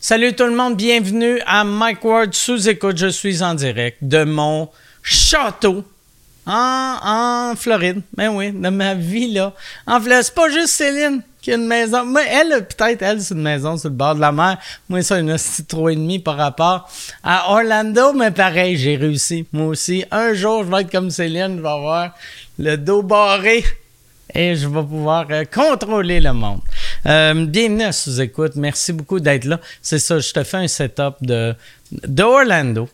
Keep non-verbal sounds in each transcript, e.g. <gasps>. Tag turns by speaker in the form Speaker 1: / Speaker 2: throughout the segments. Speaker 1: Salut tout le monde, bienvenue à Mike Ward sous écoute. Je suis en direct de mon château en, en Floride. Ben oui, de ma villa en Floride. C'est pas juste Céline qui a une maison. Mais elle, peut-être, elle, c'est une maison sur le bord de la mer. Moi, ça, une hostie de trois et demi par rapport à Orlando. Mais pareil, j'ai réussi. Moi aussi. Un jour, je vais être comme Céline. Je vais avoir le dos barré et je vais pouvoir euh, contrôler le monde. Euh, bienvenue à Sous-Écoute. Merci beaucoup d'être là. C'est ça, je te fais un setup de, de Orlando.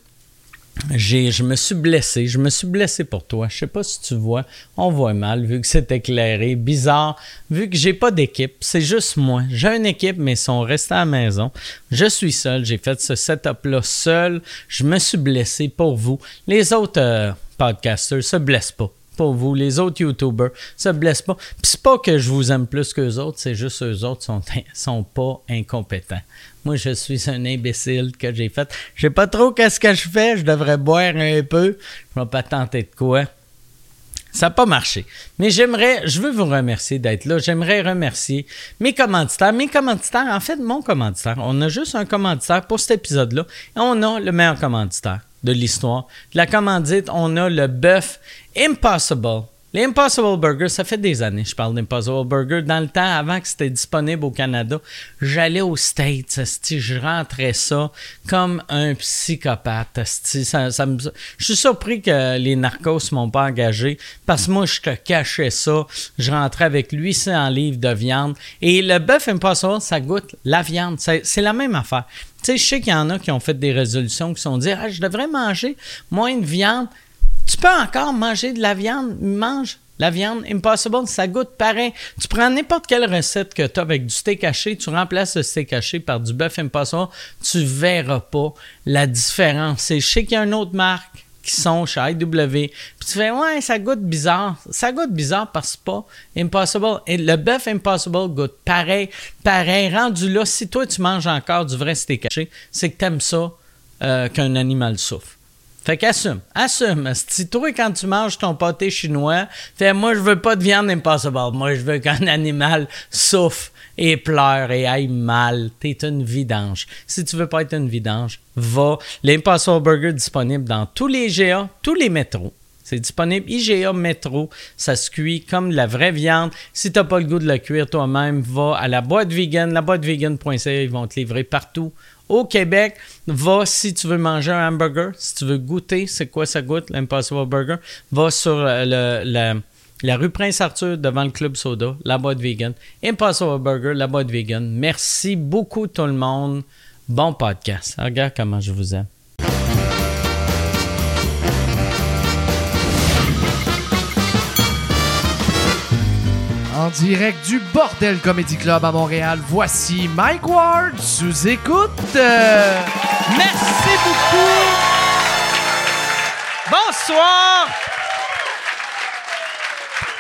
Speaker 1: J'ai, je me suis blessé. Je me suis blessé pour toi. Je sais pas si tu vois. On voit mal vu que c'est éclairé. Bizarre. Vu que j'ai pas d'équipe. C'est juste moi. J'ai une équipe, mais ils sont restés à la maison. Je suis seul. J'ai fait ce setup-là seul. Je me suis blessé pour vous. Les autres euh, podcasters se blessent pas pour vous. Les autres YouTubers se blessent pas. Puis c'est pas que je vous aime plus qu'eux autres, c'est juste eux autres sont, in- sont pas incompétents. Moi, je suis un imbécile que j'ai fait. Je sais pas trop qu'est-ce que je fais, je devrais boire un peu. Je vais pas tenter de quoi. Ça n'a pas marché. Mais j'aimerais, je veux vous remercier d'être là. J'aimerais remercier mes commanditaires. Mes commanditaires, en fait, mon commanditaire. On a juste un commanditaire pour cet épisode-là. Et on a le meilleur commanditaire de l'histoire. De la commandite, on a le bœuf Impossible. Les Impossible Burgers, ça fait des années que je parle d'Impossible Burger. Dans le temps, avant que c'était disponible au Canada, j'allais aux States, esti, je rentrais ça comme un psychopathe. esti. Ça- ça me- Je suis surpris que les narcos m'ont pas engagé parce que moi, je te cachais ça. Je rentrais avec 800 livres de viande. Et le bœuf Impossible, ça goûte la viande. C'est c'est la même affaire. Tu sais, je sais qu'il y en a qui ont fait des résolutions, qui se sont dit ah, « je devrais manger moins de viande » tu peux encore manger de la viande, mange la viande Impossible, ça goûte pareil. Tu prends n'importe quelle recette que tu as avec du steak haché, tu remplaces le steak haché par du bœuf Impossible, tu verras pas la différence. Et je sais qu'il y a une autre marque qui sont chez IW, puis tu fais « Ouais, ça goûte bizarre. » Ça goûte bizarre parce que c'est pas Impossible. Et le bœuf Impossible goûte pareil, pareil. Rendu là, si toi, tu manges encore du vrai steak haché, c'est que t'aimes ça euh, qu'un animal souffre. Fait qu'assume, assume. Si toi, quand tu manges ton pâté chinois, fais moi, je veux pas de viande impossible. Moi, je veux <laughs> qu'un animal souffre et pleure et aille mal. T'es une vidange. Si tu veux pas être une vidange, va. L'Impossible Burger est disponible dans tous les GA, tous les métros. C'est disponible IGA Métro. Ça se cuit comme de la vraie viande. Si t'as pas le goût de le cuire toi-même, va à la boîte vegan, la boîtevegan.ca. Ils vont te livrer partout au Québec. Va si tu veux manger un hamburger, si tu veux goûter c'est quoi ça goûte, l'Impossible Burger, va sur euh, le- la, la rue Prince-Arthur devant le Club Soda, la boîte vegan. Impossible Burger, la boîte vegan. Merci beaucoup tout le monde. Bon podcast. Ah, Regarde comment je vous aime.
Speaker 2: En direct du Bordel Comedy Club à Montréal, voici Mike Ward sous écoute. Euh,
Speaker 1: Merci beaucoup. Bonsoir.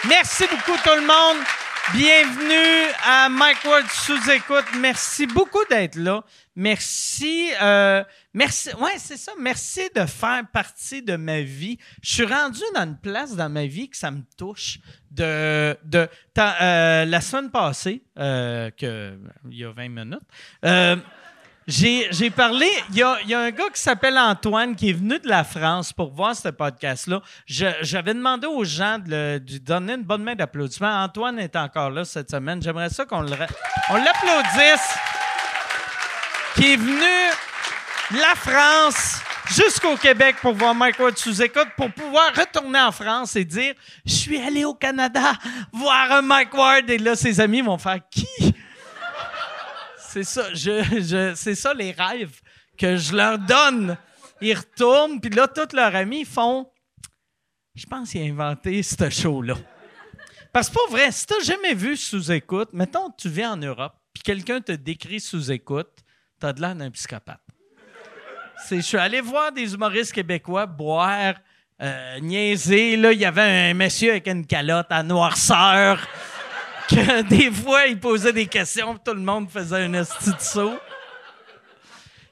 Speaker 1: Merci beaucoup tout le monde. Bienvenue à Mike Ward sous écoute. Merci beaucoup d'être là. Merci, euh, merci. Ouais, c'est ça. Merci de faire partie de ma vie. Je suis rendu dans une place dans ma vie que ça me touche. De, de t'as, euh, la semaine passée, euh, que il y a 20 minutes. euh, j'ai, j'ai parlé, il y a, il y a un gars qui s'appelle Antoine qui est venu de la France pour voir ce podcast-là. Je- j'avais demandé aux gens de, le- de lui donner une bonne main d'applaudissement. Antoine est encore là cette semaine. J'aimerais ça qu'on le ra- on l'applaudisse. Qui est venu de la France jusqu'au Québec pour voir Mike Ward sous écoute, pour pouvoir retourner en France et dire Je suis allé au Canada voir un Mike Ward. Et là, ses amis vont faire Qui c'est ça, je, je- c'est ça les rêves que je leur donne. Ils retournent, puis là, tous leurs amis font Je pense qu'il a inventé ce show-là. Parce que pour vrai, si t'as jamais vu sous-écoute, mettons que tu vis en Europe, puis quelqu'un te décrit sous-écoute, t'as de l'air d'un psychopathe. C'est, je suis allé voir des humoristes québécois boire, euh, niaiser. Là, il y avait un monsieur avec une calotte à noirceur <laughs> que des fois, il posait des questions, puis tout le monde faisait un esti de saut.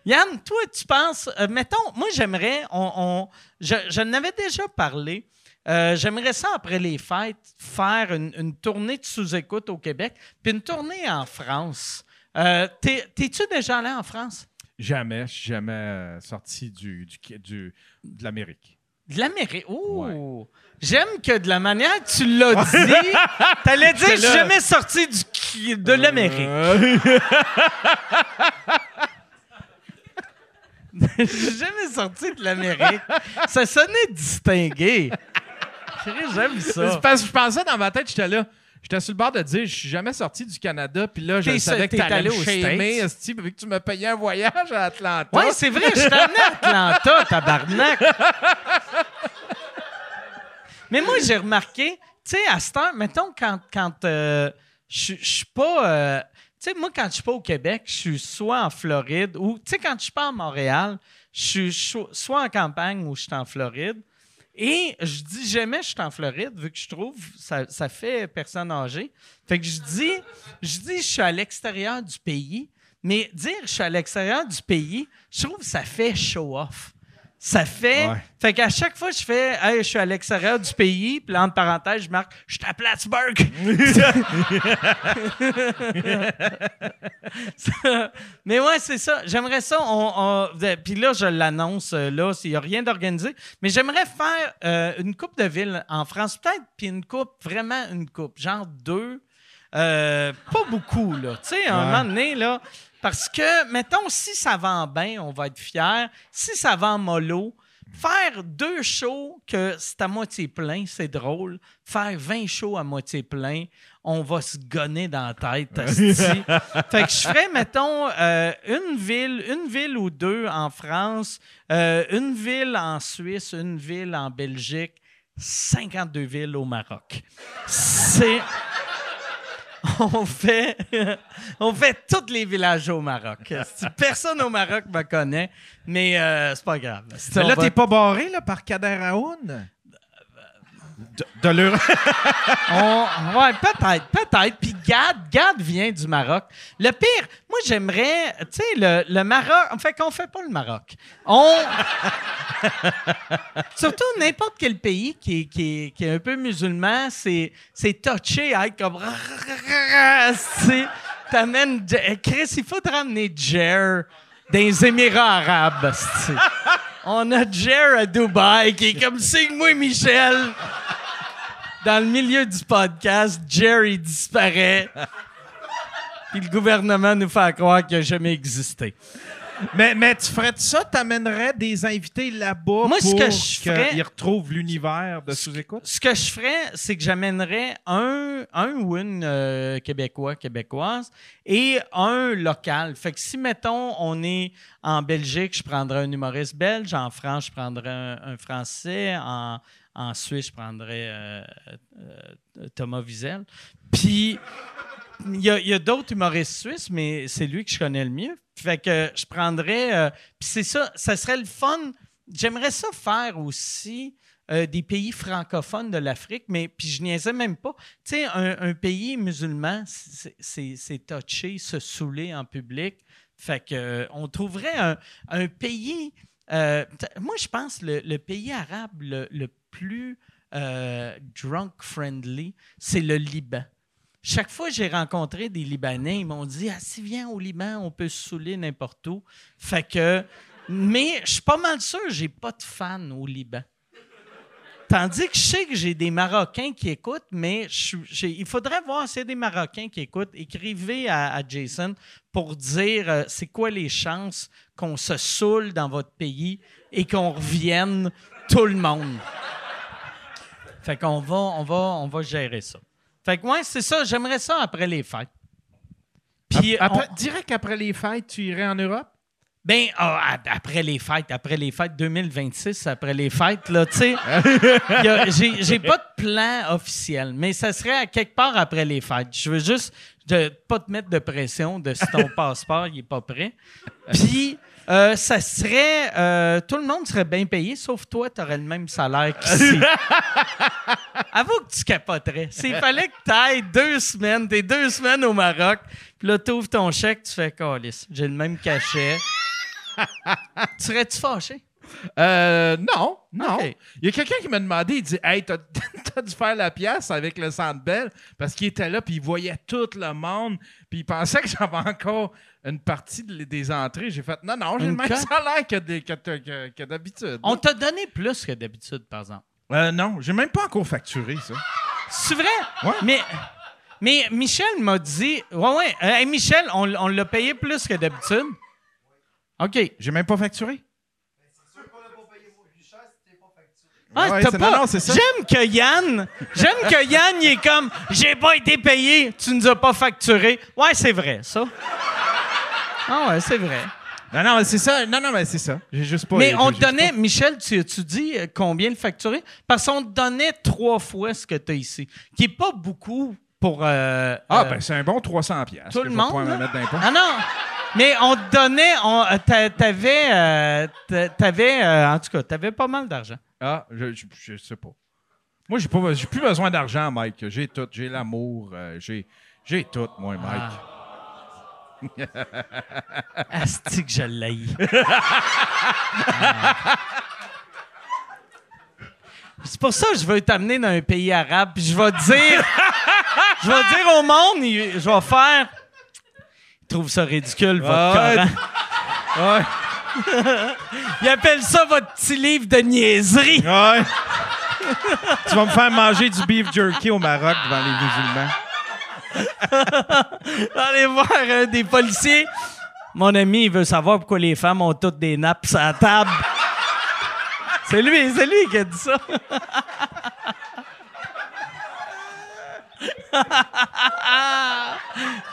Speaker 1: Yann, toi, tu penses, euh, mettons, moi, j'aimerais, on, on- je, je n'avais déjà parlé, euh, j'aimerais ça, après les fêtes, faire une, une tournée de sous-écoute au Québec, puis une tournée en France.
Speaker 3: Euh, t'es- T'es-tu déjà allé en France?
Speaker 2: Jamais, je suis jamais euh, sorti du, du, du- de l'Amérique.
Speaker 3: De l'Amérique. Ouh! J'aime que de la manière que tu l'as dit, t'allais dire je suis
Speaker 2: là.
Speaker 3: jamais sorti du, qui- de l'Amérique.
Speaker 2: Euh,
Speaker 3: Je suis jamais sorti de l'Amérique. ça sonnait distingué. Chérie, J'aime ça.
Speaker 2: c'est <laughs> parce que je pensais dans ma tête, j'étais là. J'étais sur le bord de dire, je suis jamais sorti du Canada, puis là, je
Speaker 3: T'es-
Speaker 2: savais que
Speaker 3: t'es
Speaker 2: t'allais
Speaker 3: allé
Speaker 2: me
Speaker 3: aux
Speaker 2: shamer,
Speaker 3: States.
Speaker 2: esti, vu que tu me payais un voyage à Atlanta.
Speaker 3: Oui, c'est vrai, je suis allé à Atlanta, tabarnak. Mais moi, j'ai remarqué, tu sais, à cette heure, mettons, quand, quand euh, je je suis pas. euh, tu sais, moi, quand je suis pas au Québec, je suis soit en Floride ou, tu sais, quand je suis pas à Montréal, je suis cho- soit en campagne ou je suis en Floride. Et je dis jamais je suis en Floride, vu que je trouve ça, ça fait personne âgée. Fait que je dis, je dis je suis à l'extérieur du pays, mais dire je suis à l'extérieur du pays, je trouve que ça fait show-off. Ça fait.
Speaker 2: Ouais.
Speaker 3: Fait qu'à chaque fois, je fais Hey, je suis à l'extérieur du pays, puis là, entre parenthèses, je marque Je suis à Plattsburgh. Ça- <laughs> mais ouais, c'est ça. J'aimerais ça. On, on- de- puis là, je l'annonce. euh, Là, il n'y a rien d'organisé. Mais j'aimerais faire euh, une coupe de ville en France, peut-être, puis une coupe, vraiment une coupe, genre deux. Euh, pas beaucoup, là. Tu sais, à un
Speaker 2: Ouais.
Speaker 3: moment donné, là. Parce que, mettons, si ça vend bien, on va être fiers. Si ça vend mollo, faire deux shows que c'est à moitié plein, c'est drôle. Faire 20 shows à moitié plein, on va se gonner dans la tête.
Speaker 2: <laughs>
Speaker 3: asti. fait que je ferais, mettons, euh, une ville, une ville ou deux en France, euh, une ville en Suisse, une ville en Belgique, 52 villes au Maroc.
Speaker 2: <laughs>
Speaker 3: C'est on fait, on fait tous les villages au Maroc. Si Personne au Maroc me connaît, mais euh, c'est pas grave. Si
Speaker 2: Mais
Speaker 3: on
Speaker 2: là,
Speaker 3: va-
Speaker 2: t'es pas barré là, par Kader Aoun? De, de l'Europe.
Speaker 3: on- ouais, peut-être, peut-être. Puis Gad, Gad vient du Maroc. Le pire, moi j'aimerais, tu sais, le, le Maroc. En fait, qu'on fait pas le Maroc. On <laughs> Surtout n'importe quel pays qui est, qui est- qui est un peu musulman, c'est c'est touché à être comme. C'est- T'amènes. Je- Chris, il faut te ramener Jer des Émirats arabes. c'est- On a Jer à Dubaï qui est comme signe-moi Michel. Dans le milieu du podcast, Jer il disparaît. Puis le gouvernement nous fait croire qu'il n'a jamais existé.
Speaker 2: Mais, mais tu ferais de ça, t'amènerais des invités là-bas
Speaker 3: Moi, ce
Speaker 2: pour
Speaker 3: que je ferais-
Speaker 2: qu'ils retrouvent l'univers de sous-écoute?
Speaker 3: Ce que je ferais, c'est que j'amènerais un, un ou une euh, Québécois, Québécoise et un local. Fait que si, mettons, on est en Belgique, je prendrais un humoriste belge. En France, je prendrais un, un Français. En, en Suisse, je prendrais euh, euh, Thomas Wiesel. Puis, il y a, il y a d'autres humoristes suisses, mais c'est lui que je connais le mieux. Fait que je prendrais. euh, Puis c'est ça, ça serait le fun. J'aimerais ça faire aussi euh, des pays francophones de l'Afrique, mais puis je niaisais même pas. Tu sais, un, un pays musulman, c'est- c'est c'est touché, se saouler en public. Fait que euh, on trouverait un, un pays. euh, t- moi, je pense le, le pays arabe le, le plus euh, drunk friendly, c'est le Liban. Chaque fois que j'ai rencontré des Libanais, ils m'ont dit Ah, si viens au Liban, on peut se saouler n'importe où. Fait que. Mais je suis pas mal sûr, j'ai pas de fans au Liban. Tandis que je sais que j'ai des Marocains qui écoutent, mais je suis- j'ai- il faudrait voir s'il y a des Marocains qui écoutent. Écrivez à, à Jason pour dire euh, c'est quoi les chances qu'on se saoule dans votre pays et qu'on revienne tout le monde. Fait qu'on va, on va, on va gérer ça. Fait que ouais, c'est ça, j'aimerais ça après les fêtes. Puis
Speaker 2: Ap- après-
Speaker 3: on-
Speaker 2: Direct après les fêtes, tu irais en Europe?
Speaker 3: ben, ah, ap- après les fêtes, après les fêtes 2026, après les fêtes, là, tu sais, y a- j'ai j'ai pas de plan officiel, mais ça serait à quelque part après les fêtes. Je veux juste de, pas te mettre de pression de si ton passeport il est pas prêt. Puis, euh, ça serait. euh, tout le monde serait bien payé, sauf toi, tu aurais le même salaire qu'ici. Avoue que tu capoterais. S'il fallait que tu ailles deux semaines, t'es deux semaines au Maroc, puis là, t'ouvres ton chèque, tu fais calice. J'ai le même cachet. tu serais-tu fâché?
Speaker 2: Euh, non, non.
Speaker 3: Ok.
Speaker 2: Il y a quelqu'un qui m'a demandé, il dit Hey, t'as <laughs> faisait du faire la pièce avec le Centre Bell parce qu'il était là, puis il voyait tout le monde, puis il pensait que <laughs> j'avais encore une partie de- des entrées. J'ai fait non, non, j'ai
Speaker 4: Une
Speaker 2: le même
Speaker 4: cote?
Speaker 2: salaire que, des- que- que- que d'habitude.
Speaker 3: On t'a donné plus que d'habitude, par exemple.
Speaker 2: Euh, non, j'ai même pas encore facturé ça.
Speaker 3: C'est vrai?
Speaker 2: Ouais.
Speaker 3: Mais, mais Michel m'a dit. Ouais, ouais. euh, hey, Michel, on, l- on l'a payé plus que d'habitude. OK.
Speaker 2: J'ai même pas facturé.
Speaker 3: Ah,
Speaker 2: Ouais,
Speaker 3: t'as
Speaker 2: c'est-
Speaker 3: pas.
Speaker 2: non, non, c'est ça.
Speaker 3: J'aime que Yann. J'aime que Yann, il est comme. J'ai pas été payé, tu nous as pas facturé. Ouais, c'est vrai, ça. Ah, ouais, c'est vrai.
Speaker 2: Non, non, mais c'est ça. Non, non, mais c'est ça. J'ai juste pas.
Speaker 3: Mais
Speaker 2: j'ai-
Speaker 3: on te
Speaker 2: j'ai-
Speaker 3: donnait, Michel, tu, tu dis euh, combien le facturer? Parce qu'on te donnait trois fois ce que tu as ici, qui est pas beaucoup pour. euh,
Speaker 2: Ah,
Speaker 3: euh,
Speaker 2: ben c'est un bon 300 pièces.
Speaker 3: tout le monde. là.
Speaker 2: mettre dans les poches.
Speaker 3: Ah non! Mais on te donnait, on, euh, t'a- t'avais, euh, t'a- t'avais, euh, en tout cas, t'avais pas mal d'argent.
Speaker 2: Ah, je, je, je sais pas. Moi, j'ai pas be- j'ai plus besoin d'argent, Mike. J'ai tout. J'ai l'amour. euh, j'ai j'ai tout, moi, Mike.
Speaker 3: <laughs> Asti que je <laughs> l'haïs. C'est pour ça que je veux t'amener dans un pays arabe, puis je vais <laughs> dire, je vais dire au monde, il- je vais faire, ils trouvent ça ridicule votre
Speaker 2: Ouais.
Speaker 3: Coran.
Speaker 2: Ouais.
Speaker 3: Ils appellent ça votre petit livre de niaiserie.
Speaker 2: Ouais. <laughs> tu vas me faire manger du beef jerky au Maroc devant les musulmans.
Speaker 3: Allez voir euh, des policiers. Mon ami, il veut savoir pourquoi les femmes ont toutes des nappes à la table. C'est lui, c'est lui qui a dit ça. <laughs>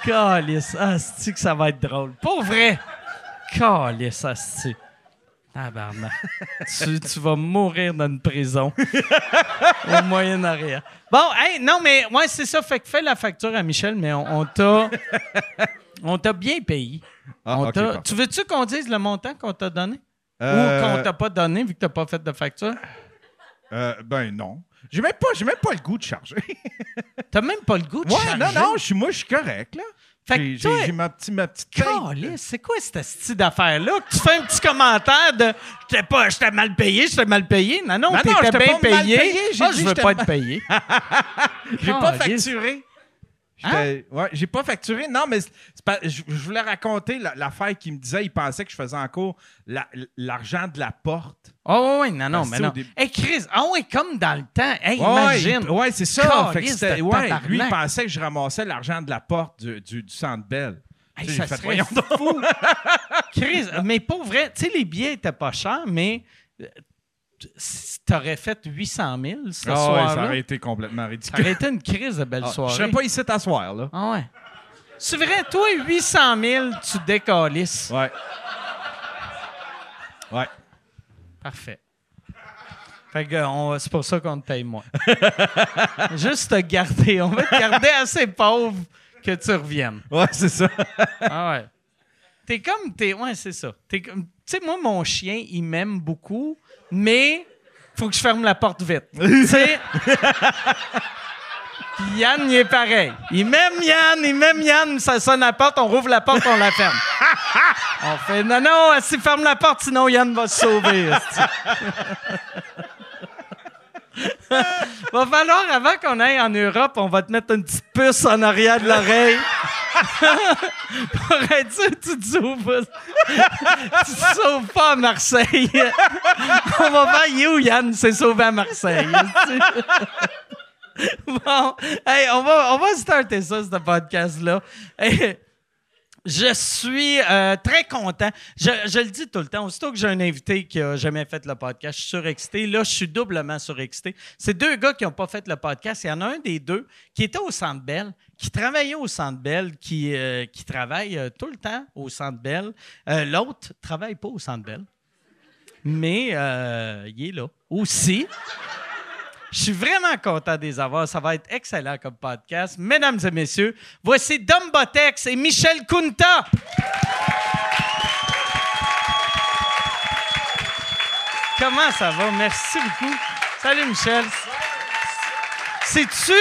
Speaker 3: Calice, asti que ça va être drôle. Pour vrai. Calice, asti. Tabarnak. tu, tu vas mourir dans une prison au Moyen-Orient. Bon, hey, non, mais ouais, c'est ça. Fait que fais la facture à Michel, mais on, on t'a. On t'a bien payé.
Speaker 2: Ah,
Speaker 3: On
Speaker 2: ok,
Speaker 3: t'a-
Speaker 2: parfait.
Speaker 3: tu veux-tu qu'on dise le montant qu'on t'a donné? Ou
Speaker 2: Euh,
Speaker 3: qu'on t'a pas donné vu que t'as pas fait de facture?
Speaker 2: euh, ben non. J'ai même pas, j'ai même pas le goût de charger.
Speaker 3: T'as même pas le goût de
Speaker 2: ouais,
Speaker 3: charger.
Speaker 2: non, non, je suis moi, je suis correct là.
Speaker 3: Fait que
Speaker 2: J'ai-
Speaker 3: toi-
Speaker 2: J'ai j'ai ma petite, ma petite tête.
Speaker 3: Caliste, c'est quoi cette style d'affaire-là? Que Tu fais un petit commentaire de j'étais pas, j'étais mal payé, j'étais mal payé. Non, non,
Speaker 2: Non, non,
Speaker 3: t'étais
Speaker 2: j'étais
Speaker 3: bien
Speaker 2: pas mal
Speaker 3: payé.
Speaker 2: payé, j'ai
Speaker 3: Ah,
Speaker 2: dit
Speaker 3: je veux
Speaker 2: j'étais
Speaker 3: pas
Speaker 2: mal-
Speaker 3: être payé.
Speaker 2: <laughs> J'ai pas
Speaker 3: Caliste.
Speaker 2: facturé. J'étais-
Speaker 3: Hein?
Speaker 2: Ouais, j'ai pas facturé. Non, mais c'est- c'est pas- je je voulais raconter la- l'affaire qui me disait, il pensait que je faisais encore la- l'argent de la porte.
Speaker 3: Oh, oui, non, non,
Speaker 2: Parce
Speaker 3: mais
Speaker 2: que
Speaker 3: non.
Speaker 2: Ah, au début-
Speaker 3: Hey, Chris, ah oui, comme dans le temps. Hey,
Speaker 2: Ouais,
Speaker 3: imagine.
Speaker 2: il- ouais, c'est ça. Fait que
Speaker 3: Caliste
Speaker 2: c'était-
Speaker 3: de
Speaker 2: ouais,
Speaker 3: tabarnak.
Speaker 2: lui, il pensait que je ramassais l'argent de la porte du, du, du Centre Bell.
Speaker 3: Hey,
Speaker 2: Tu sais,
Speaker 3: ça
Speaker 2: j'ai fait,
Speaker 3: serait
Speaker 2: voyons donc.
Speaker 3: fou. Chris, mais pour vrai, tu sais, les billets étaient pas chers, mais euh, t- si t'aurais fait 800 000 ce
Speaker 2: Ah ouais,
Speaker 3: soir-là,
Speaker 2: ça
Speaker 3: ça
Speaker 2: aurait été complètement ridicule.
Speaker 3: aurait été une crise de belle
Speaker 2: Ah, je
Speaker 3: soirée.
Speaker 2: serais pas ici t'asseoir, là.
Speaker 3: Ah ouais. C'est vrai, toi, 800 000, tu décalisses.
Speaker 2: Ouais. Ouais.
Speaker 3: Parfait. Fait que euh, on- c'est pour ça qu'on te
Speaker 2: <laughs>
Speaker 3: paye moins. Juste te garder. On va te garder assez pauvre que tu reviennes.
Speaker 2: Ouais, c'est ça.
Speaker 3: Ah ouais. T'es comme. T'es, ouais, c'est ça. T'es comme- Tu sais, moi, mon chien, il m'aime beaucoup, mais faut que je ferme la porte vite. tu sais? Puis Yann, il est pareil. Il m'aime Yann, il m'aime Yann, ça sonne à la porte, on rouvre la porte, on la ferme. on fait non, non, si ferme la porte, sinon Yann va se sauver. esti. <laughs> va falloir, avant qu'on aille en Europe, on va te mettre une petite puce en arrière de l'oreille. Pour être sûr que tu te sauves pas. <laughs> tu te sauves pas à Marseille. <laughs> On va faire You Yann s'est sauvé à Marseille. <laughs> bon, hey, on va, on va starter ça, ce podcast-là. Hey, je suis euh, très content. Je, je le dis tout le temps. Aussitôt que j'ai un invité qui a jamais fait le podcast, je suis surexcité. Là, je suis doublement surexcité. C'est deux gars qui n'ont pas fait le podcast. Il y en a un des deux qui était au Centre Bell, qui travaillait au Centre Bell, qui, euh, qui travaille euh, tout le temps au Centre Bell. Euh, L'autre travaille pas au Centre Bell, mais euh, il est là aussi. Je suis vraiment content de les avoir. Ça va être excellent comme podcast. Mesdames et messieurs, voici Dom Botex et Michel Kunta. Comment ça va? Merci beaucoup. Salut, Michel. C'est-tu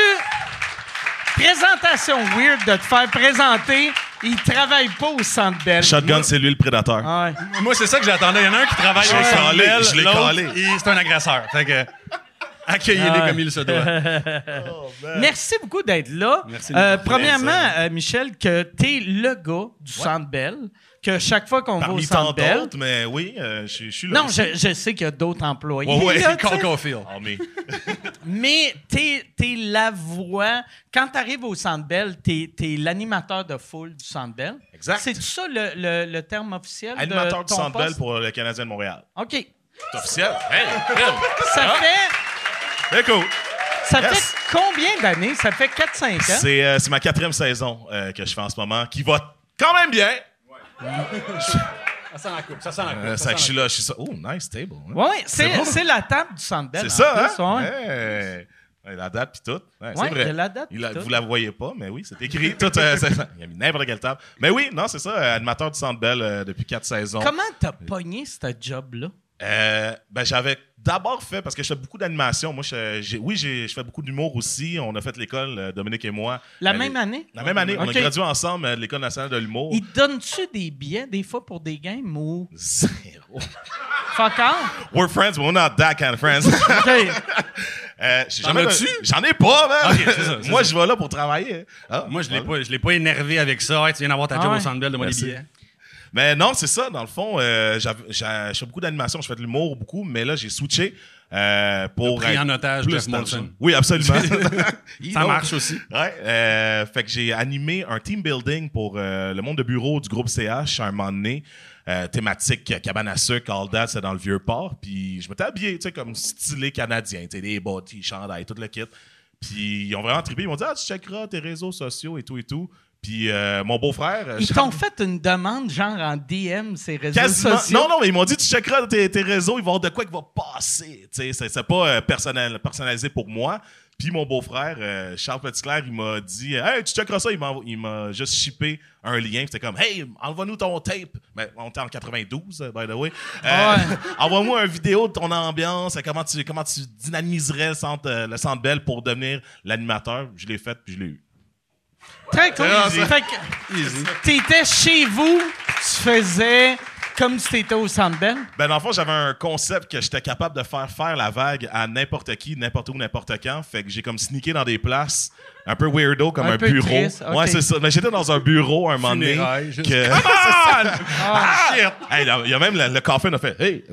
Speaker 3: présentation weird de te faire présenter? Il travaille pas au centre Bell.
Speaker 5: Shotgun, c'est lui le prédateur.
Speaker 3: Ah ouais.
Speaker 6: Moi, c'est ça que j'attendais. Il y en a un qui travaille
Speaker 5: Je l'ai
Speaker 6: au
Speaker 5: calé,
Speaker 6: Sandel,
Speaker 5: je l'ai
Speaker 6: l'autre,
Speaker 5: calé.
Speaker 6: Ah il- C'est un agresseur. Fait que, Accueillez-les
Speaker 3: Ah ouais.
Speaker 6: comme il se doit.
Speaker 3: Euh, Merci beaucoup d'être là.
Speaker 6: Merci de nous
Speaker 3: Euh,
Speaker 6: avoir
Speaker 3: premièrement,
Speaker 6: présents.
Speaker 3: euh, Michel, que t'es le gars du Centre Bell, que chaque fois qu'on va au
Speaker 6: <laughs> Parmi tant
Speaker 3: Centre Bell...
Speaker 6: d'autres, mais oui, euh, je je suis là.
Speaker 3: Non, je, je sais qu'il y a d'autres employés.
Speaker 6: Ouais, ouais, <laughs>
Speaker 3: là, tu
Speaker 6: Carl
Speaker 3: sais.
Speaker 6: Caulfield. Ah, mais-
Speaker 3: Mais t'es es la voix. Quand t'arrives au Centre Bell, t'es es, l'animateur de foule du Centre Bell.
Speaker 6: Exact.
Speaker 3: C'est ça le, le- le terme officiel
Speaker 6: Animateur
Speaker 3: de
Speaker 6: du
Speaker 3: ton
Speaker 6: Centre
Speaker 3: poste?
Speaker 6: Bell pour le Canadien de Montréal.
Speaker 3: OK.
Speaker 6: C'est officiel. Hey, crème.
Speaker 3: Ça
Speaker 6: Ah.
Speaker 3: fait,
Speaker 6: Hey, cool.
Speaker 3: ça
Speaker 6: Yes.
Speaker 3: fait combien d'années? Ça fait 4-5 ans?
Speaker 6: C'est euh, c'est ma quatrième saison euh, que je fais en ce moment, qui va quand même bien.
Speaker 7: Ça sent la coupe, ça sent la coupe.
Speaker 6: Euh,
Speaker 7: ça
Speaker 6: ça, que je
Speaker 7: sent
Speaker 6: suis là, je suis ça. Oh, nice table. hein.
Speaker 3: Oui, c'est c'est la table du Centre Bell.
Speaker 6: C'est
Speaker 3: en
Speaker 6: ça,
Speaker 3: plus,
Speaker 6: hein?
Speaker 3: ouais.
Speaker 6: Hey. Ouais, La date puis tout. Ouais,
Speaker 3: Ouais,
Speaker 6: c'est vrai.
Speaker 3: de la date,
Speaker 6: Il a-
Speaker 3: puis tout.
Speaker 6: Vous la voyez pas, mais oui, c'est écrit. Tout, euh, c'est- il a mis n'importe quelle table. Mais oui, non, c'est ça, euh, animateur du Centre Bell euh, depuis quatre saisons.
Speaker 3: Comment t'as pogné ce job-là?
Speaker 6: Euh, ben, j'avais d'abord fait, parce que je fais beaucoup d'animation. Moi, je, j'ai- oui, j'ai- je fais beaucoup d'humour aussi. On a fait l'école, euh, Dominique et moi.
Speaker 3: La
Speaker 6: Euh,
Speaker 3: même
Speaker 6: les-
Speaker 3: année?
Speaker 6: La même année. On
Speaker 3: Ok.
Speaker 6: a gradué ensemble euh, de l'École nationale de l'humour.
Speaker 3: Ils te donnent-tu des billets des fois pour des games ou
Speaker 6: Zéro.
Speaker 3: fuck off?
Speaker 6: We're friends, but we're not that kind
Speaker 3: <laughs>
Speaker 6: of friends. Euh, j'ai jamais-
Speaker 7: as-tu?
Speaker 6: J'en ai pas, man.
Speaker 7: Ok, c'est ça, c'est
Speaker 6: Moi, je vais là pour travailler. Ah,
Speaker 7: la- Moi, je l'ai
Speaker 6: voilà.
Speaker 7: pas, je l'ai pas énervé avec ça. Hey, tu viens d'avoir ta
Speaker 3: Ah
Speaker 7: job
Speaker 3: ouais.
Speaker 7: au Centre Bell, de moi des
Speaker 6: Merci.
Speaker 7: billets.
Speaker 6: Mais non, c'est ça. Dans le fond, euh, j'av- j'a- je fais beaucoup d'animation, je fais de l'humour beaucoup, mais là, j'ai switché euh, pour.
Speaker 7: Pris
Speaker 6: être
Speaker 7: en otage
Speaker 6: plus
Speaker 7: Jeff
Speaker 6: dans le
Speaker 7: Molson.
Speaker 6: jeu. Oui, absolument. <laughs> Il
Speaker 7: <laughs> Ça
Speaker 6: don't-
Speaker 7: marche aussi.
Speaker 6: Ouais, euh, fait que j'ai animé un team building pour euh, le monde de bureau du groupe CH à un moment donné. Euh, thématique euh, cabane à sucre, all that, c'est dans le vieux port. Puis je m'étais habillé, tu sais, comme stylé canadien, tu sais, des bas, des chandails, tout le kit. Puis ils ont vraiment trippé. Ils m'ont dit, ah, tu checkeras tes réseaux sociaux et tout et tout. Puis euh, mon beau-frère. euh,
Speaker 3: Ils t'ont
Speaker 6: Charles-
Speaker 3: fait une demande genre en DM ces réseaux
Speaker 6: Quasiment.
Speaker 3: sociaux?
Speaker 6: Non, non, mais ils m'ont dit, tu checkeras tes, tes réseaux, il va y avoir de quoi qui va passer. Tu sais, C'est c'est pas euh, personnel, personnalisé pour moi. Puis mon beau-frère, euh, Charles Petitclerc, il m'a dit, hey, tu checkeras ça. Il m'a- Il m'a juste shippé un lien. Puis C'était comme, hey, envoie-nous ton tape. Mais on était en 92, euh, by the way.
Speaker 3: Ouais.
Speaker 6: Euh, <laughs> Envoie-moi une vidéo de ton ambiance, euh, comment tu, comment tu dynamiserais le centre, euh, le centre Bell pour devenir l'animateur. Je l'ai fait, puis je l'ai eu.
Speaker 3: Très cool.
Speaker 6: Ah, ça-
Speaker 3: Fait que t'étais chez vous, tu faisais comme si t'étais au Centre Bell.
Speaker 6: Ben, dans le fond, j'avais un concept que j'étais capable de faire faire la vague à n'importe qui, n'importe où, n'importe quand. Fait que j'ai comme sneaké dans des places un peu weirdo, comme
Speaker 3: Un
Speaker 6: un,
Speaker 3: peu
Speaker 6: bureau.
Speaker 3: triste, ok.
Speaker 6: Ouais, c'est ça. Mais j'étais dans un bureau un moment donné.
Speaker 7: Funérailles, juste-
Speaker 6: Que... Come <laughs> Ah! Hey, là, il y a même le, le coffin a fait Hey!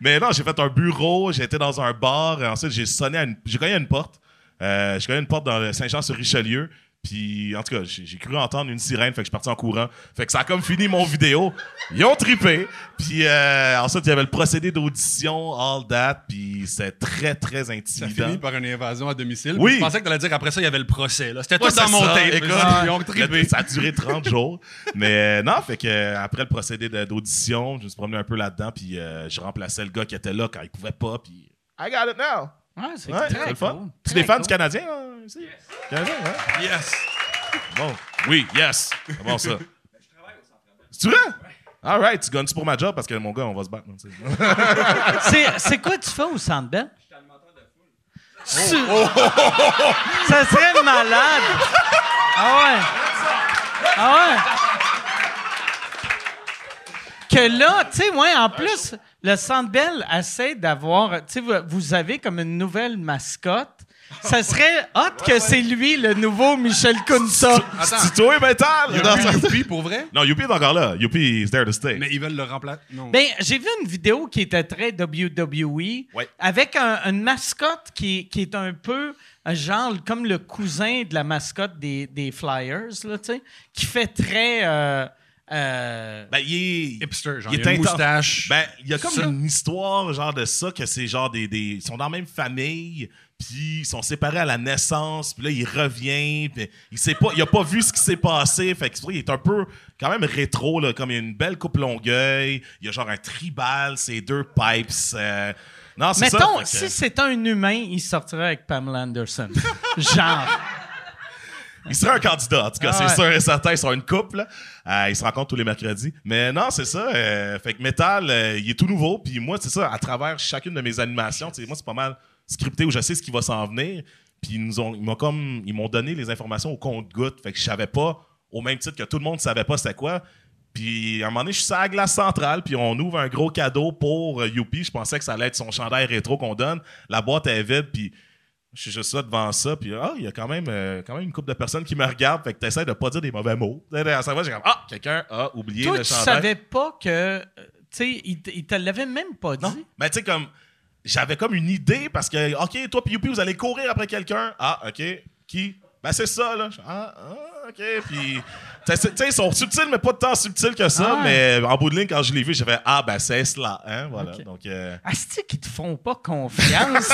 Speaker 6: Mais non, j'ai fait un bureau, j'étais dans un bar. et Ensuite, j'ai sonné à une... J'ai cogné à une porte. Euh, j'ai cogné à une porte dans le Saint-Jean-sur-Richelieu. Puis, en tout cas, j'ai j'ai cru entendre une sirène, fait que je suis parti en courant. Fait que ça a comme fini mon vidéo. Ils ont tripé. Puis, euh, ensuite, il y avait le procédé d'audition, all that. Puis, c'était très, très
Speaker 7: Ça
Speaker 6: intimidant.
Speaker 7: finit par une invasion à domicile.
Speaker 6: Oui.
Speaker 7: Je pensais que t'allais dire après ça, il y avait le procès. là. C'était
Speaker 6: Ouais,
Speaker 7: tout dans
Speaker 6: c'est
Speaker 7: mon
Speaker 6: ça,
Speaker 7: tape.
Speaker 6: écoute.
Speaker 7: là. Ils ont
Speaker 6: Le-
Speaker 7: trippé.
Speaker 6: Ça a duré 30 jours. Mais euh, non, fait que euh, après le procédé de- d'audition, je me suis promené un peu là-dedans, puis euh, je remplaçais le gars qui était là quand il pouvait pas, puis. I got it now!
Speaker 3: Ouais, c'est
Speaker 6: Ouais, c'est
Speaker 3: très
Speaker 6: le
Speaker 3: cool.
Speaker 6: fun. Tu
Speaker 3: Très
Speaker 6: es fan
Speaker 3: cool.
Speaker 6: du Canadien, hein, ici? Canadien, hein?
Speaker 7: Yes.
Speaker 6: Bon. Oui, yes! C'est bon, ça. <laughs> C'est vrai? All right, tu gagnes-tu pour ma job? Parce que mon gars, on va se battre. hein, tu sais.
Speaker 3: C'est- C'est quoi tu fais au Centre Ben? Bell? Je suis animateur de foule. Ça serait malade. Ah ouais. Ah ouais. Que là, tu sais, ouais, en plus, le Centre Bell essaie d'avoir... Tu sais, vous, vous avez comme une nouvelle mascotte. Ça serait hot que c'est lui, le nouveau Michel Kunsa.
Speaker 6: <laughs> C'est toi, ben, métal!
Speaker 7: Il y
Speaker 6: Non,
Speaker 7: a eu
Speaker 6: ça-
Speaker 7: Youpi pour vrai,
Speaker 6: Non, Youpi est encore là. Youpi is there to stay.
Speaker 7: mais ils veulent le remplacer. Non.
Speaker 3: Ben, j'ai vu une vidéo qui était très WWE
Speaker 6: Ouais.
Speaker 3: avec un- une mascotte qui, qui est un peu euh, genre comme le cousin de la mascotte des, des Flyers, là, tu sais, qui fait très. euh, euh,
Speaker 6: Ben, il est-
Speaker 7: Hipster, genre.
Speaker 6: Il
Speaker 7: Il,
Speaker 6: est
Speaker 7: y a une
Speaker 6: intense.
Speaker 7: moustache.
Speaker 6: Ben, il y a comme
Speaker 7: Ça.
Speaker 6: une histoire genre de ça que c'est genre des, des ils sont dans la même famille, puis ils sont séparés à la naissance, puis là il revient, puis il sait pas, il a pas vu ce qui s'est passé, fait que c'est pour ça, il est un peu quand même rétro là, comme il y a une belle coupe Longueuil, il y a genre un tribal, c'est deux pipes. euh, Non, c'est ça.
Speaker 3: mettons,
Speaker 6: fait que-
Speaker 3: si c'était un humain, il sortirait avec Pamela Anderson. <laughs> genre.
Speaker 6: <laughs> Il serait un candidat, en tout cas,
Speaker 3: Ah
Speaker 6: c'est sûr et certain. Ils sont une couple. là. Euh, ils se rencontrent tous les mercredis. Mais non, c'est ça. euh, fait que Metal, euh, il est tout nouveau. Puis moi, c'est ça, à travers chacune de mes animations, tu sais, moi, c'est pas mal scripté où je sais ce qui va s'en venir. Puis ils nous ont, ils m'ont comme, ils m'ont donné les informations au compte-goutte. Fait que je savais pas, au même titre que tout le monde savait pas c'était quoi. Puis Puis à un moment donné, je suis sur la glace centrale, puis on ouvre un gros cadeau pour euh, Youpi. Je pensais que ça allait être son chandail rétro qu'on donne. La boîte est vide, puis je suis juste là devant ça, puis ah, il y a quand même, euh, quand même une couple de personnes qui me regardent, fait que t'essaies de pas dire des mauvais mots. À chaque fois, j'ai comme ah, quelqu'un a oublié
Speaker 3: Toi,
Speaker 6: le
Speaker 3: tu
Speaker 6: chandail.
Speaker 3: savais pas que. euh, Tu sais, il, te- il te l'avait même pas dit.
Speaker 6: Non. Mais tu sais, comme, j'avais comme une idée parce que, OK, toi puis Youpi, vous allez courir après quelqu'un. Ah, OK. Qui? Ben, c'est ça, là. Je- Ah, ah, OK. Puis, tu sais, tu sais, ils sont subtils, mais pas tant subtils que ça.
Speaker 3: Ah
Speaker 6: Mais en bout de ligne, quand je l'ai vu, j'ai fait, ah, ben, c'est cela. Hein, voilà. Donc, euh,
Speaker 3: Asti qu'ils te font pas
Speaker 6: <laughs>
Speaker 3: confiance.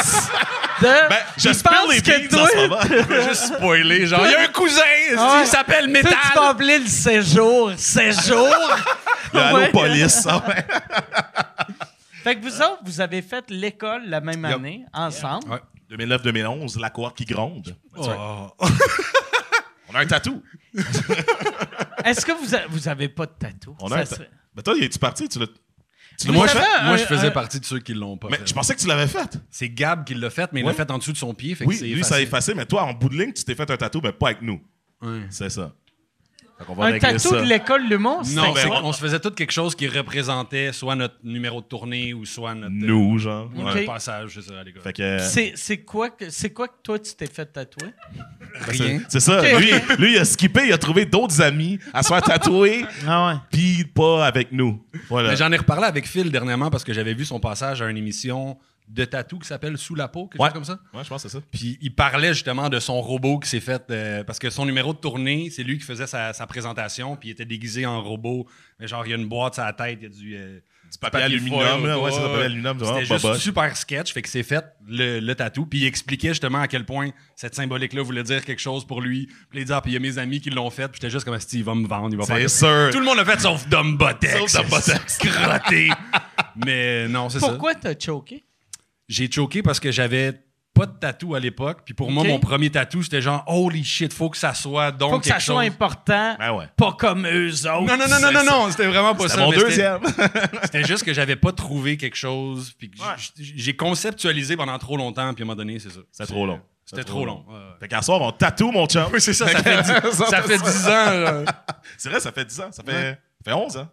Speaker 3: de,
Speaker 6: ben, je
Speaker 3: ils
Speaker 6: spoil
Speaker 3: pensent
Speaker 6: les
Speaker 3: que
Speaker 6: beans
Speaker 3: toi,
Speaker 6: en ce moment. <laughs>
Speaker 7: Juste spoiler, genre, il y
Speaker 3: <laughs>
Speaker 7: a un cousin,
Speaker 3: Ah ouais.
Speaker 7: il s'appelle
Speaker 3: toi,
Speaker 7: Métal.
Speaker 3: tu vas appeler le séjour. Séjour.
Speaker 6: Le Halo Police. ah ouais.
Speaker 3: <laughs> fait que vous autres, vous avez fait l'école la même année, ensemble.
Speaker 6: 2009-2011, la cohorte qui gronde. That's right.
Speaker 7: Oh.
Speaker 6: On a un tatou.
Speaker 3: Est-ce que vous, a- vous avez pas de tatou?
Speaker 6: On
Speaker 3: Ça
Speaker 6: a un ta-
Speaker 3: serait-
Speaker 6: Mais toi, es-tu parti? Tu l'as- tu l'as
Speaker 7: Moi,
Speaker 6: pas
Speaker 7: je,
Speaker 6: fait?
Speaker 3: savez,
Speaker 7: moi,
Speaker 3: un-
Speaker 7: je faisais
Speaker 3: un-
Speaker 7: partie de ceux qui l'ont pas
Speaker 6: Mais
Speaker 7: fait.
Speaker 6: je pensais que tu l'avais fait.
Speaker 7: C'est Gab qui l'a fait, mais il l'a
Speaker 6: Oui.
Speaker 7: fait en dessous de son pied. Fait que
Speaker 6: Oui,
Speaker 7: c'est
Speaker 6: lui, ça a
Speaker 7: facile.
Speaker 6: effacé, mais toi, en bout de ligne, tu t'es fait un tatou, mais pas avec nous.
Speaker 7: Ouais.
Speaker 6: C'est ça. Fait qu'on va
Speaker 3: Un
Speaker 6: régler
Speaker 3: tatou
Speaker 6: ça.
Speaker 3: de l'école Lumon?
Speaker 7: Non,
Speaker 6: ben,
Speaker 7: c'est-
Speaker 6: on-
Speaker 7: on se faisait tout quelque chose qui représentait soit notre numéro de tournée ou soit notre euh,
Speaker 6: Nous, genre.
Speaker 7: notre
Speaker 6: Ouais.
Speaker 3: Ok.
Speaker 7: passage, je sais, à l'école.
Speaker 6: Fait que. euh,
Speaker 3: C'est c'est quoi, que- c'est quoi que toi, tu t'es fait tatouer?
Speaker 6: C'est c'est ça. Lui, lui, il a skippé, il a trouvé d'autres amis à se faire tatouer,
Speaker 8: Ah ouais.
Speaker 6: puis pas avec nous. Voilà.
Speaker 7: Mais j'en ai reparlé avec Phil dernièrement parce que j'avais vu son passage à une émission de tatou qui s'appelle Sous la peau, quelque
Speaker 6: Ouais.
Speaker 7: chose comme ça.
Speaker 6: Ouais, je pense que c'est ça.
Speaker 7: Puis il parlait justement de son robot qui s'est fait. euh, parce que son numéro de tournée, c'est lui qui faisait sa, sa présentation, puis il était déguisé en robot. Mais genre, il y a une boîte sur la tête, il y a du. euh,
Speaker 6: Du papier aluminium,
Speaker 7: foil,
Speaker 6: là. Ouais, c'est du papier aluminium,
Speaker 7: C'était
Speaker 6: vraiment
Speaker 7: juste
Speaker 6: boboche.
Speaker 7: super sketch, fait que c'est fait le, le tatou. Puis il expliquait justement à quel point cette symbolique-là voulait dire quelque chose pour lui. Puis il dit, ah, puis il y a mes amis qui l'ont fait, puis j'étais juste comme, si il va me vendre, il va faire.
Speaker 6: C'est
Speaker 7: que-
Speaker 6: sûr.
Speaker 7: Tout le monde l'a fait sauf Dumbotex.
Speaker 6: Sauf Dumbotex.
Speaker 7: <laughs> Crotté. Mais non, c'est ça.
Speaker 3: Pourquoi t'as choqué?
Speaker 7: J'ai choqué parce que j'avais pas de tatou à l'époque. Puis pour moi,
Speaker 3: Ok.
Speaker 7: mon premier tatou, c'était genre, holy shit, faut que ça soit donc
Speaker 3: Faut que ça
Speaker 7: quelque
Speaker 3: soit
Speaker 7: chose.
Speaker 3: important,
Speaker 6: Ben ouais.
Speaker 3: pas comme eux autres.
Speaker 7: Non, non, non, non, non, non, c'était vraiment pas
Speaker 6: C'est
Speaker 7: ça.
Speaker 6: mon
Speaker 7: mais c'était-
Speaker 6: deuxième.
Speaker 7: <laughs> C'était juste que j'avais pas trouvé quelque chose. Puis que j-
Speaker 6: Ouais.
Speaker 7: j- j'ai conceptualisé pendant trop longtemps. Puis à un moment donné, c'est ça.
Speaker 6: C'était trop long.
Speaker 7: C'était trop long.
Speaker 6: Fait qu'à soir, on tatoue, mon chum.
Speaker 7: Oui, c'est ça. Ça fait, dix- ça fait 10 ans. là.
Speaker 6: <laughs> C'est vrai, ça fait 10 ans. Ça fait,
Speaker 7: Ouais.
Speaker 6: ça fait 11 ans.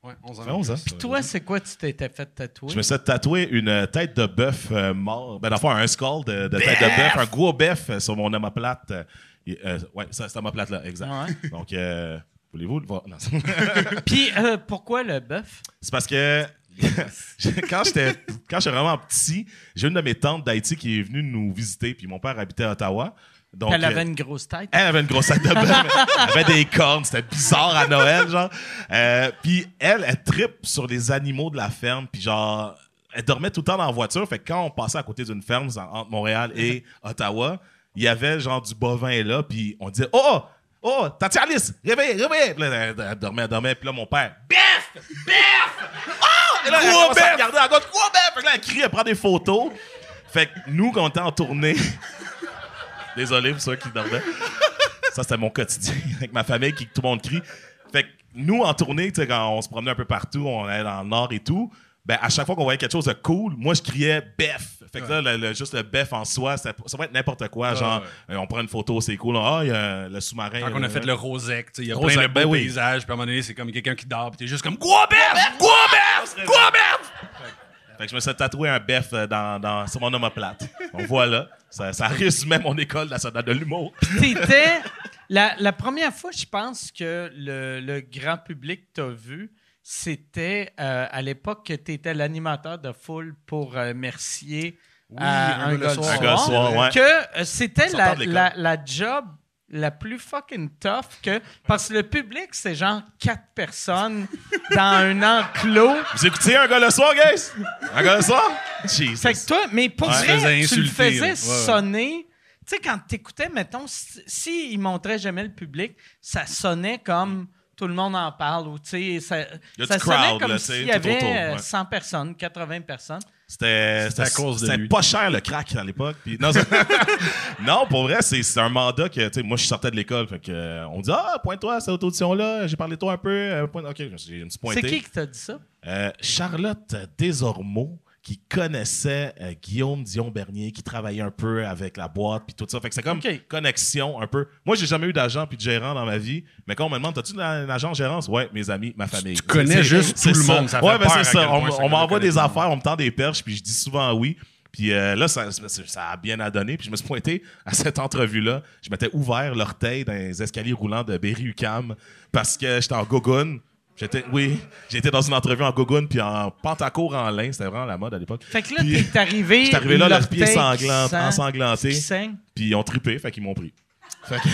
Speaker 7: Ouais, 11 ans.
Speaker 6: Ça fait 11 ans.
Speaker 7: Puis
Speaker 3: Toi, c'est quoi tu t'étais fait tatouer?
Speaker 6: Je me suis fait tatouer une euh, tête de bœuf euh, mort. Ben, d'abord, un skull de, de tête de bœuf, un gros bœuf euh, sur mon omoplate. Euh, et, euh, ouais, ça, c'est omoplate, là, exact.
Speaker 3: Ouais.
Speaker 6: Donc, euh, voulez-vous le voir? Non, c'est- <laughs>
Speaker 3: Puis euh, pourquoi le bœuf?
Speaker 6: c'est parce que <laughs> quand j'étais quand j'étais vraiment petit, j'ai une de mes tantes d'Haïti qui est venue nous visiter, puis mon père habitait à Ottawa. Donc,
Speaker 3: Elle
Speaker 6: euh,
Speaker 3: avait une grosse tête.
Speaker 6: Elle avait une grosse sac de bain, mais elle avait des cornes, c'était bizarre à Noël, genre. Euh, puis elle, elle tripe sur les animaux de la ferme, puis genre, elle dormait tout le temps dans la voiture, fait que quand on passait à côté d'une ferme en- entre Montréal et Ottawa, il y avait genre du bovin là, puis on disait « Oh, oh, oh, tati Alice, réveille, réveille! » Puis là, elle, elle dormait, elle dormait, puis là, mon père « Bef! Bef! Oh! » Et là, elle commence à regarder à gauche « Quoi, Bef? » Fait que là, elle crie, elle prend des photos. Fait que nous, quand on était en tournée... Désolé pour ceux qui dormaient. Ça, c'était mon quotidien <laughs> avec ma famille qui tout le monde crie. Fait que nous, en tournée, tu sais, quand on se promenait un peu partout, on allait dans le nord et tout, ben, à chaque fois qu'on voyait quelque chose de cool, moi, je criais bef. Fait que là, le- le- juste le bef en soi, ça, ça va être n'importe quoi. genre, euh, on prend une photo, c'est cool. Ah, il y a le sous-marin.
Speaker 7: Ah, Quand on a
Speaker 6: euh,
Speaker 7: fait le Rosec, tu sais, il y a
Speaker 6: Rosec,
Speaker 7: plein de
Speaker 6: ben
Speaker 7: beaux
Speaker 6: oui.
Speaker 7: paysages. Puis à un moment donné, c'est comme quelqu'un qui dort. Puis t'es juste comme Quoi, bœuf? Quoi, bœuf? Quoi, bœuf?
Speaker 6: Fait que je me suis tatoué un bef euh, dans, dans- sur mon omoplate. Donc voilà. Ça, ça résumait mon école nationale de l'humour.
Speaker 3: T'étais. La, la première fois, je pense que le, le grand public t'a vu, c'était euh, à l'époque que tu étais l'animateur de foule pour euh, Mercier à un, gars le soir.
Speaker 7: Oh,
Speaker 6: Un gars le soir, ouais.
Speaker 3: Que euh, c'était
Speaker 6: Sortant
Speaker 3: la,
Speaker 6: de l'école.
Speaker 3: la- la job la plus fucking tough que. Parce que le public, c'est genre quatre personnes dans un enclos.
Speaker 6: Vous écoutez un gars le soir, guys? Un gars le soir? Jesus.
Speaker 3: Fait que toi, mais pour
Speaker 6: Ouais.
Speaker 3: vrai,
Speaker 7: Je faisais
Speaker 3: tu le
Speaker 7: insulter,
Speaker 3: faisais
Speaker 7: là. Ouais, ouais.
Speaker 3: sonner. Tu sais, quand t'écoutais, mettons, si, si il montrait jamais le public, ça sonnait comme tout le monde en parle ou tu sais, ça,
Speaker 6: Il y a
Speaker 3: ça
Speaker 6: du
Speaker 3: sonnait
Speaker 6: crowd,
Speaker 3: comme
Speaker 6: là, tu sais,
Speaker 3: s'il y
Speaker 6: tout
Speaker 3: avait
Speaker 6: autour, ouais.
Speaker 3: euh, 100 personnes, 80 personnes.
Speaker 6: C'était
Speaker 7: C'était à
Speaker 6: c'était-
Speaker 7: cause de
Speaker 6: c'était
Speaker 7: lui.
Speaker 6: pas cher le crack à l'époque. puis- Non,
Speaker 7: <laughs>
Speaker 6: c'est- non, pour vrai, c'est c'est un mandat que, tu sais, moi, je sortais de l'école. Fait que, euh, on dit, ah, pointe-toi, cette audition-là, j'ai parlé de toi un peu. euh, pointe- ok, je me suis je me suis pointé.
Speaker 3: C'est qui qui t'a dit ça?
Speaker 6: Euh, Charlotte Desormeaux, qui connaissait euh, Guillaume Dion-Bernier, qui travaillait un peu avec la boîte, puis tout ça. Fait que c'est comme
Speaker 9: OK.
Speaker 6: connexion un peu. Moi, j'ai jamais eu d'agent puis de gérant dans ma vie, mais quand on me demande, t'as-tu un un agent gérance? Ouais, mes amis, ma famille. Tu
Speaker 7: connais juste tout le monde, ça fait
Speaker 6: ouais, ben
Speaker 7: peur à
Speaker 6: c'est ça.
Speaker 7: quel
Speaker 6: On,
Speaker 7: point ça
Speaker 6: on m'envoie
Speaker 7: connaît
Speaker 6: des
Speaker 7: tout le monde.
Speaker 6: affaires, on me tend des perches, puis je dis souvent oui. Puis euh, là, ça, ça- ça a bien à donner. Puis je me suis pointé à cette entrevue-là. Je m'étais ouvert l'orteil dans les escaliers roulants de Berry-UQAM parce que j'étais en gogoune. J'étais, oui, j'étais dans une entrevue en gogoune puis en pantacourt en lin. C'était vraiment la mode à l'époque.
Speaker 3: Fait que là,
Speaker 6: Puis-
Speaker 3: t'es arrivé.
Speaker 6: J'étais arrivé là, le
Speaker 3: l'orteil
Speaker 6: pied
Speaker 3: qui
Speaker 6: sanglant,
Speaker 3: sent-
Speaker 6: ensanglanté.
Speaker 3: Qui saigne.
Speaker 6: Puis ils ont trippé, fait qu'ils m'ont pris.
Speaker 3: <laughs>
Speaker 6: Fait que...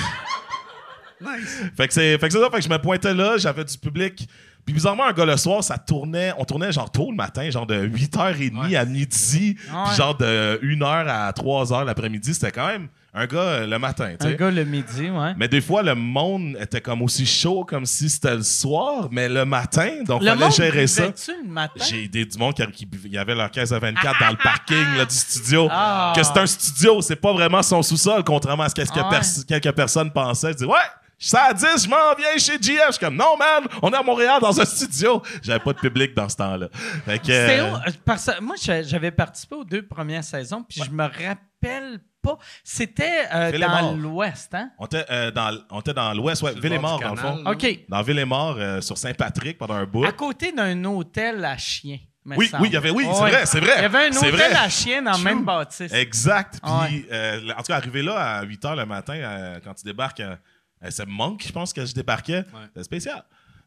Speaker 6: Fait que c'est fait que c'est ça, fait que je me pointais là, j'avais du public. Puis bizarrement, un gars le soir, ça tournait, on tournait genre tôt le matin, genre de 8h30 à midi, puis genre de 1h à 3h l'après-midi, c'était quand même un gars euh, le matin, tu
Speaker 3: Un
Speaker 6: sais.
Speaker 3: gars le midi, ouais.
Speaker 6: Mais des fois, le monde était comme aussi chaud comme si c'était le soir, mais le matin, donc
Speaker 3: Le
Speaker 6: fallait
Speaker 3: monde
Speaker 6: gérer ça.
Speaker 3: buvait-tu le matin?
Speaker 6: J'ai des du monde qui, qui buvait- il y avait leur 15 à 24 dans le parking là, du studio.
Speaker 3: Ah.
Speaker 6: Que c'est un studio, c'est pas vraiment son sous-sol, contrairement à ce que, ce que
Speaker 3: Ah ouais.
Speaker 6: pers- quelques personnes pensaient. Je dis ouais, je suis à 10, je m'en viens chez GF. Je suis comme non man, on est à Montréal dans un studio. J'avais pas de public dans ce temps-là. Fait que,
Speaker 3: C'était
Speaker 6: euh,
Speaker 3: où? Euh, parce que moi, j'a- j'avais participé aux deux premières saisons, puis je me rappelle pas. C'était euh,
Speaker 6: Fais les morts.
Speaker 3: dans l'Ouest, hein?
Speaker 6: on était euh, dans l- on était dans l'ouest, ouais,
Speaker 7: Sur le
Speaker 6: Ville-et-Mort
Speaker 7: bord
Speaker 6: dans
Speaker 7: du
Speaker 6: le fond.
Speaker 7: canal.
Speaker 3: OK.
Speaker 6: Dans Ville-et-Mort euh, sur Saint-Patrick pendant un bout.
Speaker 3: À côté d'un hôtel à chiens. me
Speaker 6: Oui,
Speaker 3: semble.
Speaker 6: oui, il y avait- oui, c'est
Speaker 3: Ouais.
Speaker 6: vrai, c'est vrai.
Speaker 3: Il y avait un
Speaker 6: C'est
Speaker 3: hôtel
Speaker 6: vrai.
Speaker 3: à chiens dans le même bâtisse.
Speaker 6: Exact. Puis,
Speaker 3: Ah ouais.
Speaker 6: euh, en tout cas, arrivé là à 8 h le matin, euh, quand tu débarques, euh, euh, c'est Monk, je pense, que je débarquais. C'était spécial.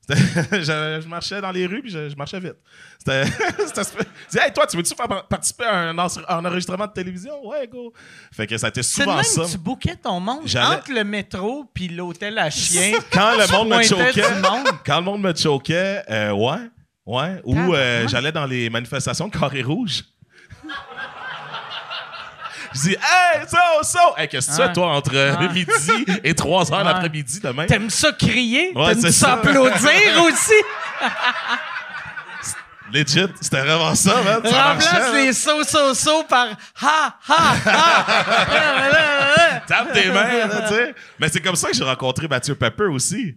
Speaker 6: C'était- <laughs> je, je marchais dans les rues, puis je, je marchais vite. C'était. <laughs> c'était spé- Je dis, hey, toi, tu veux-tu faire par- participer à un, ense- un enregistrement de télévision? Ouais, go. Fait que ça a été
Speaker 3: C'est de
Speaker 6: souvent
Speaker 3: même
Speaker 6: ça.
Speaker 3: que tu bouquais ton monde
Speaker 6: J'allais-
Speaker 3: entre le métro puis l'hôtel
Speaker 6: <laughs>
Speaker 3: à chiens.
Speaker 6: Quand le monde me
Speaker 3: Tu pointais
Speaker 6: choquait,
Speaker 3: du monde.
Speaker 6: quand le monde me choquait, euh, ouais, ouais, ou euh,
Speaker 3: Tabarnak.
Speaker 6: j'allais dans les manifestations de Carré Rouge. Je dis, hey, so, so! Hey, qu'est-ce que tu
Speaker 3: Ah.
Speaker 6: fais, toi, entre
Speaker 3: Ah.
Speaker 6: midi et 3 heures
Speaker 3: Ouais.
Speaker 6: l'après-midi demain?
Speaker 3: T'aimes ça crier?
Speaker 6: Ouais,
Speaker 3: T'aimes
Speaker 6: c'est
Speaker 3: ça
Speaker 6: ça. <laughs>
Speaker 3: applaudir aussi?
Speaker 6: Legit, c'était vraiment ça, man. Ça
Speaker 3: Remplace
Speaker 6: marchait,
Speaker 3: les
Speaker 6: hein.
Speaker 3: so so so par ha ha
Speaker 6: <laughs>
Speaker 3: ha.
Speaker 6: Tape tes mains, là, tu sais. Mais c'est comme ça que j'ai rencontré Mathieu Pepper aussi.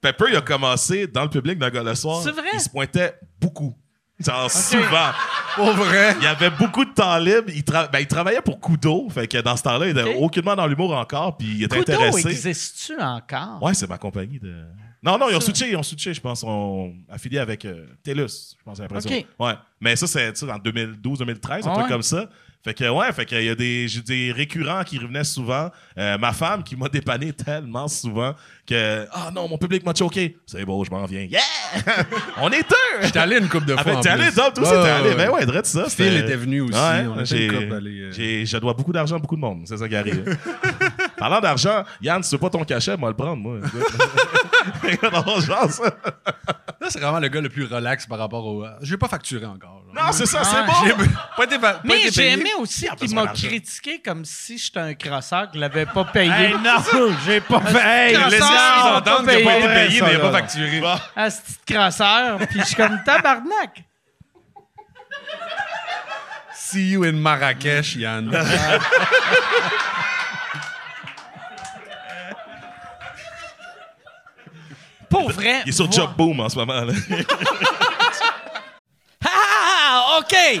Speaker 6: Pepper, il a commencé dans le public d'un gars le soir.
Speaker 3: C'est vrai?
Speaker 6: Il se pointait beaucoup. Genre, souvent. Pour vrai? Il y avait beaucoup de temps libre. Il, tra- ben, il travaillait pour Kudo. Fait que dans ce temps-là, il était
Speaker 3: Ok.
Speaker 6: aucunement dans l'humour encore. Puis il était
Speaker 3: Kudo
Speaker 6: intéressé.
Speaker 3: existe-tu encore?
Speaker 6: Ouais, c'est ma compagnie de. Non, non, ils ont switché, ils ont switché, je pense. On affilié avec euh, TELUS, je pense, j'ai l'impression.
Speaker 3: Ok.
Speaker 6: Ouais. Mais ça, c'est tu sais, en 2012-2013, un
Speaker 3: Ah
Speaker 6: truc
Speaker 3: ouais.
Speaker 6: comme ça. Fait que, ouais, fait que, il y a des, j'ai des récurrents qui revenaient souvent. Euh, ma femme qui m'a dépanné <laughs> tellement souvent que, ah non, mon public m'a choqué. C'est beau, je m'en viens. Yeah! <laughs> On est deux!
Speaker 7: J'étais allé une coupe de fois.
Speaker 6: Avec
Speaker 7: en
Speaker 6: Ah, ben, t'es allé,
Speaker 7: plus.
Speaker 6: Dom, toi aussi,
Speaker 7: Ouais,
Speaker 6: t'es allé.
Speaker 7: ouais,
Speaker 6: Ben
Speaker 7: ouais.
Speaker 6: ouais, Dredd, ça.
Speaker 7: Phil
Speaker 6: c'était-
Speaker 7: était venu aussi.
Speaker 6: Ouais,
Speaker 7: on était
Speaker 6: j'ai-
Speaker 7: une couple d'aller, euh,
Speaker 6: j'ai- Je dois beaucoup d'argent à beaucoup de monde. C'est ça qui arrive.
Speaker 7: <laughs>
Speaker 6: Parlant d'argent, Yann, si tu veux pas ton cachet, moi le prendre,
Speaker 7: <laughs>
Speaker 6: moi. non, genre ça.
Speaker 7: Là, c'est vraiment le gars le plus relax par rapport au. euh, Je vais pas facturer encore. là.
Speaker 6: Non, c'est ça, c'est
Speaker 3: Ouais.
Speaker 6: bon.
Speaker 7: Ah, Pas été pa- pas
Speaker 3: Mais
Speaker 7: été
Speaker 3: j'ai
Speaker 7: payé.
Speaker 3: aimé aussi qu'il
Speaker 6: besoin
Speaker 3: m'a
Speaker 6: d'argent.
Speaker 3: critiqué comme si j'étais un crosseur qui l'avait pas payé.
Speaker 6: Ben
Speaker 10: Hey,
Speaker 7: <laughs>
Speaker 10: non, j'ai pas fait.
Speaker 3: Quand
Speaker 10: Hey,
Speaker 3: ça,
Speaker 10: laissez-les
Speaker 3: ils ont
Speaker 10: entendre
Speaker 3: pas
Speaker 10: qu'il a pas
Speaker 3: payé.
Speaker 10: été payé, mais il a pas facturé.
Speaker 7: facturé.
Speaker 3: Ah, ce petit crosseur. Puis je suis comme tabarnak.
Speaker 7: See you in Marrakech, Yann.
Speaker 3: Pour vrai.
Speaker 6: Il est sur
Speaker 3: moi-
Speaker 6: Job Boom en ce moment. là.
Speaker 9: Ah, OK.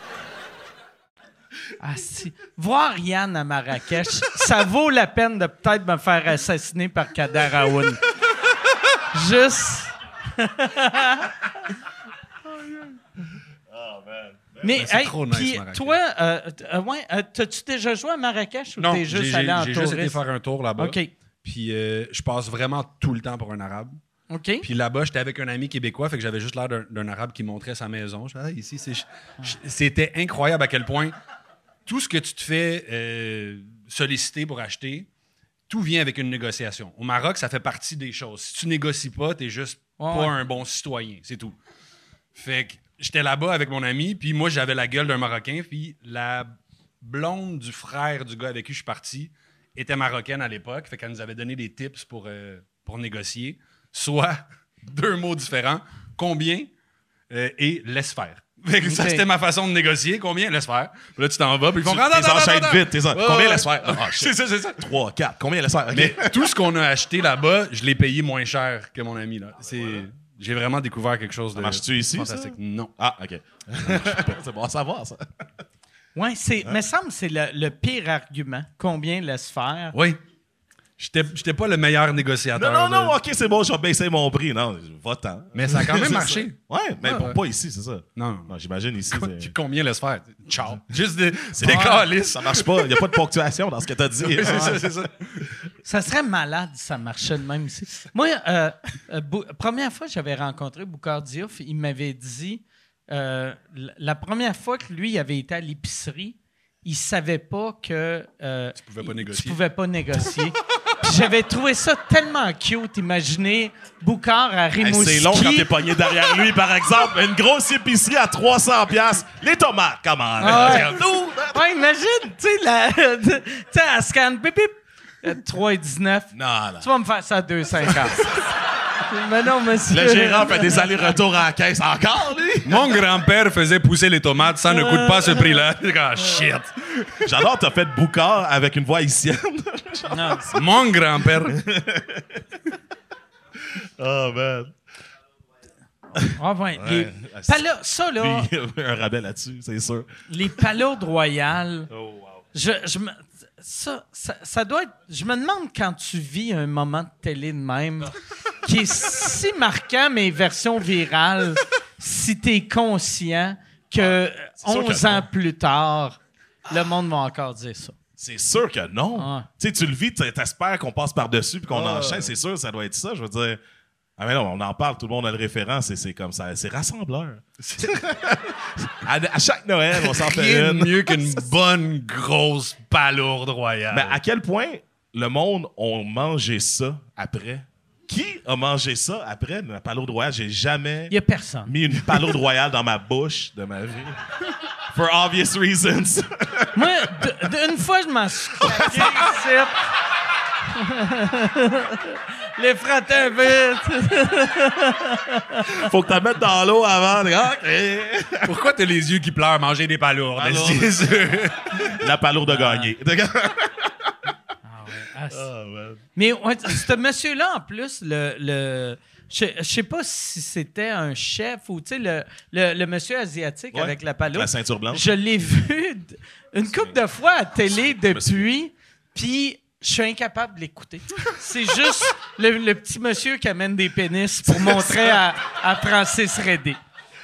Speaker 3: Ah, si. Voir Yann à Marrakech, ça vaut la peine de peut-être me faire assassiner par Kader Aoun. Juste. Mais,
Speaker 7: c'est
Speaker 3: hey,
Speaker 7: trop nice,
Speaker 3: puis
Speaker 7: Marrakech.
Speaker 3: toi, euh, t- euh, ouais, euh, t'as-tu déjà joué à Marrakech ou
Speaker 7: non,
Speaker 3: t'es
Speaker 7: j'ai
Speaker 3: juste
Speaker 7: j'ai-
Speaker 3: allé en
Speaker 7: j'ai juste été
Speaker 3: touriste?
Speaker 7: faire un tour là-bas.
Speaker 3: OK.
Speaker 7: Puis euh, je passe vraiment tout le temps pour un arabe.
Speaker 3: OK.
Speaker 7: Puis là-bas, j'étais avec un ami québécois, fait que j'avais juste l'air d'un- d'un arabe qui montrait sa maison. Je faisais, Ah, ici, c'est- je- c'était incroyable à quel point tout ce que tu te fais euh, solliciter pour acheter, tout vient avec une négociation. Au Maroc, ça fait partie des choses. Si tu négocies pas, t'es juste
Speaker 3: Ouais,
Speaker 7: pas
Speaker 3: ouais.
Speaker 7: un bon citoyen, c'est tout. Fait que j'étais là-bas avec mon ami, puis moi, j'avais la gueule d'un Marocain, puis la blonde du frère du gars avec qui je suis parti était marocaine à l'époque, fait qu'elle nous avait donné des tips pour, euh, pour négocier, soit <laughs> deux mots différents, combien euh, et laisse faire. Fait que ça,
Speaker 3: Ok.
Speaker 7: c'était ma façon de négocier, combien, laisse faire. Puis là, tu t'en vas, puis ils font,
Speaker 6: Tu-
Speaker 7: Ah, non,
Speaker 6: t'es
Speaker 7: non, non,
Speaker 6: enchaînes
Speaker 7: non, non.
Speaker 6: vite, t'es en-
Speaker 7: Ouais,
Speaker 6: Combien
Speaker 7: ouais,
Speaker 6: laisse faire?
Speaker 7: ouais.
Speaker 6: Ah,
Speaker 7: c'est
Speaker 6: shit.
Speaker 7: ça, c'est ça.
Speaker 6: 3, 4, combien laisse faire? OK.
Speaker 7: Mais tout ce qu'on a acheté là-bas, je l'ai payé moins cher que mon ami.
Speaker 6: Ah,
Speaker 7: Là. C'est... J'ai vraiment découvert quelque chose de
Speaker 6: ben marche-tu ici,
Speaker 7: fantastique.
Speaker 6: ça?
Speaker 7: Non.
Speaker 6: Ah, <laughs> OK. c'est bon à savoir, ça.
Speaker 3: Ouais, c'est. Me semble que c'est le, le pire argument. Combien laisse faire?
Speaker 7: Oui. J'étais, j'étais pas le meilleur négociateur.
Speaker 6: Non, non,
Speaker 7: de-
Speaker 6: non, OK, c'est bon, je vais baisser mon prix. Non, va-t'en.
Speaker 7: Mais ça a <laughs> quand même
Speaker 6: C'est
Speaker 7: marché.
Speaker 6: ça. Ouais, mais
Speaker 7: Ouais,
Speaker 6: bon,
Speaker 7: ouais.
Speaker 6: pas ici, c'est ça.
Speaker 7: Non, non.
Speaker 6: Non, j'imagine ici,
Speaker 7: Quoi-
Speaker 6: c'est-
Speaker 7: Combien laisse faire? Ciao. Juste des, des
Speaker 6: Ouais,
Speaker 7: câlisses.
Speaker 6: Ça marche pas, il n'y a pas de ponctuation dans ce que t'as dit.
Speaker 7: Oui, c'est ça, c'est ça.
Speaker 3: Ça serait malade si ça marchait de même ici. Moi, euh, euh, Bou- première fois que j'avais rencontré Boucard Diouf, il m'avait dit euh, l- la première fois que lui avait été à l'épicerie, il savait pas que euh, tu
Speaker 7: pouvais pas négocier.
Speaker 3: Tu pouvais pas négocier. Puis J'avais trouvé ça tellement cute, imaginez Boucard à
Speaker 6: Hey,
Speaker 3: Rimouski.
Speaker 6: c'est long quand t'es pogné derrière lui, par exemple. Une grosse épicerie à 300$. piastres. Les tomates, comment?
Speaker 3: Ah ouais.
Speaker 6: là? Nous,
Speaker 3: Ouais, imagine, tu sais, la- <laughs> tu sais, elle scanne, bip, bip, euh, 3,19.
Speaker 6: Non, non.
Speaker 3: Tu vas me faire ça à
Speaker 6: <laughs>
Speaker 3: 2,50. mais non, monsieur.
Speaker 6: Le gérant fait des allers-retours à la caisse encore, lui.
Speaker 7: <laughs> Mon grand-père faisait pousser les tomates, ça ne coûte pas ce <laughs> prix-là. Ah, shit.
Speaker 6: oh, J'adore, t'as fait boucard avec une voix haïtienne.
Speaker 7: Mon grand-père.
Speaker 6: Oh, man.
Speaker 3: Ah ouais,
Speaker 6: Ouais.
Speaker 3: les palo- ça, là,
Speaker 6: Lui, il y a <laughs> un rabais là-dessus, c'est sûr.
Speaker 3: les palourdes royales,
Speaker 6: <laughs> Oh, wow.
Speaker 3: je, je me- ça, ça, ça doit être. Je me demande quand tu vis un moment de télé de
Speaker 6: <laughs>
Speaker 3: même qui est si marquant, mais version virale, si tu es conscient que
Speaker 6: Ah, sûr
Speaker 3: 11
Speaker 6: que
Speaker 3: ans
Speaker 6: non.
Speaker 3: plus tard, le monde va encore dire ça.
Speaker 6: C'est sûr que non.
Speaker 3: Ah.
Speaker 6: Tu sais, tu le vis, t'es- t'espères qu'on passe par-dessus puis
Speaker 7: Ah.
Speaker 6: qu'on enchaîne. C'est sûr, ça doit être ça. Je veux dire. Ah, mais non, on en parle, tout le monde a le référent, c'est- c'est comme ça. C'est rassembleur. <laughs> à, à chaque Noël, on s'en fait
Speaker 7: Rien de
Speaker 6: une.
Speaker 7: mieux <laughs> qu'une bonne grosse palourde royale.
Speaker 6: Mais à quel point le monde a mangé ça après? Qui a mangé ça après la palourde royale? J'ai jamais
Speaker 3: Il n'y a personne.
Speaker 6: mis une palourde royale dans ma bouche de ma vie. For obvious reasons. <laughs>
Speaker 3: Moi, d- d- une fois, je m'en suis <laughs> claqué ici.
Speaker 6: <laughs>
Speaker 3: Les fratés un peu. tu sais.
Speaker 6: Faut que tu mettes dans l'eau avant. Ah, OK.
Speaker 7: Pourquoi t'as les yeux qui pleurent manger des palourdes?
Speaker 6: Palourdes.
Speaker 7: <laughs> C'est sûr.
Speaker 6: La palourde a gagné.
Speaker 3: Ah, c'est-
Speaker 6: Ah, man.
Speaker 3: Mais ouais, t- ce monsieur-là, en plus, le. le je je sais pas si c'était un chef ou, tu sais, le, le, le monsieur asiatique
Speaker 6: Ouais.
Speaker 3: avec la paloupe.
Speaker 6: La ceinture blanche.
Speaker 3: Je l'ai vu d- une couple de fois à télé depuis, puis je suis incapable de l'écouter. C'est juste le, le petit monsieur qui amène des pénis pour montrer à, à Francis Redé.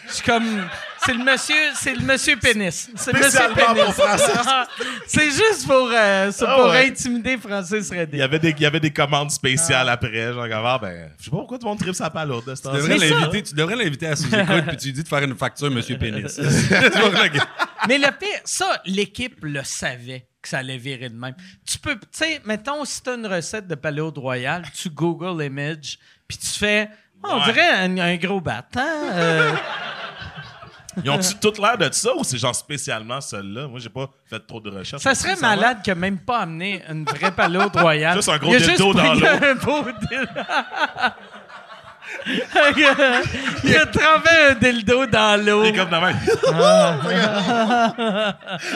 Speaker 3: Je suis comme. C'est le monsieur, c'est le monsieur pénis. C'est le monsieur
Speaker 6: Spécialement
Speaker 3: pénis.
Speaker 6: pour Francis.
Speaker 3: <laughs> c'est juste pour, euh, c'est
Speaker 6: Ah
Speaker 3: pour
Speaker 6: ouais.
Speaker 3: intimider Francis Redé.
Speaker 6: Il y, avait des, il y avait des commandes spéciales après. Genre, comme, ah, ben, je sais pas pourquoi tout le monde tripe sa palourde de ce temps
Speaker 7: Tu devrais,
Speaker 3: Mais ça-
Speaker 7: l'inviter, tu devrais l'inviter à sous-écoute puis tu lui dis de faire une facture, monsieur <laughs> Pénis. Tu vas regarder.
Speaker 3: Mais le pire, ça, l'équipe le savait que ça allait virer de même. Tu peux, tu sais, mettons, si t'as une recette de palourde royale, tu Google Image, puis tu fais, Ah, on
Speaker 6: Ouais.
Speaker 3: dirait un, un gros battant. euh.
Speaker 6: Ils ont-tu toute l'air de ça ou c'est genre spécialement celle-là? Moi, j'ai pas fait trop de recherches.
Speaker 3: ça serait
Speaker 6: va.
Speaker 3: malade que même pas amener une vraie palourde royale.
Speaker 6: Juste un gros
Speaker 3: Il a
Speaker 6: dildo
Speaker 3: juste
Speaker 6: dans
Speaker 3: pris
Speaker 6: l'eau.
Speaker 3: un beau dildo. <laughs> Il a trempé un dildo dans l'eau.
Speaker 6: C'est comme de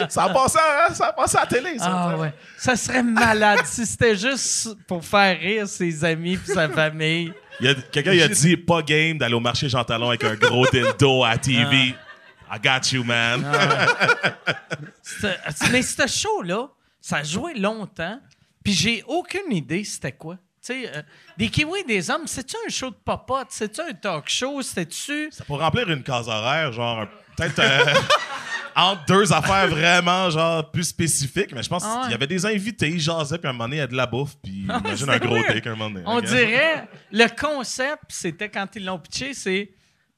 Speaker 3: <laughs>
Speaker 6: même. ça a passé, à- hein? ça a passé à la télé, ça.
Speaker 3: Ah ouais. Ça serait malade si c'était juste pour faire rire ses amis puis sa famille.
Speaker 6: Il y a- Quelqu'un il a dit pas game d'aller au marché Jean Talon avec un gros dildo à la TV.
Speaker 3: Ah.
Speaker 6: I got you, man.
Speaker 3: Ce- mais ce show-là, ça a joué longtemps, puis j'ai aucune idée c'était quoi. Tu sais, euh, des Kiwis des hommes, c'est-tu un show de popote? C'est-tu un talk show? C'était-tu...
Speaker 6: Pour remplir une case horaire, genre, peut-être. euh, <laughs> entre deux affaires vraiment genre plus spécifiques, mais je pense
Speaker 3: Ah ouais.
Speaker 6: qu'il y avait des invités, ils jasaient, puis à un moment donné, il y a de la bouffe, puis imagine un
Speaker 3: c'est
Speaker 6: gros
Speaker 3: Ah, weird.
Speaker 6: take un moment donné.
Speaker 3: On
Speaker 6: ok?
Speaker 3: dirait, le concept, c'était quand ils l'ont pitché, c'est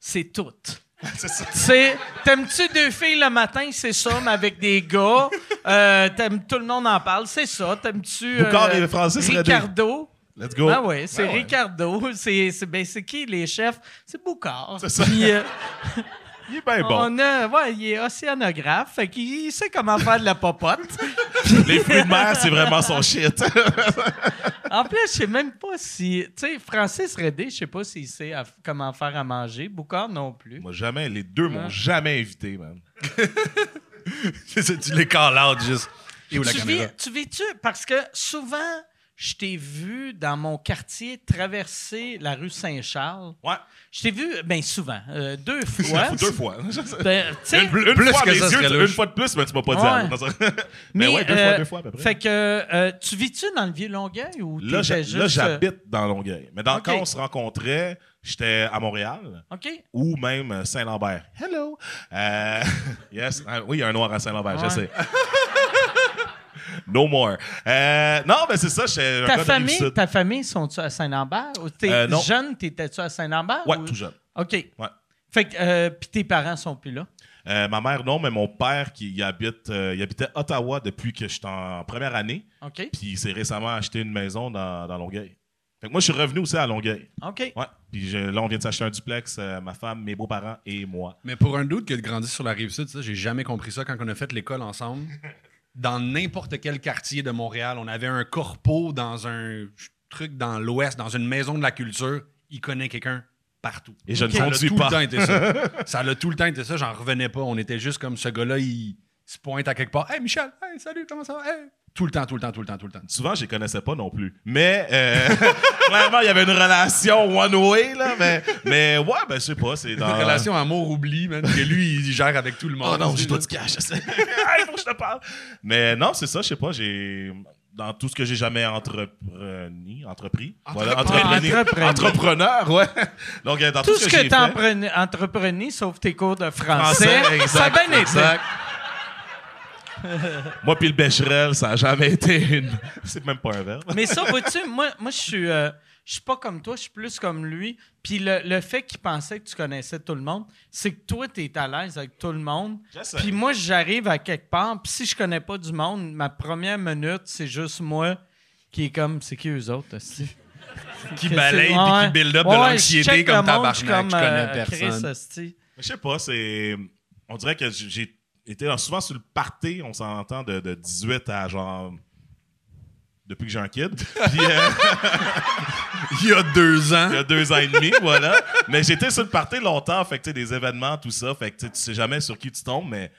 Speaker 3: c'est tout.
Speaker 6: <laughs> C'est ça.
Speaker 3: C'est t'aimes-tu deux filles le matin, c'est ça, mais avec des gars. Euh, t'aimes tout le monde en parle, c'est ça. T'aimes-tu euh,
Speaker 6: Boucard et Francis Redé.
Speaker 3: Ricardo?
Speaker 6: Let's go.
Speaker 3: Ah ouais, c'est
Speaker 6: Ah ouais.
Speaker 3: Ricardo. C'est c'est- ben, c'est qui les chefs? C'est Boucard.
Speaker 6: C'est ça.
Speaker 3: Puis, euh,
Speaker 6: Il est bien <laughs> bon.
Speaker 3: On a, ouais, il est océanographe, fait qu'il sait comment faire de la popote.
Speaker 6: <laughs> Les fruits de mer, c'est vraiment
Speaker 3: <laughs>
Speaker 6: son shit. <laughs>
Speaker 3: En plus, je sais même pas si. Tu sais, Francis Redé, je sais pas s'il sait à- comment faire à manger. Boucard non plus.
Speaker 6: Moi, jamais, les deux m'ont jamais invité, man.
Speaker 7: C'est ça, <laughs> tu les call out juste. Et où la
Speaker 3: tu,
Speaker 7: caméra?
Speaker 3: vis, tu vis-tu? Parce que souvent, je t'ai vu dans mon quartier traverser la rue Saint-Charles.
Speaker 6: Ouais.
Speaker 3: Je t'ai vu, bien souvent, euh,
Speaker 6: <laughs>
Speaker 3: deux fois.
Speaker 7: <laughs>
Speaker 6: Deux fois.
Speaker 3: Ben, tu sais,
Speaker 6: Une, une
Speaker 7: Plus
Speaker 6: fois,
Speaker 7: que
Speaker 6: mes
Speaker 7: ça
Speaker 6: yeux,
Speaker 7: serait
Speaker 6: tu-
Speaker 7: louche.
Speaker 6: une fois de plus, mais tu m'as pas dit.
Speaker 3: Ouais.
Speaker 6: avant. Non, ça- <laughs> mais, Ben ouais, deux
Speaker 3: euh,
Speaker 6: fois, deux fois à peu près.
Speaker 3: Fait que euh, tu vis-tu dans le vieux Longueuil ou
Speaker 6: Là,
Speaker 3: t'étais
Speaker 6: j'ha-
Speaker 3: juste... euh,
Speaker 6: là, j'habite dans Longueuil. Mais dans,
Speaker 3: Ok.
Speaker 6: quand on se rencontrait, j'étais à Montréal
Speaker 3: euh, OK.
Speaker 6: ou même euh, Saint-Lambert. Hello! Euh, <laughs> yes, ah, oui, il y a un noir à Saint-Lambert, je
Speaker 3: Ouais.
Speaker 6: sais. no more. Euh, non, mais c'est ça, j'étais un gars
Speaker 3: Ta
Speaker 6: de
Speaker 3: famille,
Speaker 6: Rive-Sud.
Speaker 3: ta famille, sont-tu à Saint-Lambert? Ou t'es
Speaker 6: Euh, non.
Speaker 3: jeune, t'étais-tu à Saint-Lambert?
Speaker 6: Ouais,
Speaker 3: ou-
Speaker 6: tout jeune.
Speaker 3: OK.
Speaker 6: Ouais.
Speaker 3: Fait que, euh, puis tes parents sont plus là.
Speaker 6: Euh, ma mère, non, mais mon père, qui il habite, euh, il habitait Ottawa depuis que j'étais en première année,
Speaker 3: OK.
Speaker 6: puis il s'est récemment acheté une maison dans, dans Longueuil. Fait que moi, je suis revenu aussi à Longueuil.
Speaker 3: OK.
Speaker 6: Ouais. Puis je- là, on vient de s'acheter un duplex, euh, ma femme, mes beaux-parents et moi.
Speaker 7: Mais pour un doute qui a grandi sur la rive sud, ça, j'ai jamais compris ça quand on a fait l'école ensemble. Dans n'importe quel quartier de Montréal, on avait un corpo dans un truc dans l'ouest, dans une maison de la culture. Il connaît quelqu'un partout.
Speaker 6: Et je ne
Speaker 7: ça a
Speaker 6: conduis
Speaker 7: tout
Speaker 6: pas.
Speaker 7: Le temps été
Speaker 6: <laughs>
Speaker 7: ça. ça a tout le temps été ça. J'en revenais pas. On était juste comme ce gars-là, il se pointe à quelque part. Hey Michel, hey, salut, comment ça va? Hey. Tout le temps, tout le temps, tout le temps, tout le temps.
Speaker 6: Souvent, je les connaissais pas non plus. Mais euh, <laughs> clairement, il y avait une relation one-way, là. Mais, mais ouais, ben je sais pas, c'est dans...
Speaker 7: Une relation amour-oubli, man, que lui, il gère avec tout le monde.
Speaker 6: Oh non, j'ai
Speaker 7: C'est
Speaker 6: pas du cash. <laughs> Il faut que je te parle. Mais non, c'est ça, je sais pas, j'ai... Dans tout ce que j'ai jamais entrepris, entrepris, voilà, entrepreneur,
Speaker 3: entrepreneur.
Speaker 6: entrepreneur, ouais. Donc euh, dans tout,
Speaker 3: Tout ce que
Speaker 6: j'ai
Speaker 3: tu
Speaker 6: fait,
Speaker 3: entreprenais, sauf tes cours de français,
Speaker 6: Français,
Speaker 3: ça a bien été.
Speaker 6: exact. moi puis le Becherel, ça a jamais été une, <laughs> c'est même pas un verbe.
Speaker 3: Mais ça, vois-tu, moi, moi je suis euh, je suis pas comme toi, je suis plus comme lui. Puis le, le fait qu'il pensait que tu connaissais tout le monde, c'est que toi, tu es à l'aise avec tout le monde.
Speaker 6: J'essaie.
Speaker 3: Puis moi, j'arrive à quelque part, puis si je connais pas du monde, ma première minute, c'est juste moi qui est comme, c'est qui eux autres? hostie?
Speaker 7: <laughs> Qui
Speaker 3: Que
Speaker 7: balaye
Speaker 3: c'est-
Speaker 7: puis
Speaker 3: ouais.
Speaker 7: qui build up
Speaker 3: Ouais,
Speaker 7: de
Speaker 3: je
Speaker 7: l'anxiété
Speaker 3: check le monde,
Speaker 7: comme
Speaker 3: je
Speaker 7: tabarnak.
Speaker 3: suis
Speaker 7: Je
Speaker 3: comme, euh,
Speaker 7: connais
Speaker 3: Chris,
Speaker 7: personne.
Speaker 3: hostie.
Speaker 6: Mais Je sais pas, c'est. On dirait que j- j'ai été dans- souvent sur le party, on s'entend de, de 18 à genre. Depuis que j'ai un kid. Puis, euh,
Speaker 7: Il y a deux ans.
Speaker 6: il y a deux ans et demi, voilà. Mais j'étais sur le party longtemps, fait que tu sais, des événements, tout ça. Fait que tu sais, tu sais jamais sur qui tu tombes, mais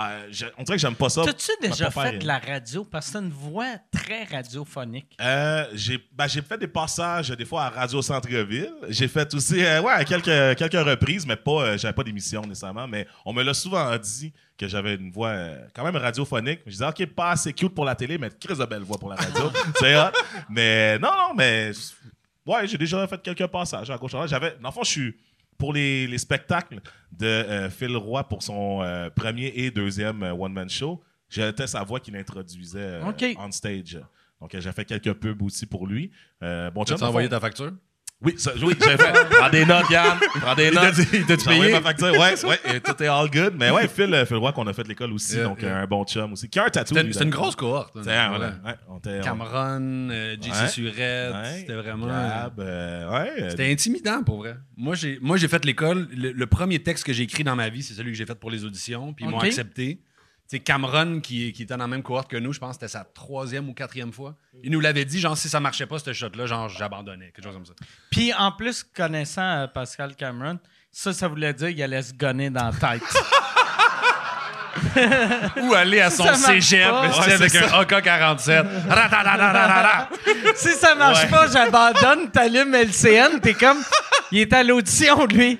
Speaker 6: euh, je- on dirait que j'aime pas ça.
Speaker 3: T'as-tu
Speaker 6: Je vais
Speaker 3: déjà
Speaker 6: pas faire
Speaker 3: fait de la radio? Parce que t'as une voix très radiophonique.
Speaker 6: Euh, j'ai ben, j'ai fait des passages des fois à Radio Centre-Ville. J'ai fait aussi euh, ouais, à quelques, quelques reprises, mais pas euh, j'avais pas d'émission nécessairement, mais on me l'a souvent dit que j'avais une voix euh, quand même radiophonique. Je disais OK, pas assez cute pour la télé, mais Chris de belle voix pour la radio. C'est hot. Mais non non, mais ouais, j'ai déjà fait quelques passages à gauche à droite. J'avais dans le fond, je suis pour les, les spectacles de euh, Phil Roy pour son euh, premier et deuxième one man show, j'étais sa voix qui l'introduisait euh,
Speaker 3: OK.
Speaker 6: on stage. Donc, euh, j'ai fait quelques pubs aussi pour lui. Euh, bon,
Speaker 7: Tu
Speaker 6: chum,
Speaker 7: as
Speaker 6: dans
Speaker 7: envoyé
Speaker 6: le fond-
Speaker 7: ta facture?
Speaker 6: Oui, ça- oui, j'ai fait. <laughs> Prends des notes, Yann. Prends des notes. J'ai envoyé ma facture.
Speaker 7: <laughs>
Speaker 6: Ouais, ouais, et tout est all good. Mais ouais, Phil, euh, Phil Roy, qu'on a fait l'école aussi.
Speaker 7: Yeah,
Speaker 6: donc,
Speaker 7: yeah.
Speaker 6: euh, un bon chum aussi. Qui a un tatou.
Speaker 7: C'était
Speaker 6: lui,
Speaker 7: une- c'était une
Speaker 6: d'ailleurs.
Speaker 7: grosse cohorte. hein.
Speaker 6: C'est- ouais,
Speaker 7: Voilà.
Speaker 6: ouais, on était- on-
Speaker 7: Cameron, euh, JC
Speaker 6: Ouais.
Speaker 7: Surette,
Speaker 6: ouais,
Speaker 7: c'était vraiment.
Speaker 6: Gab, euh, ouais, euh,
Speaker 7: C'était intimidant pour vrai. Moi, j'ai moi, j'ai fait l'école. Le, le premier texte que j'ai écrit dans ma vie, c'est celui que j'ai fait pour les auditions. Puis ils m'ont
Speaker 3: Ok.
Speaker 7: accepté. Tu sais, Cameron, qui, qui était dans la même cohorte que nous, je pense que c'était sa troisième ou quatrième fois. Il nous l'avait dit, genre, si ça marchait pas, ce shot-là, genre, j'abandonnais, quelque chose comme ça.
Speaker 3: Puis en plus, connaissant euh, Pascal Cameron, ça, ça voulait dire qu'il allait se gonner dans la tête.
Speaker 7: <laughs>
Speaker 3: <laughs>
Speaker 7: Ou aller à son
Speaker 3: Ça marche
Speaker 7: cégep
Speaker 3: pas.
Speaker 7: <laughs> tu sais,
Speaker 6: Ouais,
Speaker 7: avec
Speaker 6: c'est
Speaker 7: un AK-47. Ratatatarara.
Speaker 3: si ça marche pas, j'abandonne, t'allumes LCN, t'es comme, il est à l'audition, lui.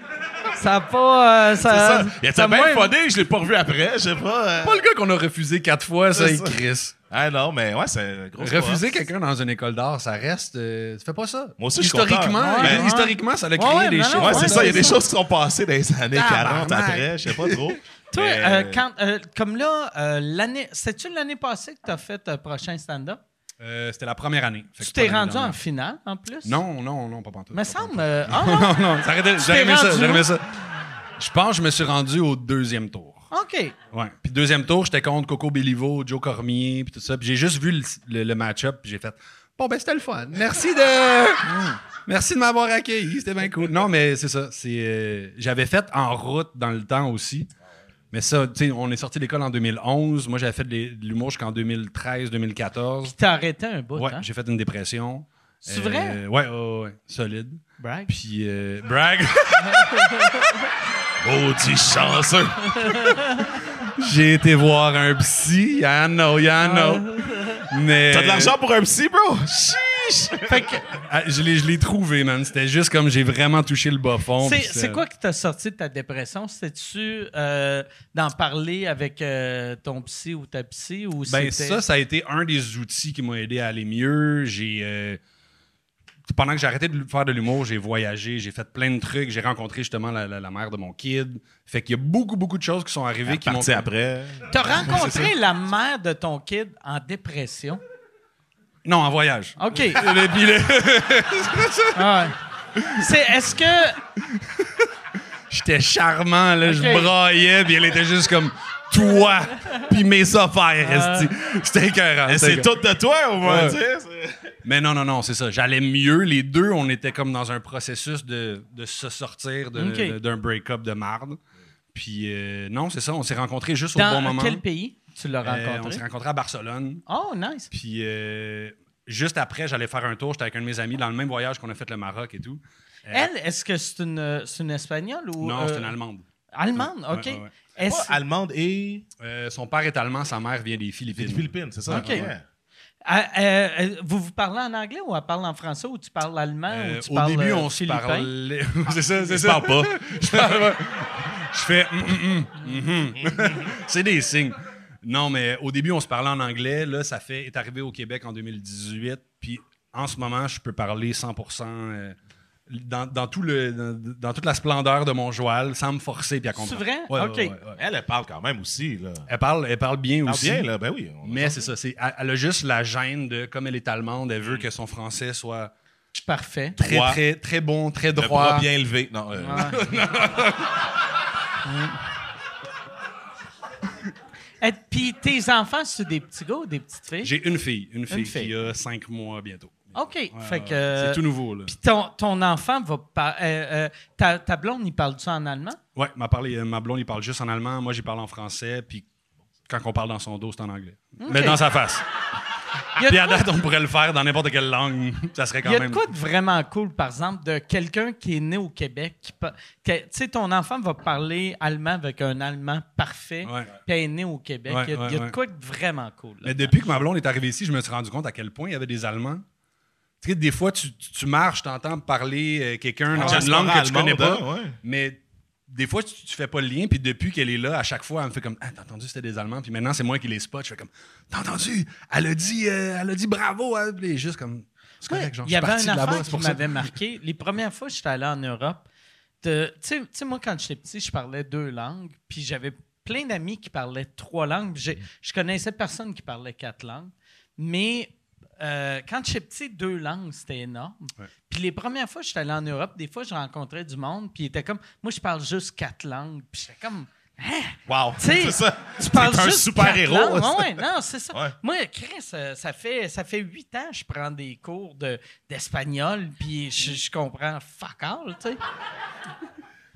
Speaker 9: Ça a pas. euh,
Speaker 6: C'est
Speaker 9: ça,
Speaker 6: ça. Il
Speaker 9: ça
Speaker 6: était
Speaker 9: a
Speaker 6: bien
Speaker 9: moins-
Speaker 6: funné, je l'ai pas revu après, je sais pas. euh.
Speaker 7: Pas le gars qu'on a refusé quatre fois, ça,
Speaker 6: C'est
Speaker 7: et
Speaker 6: ça.
Speaker 7: Chris.
Speaker 6: Ah non, mais ouais, c'est gros.
Speaker 7: Refuser quelqu'un dans une école d'art, ça reste. euh, tu fais pas ça.
Speaker 6: Moi aussi, je suis
Speaker 7: historiquement,
Speaker 6: content.
Speaker 7: euh,
Speaker 6: Ouais.
Speaker 7: historiquement, ça a créé
Speaker 9: ouais,
Speaker 7: des
Speaker 9: mais non,
Speaker 7: choses.
Speaker 6: Ouais, c'est
Speaker 9: Ouais,
Speaker 6: ça, il y a
Speaker 9: c'est
Speaker 6: des
Speaker 9: ça.
Speaker 6: choses qui sont passées dans les années 40
Speaker 7: Tabarnak.
Speaker 6: après, je sais pas trop.
Speaker 3: Toi,
Speaker 6: Mais,
Speaker 3: euh, quand, euh, comme là, euh, l'année, c'est-tu l'année passée que tu as fait euh, prochain stand-up?
Speaker 7: Euh, C'était la première année. Fait que
Speaker 3: Tu t'es
Speaker 7: pas l'année
Speaker 3: rendu en
Speaker 7: dernière.
Speaker 3: finale, en plus?
Speaker 7: Non, non, non, pas
Speaker 3: Me
Speaker 7: pantoute. pas
Speaker 3: semble.
Speaker 7: pantoute. <laughs>
Speaker 3: euh, ah non?
Speaker 7: Non, non, ça aurait été- j'aurais aimé ça,
Speaker 3: rendu
Speaker 7: j'aurais aimé
Speaker 3: où?
Speaker 7: ça. Je pense que je me suis rendu au deuxième tour.
Speaker 3: OK.
Speaker 7: Ouais. Puis deuxième tour, j'étais contre Coco Béliveau, Joe Cormier, puis tout ça. Puis j'ai juste vu le, le- le match-up, puis j'ai fait « Bon, ben c'était le fun. Merci de...
Speaker 3: <laughs>
Speaker 7: Merci de m'avoir accueilli, c'était bien cool. » Non, mais c'est ça. C'est, euh, j'avais fait En route dans le temps aussi. Mais ça, tu sais, on est sorti de l'école en 2011. Moi, j'avais fait de l'humour jusqu'en 2013-2014.
Speaker 3: T'as arrêté un bout,
Speaker 7: Ouais,
Speaker 3: hein?
Speaker 7: j'ai Euh, fait une dépression.
Speaker 3: C'est vrai?
Speaker 7: Ouais, ouais, ouais. Solide.
Speaker 3: Brag.
Speaker 7: Puis... euh, <laughs> brag!
Speaker 6: Maudit chanceux!
Speaker 7: J'ai été voir un psy, y'en a, y'en a. Mais.
Speaker 6: T'as de l'argent pour un psy, bro? Chiche!
Speaker 7: Fait que, ah, je l'ai je l'ai trouvé, man. C'était juste comme j'ai vraiment touché le bas fond.
Speaker 3: C'est
Speaker 7: puis euh, ça-
Speaker 3: c'est quoi qui t'a sorti de ta dépression? C'était-tu euh, d'en parler avec euh, ton psy ou ta psy? Ou
Speaker 7: Ben,
Speaker 3: c'était-
Speaker 7: ça, ça a été un des outils qui m'a aidé à aller mieux. J'ai. euh, pendant que j'ai arrêté de faire de l'humour, j'ai voyagé, j'ai fait plein de trucs, j'ai rencontré justement la, la- la mère de mon kid. Fait qu'il y a beaucoup, beaucoup de choses qui sont arrivées qui m'ont.
Speaker 6: Parti après.
Speaker 7: Ben,
Speaker 3: T'as rencontré la mère de ton kid en dépression?
Speaker 7: Non, en voyage.
Speaker 3: OK.
Speaker 7: <laughs> Le- puis le-
Speaker 3: Ah ouais. C'est est-ce que
Speaker 7: J'étais charmant, là, je
Speaker 3: Ok.
Speaker 7: braillais, puis elle était juste comme toi, puis mes affaires,
Speaker 3: Ah.
Speaker 7: esti. C'était écœurant.
Speaker 6: Et
Speaker 7: c'était
Speaker 6: c'est tout de toi, au moins,
Speaker 7: Ouais.
Speaker 6: tu sais. c'est-
Speaker 7: mais non, non, non, c'est ça. J'allais mieux. Les deux, on était comme dans un processus de, de se sortir de-
Speaker 3: Ok.
Speaker 7: de- d'un break-up de marde. Puis euh, non, c'est ça. On s'est rencontrés juste au
Speaker 3: dans
Speaker 7: bon moment.
Speaker 3: quel pays tu l'as
Speaker 7: Euh, on
Speaker 3: rencontré?
Speaker 7: s'est rencontrés à Barcelone.
Speaker 3: Oh, nice.
Speaker 7: Puis euh, juste après, j'allais faire un tour. J'étais avec un de mes amis dans le même voyage qu'on a fait le Maroc et tout. Euh,
Speaker 3: Elle, est-ce que c'est une, c'est une Espagnole ou.
Speaker 7: Non,
Speaker 3: euh,
Speaker 7: c'est une Allemande.
Speaker 3: Allemande, OK.
Speaker 7: Ouais, ouais, ouais.
Speaker 3: Est-ce-
Speaker 6: Pas allemande et.
Speaker 7: Euh, son père est allemand, sa mère vient des
Speaker 6: Des
Speaker 7: Philippines.
Speaker 6: Philippines, c'est ça?
Speaker 3: Ok.
Speaker 6: ouais.
Speaker 3: Ah, euh, euh, vous vous parlez en anglais ou elle parle en français ou tu parles allemand
Speaker 7: Euh,
Speaker 3: ou tu
Speaker 7: au
Speaker 3: parles
Speaker 7: début,
Speaker 3: euh,
Speaker 7: on se
Speaker 3: philippin?
Speaker 7: parlait.
Speaker 3: <laughs>
Speaker 7: <laughs> c'est ça, c'est
Speaker 6: Je
Speaker 7: ça.
Speaker 6: parle pas.
Speaker 7: <laughs> Je parle pas. Je fais. hum, hum, hum,
Speaker 3: <laughs>
Speaker 7: hum. c'est des signes. Non, mais au début, on se parlait en anglais. Là, ça fait est arrivé au Québec en 2018. Puis en ce moment, je peux parler 100 euh, dans, dans tout le, dans, dans toute la splendeur de mon joual, sans me forcer puis à
Speaker 3: C'est
Speaker 7: comprendre.
Speaker 3: vrai?
Speaker 7: Ouais, ouais,
Speaker 3: OK.
Speaker 7: ouais, ouais.
Speaker 6: Elle, elle parle quand même aussi, là.
Speaker 7: Elle parle, elle parle bien
Speaker 6: Elle parle
Speaker 7: aussi.
Speaker 6: bien, là. Ben oui. on-
Speaker 7: Mais c'est ça, c'est, elle elle a juste la gêne de, comme elle est allemande, elle
Speaker 3: Mm.
Speaker 7: veut que son français soit
Speaker 3: Parfait.
Speaker 7: très,
Speaker 6: Droit.
Speaker 7: très, très bon, très
Speaker 6: Le bras
Speaker 7: droit.
Speaker 6: bien élevé. Non, euh,
Speaker 3: Ah. Et puis tes enfants, c'est des petits gars ou des petites filles?
Speaker 7: J'ai une fille, une fille,
Speaker 3: fille.
Speaker 7: qui a cinq mois bientôt.
Speaker 3: OK.
Speaker 7: Ouais,
Speaker 3: fait
Speaker 7: ouais,
Speaker 3: que.
Speaker 7: C'est tout nouveau, là.
Speaker 3: Puis ton, ton enfant va. par- euh, euh, ta, ta blonde, il parle-tu en allemand?
Speaker 7: Ouais, ma, parlé- ma blonde, il parle juste en allemand. Moi, j'y parle en français. Puis quand on parle dans son dos, c'est en anglais. Mais dans sa face.
Speaker 3: Il y a
Speaker 7: Ah, Puis à
Speaker 3: de quoi-
Speaker 7: date, on pourrait le faire dans n'importe quelle langue. Ça serait quand
Speaker 3: il y a
Speaker 7: même.
Speaker 3: de quoi de vraiment cool, par exemple, de quelqu'un qui est né au Québec. qui pa- que- Tu sais, ton enfant va parler allemand avec un allemand parfait,
Speaker 7: Ouais.
Speaker 3: puis elle est né au Québec.
Speaker 7: Ouais,
Speaker 3: il y a,
Speaker 7: ouais,
Speaker 3: il y a de
Speaker 7: ouais.
Speaker 3: quoi de vraiment cool. là.
Speaker 7: Mais depuis que ma blonde est arrivée ici, je me suis rendu compte à quel point il y avait des Allemands. Tu sais, des fois, tu, tu- tu marches, t'entends parler euh, quelqu'un dans une
Speaker 6: Diaspora
Speaker 7: langue que tu connais
Speaker 6: allemande,
Speaker 7: pas.
Speaker 6: hein, ouais.
Speaker 7: Mais des fois, tu, tu fais pas le lien. Puis depuis qu'elle est là, à chaque fois, elle me fait comme Ah, t'as entendu, c'était des Allemands. Puis maintenant, c'est moi qui les spot. Je fais comme T'as entendu Elle a dit, euh, elle a dit bravo. hein? Puis elle est juste comme C'est
Speaker 3: Ouais,
Speaker 7: correct, genre,
Speaker 3: il
Speaker 7: je
Speaker 3: y
Speaker 7: suis
Speaker 3: avait
Speaker 7: parti
Speaker 3: un
Speaker 7: de là-bas,
Speaker 3: affaire qui
Speaker 7: c'est pour ça.
Speaker 3: m'avait marqué. Les premières fois que j'étais allé en Europe, de- tu sais- tu sais, moi, quand j'étais petit, je parlais deux langues, puis j'avais plein d'amis qui parlaient trois langues. puis j'ai- Je connaissais personne qui parlait quatre langues. Mais euh, quand j'étais petit, deux langues, c'était énorme.
Speaker 7: Ouais.
Speaker 3: Puis les premières fois que j'étais allé en Europe, des fois, je rencontrais du monde, puis il était comme, moi, je parle juste quatre langues. Puis j'étais comme, hein?
Speaker 6: Wow.
Speaker 3: Tu sais,
Speaker 6: C'est ça.
Speaker 3: Tu parles
Speaker 6: T'es un
Speaker 3: juste
Speaker 6: super-héros,
Speaker 3: quatre langues.
Speaker 6: ça.
Speaker 3: Ouais, ouais, non, c'est ça.
Speaker 6: Ouais.
Speaker 3: Moi, Chris, euh, ça fait ça fait huit ans que je prends des cours de- d'espagnol, puis je, je comprends fuck all, tu sais.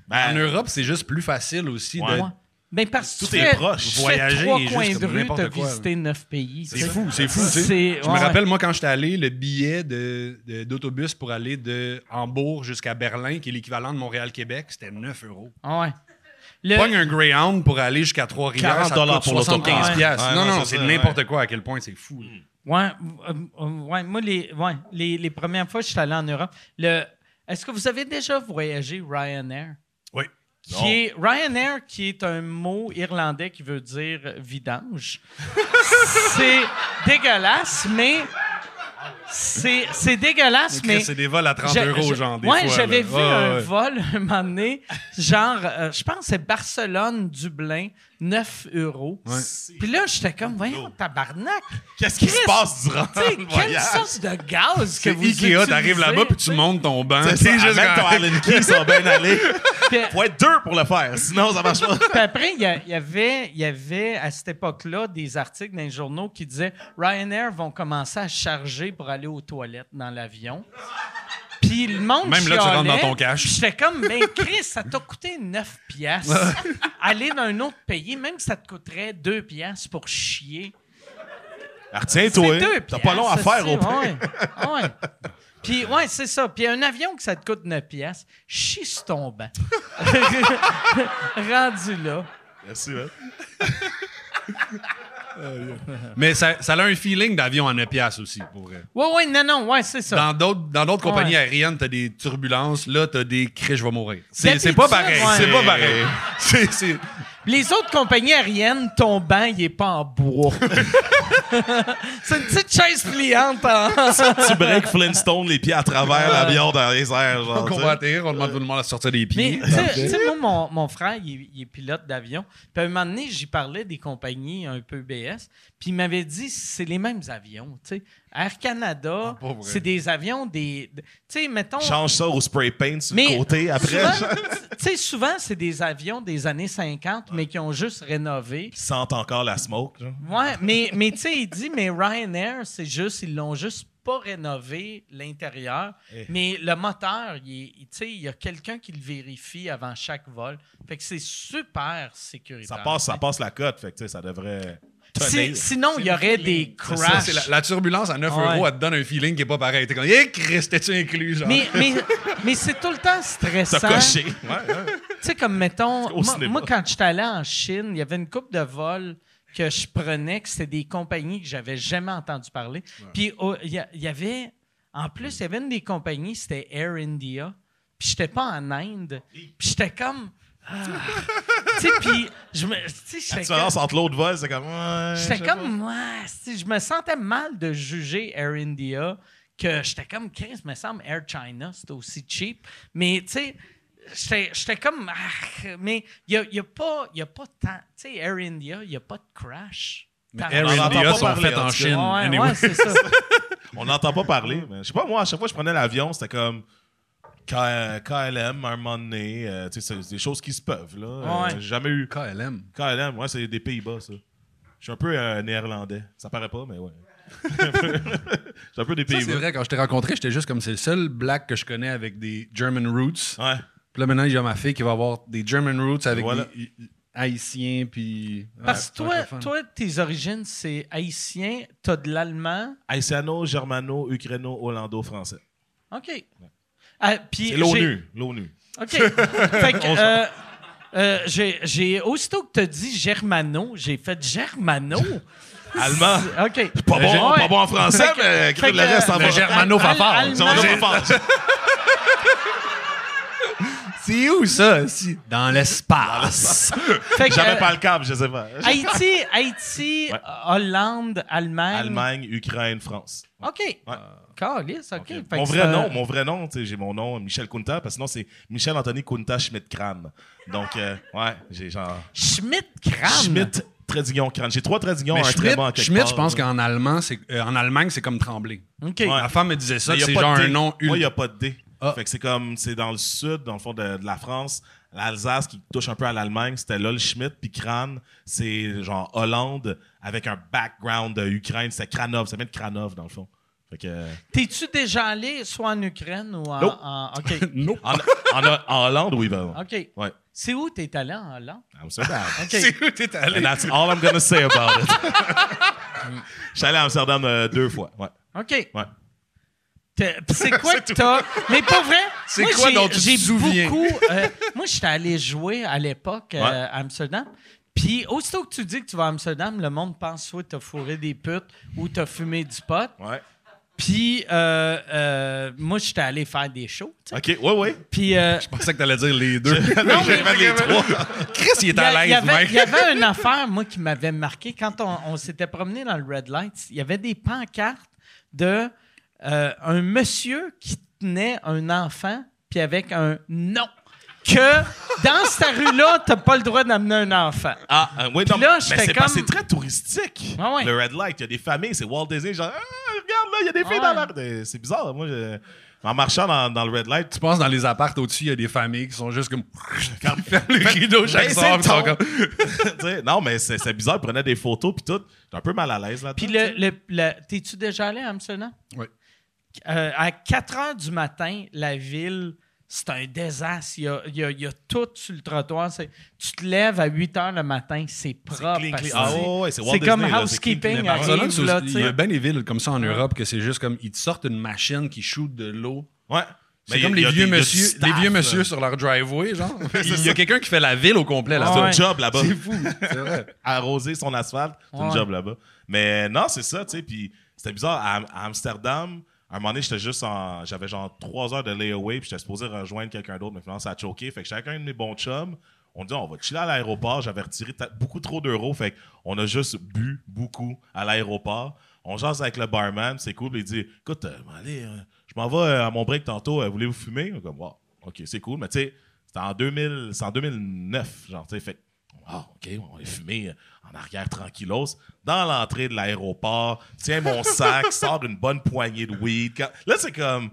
Speaker 6: Ben,
Speaker 7: En Europe, c'est juste plus facile aussi
Speaker 6: Ouais.
Speaker 7: de.
Speaker 3: Ouais. Ben parce que
Speaker 6: Tout
Speaker 3: tu
Speaker 6: est
Speaker 3: fais-
Speaker 6: proche.
Speaker 3: tu fais
Speaker 7: Voyager
Speaker 3: trois
Speaker 7: est juste
Speaker 3: coins de
Speaker 7: comme
Speaker 3: rue,
Speaker 7: n'importe
Speaker 3: t'as
Speaker 7: quoi,
Speaker 3: visité neuf pays. tu
Speaker 7: C'est
Speaker 3: sais.
Speaker 7: fou, c'est fou. tu sais.
Speaker 3: C'est-
Speaker 7: Je
Speaker 3: ouais,
Speaker 7: me rappelle, moi, quand j'étais allé, le billet de- de- d'autobus pour aller de Hambourg jusqu'à Berlin, qui est l'équivalent de Montréal-Québec, c'était 9 euros.
Speaker 3: Ouais. Le-
Speaker 7: Pogne un Greyhound pour aller jusqu'à Trois-Rivières,
Speaker 6: 40
Speaker 7: ça te coûte
Speaker 6: pour
Speaker 7: 75
Speaker 6: l'autobus.
Speaker 7: piastres.
Speaker 6: Ouais,
Speaker 7: non,
Speaker 6: non,
Speaker 7: non,
Speaker 6: c'est
Speaker 7: c'est
Speaker 6: ça,
Speaker 7: n'importe quoi à quel point c'est fou. là.
Speaker 3: Ouais, euh, euh, ouais, moi, les, ouais, les, les premières fois que je suis allé en Europe, le, est-ce que vous avez déjà voyagé Ryanair?
Speaker 7: Oui.
Speaker 6: Non.
Speaker 3: qui est Ryanair, qui est un mot irlandais qui veut dire vidange. c'est dégueulasse, mais c'est c'est dégueulasse, mais.
Speaker 7: C'est des vols à 30
Speaker 3: J'a-
Speaker 7: euros,
Speaker 3: j'a-
Speaker 7: genre, des
Speaker 3: ouais,
Speaker 7: fois.
Speaker 3: j'avais
Speaker 7: là.
Speaker 3: vu
Speaker 7: Ouais,
Speaker 3: un
Speaker 7: ouais.
Speaker 3: vol <laughs> un moment donné, genre, euh, je pense que c'est Barcelone, Dublin, 9 euros. Puis là, j'étais comme, voyons, tabarnak.
Speaker 6: Qu'est-ce qui se
Speaker 3: Chris,
Speaker 6: passe durant
Speaker 3: Tu sais,
Speaker 6: le
Speaker 3: quelle
Speaker 6: voyage?
Speaker 3: sorte de gaz que
Speaker 7: C'est
Speaker 3: vous
Speaker 7: Ikea, t'arrives
Speaker 3: utilisez,
Speaker 7: là-bas, puis
Speaker 3: tu
Speaker 7: tu
Speaker 3: sais?
Speaker 7: montes ton banc.
Speaker 6: C'est
Speaker 7: C'est
Speaker 6: ça,
Speaker 7: juste
Speaker 6: amène ton
Speaker 7: quand-
Speaker 6: Allen Key, ils sont bien allés.
Speaker 3: Puis-
Speaker 6: Faut être deux pour le faire, sinon ça marche pas.
Speaker 3: Puis après, il y, a- il y avait, il y avait à cette époque-là des articles dans les journaux qui disaient Ryanair vont commencer à charger pour aller aux toilettes dans l'avion. Puis le monde
Speaker 7: Même là, tu rentres
Speaker 3: chialait.
Speaker 7: dans ton cash.
Speaker 3: Puis J'étais comme, ben Chris, ça t'a coûté 9 piastres. aller dans un autre pays, même si ça te coûterait 2 piastres pour chier. C'est deux
Speaker 6: Retiens-toi, t'as pas long à
Speaker 3: piastres,
Speaker 6: faire au
Speaker 3: c'est-
Speaker 6: pire.
Speaker 3: ouais, ouais. Puis, ouais, c'est ça. Puis, un avion que ça te coûte 9 piastres, chie sur ton banc. <laughs> Rendu là.
Speaker 6: Merci, man.
Speaker 7: Mais ça, ça a un feeling d'avion à 9 piastres aussi, pour vrai.
Speaker 3: Ouais, ouais, non, non, ouais, c'est ça.
Speaker 7: Dans d'autres dans d'autres
Speaker 3: Ouais.
Speaker 7: compagnies aériennes, t'as des turbulences. Là, t'as des criches, je vais mourir. C'est
Speaker 3: D'habitude,
Speaker 7: c'est pas pareil.
Speaker 3: ouais.
Speaker 7: C'est pas pareil. C'est- c'est-
Speaker 3: Les autres compagnies aériennes, ton banc, il est pas en <laughs> bois. c'est une petite chaise pliante. <laughs> en-
Speaker 6: Tu break Flintstone les pieds à travers l'avion dans les airs. Genre,
Speaker 7: Quand
Speaker 6: tu
Speaker 7: on
Speaker 6: sais.
Speaker 7: va atterrir, on demande tout le monde à sortir des
Speaker 3: Mais
Speaker 7: pieds.
Speaker 3: tu sais, tu sais, moi, mon, mon frère, il, est- il est pilote d'avion. Puis à un moment donné, j'y parlais des compagnies un peu BS. Puis il m'avait dit, c'est les mêmes avions. tu sais. Air Canada,
Speaker 7: Ah, pas vrai.
Speaker 3: c'est des avions des... Tu sais, mettons...
Speaker 6: Change ça au spray paint sur
Speaker 3: Mais
Speaker 6: le côté après.
Speaker 3: souvent, tu sais, souvent, c'est des avions des années 50, mais qui ont juste rénové.
Speaker 6: Ils sentent encore la smoke. genre.
Speaker 3: Ouais, mais, mais tu sais, il dit, mais Ryanair, c'est juste, ils l'ont juste pas rénové l'intérieur.
Speaker 6: Eh.
Speaker 3: Mais le moteur, il est- il- tu sais, il y a quelqu'un qui le vérifie avant chaque vol. Fait que c'est super sécuritaire.
Speaker 6: Ça passe, ça passe la cote, fait que tu sais, ça devrait.
Speaker 3: Si-
Speaker 6: tenir.
Speaker 3: sinon, il y aurait des
Speaker 7: C'est ça,
Speaker 3: crashs.
Speaker 7: c'est la, la turbulence à 9
Speaker 3: Ouais.
Speaker 7: euros, elle te donne un feeling qui est pas pareil. T'es comme, hé, Christ, t'es-tu inclus, genre?
Speaker 3: Mais, mais, mais c'est tout le temps
Speaker 6: T'as
Speaker 3: stressant.
Speaker 6: coché. <laughs>
Speaker 3: Tu sais, comme mettons,
Speaker 6: Au
Speaker 3: moi,
Speaker 6: cinéma.
Speaker 3: moi, quand j'étais allé en Chine, il y avait une coupe de vols que je prenais, que c'était des compagnies que j'avais jamais entendu parler. Puis oh, il y, a- il y avait, en plus, il y avait une des compagnies, c'était Air India. Puis j'étais pas en Inde. Puis j'étais comme. ah. tu sais, puis je me. Tu sais,
Speaker 6: La
Speaker 3: j'étais comme-
Speaker 6: différence entre l'autre vol, c'est comme. ouais,
Speaker 7: Euh,
Speaker 3: J'étais
Speaker 6: je sais pas.
Speaker 3: comme, ouais, si, je me sentais mal de juger Air India, que j'étais comme, Chris, me semble Air China, c'était aussi cheap. Mais, tu sais, j'étais- j'étais comme, ah, mais il n'y a, y a, pas- y a pas tant. Tu sais, Air India, il n'y a pas de crash. T'as-
Speaker 7: Air
Speaker 6: On en entend
Speaker 7: India
Speaker 6: pas
Speaker 7: sont
Speaker 6: parler,
Speaker 7: faites
Speaker 6: en tout
Speaker 7: en
Speaker 6: cas.
Speaker 7: Chine.
Speaker 3: Ouais,
Speaker 7: anyway.
Speaker 3: ouais, c'est
Speaker 7: <laughs>
Speaker 3: ça.
Speaker 6: On n'entend pas parler. mais Je sais pas, moi, à chaque fois que je prenais l'avion, c'était comme. K- KLM, un moment donné, euh, tu sais, c'est c'est des choses qui se peuvent. là. Euh,
Speaker 3: Ouais.
Speaker 6: J'ai jamais eu.
Speaker 7: KLM.
Speaker 6: KLM, moi, c'est des Pays-Bas, ça. Je suis un peu euh, néerlandais. Ça paraît pas, mais ouais. <laughs> Je suis un peu des
Speaker 7: Ça, c'est
Speaker 6: Pays-Bas.
Speaker 7: vrai, quand je t'ai rencontré, j'étais juste comme c'est le seul black que je connais avec des German roots.
Speaker 6: Ouais.
Speaker 7: Puis là, maintenant, il y a ma fille qui va avoir des German roots avec
Speaker 6: Voilà.
Speaker 7: des haïtiens, puis.
Speaker 3: Parce que
Speaker 7: Ouais, ça va être
Speaker 3: toi,
Speaker 7: le fun.
Speaker 3: toi, tes origines, c'est haïtien, t'as de l'allemand.
Speaker 6: Haïtiano, germano, ukraino, hollando, français.
Speaker 3: OK. Ah, puis
Speaker 6: C'est
Speaker 3: j'ai-
Speaker 6: l'ONU. L'ONU.
Speaker 3: OK. fait que, euh, euh, j'ai, j'ai- aussitôt que tu as dit Germano, j'ai fait Germano. <laughs>
Speaker 6: Allemand.
Speaker 3: OK.
Speaker 6: Pas bon,
Speaker 3: Ouais.
Speaker 6: pas bon en français,
Speaker 3: Fait que-
Speaker 6: mais euh,
Speaker 3: fait
Speaker 6: le
Speaker 3: que- euh,
Speaker 6: reste en
Speaker 7: Le
Speaker 6: français.
Speaker 7: germano
Speaker 3: Al-
Speaker 7: fafard.
Speaker 3: Allemand.
Speaker 6: Ça va pas fort.
Speaker 7: C'est où ça? Si- Dans l'espace.
Speaker 3: Fait que,
Speaker 6: J'avais
Speaker 3: euh,
Speaker 6: pas le câble, je sais pas.
Speaker 3: Haïti, Haïti,
Speaker 6: Ouais.
Speaker 3: Hollande, Allemagne.
Speaker 6: Allemagne, Ukraine, France.
Speaker 3: OK. Calisse, Ah, OK. Fait
Speaker 6: Mon
Speaker 3: que
Speaker 6: vrai
Speaker 3: c'est-
Speaker 6: nom, mon vrai nom, tu sais, j'ai mon nom, Michel Kunta, parce que sinon c'est Michel Anthony Kunta Schmidt-Kram. Donc, euh, ouais, j'ai genre.
Speaker 3: Schmidt-Kram.
Speaker 6: Schmidt, Trédignon, Kram. J'ai trois Trédignons, un
Speaker 7: Mais
Speaker 6: très
Speaker 7: Schmidt,
Speaker 6: bon en quelque
Speaker 7: Schmidt,
Speaker 6: part,
Speaker 7: je pense
Speaker 6: là.
Speaker 7: qu'en allemand, c'est euh, en Allemagne, c'est comme trembler.
Speaker 3: OK.
Speaker 6: Ouais.
Speaker 7: Ma femme me disait ça,
Speaker 6: Mais y a
Speaker 7: c'est
Speaker 6: pas de
Speaker 7: genre
Speaker 6: D.
Speaker 7: un nom
Speaker 6: Moi, il n'y
Speaker 7: ultra.
Speaker 6: a pas de D.
Speaker 7: Ah.
Speaker 6: Fait que c'est comme, c'est dans le sud, dans le fond de, de la France, l'Alsace qui touche un peu à l'Allemagne, c'était là le Schmidt, puis Kran, c'est genre Hollande avec un background de Ukraine, c'est Kranov, ça vient de Kranov dans le fond. Fait que,
Speaker 3: T'es-tu déjà allé soit en Ukraine ou en.
Speaker 6: <laughs> Non.
Speaker 3: en- OK.
Speaker 7: Nope. <laughs>
Speaker 6: en, en- en Hollande, oui, ben.
Speaker 3: OK.
Speaker 6: Ouais.
Speaker 3: C'est où t'es allé en Hollande?
Speaker 6: I'm so bad.
Speaker 3: OK.
Speaker 7: C'est où t'es allé?
Speaker 6: And that's all I'm gonna say about it. <laughs> Je suis allé à Amsterdam euh, deux fois. Ouais.
Speaker 3: OK.
Speaker 6: Ouais.
Speaker 3: T'es- pis
Speaker 7: <laughs>
Speaker 3: C'est quoi que t'as? Mais pas vrai?
Speaker 7: C'est
Speaker 3: moi,
Speaker 7: quoi
Speaker 3: j'ai-
Speaker 7: dont tu te
Speaker 3: j'ai
Speaker 7: souviens?
Speaker 3: beaucoup, euh, moi, j'étais allé jouer à l'époque euh,
Speaker 6: Ouais.
Speaker 3: à Amsterdam. Puis aussitôt que tu dis que tu vas à Amsterdam, le monde pense soit t'as fourré des putes ou t'as fumé du pot.
Speaker 6: Ouais.
Speaker 3: Puis, euh, euh, moi, j'étais allé faire des shows. tu sais.
Speaker 6: OK, ouais, ouais.
Speaker 3: Puis, euh,
Speaker 7: Je pensais que t'allais dire les deux.
Speaker 6: <laughs> Non, je vais mettre les trois.
Speaker 7: Chris, il est
Speaker 3: Il y
Speaker 7: à
Speaker 3: a- il y
Speaker 7: l'aise,
Speaker 3: avait-
Speaker 7: mec.
Speaker 3: il y avait une affaire, moi, qui m'avait marqué. Quand on, on s'était promené dans le Red Light, il y avait des pancartes de euh, un monsieur qui tenait un enfant, puis avec un non. Que dans cette rue-là, t'as pas le droit d'amener un enfant.
Speaker 6: Ah, euh, ouais, non,
Speaker 3: Puis là,
Speaker 6: mais
Speaker 3: j'étais
Speaker 6: c'est pas-
Speaker 3: comme-
Speaker 6: c'est très touristique.
Speaker 3: Ah ouais.
Speaker 6: Le Red Light, il y a des familles, c'est Walt Disney, genre, ah, regarde là, il y a des filles
Speaker 3: Ah
Speaker 6: dans l'air. C'est bizarre, moi, je- en marchant dans, dans le Red Light,
Speaker 7: <laughs> Tu penses dans les appartes au-dessus, il y a des familles qui sont juste comme.
Speaker 6: Ferme-
Speaker 7: Ferme le rideau,
Speaker 6: Ben,
Speaker 7: chaque
Speaker 6: c'est
Speaker 7: soir. puis
Speaker 6: ton. <laughs>
Speaker 7: sont comme-
Speaker 6: tu sais, non, mais c'est c'est bizarre, ils prenaient des photos puis tout. J'étais un peu mal à l'aise là
Speaker 3: Puis, le, le- le- t'es-tu déjà allé à Amsterdam?
Speaker 7: Oui.
Speaker 3: Euh, à 4 heures du matin, la ville, c'est un désastre. Il y a, il y a- il y a tout sur le trottoir. C'est- Tu te lèves à 8 heures le matin, c'est propre.
Speaker 6: clean, clean.
Speaker 3: asti.
Speaker 6: Ah ouais, ouais, c'est Walt
Speaker 3: c'est comme
Speaker 6: Disney, là, c'est clean,
Speaker 3: housekeeping.
Speaker 6: clean.
Speaker 3: arrive,
Speaker 7: Barcelone, c'est
Speaker 3: là,
Speaker 7: aussi-
Speaker 3: tu
Speaker 7: il y a
Speaker 3: sais.
Speaker 7: bien des villes comme ça en Europe que c'est juste comme ils te sortent une machine qui shoot de l'eau.
Speaker 6: Ouais.
Speaker 7: C'est comme les vieux messieurs, les vieux messieurs
Speaker 6: C'est
Speaker 7: sur leur driveway, genre. Il y a quelqu'un qui fait la ville au complet là.
Speaker 3: Ah
Speaker 6: un
Speaker 3: ouais.
Speaker 6: job là-bas.
Speaker 7: <laughs> C'est fou, c'est vrai.
Speaker 6: arroser son asphalte. C'est une
Speaker 3: Ouais.
Speaker 6: job là-bas. Mais euh, non, c'est ça, tu sais. Puis c'était bizarre. À, à Amsterdam, à un moment donné, j'étais juste en. J'avais genre trois heures de layaway, puis j'étais supposé rejoindre quelqu'un d'autre, mais finalement, ça a choqué. Fait que chacun de mes bons chums, on dit, on va chiller à l'aéroport. J'avais retiré ta- beaucoup trop d'euros. Fait qu'on a juste bu beaucoup à l'aéroport. On jase avec le barman, c'est cool. puis Il dit, écoute, euh, allez, euh, je m'en vais euh, à mon break tantôt. euh, Voulez-vous fumer? On est comme, wow, OK, c'est cool. Mais tu sais, c'était en, 2000 c'est en 2009. Genre, tu sais, fait que ah, OK, on est fumé euh, en arrière tranquillos. Dans l'entrée de l'aéroport, tiens mon sac, sors une bonne poignée de weed. Quand- Là, c'est comme,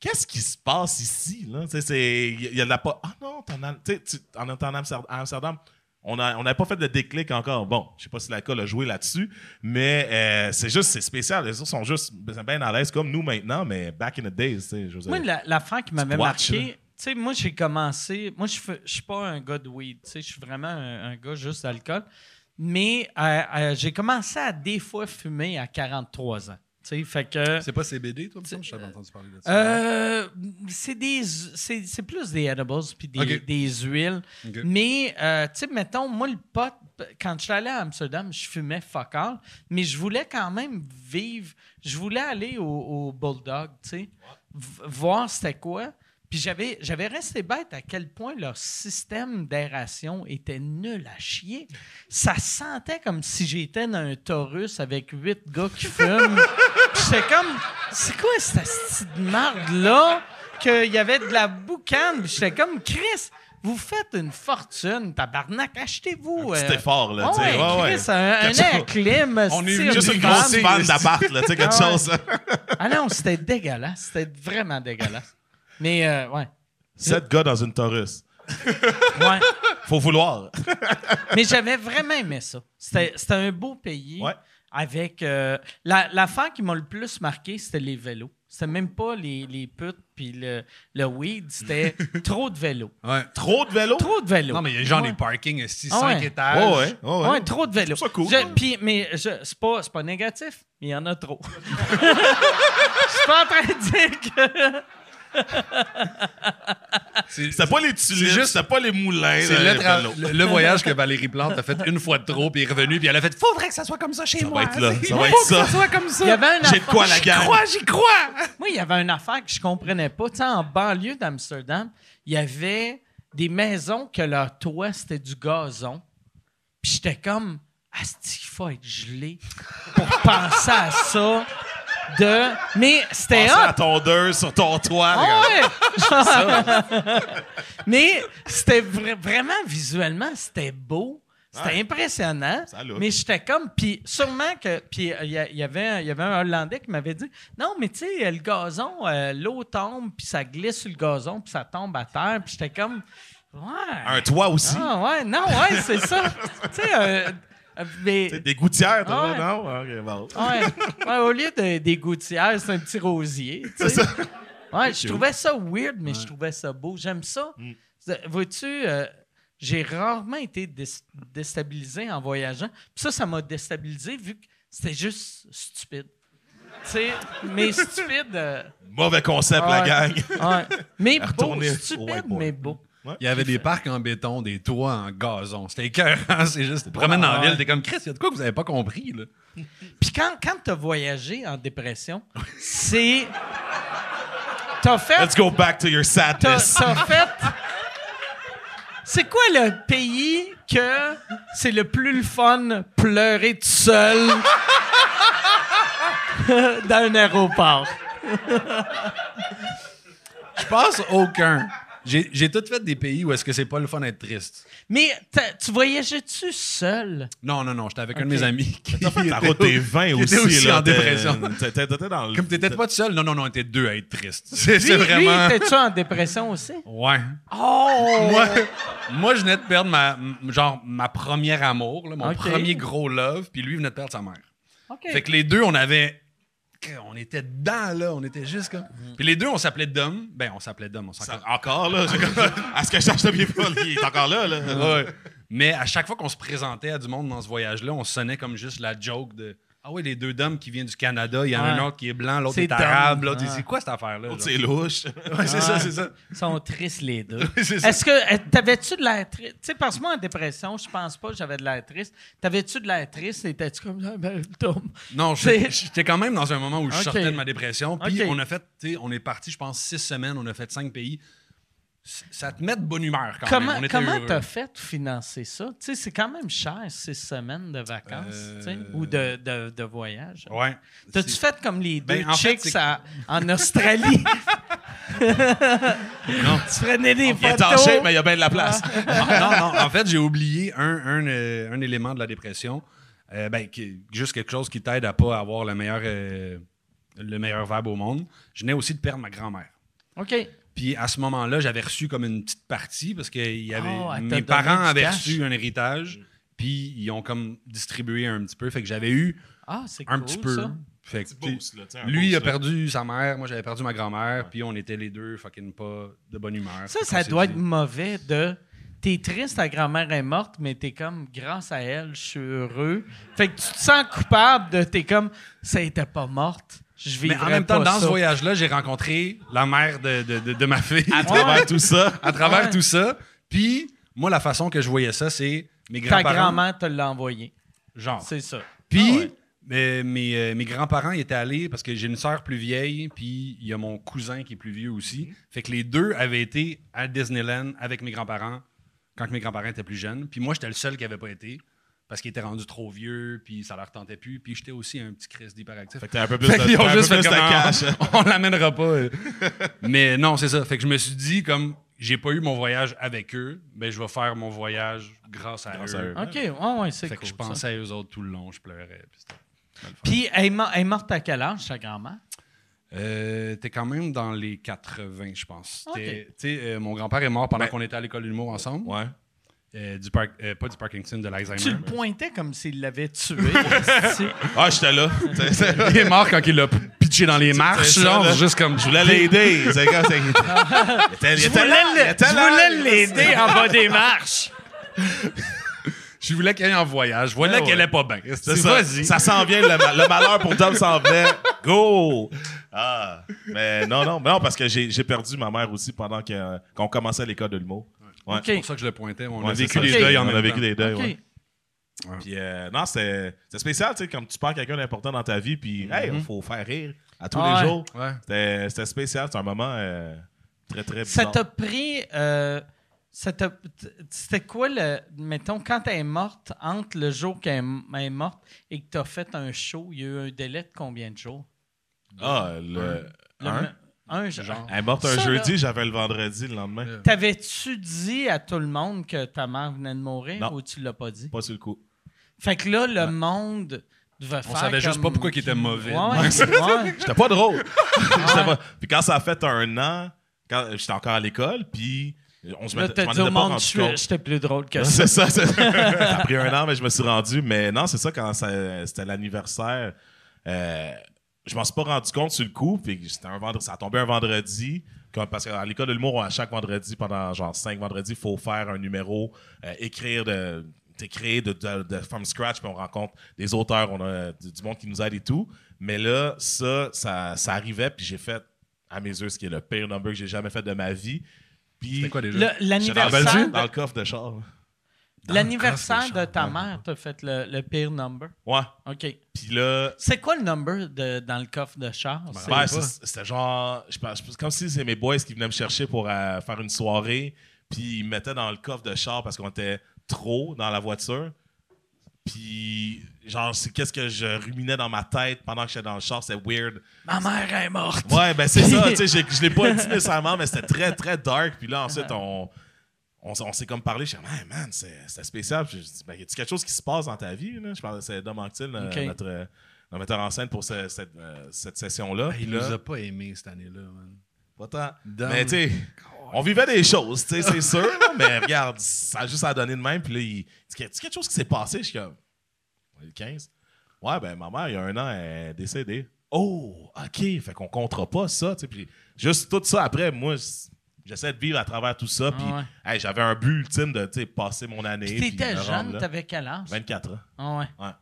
Speaker 6: qu'est-ce qui se passe ici? là? Tu sais, c'est- Il y a- il y a de la pas. Ah non, t'en as- tu sais, tu- en étant à Amster- à Amsterdam, on n'a on n'avait pas fait de déclic encore. Bon, je sais pas si la colle a joué là-dessus, mais euh, c'est juste, c'est spécial. Les autres sont juste bien à l'aise comme nous maintenant, mais back in the days, tu sais, je veux dire.
Speaker 3: Moi, la- l'affaire qui m'avait
Speaker 6: watch, là.
Speaker 3: marqué, tu sais, moi, j'ai commencé. Moi, je fais- je suis pas un gars de weed, tu sais, je suis vraiment un, un gars juste d'alcool. Mais euh, euh, j'ai commencé à des fois fumer à 43 ans. Tu sais, fait que.
Speaker 7: C'est pas CBD, toi, Je t'avais entendu parler de
Speaker 3: Euh, c'est des c'est c'est plus des edibles puis des,
Speaker 7: Ok.
Speaker 3: des huiles
Speaker 7: Ok.
Speaker 3: mais euh, tu sais mettons moi le pot quand je suis allé à Amsterdam je fumais fuck all mais je voulais quand même vivre je voulais aller au, au bulldog tu sais v- voir c'était quoi puis j'avais j'avais resté bête à quel point leur système d'aération était nul à chier ça sentait comme si j'étais dans un taurus avec huit gars qui fument Puis J'étais comme, c'est quoi cette petite marde-là? Qu'il y avait de la boucane. Puis J'étais comme, Chris, vous faites une fortune, tabarnak, achetez-vous.
Speaker 6: Petit effort, là,
Speaker 3: Ah
Speaker 6: tu sais.
Speaker 3: ouais,
Speaker 6: Ouais, ouais.
Speaker 3: Chris, un, un
Speaker 6: Quelque
Speaker 3: air
Speaker 6: chose-
Speaker 3: clim.
Speaker 7: On est
Speaker 3: style
Speaker 7: venu
Speaker 6: Juste
Speaker 3: de
Speaker 6: une
Speaker 3: femme.
Speaker 6: grosse vanne d'appart, là, tu sais, quelque
Speaker 3: Ah ouais.
Speaker 6: chose.
Speaker 3: Ah non, c'était dégueulasse. C'était vraiment dégueulasse. Mais, euh, ouais.
Speaker 6: Sept gars dans une Taurus.
Speaker 3: ouais.
Speaker 6: Faut vouloir.
Speaker 3: Mais j'avais vraiment aimé ça. C'était c'était un beau pays.
Speaker 6: Ouais.
Speaker 3: Avec euh, la- l'affaire qui m'a le plus marqué, c'était les vélos. C'était même pas les, les putes puis le, le weed,
Speaker 6: <laughs>
Speaker 3: c'était trop de vélos.
Speaker 7: Ouais.
Speaker 6: Trop de vélos?
Speaker 3: Trop de vélos.
Speaker 7: Non, mais il y a genre
Speaker 3: Ouais.
Speaker 7: des parkings, 5
Speaker 3: Ah ouais.
Speaker 7: étages.
Speaker 6: Ouais, ouais, ouais, ouais.
Speaker 3: Ouais, trop de vélos.
Speaker 6: C'est pas cool.
Speaker 3: Je- puis- mais je- c'est pas, c'est pas négatif, mais il y en a trop. <laughs> Je suis pas en train de dire que.
Speaker 7: C'est
Speaker 6: C'était pas les tulipes,
Speaker 7: C'est juste-
Speaker 6: c'était pas les moulins.
Speaker 7: c'est
Speaker 6: là,
Speaker 7: le,
Speaker 6: les
Speaker 7: tra-
Speaker 6: vélos.
Speaker 7: le- le voyage que Valérie Plante a fait une fois de trop, puis est revenue, puis elle a fait Faudrait que ça soit comme ça chez
Speaker 6: Ça
Speaker 7: moi.
Speaker 6: va être là,
Speaker 7: c'est-
Speaker 6: ça va
Speaker 7: faut
Speaker 6: être
Speaker 7: que
Speaker 6: ça.
Speaker 7: soit comme ça.
Speaker 3: Il y avait un
Speaker 6: J'ai de quoi la gang.
Speaker 7: j'y crois.
Speaker 3: Moi, il y avait une affaire que je comprenais pas. Tu sais, en banlieue d'Amsterdam, il y avait des maisons que leur toit, c'était du gazon. Puis j'étais comme, Asti, il faut être gelé pour penser à ça. De... Mais c'était
Speaker 6: Passer
Speaker 3: hot,
Speaker 6: la tondeuse sur ton toit.
Speaker 3: Ah
Speaker 6: regarde.
Speaker 3: ouais! <laughs> mais c'était vra- vraiment visuellement, c'était beau. C'était
Speaker 6: Ouais.
Speaker 3: impressionnant.
Speaker 6: Ça look.
Speaker 3: Mais j'étais comme. Puis sûrement que. Puis euh, il y, a- il y avait, un- il y avait un Hollandais qui m'avait dit Non, mais tu sais, euh, le gazon, euh, l'eau tombe, puis ça glisse sur le gazon, puis ça tombe à terre. Puis j'étais comme. Ouais.
Speaker 6: Un toit aussi.
Speaker 3: Ah ouais, non, ouais, c'est
Speaker 6: <laughs>
Speaker 3: ça. tu sais, euh, euh, mais-
Speaker 6: T'sais, Des gouttières, t'as
Speaker 3: Ah ouais.
Speaker 6: non? Ok, bon.
Speaker 3: Ouais. Ouais, au lieu de- des gouttières, c'est un petit rosier. tu sais. Ouais, je trouvais ça weird, mais je trouvais ça beau. J'aime ça.
Speaker 6: Mm.
Speaker 3: C'est- Vois-tu, euh, j'ai rarement été dés- déstabilisé en voyageant. Puis ça, ça m'a déstabilisé vu que c'était juste stupide. Tu sais, mais stupide. euh,
Speaker 6: Mauvais concept, la
Speaker 3: Ouais.
Speaker 6: gang.
Speaker 7: Ah
Speaker 3: ouais. Mais beau,
Speaker 6: Retourner au
Speaker 3: stupide,
Speaker 6: whiteboard.
Speaker 3: mais beau.
Speaker 6: Ouais.
Speaker 7: Il y avait des parcs en béton, des toits en gazon. C'était écœurant, <laughs> c'est juste. Tu te promènes dans la ville, t'es comme Chris, il y a de quoi que vous avez pas compris, là.
Speaker 3: Puis quand, quand t'as voyagé en dépression,
Speaker 6: <laughs>
Speaker 3: c'est. T'as fait.
Speaker 6: Let's go back to your
Speaker 3: T'as
Speaker 6: sadness.
Speaker 3: t'as fait. C'est quoi le pays que c'est le plus le fun pleurer tout seul <laughs> dans un aéroport?
Speaker 7: Je pense aucun. J'ai j'ai tout fait des pays où est-ce que c'est pas le fun d'être triste.
Speaker 3: Mais t'as- tu voyageais-tu seul?
Speaker 7: Non, non, non, j'étais avec un de mes amis. qui
Speaker 6: T'as fait la
Speaker 7: était
Speaker 6: route
Speaker 7: au-
Speaker 6: des vins
Speaker 7: qui
Speaker 6: aussi.
Speaker 7: était aussi
Speaker 6: là,
Speaker 7: en
Speaker 6: t'es- <laughs>
Speaker 7: dépression.
Speaker 6: t'étais- T'étais dans le.
Speaker 7: Comme t'étais pas tout seul, non, non, non, on était deux à être triste. <laughs> C'est
Speaker 3: Lui,
Speaker 7: c'est
Speaker 3: lui,
Speaker 7: vraiment.
Speaker 3: t'es-tu en dépression aussi?
Speaker 7: Ouais.
Speaker 3: Oh!
Speaker 7: Moi, <laughs> moi, je venais de perdre ma, m- genre, ma première amour, là, mon
Speaker 3: Ok.
Speaker 7: premier gros love, puis lui venait de perdre sa mère.
Speaker 3: OK.
Speaker 7: Fait que les deux, on avait. On était dedans, là. On était juste comme. Puis les deux, on s'appelait Dom. Ben, on s'appelait Dom, on s'en
Speaker 6: Ça- Encore là. j'ai- <laughs> à ce que je cherche le bien pas, il est encore là. là.
Speaker 7: Ouais. Mais à chaque fois qu'on se présentait à du monde dans ce voyage-là, on sonnait comme juste la joke de Ah oui, les deux dames qui viennent du Canada, il y en a
Speaker 3: Ouais.
Speaker 7: un autre qui est blanc, l'autre
Speaker 3: C'est
Speaker 7: est, arabe,
Speaker 3: dumb.
Speaker 7: l'autre, il
Speaker 3: Ouais.
Speaker 7: dit quoi cette affaire-là?
Speaker 6: L'autre,
Speaker 7: genre?
Speaker 6: C'est louche.
Speaker 7: Ouais, c'est ça, c'est ça.
Speaker 3: Ils sont tristes, les deux.
Speaker 7: C'est ça.
Speaker 3: Est-ce que euh, t'avais-tu de l'air triste? Tu sais, parce que moi, en dépression, je pense pas que j'avais de l'air triste. T'avais-tu de l'air triste? et Étais-tu comme ça? Ben, Tom.
Speaker 7: <laughs> Non,
Speaker 3: <laughs>
Speaker 7: je-
Speaker 3: C'est-
Speaker 7: j'étais quand même dans un moment où je
Speaker 3: Ok.
Speaker 7: sortais de ma dépression. Puis
Speaker 3: Ok.
Speaker 7: on a fait, tu sais, on est parti, je pense, six semaines, on a fait cinq pays. C- Ça te met de bonne humeur quand
Speaker 3: Comment
Speaker 7: même. On était
Speaker 3: comment
Speaker 7: heureux.
Speaker 3: t'as fait pour financer ça? Tu sais, c'est quand même cher, six semaines de vacances
Speaker 7: Euh,
Speaker 3: tu sais, ou de, de, de voyage.
Speaker 7: Ouais.
Speaker 3: T'as-tu
Speaker 7: C'est-
Speaker 3: fait comme les deux
Speaker 7: Ben, en fait,
Speaker 3: chicks
Speaker 7: c'est-
Speaker 3: à- en Australie?
Speaker 7: <laughs> Non.
Speaker 3: tu prenais des
Speaker 6: Il est
Speaker 3: photos.
Speaker 6: en shape, mais il y a bien de la place.
Speaker 7: Ah. non, non, en fait, j'ai oublié un, un, euh, un élément de la dépression. Euh, ben, qui- juste quelque chose qui t'aide à pas avoir le meilleur, euh, le meilleur verbe au monde. Je venais aussi de perdre ma grand-mère.
Speaker 3: OK.
Speaker 7: Puis à ce moment-là, j'avais reçu comme une petite partie parce que il y avait,
Speaker 3: Oh, elle t'a
Speaker 7: mes
Speaker 3: donné
Speaker 7: parents
Speaker 3: du
Speaker 7: avaient
Speaker 3: cash.
Speaker 7: reçu un héritage. Puis ils ont comme distribué un petit peu. Fait que j'avais eu
Speaker 3: Ah, c'est cool,
Speaker 7: un petit peu.
Speaker 3: ça.
Speaker 7: Fait que, tu-
Speaker 6: Boost, là, tu sais, un
Speaker 7: lui
Speaker 6: boost,
Speaker 7: a
Speaker 6: là.
Speaker 7: perdu sa mère, moi j'avais perdu ma grand-mère, puis on était les deux fucking pas de bonne humeur.
Speaker 3: Ça,
Speaker 7: Fait qu'on
Speaker 3: ça
Speaker 7: s'est
Speaker 3: doit
Speaker 7: dit-
Speaker 3: être mauvais de. T'es triste, ta grand-mère est morte, mais t'es comme, grâce à elle, je suis heureux. Fait que tu te sens coupable de. T'es comme, ça était pas morte. Je
Speaker 7: Mais
Speaker 3: vivrai
Speaker 7: en même temps,
Speaker 3: pas
Speaker 7: dans ce
Speaker 3: ça.
Speaker 7: voyage-là, j'ai rencontré la mère de, de- de- de ma fille
Speaker 6: À travers tout ça.
Speaker 7: <laughs> à travers
Speaker 3: Ouais.
Speaker 7: tout ça. Puis, moi, la façon que je voyais ça, c'est mes
Speaker 3: Ta
Speaker 7: grands-parents.
Speaker 3: grand-mère te l'a envoyé.
Speaker 7: Genre.
Speaker 3: C'est Ah ça.
Speaker 7: Puis, euh, mes, euh, mes grands-parents étaient allés parce que j'ai une sœur plus vieille, puis il y a mon cousin qui est plus vieux aussi.
Speaker 3: Mhm.
Speaker 7: Fait que les deux avaient été à Disneyland avec mes grands-parents quand mes grands-parents étaient plus jeunes. Puis moi, j'étais le seul qui n'avait pas été parce qu'ils étaient rendus trop vieux, puis ça leur tentait plus. Puis j'étais aussi un petit Chris d'hyperactif.
Speaker 6: Fait que t'as un peu plus de
Speaker 7: Fait qu'ils ont
Speaker 6: t'as un peu
Speaker 7: juste fait
Speaker 6: plus de
Speaker 7: comme,
Speaker 6: cash.
Speaker 7: Ah, <laughs> On l'amènera pas. euh. Mais non, c'est ça. Fait que je me suis dit, comme j'ai pas eu mon voyage avec eux, ben je vais faire mon voyage grâce à
Speaker 6: Grâce
Speaker 7: eux.
Speaker 6: à eux.
Speaker 3: OK, ouais, ouais, c'est
Speaker 7: Fait
Speaker 3: cool.
Speaker 7: que je
Speaker 3: ça.
Speaker 7: pensais à eux autres tout le long, je pleurais. puis c'était-
Speaker 3: Puis, elle est mo- elle est morte à quel âge, ta grand-mère?
Speaker 7: Euh, T'es quand même dans les 80, je
Speaker 3: Ah,
Speaker 7: pense. T'es- t'sais, euh, mon grand-père est mort pendant
Speaker 6: Ben-
Speaker 7: qu'on était à l'école de l'humour ensemble.
Speaker 6: Ouais.
Speaker 7: Euh, du parc, euh, pas du Parkinson, de
Speaker 3: Tu le
Speaker 7: l'Alzheimer.
Speaker 3: pointais comme s'il l'avait tué. Si.
Speaker 6: Ah, j'étais là. C'est- c'est-
Speaker 7: <laughs> Il est mort quand il l'a p- pitché dans les marches,
Speaker 6: ça,
Speaker 7: genre,
Speaker 6: là.
Speaker 7: juste comme...
Speaker 6: Je voulais l'aider. C'est quand c'est.
Speaker 3: Je voulais le- je voulais l'aider en bas des marches.
Speaker 7: Je voulais qu'elle aille en voyage. Voilà
Speaker 6: ouais.
Speaker 7: qu'elle est pas bien.
Speaker 6: C'est
Speaker 7: Tu-
Speaker 6: ça.
Speaker 7: vas-y.
Speaker 6: Ça s'en vient. Le, ma- le malheur pour Tom s'en venait. Go! Ah. Mais non, non. mais non, parce que j'ai j'ai perdu ma mère aussi pendant que- euh, qu'on commençait l'école de l'humour. Ouais.
Speaker 3: OK.
Speaker 7: C'est pour ça que je le pointais. On a
Speaker 6: Ouais, c'est
Speaker 7: vécu
Speaker 6: ça.
Speaker 7: des
Speaker 6: Ok.
Speaker 7: deuils en
Speaker 6: On
Speaker 7: même
Speaker 6: a vécu
Speaker 7: temps.
Speaker 6: des deuils,
Speaker 3: OK.
Speaker 6: ouais. Puis, euh, non, c'est c'est spécial, tu sais, comme tu perds quelqu'un d'important dans ta vie, puis, hey, il faut faire rire à tous
Speaker 3: Mhm. Ah Ouais.
Speaker 6: les jours.
Speaker 7: Ouais.
Speaker 6: C'était c'était spécial, c'est un moment euh, très, très
Speaker 3: Ça
Speaker 6: bizarre.
Speaker 3: t'a pris. euh, ça t'a- t- C'était quoi le. Mettons, quand elle est morte, entre le jour qu'elle est m- elle est morte et que t'as fait un show, il y a eu un délai de combien de jours?
Speaker 6: Ah, le.
Speaker 3: Le
Speaker 6: un?
Speaker 3: me- Un genre.
Speaker 6: Elle est morte
Speaker 3: Ça,
Speaker 6: un
Speaker 3: là.
Speaker 6: jeudi, j'avais le vendredi le lendemain.
Speaker 3: T'avais-tu dit à tout le monde que ta mère venait de mourir
Speaker 6: Non.
Speaker 3: ou tu l'as pas dit?
Speaker 6: Pas sur le coup.
Speaker 3: Fait que là, le monde devait faire.
Speaker 7: savait juste
Speaker 3: comme-
Speaker 7: pas pourquoi il était mauvais.
Speaker 3: Ouais, ouais.
Speaker 7: <laughs>
Speaker 6: J'étais pas drôle.
Speaker 3: <laughs>
Speaker 6: <laughs> J'étais pas- Puis quand ça a fait un an, quand j'étais encore à l'école, puis on se
Speaker 3: Là,
Speaker 6: mettait,
Speaker 3: t'as
Speaker 6: je m'en
Speaker 3: dit au
Speaker 6: étais pas
Speaker 3: monde,
Speaker 6: rendu
Speaker 3: je suis-
Speaker 6: compte. Hein?
Speaker 3: j'étais plus drôle que ça.
Speaker 6: C'est ça. c'est- ça a pris un an, mais je me suis rendu. Mais non, c'est ça, quand ça- c'était l'anniversaire, euh, je m'en suis pas rendu compte sur le coup. Puis c'était un vendredi, ça a tombé un vendredi. comme- parce qu'à l'école de l'humour, on- à chaque vendredi, pendant genre cinq vendredis, il faut faire un numéro, euh, écrire de créer de, de- de- from scratch, puis on rencontre des auteurs, on a du, du monde qui nous aide et tout. Mais là, ça, ça, ça arrivait, puis j'ai fait, à mes yeux, ce qui est le pire number que j'ai jamais fait de ma vie. Puis
Speaker 7: C'était quoi déjà?
Speaker 3: Le-
Speaker 6: j'étais dans, le-
Speaker 3: L'anniversaire
Speaker 6: dans
Speaker 3: de,
Speaker 6: le coffre de char.
Speaker 3: l'anniversaire
Speaker 7: coffre de
Speaker 3: de ta
Speaker 7: chambre.
Speaker 3: mère, t'as fait le, le pire number.
Speaker 6: Ouais.
Speaker 3: OK.
Speaker 6: Puis là,
Speaker 3: C'est quoi le number de, dans le coffre de char? C'est-
Speaker 6: ben, c'est- c'était genre, je pense, je pense- comme si c'est mes boys qui venaient me chercher pour euh, faire une soirée, puis ils me mettaient dans le coffre de char parce qu'on était trop dans la voiture. Puis, genre, c'est qu'est-ce que je ruminais dans ma tête pendant que j'étais dans le char, c'est weird.
Speaker 3: Ma mère est
Speaker 7: <laughs>
Speaker 3: morte.
Speaker 6: Ouais, ben c'est ça, tu sais, j'ai- je l'ai pas dit nécessairement, mais c'était très, très dark. Puis là, ensuite, on, on, s'est- on s'est comme parlé, je suis hey, man, c'est- c'était spécial. Puis je dis, ben, y a-tu quelque chose qui se passe dans ta vie? Là? Je parlais, c'est Dom Anctil, le-
Speaker 3: Ok.
Speaker 6: notre, euh, notre metteur en scène pour ce- cette, euh, cette session-là.
Speaker 7: Ben, Il
Speaker 6: Puis là,
Speaker 7: nous a pas aimé cette année-là, man.
Speaker 6: pas tant.
Speaker 7: Dom.
Speaker 6: Mais tu sais, on vivait des choses, tu
Speaker 3: <laughs>
Speaker 6: sais, c'est sûr, là, mais regarde, ça a juste à donner de même. Puis là, il dit, y a-tu quelque chose qui s'est passé? Je suis comme, Ouais, le 15. Ouais, ben ma mère, il y a un an, elle est décédée. Oh, OK, fait qu'on comptera pas ça, tu sais. Puis juste tout ça, après, moi, c- j'essaie de vivre à travers tout ça. Puis
Speaker 3: Ah ouais.
Speaker 6: hey, j'avais un but ultime de, tu sais, passer mon année.
Speaker 3: Puis
Speaker 6: puis
Speaker 3: t'étais
Speaker 6: me rendre
Speaker 3: jeune,
Speaker 6: là.
Speaker 3: t'avais quel âge?
Speaker 6: 24 ans.
Speaker 3: Ah ouais.
Speaker 6: Ouais.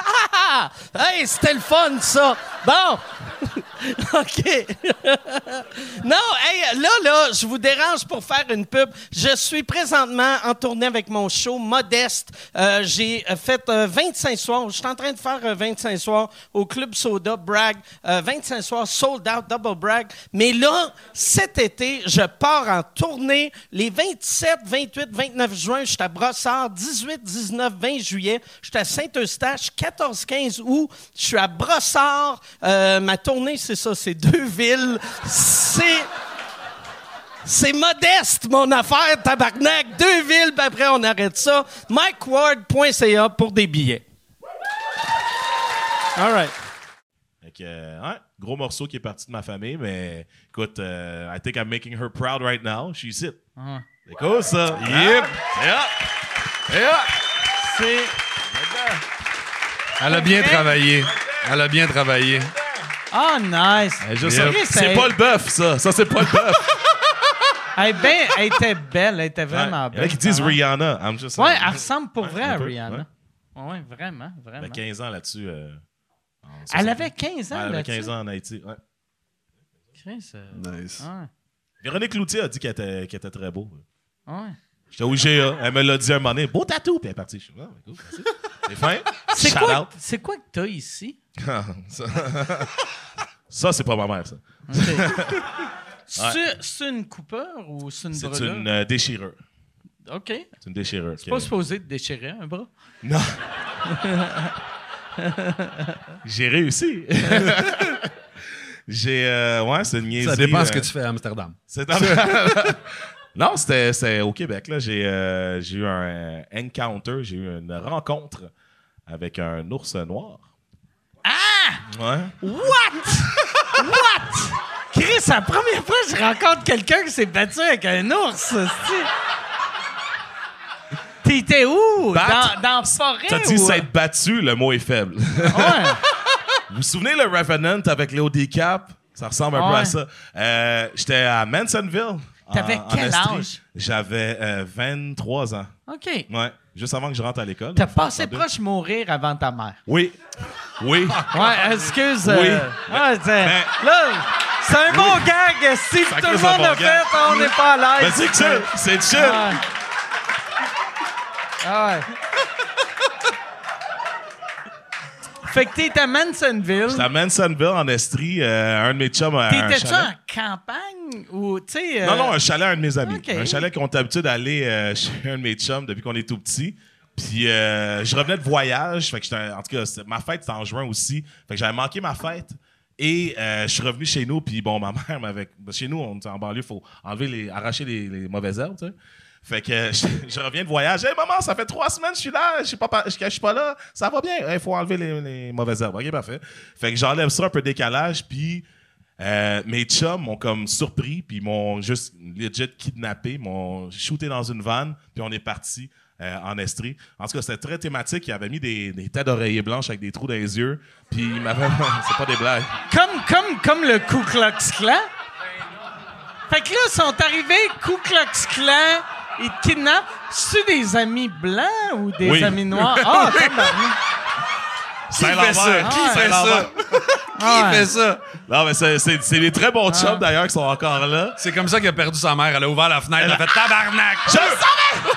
Speaker 3: Ah! Hey, c'était le fun, ça! Bon! <laughs> OK. <laughs> non, hey, là, là, je vous dérange pour faire une pub. Je suis présentement en tournée avec mon show Modeste. Euh, j'ai euh, fait euh, 25 soirs. Je suis en train de faire euh, 25 soirs au Club Soda, Bragg. Euh, 25 soirs, sold out, double brag. Mais là, cet été, je pars en tournée. Les 27, 28, 29 juin, je suis à Brossard. 18, 19, 20 juillet, je suis à Saint-Eustache. 14, 15 août, je suis à Brossard. Euh, ma tournée, c'est ça, c'est deux villes. C'est... C'est modeste, mon affaire, tabarnak. Deux villes, puis après, on arrête ça. MikeWard.ca pour des billets. All right.
Speaker 6: Fait que, euh, ouais, gros morceau qui est parti de ma famille, mais écoute, euh, I think I'm making her proud right now. She's it.
Speaker 3: Ah.
Speaker 6: C'est cool ça. Yep.
Speaker 3: C'est...
Speaker 7: Elle a bien travaillé. Elle a bien travaillé.
Speaker 3: Oh, nice.
Speaker 7: Yep.
Speaker 3: Chris,
Speaker 6: Eh, C'est
Speaker 3: elle-
Speaker 6: pas le bœuf, ça. Ça, c'est pas le
Speaker 3: <laughs>
Speaker 6: bœuf.
Speaker 3: elle, est bien- elle était belle. Elle était
Speaker 6: Ouais.
Speaker 3: vraiment
Speaker 6: Il y
Speaker 3: belle.
Speaker 6: en a qui disent
Speaker 3: vraiment.
Speaker 6: Rihanna. I'm just
Speaker 3: Ouais, elle ressemble pour
Speaker 6: Ouais,
Speaker 3: vrai
Speaker 6: un
Speaker 3: à
Speaker 6: peu,
Speaker 3: Rihanna. Ouais, vraiment,
Speaker 6: Elle
Speaker 3: vraiment.
Speaker 6: a 15 ans là-dessus. euh, en 60.
Speaker 3: Elle avait 15 ans,
Speaker 6: Ouais, Elle avait
Speaker 3: là-dessus.
Speaker 6: 15 ans en Haïti. ouais.
Speaker 3: Chris, euh,
Speaker 7: Nice.
Speaker 3: ouais,
Speaker 6: Véronique Loutier a dit qu'elle était, qu'elle était très beau.
Speaker 3: ouais.
Speaker 6: J'étais au IGA. Elle me l'a dit un moment donné. Beau tatou. Puis elle est partie. Je suis, Ah, cool,
Speaker 3: <laughs>
Speaker 6: merci. C'est fin.
Speaker 3: C'est
Speaker 6: Shout
Speaker 3: quoi,
Speaker 6: out.
Speaker 3: c'est quoi que t'as ici?
Speaker 6: ça, ça, c'est pas ma mère, ça.
Speaker 3: C'est- C'est une coupeur ou c'est une
Speaker 6: C'est
Speaker 3: brûlure?
Speaker 6: une euh, déchirure.
Speaker 3: OK.
Speaker 6: C'est une déchirure.
Speaker 3: C'est pas supposé te déchirer un bras.
Speaker 6: Non. <laughs> J'ai réussi. <laughs> J'ai. euh, ouais, c'est une niaiserie.
Speaker 7: Ça dépend ce
Speaker 6: euh,
Speaker 7: que tu fais à Amsterdam.
Speaker 6: C'est dans- <laughs> non, c'était c'était au Québec. là. J'ai euh, j'ai eu un encounter, j'ai eu une rencontre avec un ours noir. Ah! Ouais.
Speaker 3: <laughs> Chris, c'est la première fois que je rencontre quelqu'un qui s'est battu avec un ours. c'ti. T'étais où?
Speaker 6: Battre?
Speaker 3: Dans, dans la forêt?
Speaker 6: T'as dit
Speaker 3: Eh, ou- euh,
Speaker 6: s'être battu, le mot est faible.
Speaker 3: Ouais.
Speaker 6: <laughs> vous vous souvenez le Revenant avec Léo DiCap? Ça ressemble un peu
Speaker 3: Ouais.
Speaker 6: à ça. Euh, J'étais à Mansonville. en-
Speaker 3: T'avais
Speaker 6: en
Speaker 3: quel
Speaker 6: Estrie.
Speaker 3: âge?
Speaker 6: J'avais euh, 23 ans.
Speaker 3: euh? OK.
Speaker 6: Ouais, juste avant que je rentre à l'école.
Speaker 3: T'as
Speaker 6: en fait,
Speaker 3: passé
Speaker 6: en deux.
Speaker 3: proche de mourir avant ta mère.
Speaker 6: Oui. Oui.
Speaker 3: <laughs> Ouais, excuse.
Speaker 6: Oui.
Speaker 3: euh, ouais, c'est-
Speaker 6: Mais-
Speaker 3: là, c'est un bon gag. Si tout le
Speaker 6: reste un
Speaker 3: monde
Speaker 6: bon
Speaker 3: l'a
Speaker 6: gag.
Speaker 3: fait, on n'est pas à
Speaker 6: Ben,
Speaker 3: l'aise.
Speaker 6: c'est chill. C'est chill.
Speaker 3: Ouais. Ah ouais. Fait que t'es à Mansonville.
Speaker 6: J'étais à Mansonville, en Estrie. euh, un de mes chums a un
Speaker 3: T'étais-tu
Speaker 6: chalet.
Speaker 3: en campagne ou, tu sais... euh,
Speaker 6: Non, non, un chalet à un de mes amis.
Speaker 3: Ok.
Speaker 6: Un chalet qu'on a l'habitude d'aller euh, <laughs> chez un de mes chums depuis qu'on est tout petit. Puis euh, je revenais de voyage. Fait que j'étais un- en tout cas, c'est- ma fête, c'était en juin aussi. Fait que j'avais manqué ma fête. Et euh, je suis revenu chez nous. Puis bon, ma <laughs> mère m'avait. parce que Chez nous, on, en banlieue, il faut enlever les, arracher les, les mauvaises herbes, tu sais. Fait que <laughs> euh, je, je reviens de voyage. Hey maman, ça fait trois semaines que je suis là, je suis pas, par- je, je suis pas là, ça va bien. Il faut enlever les, les mauvaises herbes. Ok, parfait. Fait que j'enlève ça un peu de décalage, puis euh, mes chums m'ont comme surpris, puis ils m'ont juste legit kidnappé, ils m'ont shooté dans une vanne, puis on est parti euh, en Estrie. En tout cas, c'était très thématique. Ils avaient mis des, des têtes d'oreiller blanches avec des trous dans les yeux, puis ils m'avaient. <laughs> C'est pas des blagues.
Speaker 3: Comme, comme, comme le Ku Klux Klan. Fait que là, ils sont arrivés, Ku Klux Klan, ils te kidnappent. C'est-tu des amis blancs ou des
Speaker 6: Oui.
Speaker 3: amis noirs? Ah, tabarnak.
Speaker 6: Saint-Lambert!
Speaker 3: Qui fait ça?
Speaker 7: <laughs>
Speaker 6: Saint-Lambert.
Speaker 3: Ah ouais.
Speaker 7: fait ça?
Speaker 6: Non, mais c'est- c'est c'est des très
Speaker 3: Ah.
Speaker 6: bons chums, d'ailleurs, qui sont encore là.
Speaker 7: C'est comme ça qu'il a perdu sa mère. Elle a ouvert la fenêtre, elle a fait tabarnak.
Speaker 6: Je le savais!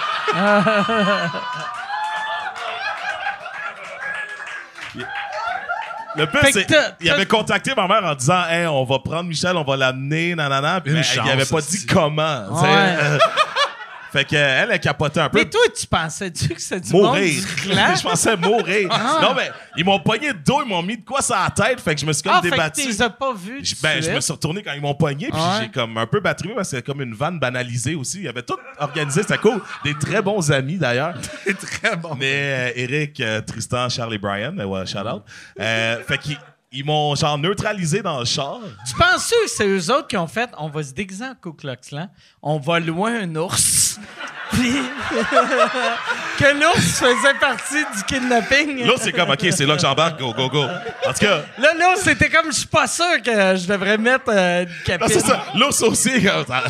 Speaker 6: Le pire,
Speaker 3: Fait que
Speaker 6: c'est
Speaker 3: t'as-
Speaker 6: il avait contacté ma mère en disant hey, on va prendre Michel, on va l'amener, nanana. Puis
Speaker 7: Une
Speaker 6: mais
Speaker 7: chance,
Speaker 6: il avait pas
Speaker 7: ça,
Speaker 6: dit
Speaker 7: c'est-
Speaker 6: comment. tu sais. Euh,
Speaker 3: Ouais.
Speaker 6: fait que elle, elle capotait un peu.
Speaker 3: Mais toi, tu pensais-tu que c'était du
Speaker 6: mourir.
Speaker 3: monde du clan?
Speaker 6: <laughs>
Speaker 3: Ah.
Speaker 6: je pensais mourir. Non, mais ils m'ont pogné de dos, ils m'ont mis de quoi sur la tête. Fait que je me suis comme
Speaker 3: ah, fait que tu
Speaker 6: débattu.
Speaker 3: les as pas vus.
Speaker 6: Je-
Speaker 3: tout
Speaker 6: Ben,
Speaker 3: de
Speaker 6: je
Speaker 3: suite.
Speaker 6: me suis retourné quand ils m'ont pogné, puis
Speaker 3: Ouais.
Speaker 6: j'ai comme un peu battu, parce que c'était comme une vanne banalisée aussi. Ils avaient tout organisé, c'était cool. Des très bons amis d'ailleurs.
Speaker 7: C'est très bon.
Speaker 6: Mais euh, Eric, euh, Tristan, Charles et Brian, euh, ouais, shout out. Euh, fait qu'ils ils m'ont genre neutralisé dans le char.
Speaker 3: Tu penses que c'est eux autres qui ont fait on va se déguiser en Ku Klux Klan, on va loin un ours, <laughs> puis que l'ours faisait partie du kidnapping.
Speaker 6: Là, c'est comme, OK, c'est là que j'embarque, go, go, go. En tout cas,
Speaker 3: Là, là, c'était comme, je suis pas sûr que je devrais mettre euh, une
Speaker 6: non,
Speaker 3: capine.
Speaker 6: c'est ça. L'ours aussi.
Speaker 3: <laughs>
Speaker 6: comme ça.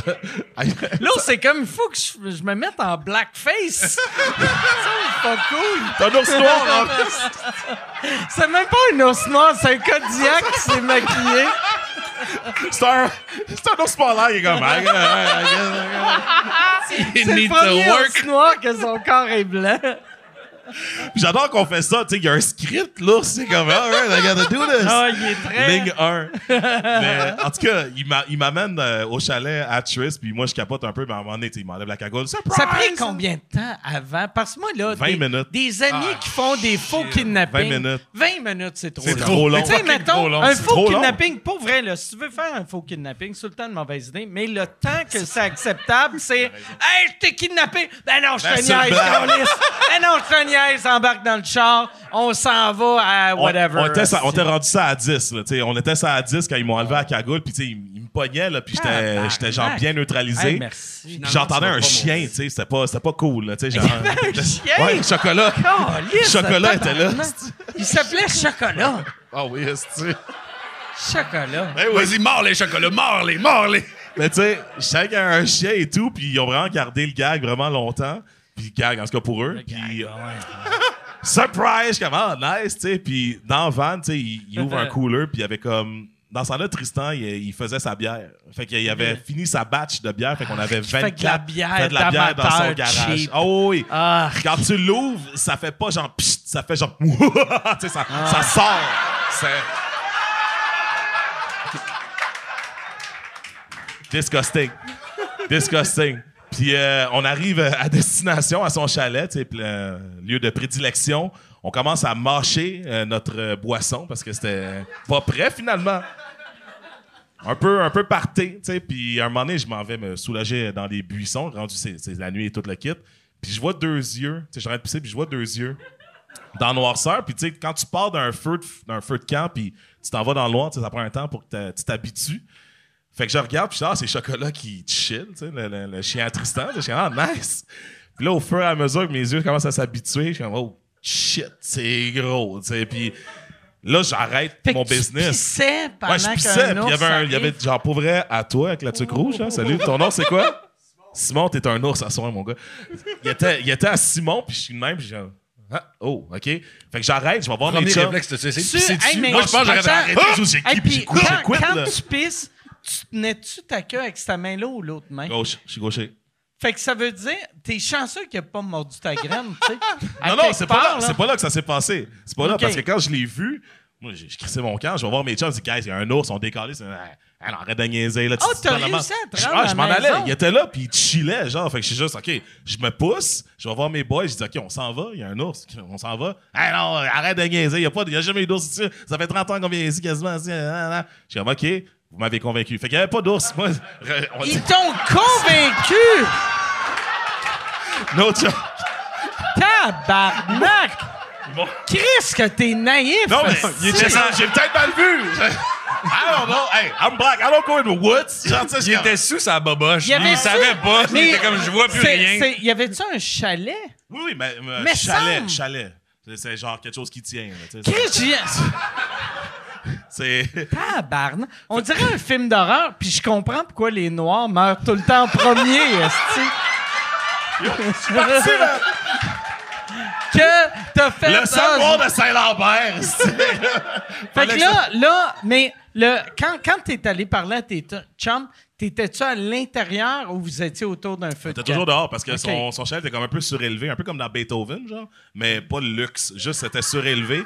Speaker 3: Là, c'est comme, il faut que je, je me mette en blackface.
Speaker 6: <laughs>
Speaker 3: ça, c'est pas cool.
Speaker 6: T'as un ours noir en plus.
Speaker 3: C'est même pas un ours noir, c'est un Kodiak qui s'est
Speaker 6: <laughs>
Speaker 3: maquillé.
Speaker 6: C'est un, c'est un ours polaire, il est comme. Ah, ah, ah, ah.
Speaker 3: C'est le premier ours noir que son corps est blanc.
Speaker 6: J'adore qu'on fait ça, tu sais, il y a un script, l'ours, c'est comme, alright, I gotta do this.
Speaker 3: Ah, il est très...
Speaker 6: Ligne 1. Mais, en tout cas, il m'a- il m'amène euh, au chalet à Triss, puis moi, je capote un peu, mais à un moment donné, tu sais, il m'enlève la cagoule. Surprise!
Speaker 3: Ça a pris combien de temps avant? Parce que moi, là,
Speaker 6: 20
Speaker 3: des,
Speaker 6: minutes.
Speaker 3: des amis qui font des faux
Speaker 6: 20
Speaker 3: kidnappings.
Speaker 6: minutes.
Speaker 3: 20 minutes, c'est trop
Speaker 6: C'est
Speaker 3: long.
Speaker 6: trop long.
Speaker 3: Mais Tu sais,
Speaker 6: Fucking
Speaker 3: mettons,
Speaker 6: trop long.
Speaker 3: un
Speaker 6: C'est
Speaker 3: faux
Speaker 6: trop
Speaker 3: kidnapping, pour vrai, là, si tu veux faire un faux kidnapping, c'est tout le temps une mauvaise idée, mais le temps que c'est acceptable,
Speaker 6: <laughs>
Speaker 3: c'est Hey, je t'ai kidnappé! Ben non, je
Speaker 6: Ben,
Speaker 3: te niaise,
Speaker 6: c'est une blague.
Speaker 3: câlisse. Ben non, je te niaise, embarque dans le char, on s'en va à
Speaker 6: On-
Speaker 3: whatever. Ah,
Speaker 6: On, était, ça- on était rendu ça à 10, là, tu sais, on était ça à 10 quand ils m'ont enlevé la cagoule, puis tu sais, ils, ils me pognaient, là, puis j'étais,
Speaker 3: Tabarnak.
Speaker 6: j'étais genre bien neutralisé.
Speaker 3: Hey, merci.
Speaker 6: Puis J'entendais
Speaker 7: tu vas
Speaker 6: un
Speaker 7: pas
Speaker 6: chien,
Speaker 7: mourir.
Speaker 6: tu sais, c'était pas, c'était pas cool, là,
Speaker 3: <laughs>
Speaker 6: tu sais, genre. <laughs>
Speaker 3: un chien?
Speaker 6: Ouais, chocolat.
Speaker 3: Câlisse,
Speaker 6: Chocolat était là.
Speaker 3: tabarnak. Il s'appelait Chocolat.
Speaker 6: Ah oui, est-ce
Speaker 3: Chocolat.
Speaker 7: Vas-y, mords les chocolats, mords les, mords Ben les.
Speaker 6: Mais tu sais, je savais qu'il y avait un chien et tout, puis ils ont vraiment gardé le gag vraiment longtemps. Puis le gag, en tout cas pour eux. Puis, <laughs> Surprise! Je suis comme, ah, nice, tu sais. Puis dans le van, tu sais, il,
Speaker 3: <laughs>
Speaker 6: il ouvre un cooler, puis il y avait comme. Dans ce temps-là, Tristan, il, il faisait sa bière. Fait qu'il avait fini sa batch de bière, fait qu'on avait
Speaker 3: Mm-hmm. Ah,
Speaker 6: 24.
Speaker 3: fait de la bière
Speaker 6: fait de la bière dans son
Speaker 3: d'amateur
Speaker 6: garage.
Speaker 3: cheap.
Speaker 6: Oh oui!
Speaker 3: Ah,
Speaker 6: Quand tu l'ouvres, ça fait pas genre pssst, ça fait genre <laughs> tu sais, ça,
Speaker 3: Ah.
Speaker 6: ça sort. C'est disgusting. Disgusting. Puis euh, on arrive à destination à son chalet, tu sais, puis le lieu de prédilection. On commence à mâcher euh, notre euh, boisson parce que c'était pas prêt finalement un peu un peu parté, tu sais. Puis à un moment donné, je m'en vais me soulager dans des buissons, rendu c'est c'est la nuit et tout le kit. Puis je vois deux yeux, tu sais, j'arrête de pisser, puis je vois deux yeux dans la noirceur. Puis tu sais, quand tu pars d'un feu de, d'un feu de camp, puis tu t'en vas dans le noir, tu sais, ça prend un temps pour que t'a- tu t'habitues. Fait que je regarde, puis je dis, ah, c'est Chocolat qui chill, tu sais, le, le- le chien à Tristan. Je dis, ah, nice. Puis là, au fur et à mesure que mes yeux commencent à s'habituer, je suis comme, oh, shit, c'est gros, tu sais. Puis là, j'arrête
Speaker 3: fait
Speaker 6: mon
Speaker 3: que tu
Speaker 6: business.
Speaker 3: pissais pendant
Speaker 6: Ouais, je
Speaker 3: qu'un
Speaker 6: pissais. Puis il y
Speaker 3: ours
Speaker 6: avait, un, il y
Speaker 3: arrive.
Speaker 6: avait genre pour vrai à toi avec la tuque rouge. Là. Salut, ton nom c'est quoi? Simon, t'es un ours à soir, mon gars. Il était, il était à Simon, puis je suis de même, puis genre. Ah, oh, OK. Fait que j'arrête, je vais voir mes
Speaker 7: Premier
Speaker 6: chums.
Speaker 7: réflexe, c'est de
Speaker 3: Tu-
Speaker 7: pisser
Speaker 3: hey,
Speaker 7: dessus.
Speaker 3: mais
Speaker 7: Moi, je pense que j'aurais
Speaker 3: attends.
Speaker 7: arrêté
Speaker 6: tout, j'ai
Speaker 3: Hey,
Speaker 6: quitté, puis
Speaker 3: puis
Speaker 6: j'ai quitté,
Speaker 3: quand,
Speaker 6: j'ai quitté,
Speaker 3: quand
Speaker 6: là.
Speaker 3: tu pisses, tu tenais-tu ta queue avec ta main là ou l'autre main?
Speaker 6: Gauche, je suis gaucher.
Speaker 3: Fait que ça veut dire, t'es chanceux qu'il a pas mordu ta graine, tu sais. À
Speaker 6: <laughs> Non, non,
Speaker 3: quelque
Speaker 6: c'est pas,
Speaker 3: part,
Speaker 6: là-
Speaker 3: là.
Speaker 6: c'est pas là que ça s'est passé. C'est pas là,
Speaker 3: OK.
Speaker 6: parce que quand je l'ai vu, moi, j'ai- je crissais mon camp, je vais voir mes chums, je dis, guys, il y a un ours, on décalé, c'est. Ah, Alors, arrête de niaiser, là. tu-
Speaker 3: Oh,
Speaker 6: tu
Speaker 3: t'as
Speaker 6: prends la main.
Speaker 3: réussi à te
Speaker 6: Je-
Speaker 3: rendre
Speaker 6: Ah, je
Speaker 3: à
Speaker 6: m'en
Speaker 3: la
Speaker 6: allais.
Speaker 3: maison.
Speaker 6: Il était là, puis il chillait, genre. Fait que je suis juste, OK, je me pousse, je vais voir mes boys, je dis, OK, on s'en va, il y a un ours, on s'en va. Ah non, arrête de niaiser, il n'y a, pas- il y a jamais eu d'ours ici. Ça fait 30 ans qu'on vient ici, quasiment. ici, ah, ah, ah. Je suis comme, OK, vous m'avez convaincu. Fait qu'il n'y avait pas d'ours. Moi, <laughs> re- on
Speaker 3: Ils t'ont convaincu!
Speaker 6: No joke.
Speaker 3: Tabarnak!
Speaker 6: Bon.
Speaker 3: Chris, que t'es naïf!
Speaker 6: Non, <laughs> mais
Speaker 3: asti.
Speaker 6: il était genre, j'ai peut-être mal <laughs> vu. I don't know. Hey, I'm black. I don't go in the woods. Genre, tu sais,
Speaker 7: Il
Speaker 6: j'étais-
Speaker 7: était sous sa boboche.
Speaker 3: Il y avait
Speaker 7: Il savait pas. Il
Speaker 3: Mais
Speaker 7: était comme, je vois plus
Speaker 3: c'est-
Speaker 7: rien.
Speaker 3: c'est- Y avait-tu un chalet?
Speaker 6: Oui, oui, mais, mais
Speaker 3: Mais
Speaker 6: chalet,
Speaker 3: semble.
Speaker 6: chalet. C'est- C'est genre quelque chose qui tient. là, tu sais.
Speaker 3: Chris, j'y-
Speaker 6: C'est.
Speaker 3: Tabarnak! On dirait un film d'horreur, puis je comprends pourquoi les Noirs meurent tout le <laughs> temps en premier, esti.
Speaker 6: C'est là.
Speaker 9: que t'as fait.
Speaker 6: Le
Speaker 9: Ah,
Speaker 6: savoir de Saint-Lambert. <laughs>
Speaker 3: Fait que là, là, mais le, quand, quand t'es allé parler à tes t- chums, t'étais-tu à l'intérieur ou vous étiez autour d'un feu de
Speaker 6: T'es
Speaker 3: camp?
Speaker 6: toujours dehors parce que son,
Speaker 3: Ok.
Speaker 6: son chef était comme un peu surélevé, un peu comme dans Beethoven, genre, mais pas le luxe, juste c'était surélevé.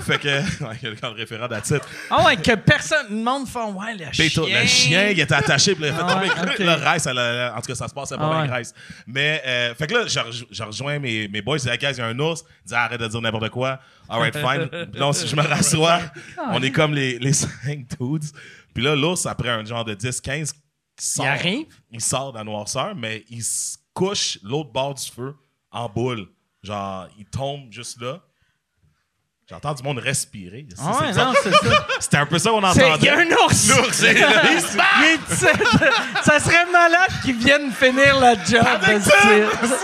Speaker 6: fait que, <laughs> ouais, il y a le référent d'Atit.
Speaker 3: Ah ouais, que personne, le monde fait « Ouais, le
Speaker 6: Beethoven,
Speaker 3: chien!
Speaker 6: le chien, il était attaché, puis il a fait
Speaker 3: Ah
Speaker 6: tomber
Speaker 3: ouais, ok.
Speaker 6: le reste. elle a- en tout cas, ça se passait pas
Speaker 3: Ah
Speaker 6: bien,
Speaker 3: ouais.
Speaker 6: le reste. Mais, euh, fait que là, je, rej- je rejoins mes, mes boys, c'est la case, il y a un ours, ils disent arrête de dire n'importe quoi, alright, fine.
Speaker 3: <laughs>
Speaker 6: Puis là, on- je me rassois,
Speaker 3: Ah
Speaker 6: on est comme les, <laughs> les cinq dudes. Puis là, l'ours, après un genre de 10, 15, sort.
Speaker 3: Il arrive?
Speaker 6: Il sort de la noirceur, mais il se couche l'autre bord du feu en boule. Genre, il tombe juste là. J'entends du monde respirer. C'est-
Speaker 3: Ah ouais,
Speaker 6: c'est-
Speaker 3: non, c'est ça.
Speaker 6: <laughs> C'était un peu ça qu'on
Speaker 3: C'est-
Speaker 6: entendait.
Speaker 3: Il y a un ours!
Speaker 6: L'ours <laughs> est là. Il se bat!
Speaker 3: Il est tout seul. <laughs> ça serait malade qu'ils viennent finir la job.
Speaker 6: Avec
Speaker 3: hostie.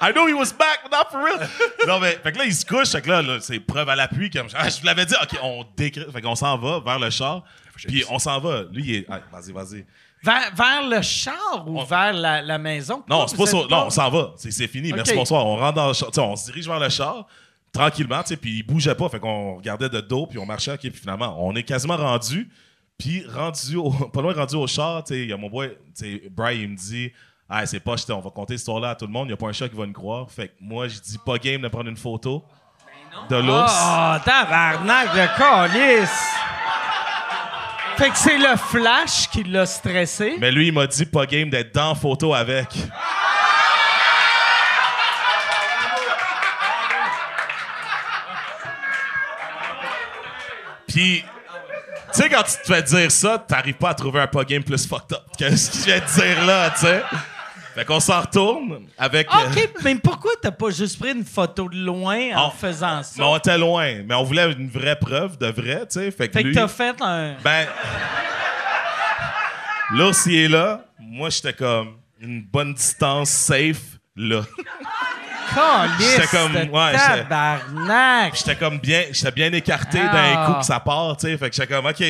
Speaker 6: I know he was back, but not for real. <laughs> non, mais, fait que là, il se couche. Fait que là, là, c'est preuve à l'appui. Comme, <laughs> Ah, je vous l'avais dit. OK, on décrit. Fait qu'on s'en va vers le char. Puis on s'en va. Lui, il est. ah, vas-y, vas-y.
Speaker 3: Vers, vers le char ou vers la, la maison?
Speaker 6: Non,
Speaker 3: Pourquoi
Speaker 6: c'est
Speaker 3: vous
Speaker 6: pas ça.
Speaker 3: êtes
Speaker 6: Non, on s'en va. C'est, c'est fini. Merci,
Speaker 3: Ok.
Speaker 6: bonsoir. On rentre dans le char. Tu sais, on se dirige vers le char tranquillement, tu sais, puis il bougeait pas. Fait qu'on regardait de dos, puis on marchait. OK, puis finalement, on est quasiment rendu. Puis rendu au, <laughs> pas loin rendu au char, tu sais, il y a mon boy, tu sais, Brian, il me dit Ah, c'est pas, on va compter cette histoire-là à tout le monde. Il n'y a pas un chat qui va nous croire. Fait que moi, je dis pas game de prendre une photo de l'ours.
Speaker 3: Oh, tabarnak de calice! Fait que c'est le flash qui l'a stressé.
Speaker 6: Mais lui, il m'a dit pas game d'être dans photo avec. Puis, tu sais, quand tu te fais dire ça, t'arrives pas à trouver un pas game plus fucked up que ce que je viens de dire là, tu sais. Fait qu'on s'en retourne avec. euh,
Speaker 3: OK, mais pourquoi t'as pas juste pris une photo de loin en
Speaker 6: on-
Speaker 3: faisant ça?
Speaker 6: Mais on était loin, mais on voulait une vraie preuve de vrai, tu sais. Fait que,
Speaker 3: fait que
Speaker 6: lui-
Speaker 3: t'as fait un...
Speaker 6: Ben. L'ours, il est là. Moi, j'étais comme une bonne distance, safe, là.
Speaker 3: Calice
Speaker 6: J'étais comme-
Speaker 3: de
Speaker 6: ouais, j'étais-
Speaker 3: tabarnak!
Speaker 6: J'étais comme bien, j'étais bien écarté d'un
Speaker 3: Ah.
Speaker 6: coup que ça part, tu sais. Fait que j'étais comme, OK.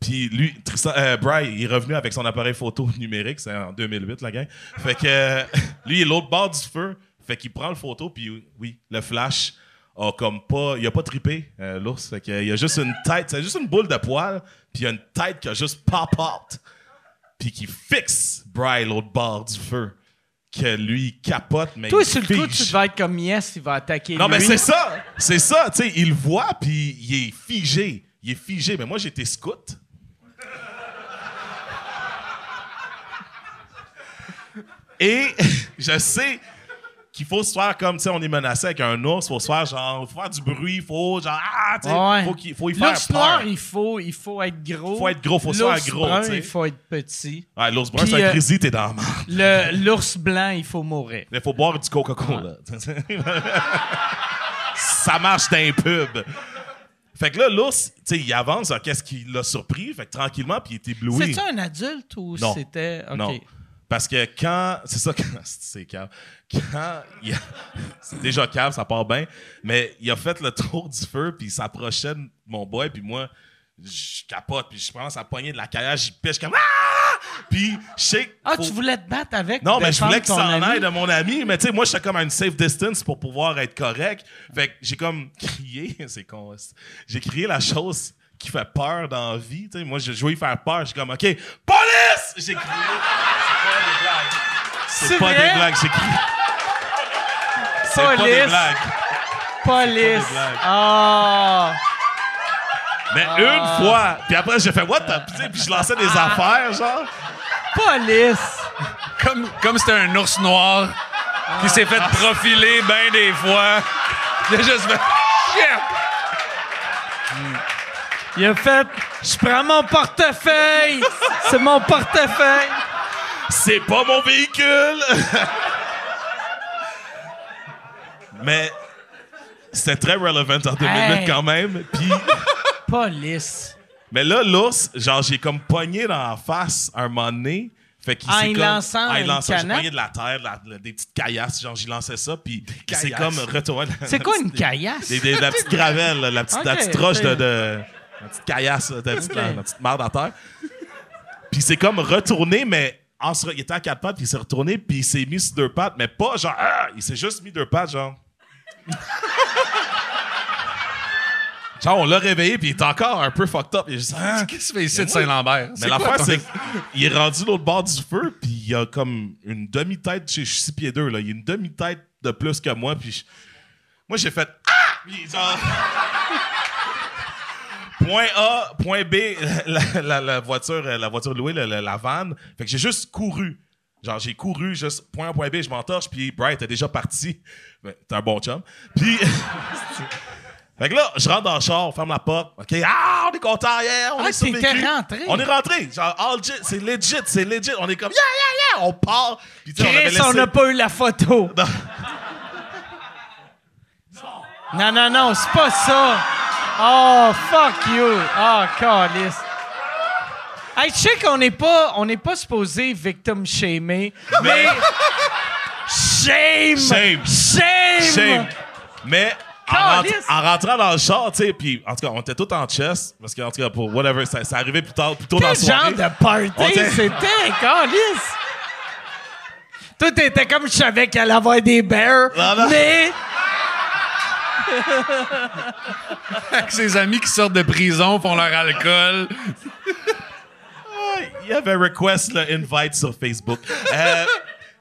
Speaker 6: Puis lui, Tristan, euh, Bry, il est revenu avec son appareil photo <laughs> numérique. C'est en 2008, la gang. Fait que <laughs> euh, lui, il est l'autre bord du feu. Fait qu'il prend le photo, puis oui, le flash a comme pas... Il a pas trippé, euh, l'ours. Fait qu'il y a juste une tête, c'est juste une boule de poil, puis il y a une tête qui a juste pop-out. puis qui fixe Bry l'autre bord du feu. Que lui, il capote, mais
Speaker 3: Toi,
Speaker 6: il
Speaker 3: sur le coup, tu
Speaker 6: fige.
Speaker 3: devais être comme « Yes, il va attaquer
Speaker 6: Non, mais
Speaker 3: lui.
Speaker 6: c'est ça! C'est ça, tu sais, il le voit, puis il est figé. Il est figé. Mais moi, j'étais scout. Et <laughs> je sais qu'il faut se faire comme, tu sais, on est menacé avec un ours, faut se faire genre, faut faire du bruit, faut genre, ah, tu sais,
Speaker 3: Ouais.
Speaker 6: faut, qu'il- faut y faire
Speaker 3: L'ours noir,
Speaker 6: peur.
Speaker 3: il faut, il faut être gros.
Speaker 6: Faut être gros, faut se faire
Speaker 3: L'ours
Speaker 6: gros,
Speaker 3: brun,
Speaker 6: tu sais.
Speaker 3: il faut être petit.
Speaker 6: Ouais, l'ours brun,
Speaker 3: Puis,
Speaker 6: c'est un
Speaker 3: euh,
Speaker 6: grizzly, t'es dans la merde.
Speaker 3: Le- L'ours blanc, il faut mourir.
Speaker 6: Il faut boire du Coca-Cola. <laughs> ça marche d'un pub. Fait que là, l'ours, tu sais, il avance, alors qu'est-ce qui l'a surpris? Fait que tranquillement, puis il est ébloui.
Speaker 3: C'était un adulte ou
Speaker 6: Non.
Speaker 3: c'était... ok.
Speaker 6: Non. Parce que quand. C'est ça, <laughs> quand- c'est cave. Quand. il a- <laughs> c'est déjà cave, ça part bien. Mais il a fait le tour du feu, puis il s'approchait de mon boy, puis moi, je capote, puis je commence à pogner de la caillage, il pêche comme. Ah! Puis je sais. que
Speaker 3: Ah,
Speaker 6: faut-
Speaker 3: tu voulais te battre avec
Speaker 6: non,
Speaker 3: pour
Speaker 6: mais je voulais que ça
Speaker 3: défendre ton
Speaker 6: en
Speaker 3: ami?
Speaker 6: aille de mon ami. Mais tu sais, moi, j'étais comme à une safe distance pour pouvoir être correct. Fait que j'ai comme crié, <laughs> c'est con. c'est- J'ai crié la chose qui fait peur dans la vie. Tu sais, moi, je je voulais faire peur. J'ai comme, OK, police! J'ai crié.
Speaker 3: C'est
Speaker 6: C'est pas des blagues. C'est pas
Speaker 3: vrai?
Speaker 6: des blagues. J'ai crié. C'est pas des
Speaker 3: Police.
Speaker 6: blagues.
Speaker 3: Police.
Speaker 6: C'est pas des blagues.
Speaker 3: Ah.
Speaker 6: Mais une fois. Puis après, j'ai fait, what the? Puis tu sais, Puis je lançais des
Speaker 3: Ah.
Speaker 6: affaires, genre.
Speaker 3: Police.
Speaker 7: Comme comme c'était un ours noir qui s'est fait profiler bien des <laughs> fois. Il a juste fait. Shit!
Speaker 3: Il a fait. Je prends mon portefeuille. C'est mon portefeuille.
Speaker 6: C'est pas mon véhicule! Mais c'était très relevant en 2008
Speaker 3: Hey.
Speaker 6: quand même. Puis,
Speaker 3: Police.
Speaker 6: mais là, l'ours, genre, j'ai comme pogné dans la face un moment donné. Fait qu'il
Speaker 3: En
Speaker 6: s'est
Speaker 3: y
Speaker 6: comme-
Speaker 3: lançant
Speaker 6: en y
Speaker 3: une
Speaker 6: lançant, j'ai
Speaker 3: canette?
Speaker 6: pogné de la terre, de la- de- des petites caillasses. Genre, j'y lançais ça, puis c'est
Speaker 7: caillasses.
Speaker 6: comme retourné.
Speaker 3: C'est quoi une caillasse?
Speaker 6: Des- des- la petite gravelle, la petite, la
Speaker 3: Ok,
Speaker 6: petite roche de,
Speaker 3: ok.
Speaker 6: de- La petite caillasse, de la petite, la- la petite merde à terre. Puis c'est comme retourné, mais en se re- il était à quatre pattes, puis il s'est retourné, puis il s'est mis sur deux pattes, mais pas genre, ah! il s'est juste mis deux pattes, genre. genre, on l'a réveillé, puis il est encore un peu fucked up. Il est juste, Ah!
Speaker 7: Qu'est-ce que tu fais ici de Saint-Lambert?
Speaker 6: Mais
Speaker 7: C'est quoi
Speaker 6: l'affaire,
Speaker 7: ton-
Speaker 6: c'est qu'il est rendu l'autre bord du feu, puis il a comme une demi-tête, je je suis six pieds deux, là. Il a une demi-tête de plus que moi, puis je- moi, j'ai fait Ah! Puis genre- <laughs> Point A, point B, <laughs> la, la- la voiture, euh, la voiture louée, la, la- la vanne. Fait que j'ai juste couru. Genre, j'ai couru juste point A, point B, je m'entorche, puis Bright est déjà parti. Ben, T'es un bon chum. Puis. <laughs> Fait que là, je rentre dans le char, on ferme la porte. OK, ah, on est content, yeah, on
Speaker 3: Ah,
Speaker 6: est survécu.
Speaker 3: t'étais rentré.
Speaker 6: On est rentré. Genre, all legit, c'est legit, c'est legit. On est comme, yeah, yeah, yeah, on part. Puis tu sais, on avait
Speaker 3: Chris, on
Speaker 6: laissé-
Speaker 3: n'a pas eu la photo.
Speaker 6: <laughs>
Speaker 3: Non,
Speaker 6: Non.
Speaker 3: non, non, c'est pas ça. Oh, fuck you. Oh, calice. Hey, je sais qu'on n'est pas, on n'est pas supposé victim shamer, mais...
Speaker 6: <laughs>
Speaker 3: Shame!
Speaker 6: Shame.
Speaker 3: Shame!
Speaker 6: Shame. Mais en,
Speaker 3: Calisse.
Speaker 6: rentr- en rentrant dans le char, tu sais, puis en tout cas, on était tous en chest, parce que, en tout cas, pour whatever, ça, ça arrivait plus tard, plus tôt dans la
Speaker 3: Quel genre
Speaker 6: soirée.
Speaker 3: de party
Speaker 6: était-
Speaker 3: c'était, calice! Tout était comme je savais qu'elle allait avoir des bears,
Speaker 6: Non, non.
Speaker 3: mais...
Speaker 7: Avec ses amis qui sortent de prison, font leur alcool.
Speaker 6: Il y avait request, le invite sur Facebook. Euh,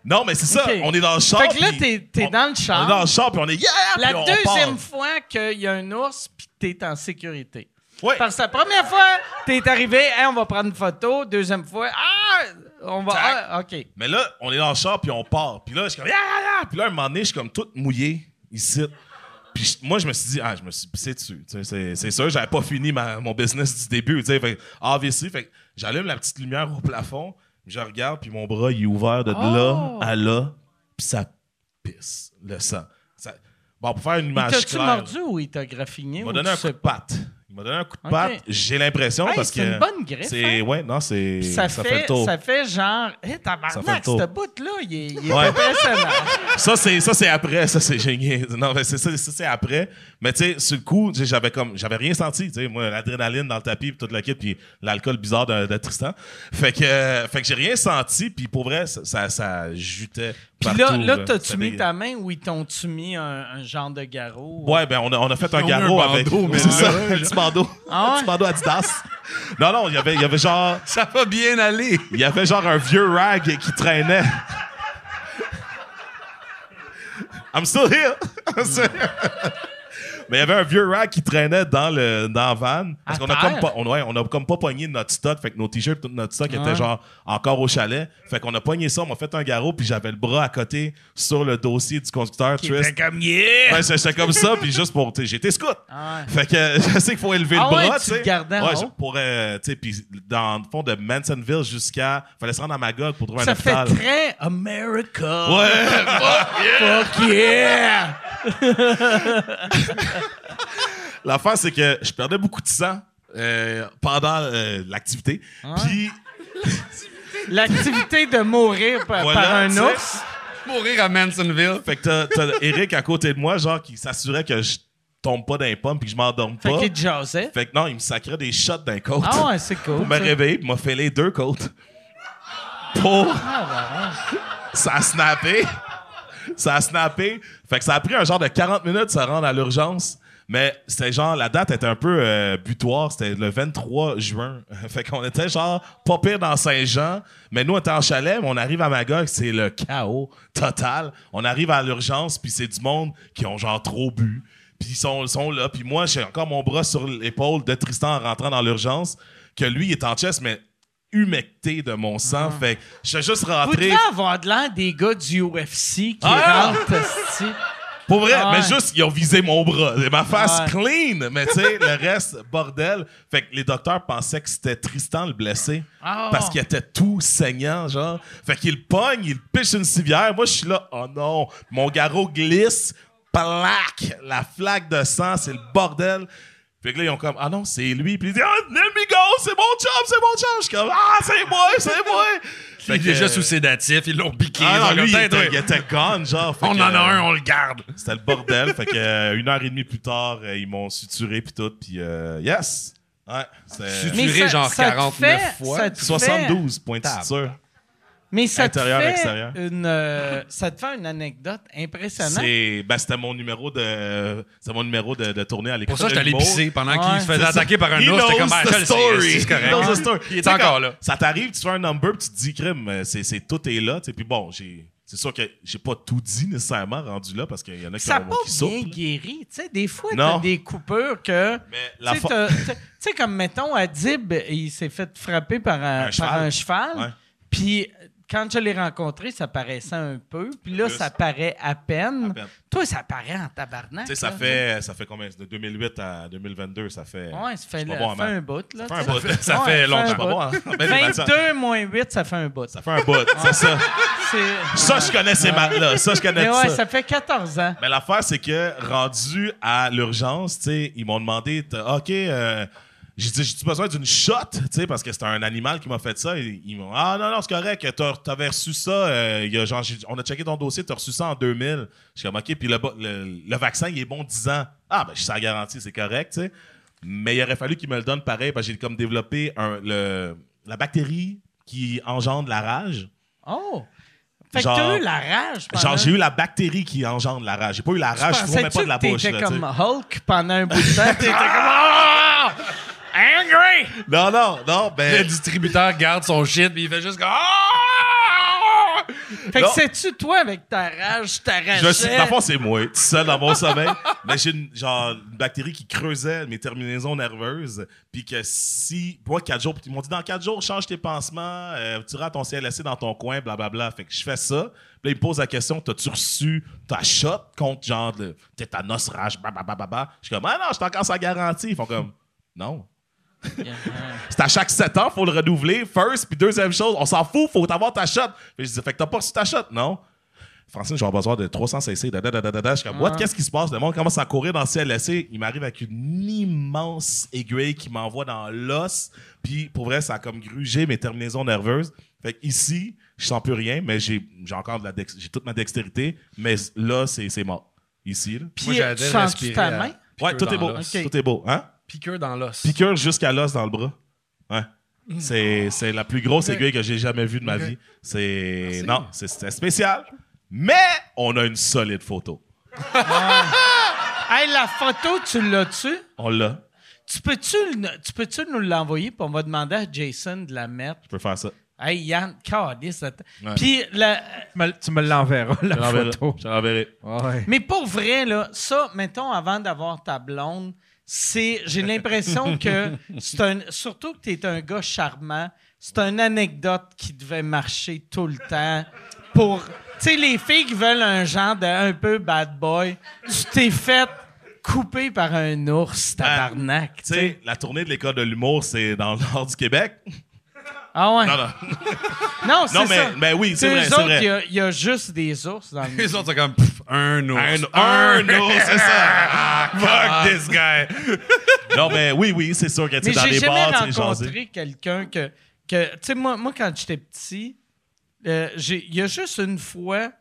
Speaker 6: non, mais c'est ça,
Speaker 3: Ok.
Speaker 6: on est dans le char.
Speaker 3: Fait que là,
Speaker 6: puis
Speaker 3: t'es- t'es
Speaker 6: on-
Speaker 3: dans le char.
Speaker 6: On est dans le char, puis on est, yeah,
Speaker 3: La
Speaker 6: puis on- on
Speaker 3: deuxième
Speaker 6: part.
Speaker 3: fois qu'il y a un ours, puis t'es en sécurité.
Speaker 6: Ouais.
Speaker 3: Parce que la première fois, t'es arrivé, Hey, on va prendre une photo. Deuxième fois, ah, on va.
Speaker 6: Tac.
Speaker 3: ah, OK.
Speaker 6: Mais là, on est dans le char, puis on part. Puis là, je suis comme, yeah, yeah, yeah. Puis là, un moment donné, je suis comme tout mouillé, ici. Puis je- moi, je me suis dit, ah, je me suis pissé dessus. Tu sais, C'est c'est sûr, j'avais pas fini ma- mon business du début. Tu sais, fait, que, obviously, fait que j'allume la petite lumière au plafond, je regarde, puis mon bras, il est ouvert de
Speaker 3: Oh!
Speaker 6: là à là, puis ça pisse le sang. Ça- Bon, pour faire une image
Speaker 3: T'as-tu
Speaker 6: claire,
Speaker 3: mordu ou il t'a graffiné?
Speaker 6: il
Speaker 3: ou
Speaker 6: m'a donné
Speaker 3: tu
Speaker 6: un
Speaker 3: sais
Speaker 6: coup de
Speaker 3: pas?
Speaker 6: patte. Il m'a donné un coup de
Speaker 3: Ok.
Speaker 6: patte. J'ai l'impression
Speaker 3: Hey,
Speaker 6: parce que
Speaker 3: c'est une bonne griffe,
Speaker 6: C'est ouais, non, c'est
Speaker 3: Puis Ça, fait,
Speaker 6: le tour.
Speaker 3: ça fait genre, hé, hey,
Speaker 6: Ça fait le
Speaker 3: tabarnak,
Speaker 6: tour.
Speaker 3: ce bout-là, il est, il est
Speaker 6: Ouais. <laughs>
Speaker 3: impressionnant.
Speaker 6: Ça, c'est, ça, c'est après. Ça, c'est génial. Non, mais c'est ça, ça, c'est après. Mais tu sais, sur le coup, tu sais, j'avais comme, j'avais rien senti. Tu sais, moi, l'adrénaline dans le tapis, puis toute la kit, puis l'alcool bizarre de, de Tristan. Fait que, euh, fait que j'ai rien senti, puis pour vrai, ça, ça, ça jutait.
Speaker 3: Puis
Speaker 6: partout,
Speaker 3: là, là
Speaker 6: C'était-
Speaker 3: t'as-tu mis ta main ou ils t'ont-tu mis un, un genre de garrot?
Speaker 6: Ouais, ben on a, on a fait un
Speaker 7: mis un
Speaker 6: garrot
Speaker 7: bandeau,
Speaker 6: avec.
Speaker 7: mais
Speaker 6: c'est ça,
Speaker 7: là,
Speaker 6: un petit bandeau.
Speaker 3: Ah
Speaker 6: un
Speaker 3: ouais?
Speaker 6: petit bandeau Adidas. non, non, il y avait, il y avait genre.
Speaker 7: Ça va bien aller.
Speaker 6: Il y avait genre un vieux rag qui traînait. I'm still here. I'm still here. Mais il y avait un vieux rag qui traînait dans le dans la van parce
Speaker 3: À
Speaker 6: qu'on a
Speaker 3: terre?
Speaker 6: comme pas on, ouais, on a comme pas pogné notre stock fait que nos t-shirts tout notre stock était genre encore au chalet fait qu'on a pogné ça on m'a fait un garrot puis j'avais le bras à côté sur le dossier du conducteur Trist.
Speaker 7: comme yeah!
Speaker 6: Ouais, j'étais comme ça, puis juste pour. tu sais, J'étais scout.
Speaker 3: Ah
Speaker 6: Fait que <laughs> euh, je sais qu'il faut élever
Speaker 3: Ah
Speaker 6: le
Speaker 3: ouais,
Speaker 6: bras,
Speaker 3: tu
Speaker 6: sais.
Speaker 3: le gardais en
Speaker 6: Ouais,
Speaker 3: haut?
Speaker 6: je pourrais. Tu sais, puis dans le fond de Mansonville jusqu'à. Fallait se rendre à Magog pour trouver un
Speaker 3: Ça fait
Speaker 6: hôpital.
Speaker 3: très America.
Speaker 6: Ouais,
Speaker 3: Fuck yeah!
Speaker 6: l'affaire, c'est que je perdais beaucoup de sang euh, pendant euh, l'activité.
Speaker 3: Euh,
Speaker 6: Puis,
Speaker 3: L'activité de mourir par,
Speaker 6: Voilà,
Speaker 3: par un
Speaker 6: tu sais.
Speaker 3: ours.
Speaker 7: Mourir à Mansonville.
Speaker 6: fait que t'as- t'as Eric à côté de moi, genre, qui s'assurait que je tombe pas dans les pommes puis que je m'endorme
Speaker 3: Fait
Speaker 6: pas.
Speaker 3: qu'il jasait.
Speaker 6: Fait que non, il me sacrait des shots d'un côte.
Speaker 3: Ah ouais, c'est cool.
Speaker 6: <laughs> Pour me
Speaker 3: ça.
Speaker 6: réveiller, puis m'a fait les deux côtes. Pour. ça a snappé. Ça a snappé. Fait que ça a pris un genre de 40 minutes de se rendre à l'urgence. Mais c'était genre, la date était un peu euh, butoir. C'était le 23 juin. <laughs> fait qu'on était genre pas pire dans Saint-Jean. Mais nous, on était en chalet, mais on arrive à Magog, c'est le chaos total. On arrive à l'urgence, puis c'est du monde qui ont genre trop bu. Puis ils sont, sont là. Puis moi, j'ai encore mon bras sur l'épaule de Tristan en rentrant dans l'urgence. Que lui, il est en chest, mais humecté de mon sang. Fait que je suis juste
Speaker 3: Vous
Speaker 6: rentré.
Speaker 3: devez avoir de l'air des gars du UFC qui
Speaker 6: Ah!
Speaker 3: rentrent.
Speaker 6: <laughs>
Speaker 3: esti.
Speaker 6: Pour vrai,
Speaker 3: Ah ouais.
Speaker 6: mais juste, ils ont visé mon bras. Ma face
Speaker 3: Ah
Speaker 6: clean, mais tu sais, le reste, bordel. Fait que les docteurs pensaient que c'était Tristan le blessé.
Speaker 7: Oh.
Speaker 3: Ah.
Speaker 6: Parce qu'il était tout saignant, genre. Fait qu'il pogne, il piche une civière. Moi, je suis là, oh non, mon garrot glisse, plaque, la flaque de sang, c'est le bordel. Fait que là, ils ont comme, ah non, c'est lui. Puis ils disent, ah, let me go, c'est mon chum, c'est mon chum. Je suis comme, ah, c'est moi, c'est
Speaker 7: <laughs>
Speaker 6: moi.
Speaker 7: Il
Speaker 6: Fait
Speaker 7: est
Speaker 6: que-
Speaker 7: déjà sous sédatif, ils l'ont piqué. ils
Speaker 6: euh, Ah
Speaker 7: ont
Speaker 6: non, lui, il
Speaker 7: comme,
Speaker 6: était,
Speaker 7: Tiens,
Speaker 6: il était gone, genre. Fait
Speaker 7: On
Speaker 6: que,
Speaker 7: en a
Speaker 6: euh,
Speaker 7: un, on le garde.
Speaker 6: c'était le bordel. fait que euh, une heure et demie plus tard, euh, ils m'ont suturé puis tout. Puis euh, yes! Ouais, c'était
Speaker 7: Duré genre
Speaker 3: te
Speaker 7: 49
Speaker 3: fait-
Speaker 7: fois.
Speaker 3: ça te fait-
Speaker 6: 72 points de suture.
Speaker 3: Mais ça te,
Speaker 6: Intérieur,
Speaker 3: fait
Speaker 6: extérieur.
Speaker 3: une, euh, ça te fait une anecdote impressionnante.
Speaker 6: C'est, ben, c'était mon numéro de, c'était mon numéro de, de tournée à l'école.
Speaker 7: Pour ça, j'étais allé
Speaker 6: d'humour.
Speaker 7: pisser pendant
Speaker 3: Ouais,
Speaker 7: qu'il se faisait
Speaker 6: C'est ça.
Speaker 7: attaquer par un
Speaker 6: He
Speaker 7: ours. C'était
Speaker 6: knows
Speaker 7: comme, ah,
Speaker 6: the
Speaker 7: je le sais,
Speaker 6: story.
Speaker 7: c'est
Speaker 6: He knows the
Speaker 7: correct.
Speaker 6: story.
Speaker 7: Il
Speaker 6: Tu
Speaker 7: est
Speaker 6: sais, quand
Speaker 7: encore là.
Speaker 6: Ça t'arrive, tu fais un number, puis tu te dis, crime, euh, c'est, c'est- tout est là. tu sais. Puis bon, j'ai, c'est sûr que j'ai pas tout dit nécessairement rendu là, parce qu'il y en a qui,
Speaker 3: Ça n'a
Speaker 6: ont-
Speaker 3: pas
Speaker 6: qui
Speaker 3: bien
Speaker 6: souffrent. là.
Speaker 3: guéri. Tu sais, des fois,
Speaker 6: Non.
Speaker 3: t'as des coupures que...
Speaker 6: Mais
Speaker 3: Tu
Speaker 6: la
Speaker 3: sais,
Speaker 6: fa-
Speaker 3: t'as- t'as- tu sais, comme mettons, Adib, il s'est fait frapper par un, par
Speaker 6: cheval.
Speaker 3: un cheval.
Speaker 6: Ouais.
Speaker 3: Puis quand je l'ai rencontré, ça paraissait un peu. Puis là,
Speaker 6: Plus.
Speaker 3: ça paraît à peine.
Speaker 6: À peine.
Speaker 3: Toi, ça paraît en tabarnak.
Speaker 6: Tu sais, ça
Speaker 3: là.
Speaker 6: fait, ça fait combien? De 2008 à 2022, ça fait.
Speaker 3: Ouais, ça fait,
Speaker 6: je suis pas
Speaker 3: ça
Speaker 6: bon hein, en
Speaker 3: fait un
Speaker 6: maths.
Speaker 3: bout. Là,
Speaker 6: Ça fait un
Speaker 3: tu sais.
Speaker 6: bout. Ça
Speaker 3: Ouais,
Speaker 6: fait
Speaker 3: ça fait
Speaker 6: longtemps. Je
Speaker 3: un
Speaker 6: suis pas
Speaker 3: bout.
Speaker 6: bon en- en maths.
Speaker 3: 22 moins 8, ça fait un bout.
Speaker 6: Ça fait un bout, c'est ça.
Speaker 3: C'est-
Speaker 6: Ça, je connais ces maths-là. Ça, je connais
Speaker 3: Mais ouais,
Speaker 6: ça.
Speaker 3: ça fait 14 ans.
Speaker 6: Mais l'affaire, c'est que rendu à l'urgence, tu sais, ils m'ont demandé, t'as- OK, euh, j'ai dit, j'ai-tu besoin d'une shot? Tu sais, parce que c'était un animal qui m'a fait ça. Ils, ils m'ont Ah non, non, c'est correct, t'as- t'avais reçu ça. euh, il y a genre, j'ai- on a checké ton dossier, t'as reçu ça en 2000. Je suis comme, OK, puis le, bo- le- le vaccin, il est bon 10 ans. Ah, ben, je suis sans garantie, c'est correct, tu sais. Mais il aurait fallu qu'ils me le donnent pareil, parce que j'ai comme développé un- le- la bactérie qui engendre la rage.
Speaker 3: Oh! Fait
Speaker 6: Genre-
Speaker 3: que t'as eu la rage. pendant-
Speaker 6: Genre, j'ai eu la bactérie qui engendre la rage. J'ai pas eu la rage, je ne même
Speaker 3: Pensais-tu
Speaker 6: pas de la
Speaker 3: que
Speaker 6: bouche.
Speaker 3: t'étais
Speaker 6: là, tu sais.
Speaker 3: comme Hulk pendant un bout de temps? T'étais comme...
Speaker 6: Non, non, non,
Speaker 7: Le
Speaker 6: ben.
Speaker 7: distributeur garde son shit, puis il fait juste comme, Ah!
Speaker 3: Fait que
Speaker 6: <laughs> Non.
Speaker 3: c'est-tu toi avec ta rage, ta rage?
Speaker 6: Je sais, dans le fond, c'est moi, tout seul dans mon sommeil. <laughs> Mais j'ai une, genre, une bactérie qui creusait mes terminaisons nerveuses. Puis que si, moi, quatre jours, puis ils m'ont dit dans quatre jours, change tes pansements, euh, tu iras à ton CLSC dans ton coin, blablabla. Fait que je fais ça. Puis là, ils me posent la question, t'as-tu reçu ta shot contre genre le tétanos, rage, blablabla. Je suis comme, ah non, je suis encore sans garantie. Ils font comme, non. C'est à chaque 7 ans, faut le renouveler, first. Puis deuxième chose, on s'en fout, faut avoir ta shot. Puis je dis, fait que t'as pas reçu ta shot, non? Francine, je vais avoir besoin de 300 cc. da, da, da, da, da, da. Je suis comme, what? Qu'est-ce qui se passe? Le monde commence à courir dans le CLSC. Il m'arrive avec une immense aiguille qui m'envoie dans l'os. Puis pour vrai, ça a comme grugé mes terminaisons nerveuses. Fait que ici, je sens plus rien, mais j'ai j'ai encore de la dex- j'ai toute ma dextérité. Mais là, c'est c'est mort. Ici, là.
Speaker 7: Moi,
Speaker 3: Puis
Speaker 7: j'allais
Speaker 3: tu
Speaker 7: dire
Speaker 3: sens-tu
Speaker 7: respirer
Speaker 3: euh,
Speaker 7: hein.
Speaker 3: ta
Speaker 7: à-
Speaker 3: main?
Speaker 6: Ouais, tout
Speaker 7: dans
Speaker 6: est beau.
Speaker 7: l'os.
Speaker 6: Tout est beau, hein?
Speaker 7: Piqueur dans l'os.
Speaker 6: piqûre jusqu'à l'os dans le bras. Ouais.
Speaker 3: Mm.
Speaker 6: C'est, c'est la plus grosse aiguille que j'ai jamais vue de ma vie. C'est. Non, c'est, c'était spécial. Mais on a une solide photo.
Speaker 3: Hey, la photo, tu l'as-tu?
Speaker 6: On l'a.
Speaker 3: Tu peux-tu, le- tu peux-tu nous l'envoyer? Puis on va demander à Jason de la mettre.
Speaker 6: Je peux faire ça.
Speaker 3: Hey, Yann, calisse. attends. Puis la-
Speaker 2: Tu me, tu me l'enverras, la
Speaker 6: Je te l'enverrai.
Speaker 2: photo.
Speaker 6: Je te l'enverrai.
Speaker 2: Ouais.
Speaker 3: Mais pour vrai, là, ça, mettons, avant d'avoir ta blonde, c'est, j'ai l'impression que c'est un, surtout que t'es un gars charmant, c'est une anecdote qui devait marcher tout le temps pour, tu sais, les filles qui veulent un genre de un peu bad boy, tu t'es fait couper par un ours, tabarnak.
Speaker 6: Ah, Tu sais, la tournée de l'école de l'humour, c'est dans le nord du Québec.
Speaker 3: ah ouais. Non,
Speaker 6: Non, non.
Speaker 3: c'est ça.
Speaker 6: Non, mais, mais oui, c'est
Speaker 3: Eux
Speaker 6: vrai, c'est
Speaker 3: autres, il y
Speaker 6: vrai.
Speaker 3: a- il y, a juste des ours dans le
Speaker 7: Les autres, c'est comme, Pff, un ours.
Speaker 6: Un, un, ours, c'est <laughs> ça. Fuck this
Speaker 7: guy.
Speaker 6: guy. Non, mais oui, oui, c'est sûr que tu
Speaker 3: Mais
Speaker 6: sais, dans
Speaker 3: j'ai
Speaker 6: les
Speaker 3: jamais
Speaker 6: bars, tu sais, jaser.
Speaker 3: rencontré quelqu'un que. que tu sais, moi, moi, quand j'étais petit, euh, j'ai- il y a juste une fois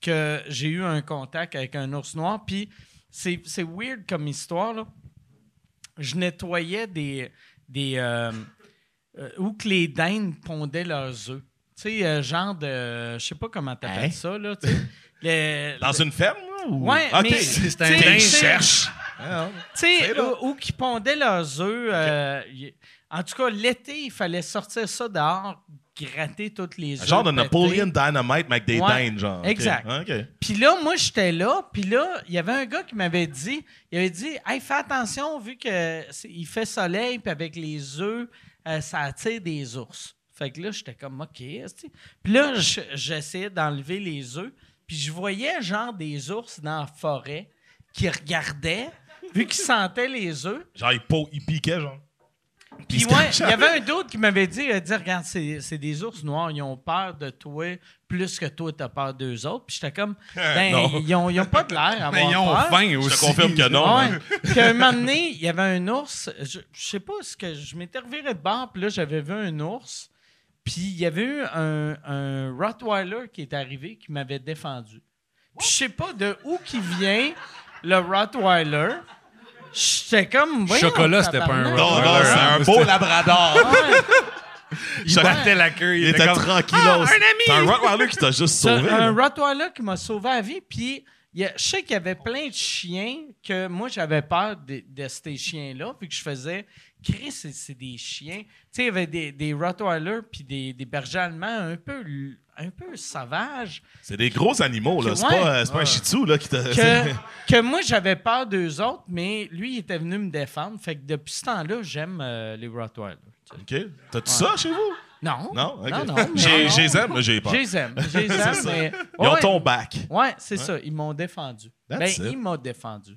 Speaker 3: que j'ai eu un contact avec un ours noir. Puis c'est c'est weird comme histoire, là. Je nettoyais des. des euh, euh, où que les dindes pondaient leurs œufs. Tu sais, euh, genre de. Je sais pas comment t'appelles
Speaker 6: Hein?
Speaker 3: ça, là.
Speaker 6: <laughs>
Speaker 3: tu sais. Le-
Speaker 6: Dans Ah, une ferme, là, ou-
Speaker 3: Ouais,
Speaker 6: Ok.
Speaker 3: mais-
Speaker 7: C'est un
Speaker 3: tu sais,
Speaker 7: dingue.
Speaker 3: tu sais,
Speaker 6: cherche.
Speaker 3: tu sais, où, qui pondaient leurs œufs. euh, y- en tout cas, l'été, il fallait sortir ça dehors, gratter toutes les œufs.
Speaker 6: Genre de
Speaker 3: pétés.
Speaker 6: Napoleon Dynamite, mais avec des
Speaker 3: Ouais,
Speaker 6: dindes, genre. OK.
Speaker 3: exact.
Speaker 6: OK.
Speaker 3: Puis là, moi, j'étais là. Puis là, il y avait un gars qui m'avait dit, il avait dit, hey, fais attention, vu que c'est- il fait soleil, puis avec les œufs, euh, ça attire des ours. Fait que là, j'étais comme, OK. esti. Puis là, je- j'essayais d'enlever les œufs. Puis je voyais, genre, des ours dans la forêt qui regardaient, vu qu'ils sentaient les œufs.
Speaker 6: Genre, il, po- il piquait, genre.
Speaker 3: Puis ouais, il y avait un d'autre qui m'avait dit, il a dit, regarde, c'est c'est des ours noirs, ils ont peur de toi plus que toi, t'as peur d'eux autres. Puis j'étais comme, ben,
Speaker 6: Non.
Speaker 3: ils ont, ils ont pas de l'air
Speaker 7: <laughs>
Speaker 3: à avoir
Speaker 7: Mais Ben, ils ont
Speaker 3: peur.
Speaker 7: faim
Speaker 6: Je
Speaker 7: aussi.
Speaker 6: te confirme que non.
Speaker 3: Ouais.
Speaker 6: hein.
Speaker 3: Puis à un moment donné, il y avait un ours, je, je sais pas, ce que je m'étais reviré de bord, puis là, j'avais vu un ours, puis il y avait eu un, un Rottweiler qui est arrivé qui m'avait défendu. Puis je sais pas de où qui vient le Rottweiler. J'étais comme, voyons,
Speaker 7: Chocolat, c'était pas un
Speaker 3: tabarnak.
Speaker 6: Non, non,
Speaker 7: Rottweiler,
Speaker 6: c'est
Speaker 7: hein.
Speaker 6: un beau labrador.
Speaker 3: Ouais.
Speaker 7: Il
Speaker 6: J'aurais-
Speaker 7: battait la queue.
Speaker 6: Il était
Speaker 7: comme-
Speaker 6: tranquille.
Speaker 3: Ah, un ami!
Speaker 6: C'est un Rottweiler qui t'a juste
Speaker 3: C'est
Speaker 6: sauvé.
Speaker 3: un
Speaker 6: là.
Speaker 3: Rottweiler qui m'a sauvé la vie. Puis, il y a- je sais qu'il y avait plein de chiens que moi, j'avais peur de, de ces chiens-là. Puis que je faisais, Chris, c'est c'est des chiens. Tu sais, il y avait des, des Rottweilers puis des, des bergers allemands un peu, l- un peu sauvages.
Speaker 6: C'est des gros animaux, là. C'est
Speaker 3: Ouais.
Speaker 6: pas, euh, c'est pas un shih tzu, là, qui t'a.
Speaker 3: Que, <laughs> que moi, j'avais peur d'eux autres, mais lui, il était venu me défendre. Fait que depuis ce temps-là, j'aime euh, les Rottweilers. tu sais.
Speaker 6: OK. T'as-tu ça chez vous?
Speaker 3: Non.
Speaker 6: Non? OK.
Speaker 3: non, non. mais-
Speaker 6: J'ai- j'ai les aime, mais j'ai peur.
Speaker 3: Je les aime. Je les
Speaker 6: <laughs> C'est
Speaker 3: aime,
Speaker 6: ça.
Speaker 3: mais-
Speaker 6: Ils ont
Speaker 3: Ouais.
Speaker 6: ton bac.
Speaker 3: Ouais, c'est ça. Ils m'ont défendu.
Speaker 6: That's
Speaker 3: ben,
Speaker 6: it.
Speaker 3: il m'a défendu.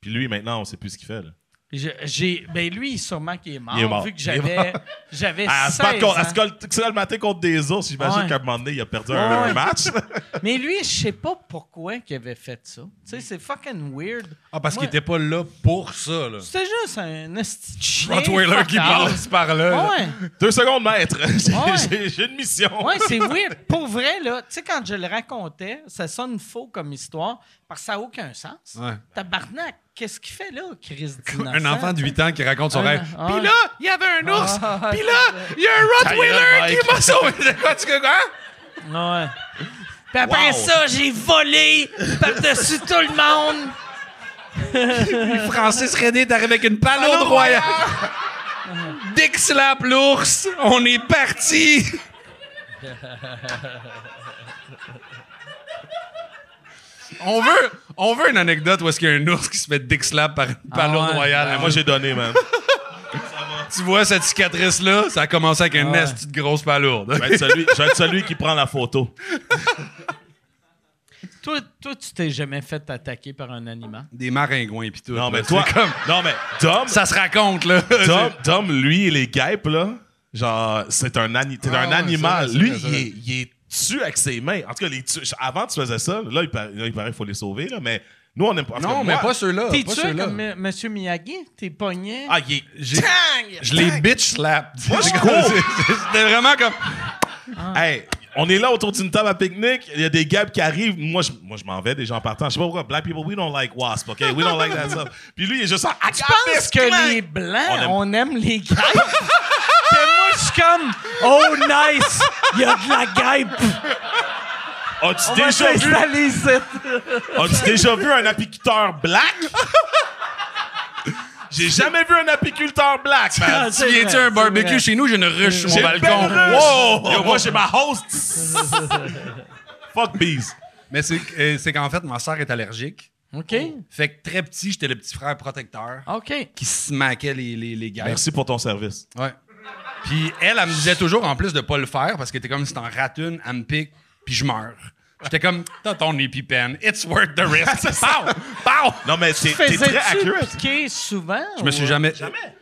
Speaker 6: Puis lui, maintenant, on sait plus ce qu'il fait, là.
Speaker 3: Je- J'ai, ben lui, sûrement qu'il est mort,
Speaker 6: Il est mort.
Speaker 3: vu que
Speaker 6: Il est
Speaker 3: j'avais, j'avais
Speaker 7: Ah,
Speaker 6: À se battre
Speaker 3: 16
Speaker 6: contre- à
Speaker 3: ans.
Speaker 6: se col- se le matin contre des ours, j'imagine
Speaker 3: Ouais.
Speaker 6: qu'à un moment donné, il a perdu
Speaker 3: Ouais,
Speaker 6: un
Speaker 3: ouais.
Speaker 6: match. <laughs>
Speaker 3: Mais lui, je sais pas pourquoi qu'il avait fait ça. Tu sais, c'est fucking weird.
Speaker 7: <laughs> Ah, parce
Speaker 3: Moi,
Speaker 7: qu'il était pas là pour ça, là.
Speaker 3: C'était juste un esti de chien.
Speaker 7: Rottweiler
Speaker 3: fuck
Speaker 7: qui
Speaker 3: off.
Speaker 7: passe par là.
Speaker 3: Ouais,
Speaker 6: Deux secondes, maître. J'ai-
Speaker 3: Ouais.
Speaker 6: <laughs> J'ai j'ai une mission.
Speaker 3: ouais, c'est weird. Pour vrai, là, tu sais, quand je le racontais, ça sonne faux comme histoire, parce que ça n'a aucun sens.
Speaker 7: Ouais.
Speaker 3: Tabarnak, qu'est-ce qu'il fait là, Chris
Speaker 7: Un enfant de 8 ans qui raconte son rêve.
Speaker 3: Puis là,
Speaker 7: il y avait un ours.
Speaker 3: Ah.
Speaker 7: Puis là, il y a un Rottweiler qui m'a sauvé. De quoi tu hein?
Speaker 3: Ouais. Puis après
Speaker 6: Wow.
Speaker 3: ça, j'ai volé par-dessus tout le monde.
Speaker 7: Francis René est arrivé avec une palourde royale. Dick slap l'ours. On est parti. on veut, on veut une anecdote où est-ce qu'il y a un ours qui se fait dick slap par une palourde
Speaker 3: ouais.
Speaker 7: royale.
Speaker 6: Ah,
Speaker 7: moi,
Speaker 6: Moi, j'ai donné, man.
Speaker 7: tu vois cette cicatrice là, ça a commencé avec une
Speaker 3: ouais.
Speaker 7: esti de grosse palourde.
Speaker 6: Je vais être celui, je vais être celui qui prend la photo.
Speaker 3: Toi, toi, tu t'es jamais fait attaquer par un animal.
Speaker 7: Des maringouins pis tout.
Speaker 6: Non,
Speaker 7: là.
Speaker 6: mais toi.
Speaker 7: Ben, C'est comme-
Speaker 6: Non, mais Dom,
Speaker 7: ça se raconte <laughs> là.
Speaker 6: Dom, Dom, lui, les guêpes, là, genre, c'est un, ani- t'es
Speaker 7: Ah
Speaker 6: un
Speaker 7: ouais,
Speaker 6: animal.
Speaker 7: c'est vrai, c'est
Speaker 6: lui,
Speaker 7: vrai, c'est
Speaker 6: il,
Speaker 7: vrai.
Speaker 6: est, il est tue avec ses mains. En tout cas, les tue- avant, tu faisais ça. Là, il, par- là, il paraît qu'il faut les sauver, là, mais nous, on aime pas. en tout cas,
Speaker 7: Non, mais
Speaker 6: moi-
Speaker 7: pas ceux-là.
Speaker 3: T'es
Speaker 7: pas
Speaker 3: tué
Speaker 7: ceux-là.
Speaker 3: comme M. Monsieur Miyagi? T'es pogné?
Speaker 6: Ah, il est.
Speaker 7: J'ai- Je les bitch slap.
Speaker 6: Moi, je cours.
Speaker 7: C'était vraiment comme.
Speaker 6: Hey, on est là autour d'une table à pique-nique. Il y a des gars qui arrivent. Moi, je, moi, je m'en vais, des gens partant. Je sais pas pourquoi. Black people, we don't like wasp, OK? We don't like that stuff. Puis lui, il est juste en. Ah,
Speaker 3: tu penses que les Blancs,
Speaker 6: On aime-
Speaker 3: on aime, <laughs> les guêpes? que moi, je suis comme, oh nice, il y a de la guêpe.
Speaker 6: As-tu
Speaker 3: On va
Speaker 6: déjà, vu,
Speaker 3: s'installer ici.
Speaker 6: as-tu déjà vu un apiculteur black? J'ai jamais vu un apiculteur black, man.
Speaker 3: Ah, C'est
Speaker 7: Tu viens-tu
Speaker 3: vrai,
Speaker 7: un
Speaker 3: c'est
Speaker 7: barbecue
Speaker 3: vrai.
Speaker 7: chez nous? J'ai une ruche sur mon
Speaker 6: J'ai une
Speaker 7: balcon.
Speaker 6: belle ruche. Yo, moi, j'ai ma
Speaker 3: <laughs>
Speaker 6: host. Fuck bees.
Speaker 7: Mais c'est euh, c'est qu'en fait, ma soeur est allergique.
Speaker 3: OK?
Speaker 7: Fait que très petit, j'étais le petit frère protecteur
Speaker 3: OK.
Speaker 7: qui smaquait les, les, les gars.
Speaker 6: Merci pour ton service.
Speaker 7: Ouais. Puis elle, elle me disait toujours, en plus de pas le faire, parce que t'es comme si t'en rates une, elle me pique, puis je meurs. J'étais comme, t'as ton épipène, it's worth the <laughs> risk. Pow! Pow!
Speaker 6: Non, mais t'es, t'es très
Speaker 3: Faisais-tu
Speaker 6: accurate.
Speaker 3: piquer souvent? euh,
Speaker 7: Je me suis jamais.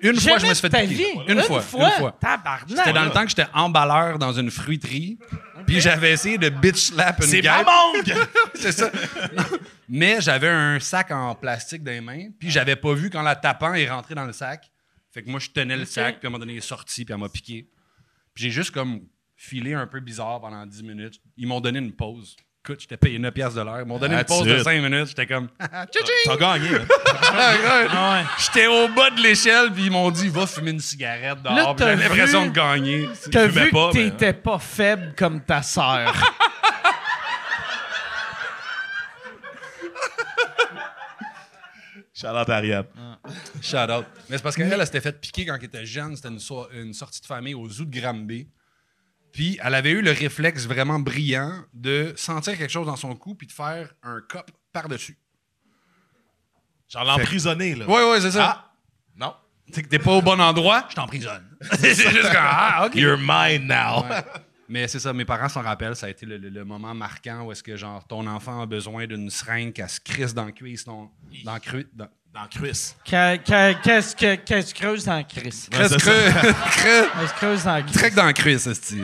Speaker 7: Une fois, je me suis fait
Speaker 3: ta
Speaker 7: piquer.
Speaker 3: vie?
Speaker 7: Une, fois, Une fois.
Speaker 3: Tabarnak.
Speaker 7: C'était dans le temps que j'étais emballeur dans une fruiterie. Puis j'avais essayé de bitch slap une
Speaker 6: C'est
Speaker 3: Ah,
Speaker 7: guêpe.
Speaker 6: ma mangue.
Speaker 7: C'est ça. Non. Mais j'avais un sac en plastique dans les mains, puis j'avais pas vu quand la tapant est rentrée dans le sac. Fait que moi, je tenais le sac, puis à un moment donné, il est sorti, puis elle m'a piqué. Puis j'ai juste comme filé un peu bizarre pendant 10 minutes. Ils m'ont donné une pause. Écoute, j'étais payé 9 piastres de l'heure. Ils m'ont donné une
Speaker 6: That's
Speaker 7: pause de
Speaker 6: it.
Speaker 7: 5 minutes. J'étais comme... <laughs> Ah,
Speaker 6: T'as gagné. hein.
Speaker 3: Ah ouais.
Speaker 7: j'étais au bas de l'échelle, puis ils m'ont dit, va fumer une cigarette
Speaker 3: Là,
Speaker 7: dehors. Puis
Speaker 3: t'as
Speaker 7: J'avais l'impression
Speaker 3: vu-
Speaker 7: de gagner.
Speaker 3: T'as
Speaker 6: fumais
Speaker 3: vu
Speaker 6: pas,
Speaker 3: que
Speaker 6: mais-
Speaker 3: t'étais pas euh, faible comme ta sœur.
Speaker 6: Shout-out à Ariane.
Speaker 7: Shout out. Mais c'est parce qu'elle, elle s'était fait piquer quand elle était jeune. C'était une, so- une sortie de famille au zoo de Granby. Puis elle avait eu le réflexe vraiment brillant de sentir quelque chose dans son cou puis de faire un cop par-dessus.
Speaker 6: Genre l'emprisonné, là.
Speaker 7: Ouais, ouais, c'est ça.
Speaker 6: Non.
Speaker 7: Ah! C'est que t'es pas au bon endroit, je t'emprisonne. <laughs> c'est juste comme, <laughs> ah, OK.
Speaker 6: You're mine now.
Speaker 7: Mais c'est ça, mes parents s'en rappellent. Ça a été le, le- le moment marquant où est-ce que, genre, ton enfant a besoin d'une seringue qu'elle se crisse dans le cuisse, non, dans le cru- dans-
Speaker 6: Dans Chris.
Speaker 3: Qu'elle- qu'elle- Qu'est-ce que- qu'elle se creuse dans Chris?
Speaker 6: Ouais,
Speaker 7: Crisse,
Speaker 6: c'est ça.
Speaker 7: creux- <laughs> creux-
Speaker 3: Elle se creuse dans Chris.
Speaker 7: Trek dans le cuisse, esti.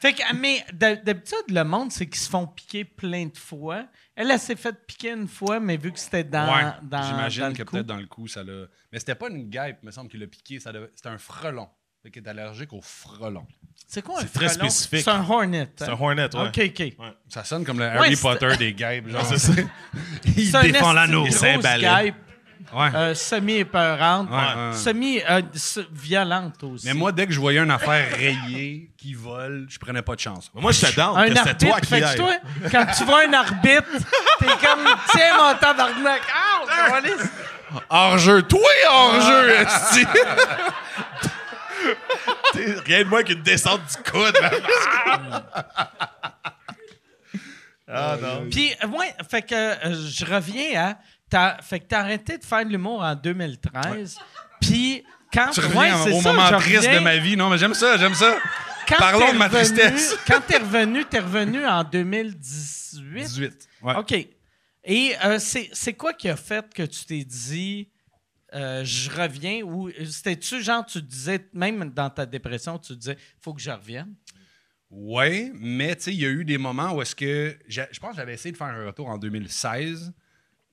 Speaker 3: Fait que, mais d'hab- d'habitude, le monde, c'est qu'ils se font piquer plein de fois. Elle, elle s'est fait piquer une fois, mais vu que c'était dans,
Speaker 7: Ouais,
Speaker 3: dans, dans
Speaker 7: J'imagine
Speaker 3: le
Speaker 7: que
Speaker 3: cou.
Speaker 7: peut-être dans le coup, ça l'a. Mais c'était pas une guêpe, me semble, qu'il l'a piqué. ça devait- C'était un frelon. Fait qu'il est allergique au frelon.
Speaker 3: C'est quoi un
Speaker 6: C'est très
Speaker 3: frelon?
Speaker 6: spécifique.
Speaker 3: C'est un hornet. hein?
Speaker 6: C'est un hornet, ouais.
Speaker 3: OK, OK.
Speaker 7: Ça sonne comme le Harry
Speaker 3: c'est-
Speaker 7: Potter des guêpes. Genre,
Speaker 6: C'est ça.
Speaker 7: il
Speaker 3: C'est un esti de
Speaker 6: Il
Speaker 3: gros
Speaker 7: hein,
Speaker 6: s'est emballé.
Speaker 3: Skype.
Speaker 7: <laughs> Ouais.
Speaker 9: euh, semi-épeurante,
Speaker 7: Ouais.
Speaker 9: semi euh, s- violente aussi.
Speaker 7: Mais moi, dès que je voyais une affaire rayée qui vole, je prenais pas de chance.
Speaker 6: Moi, je te down
Speaker 9: un
Speaker 6: que c'était
Speaker 9: arbitre,
Speaker 6: toi qui
Speaker 9: fait que
Speaker 6: aille.
Speaker 9: toi, quand tu vois un arbitre, t'es comme
Speaker 7: <laughs>
Speaker 9: tiens mon tabarnak. Ah, câlisse.
Speaker 6: Hors-jeu. Toi, hors-jeu, esti! Ah. <laughs> T'es Rien de moins qu'une descente du coude. ah non.
Speaker 9: Puis euh, ouais, fait que euh, je reviens à t'as fait que t'as arrêté de faire de l'humour en 2013. Puis quand
Speaker 7: Tu
Speaker 9: ouais,
Speaker 7: reviens
Speaker 9: c'est
Speaker 7: au
Speaker 9: ça,
Speaker 7: moment
Speaker 9: je
Speaker 7: triste de
Speaker 9: reviens.
Speaker 7: ma vie. Non, mais j'aime ça, j'aime ça.
Speaker 9: Quand
Speaker 7: Parlons
Speaker 9: t'es
Speaker 7: de ma
Speaker 9: revenu-
Speaker 7: tristesse.
Speaker 9: <laughs> Quand t'es revenu, t'es revenu en 2018.
Speaker 7: 18. Ouais.
Speaker 9: OK. Et euh, c'est c'est quoi qui a fait que tu t'es dit euh, je reviens ou c'était-tu genre tu disais même dans ta dépression tu disais faut que je revienne
Speaker 7: Ouais, mais tu sais, il y a eu des moments où est-ce que. j'a- Je pense que j'avais essayé de faire un retour en 2016.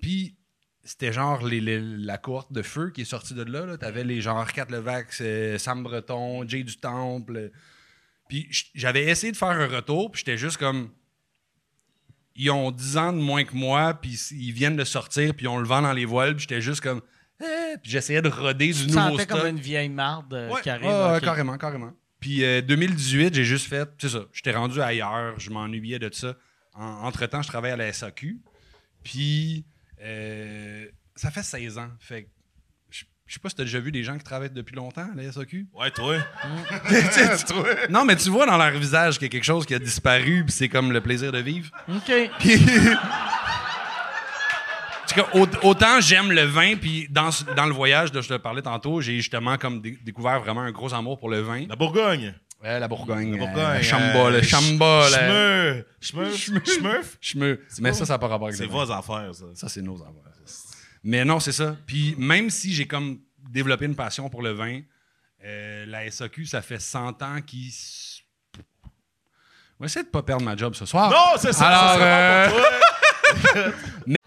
Speaker 7: Puis c'était genre les- les- la cohorte de feu qui est sortie de là. là. T'avais les genre Kat Levax, euh, Sam Breton, Jay du Temple. Puis j- j'avais essayé de faire un retour, puis j'étais juste comme. Ils ont 10 ans de moins que moi, puis s- ils viennent de sortir, puis on le vend dans les voiles, puis j'étais juste comme. Eh! Puis j'essayais de roder du
Speaker 9: Tu te
Speaker 7: nouveau
Speaker 9: sentais
Speaker 7: stock.
Speaker 9: comme une vieille marde euh,
Speaker 7: Ouais,
Speaker 9: qui arrive.
Speaker 7: ouais, ouais,
Speaker 9: OK.
Speaker 7: Ah, carrément, carrément. Puis euh, 2018, j'ai juste fait, c'est ça, j'étais rendu ailleurs, je m'ennuyais de ça. En- Entre-temps, je travaillais à la SAQ. Puis euh, ça fait 16 ans. Fait que je je sais pas si t'as déjà vu des gens qui travaillent depuis longtemps à la SAQ.
Speaker 6: Ouais, toi.
Speaker 7: Non, mais tu vois dans leur visage qu'il y a quelque chose qui a disparu, puis c'est comme le plaisir de vivre.
Speaker 9: OK.
Speaker 7: Puis- En tout cas, au- autant j'aime le vin, puis dans, ce- dans le voyage dont je te parlais tantôt, j'ai justement comme dé- découvert vraiment un gros amour pour le vin.
Speaker 6: La Bourgogne.
Speaker 7: Ouais, la Bourgogne.
Speaker 6: La Bourgogne.
Speaker 7: euh, La Bourgogne. euh, Chamba, le Chamba. le-
Speaker 6: Schmeu. Schmeu. Schmeuf.
Speaker 7: Schmeu. Mais ça, ça n'a pas rapport avec
Speaker 6: C'est
Speaker 7: le vin.
Speaker 6: vos affaires, ça.
Speaker 7: Ça, c'est nos affaires. Mais non, c'est ça. Puis même si j'ai comme développé une passion pour le vin, euh, la SAQ, ça fait 100 ans qu'ils... s- On va essayer de ne pas perdre ma job ce soir.
Speaker 6: Non, c'est ça. ça
Speaker 7: Ah. Alors,
Speaker 6: serait bon pour toi.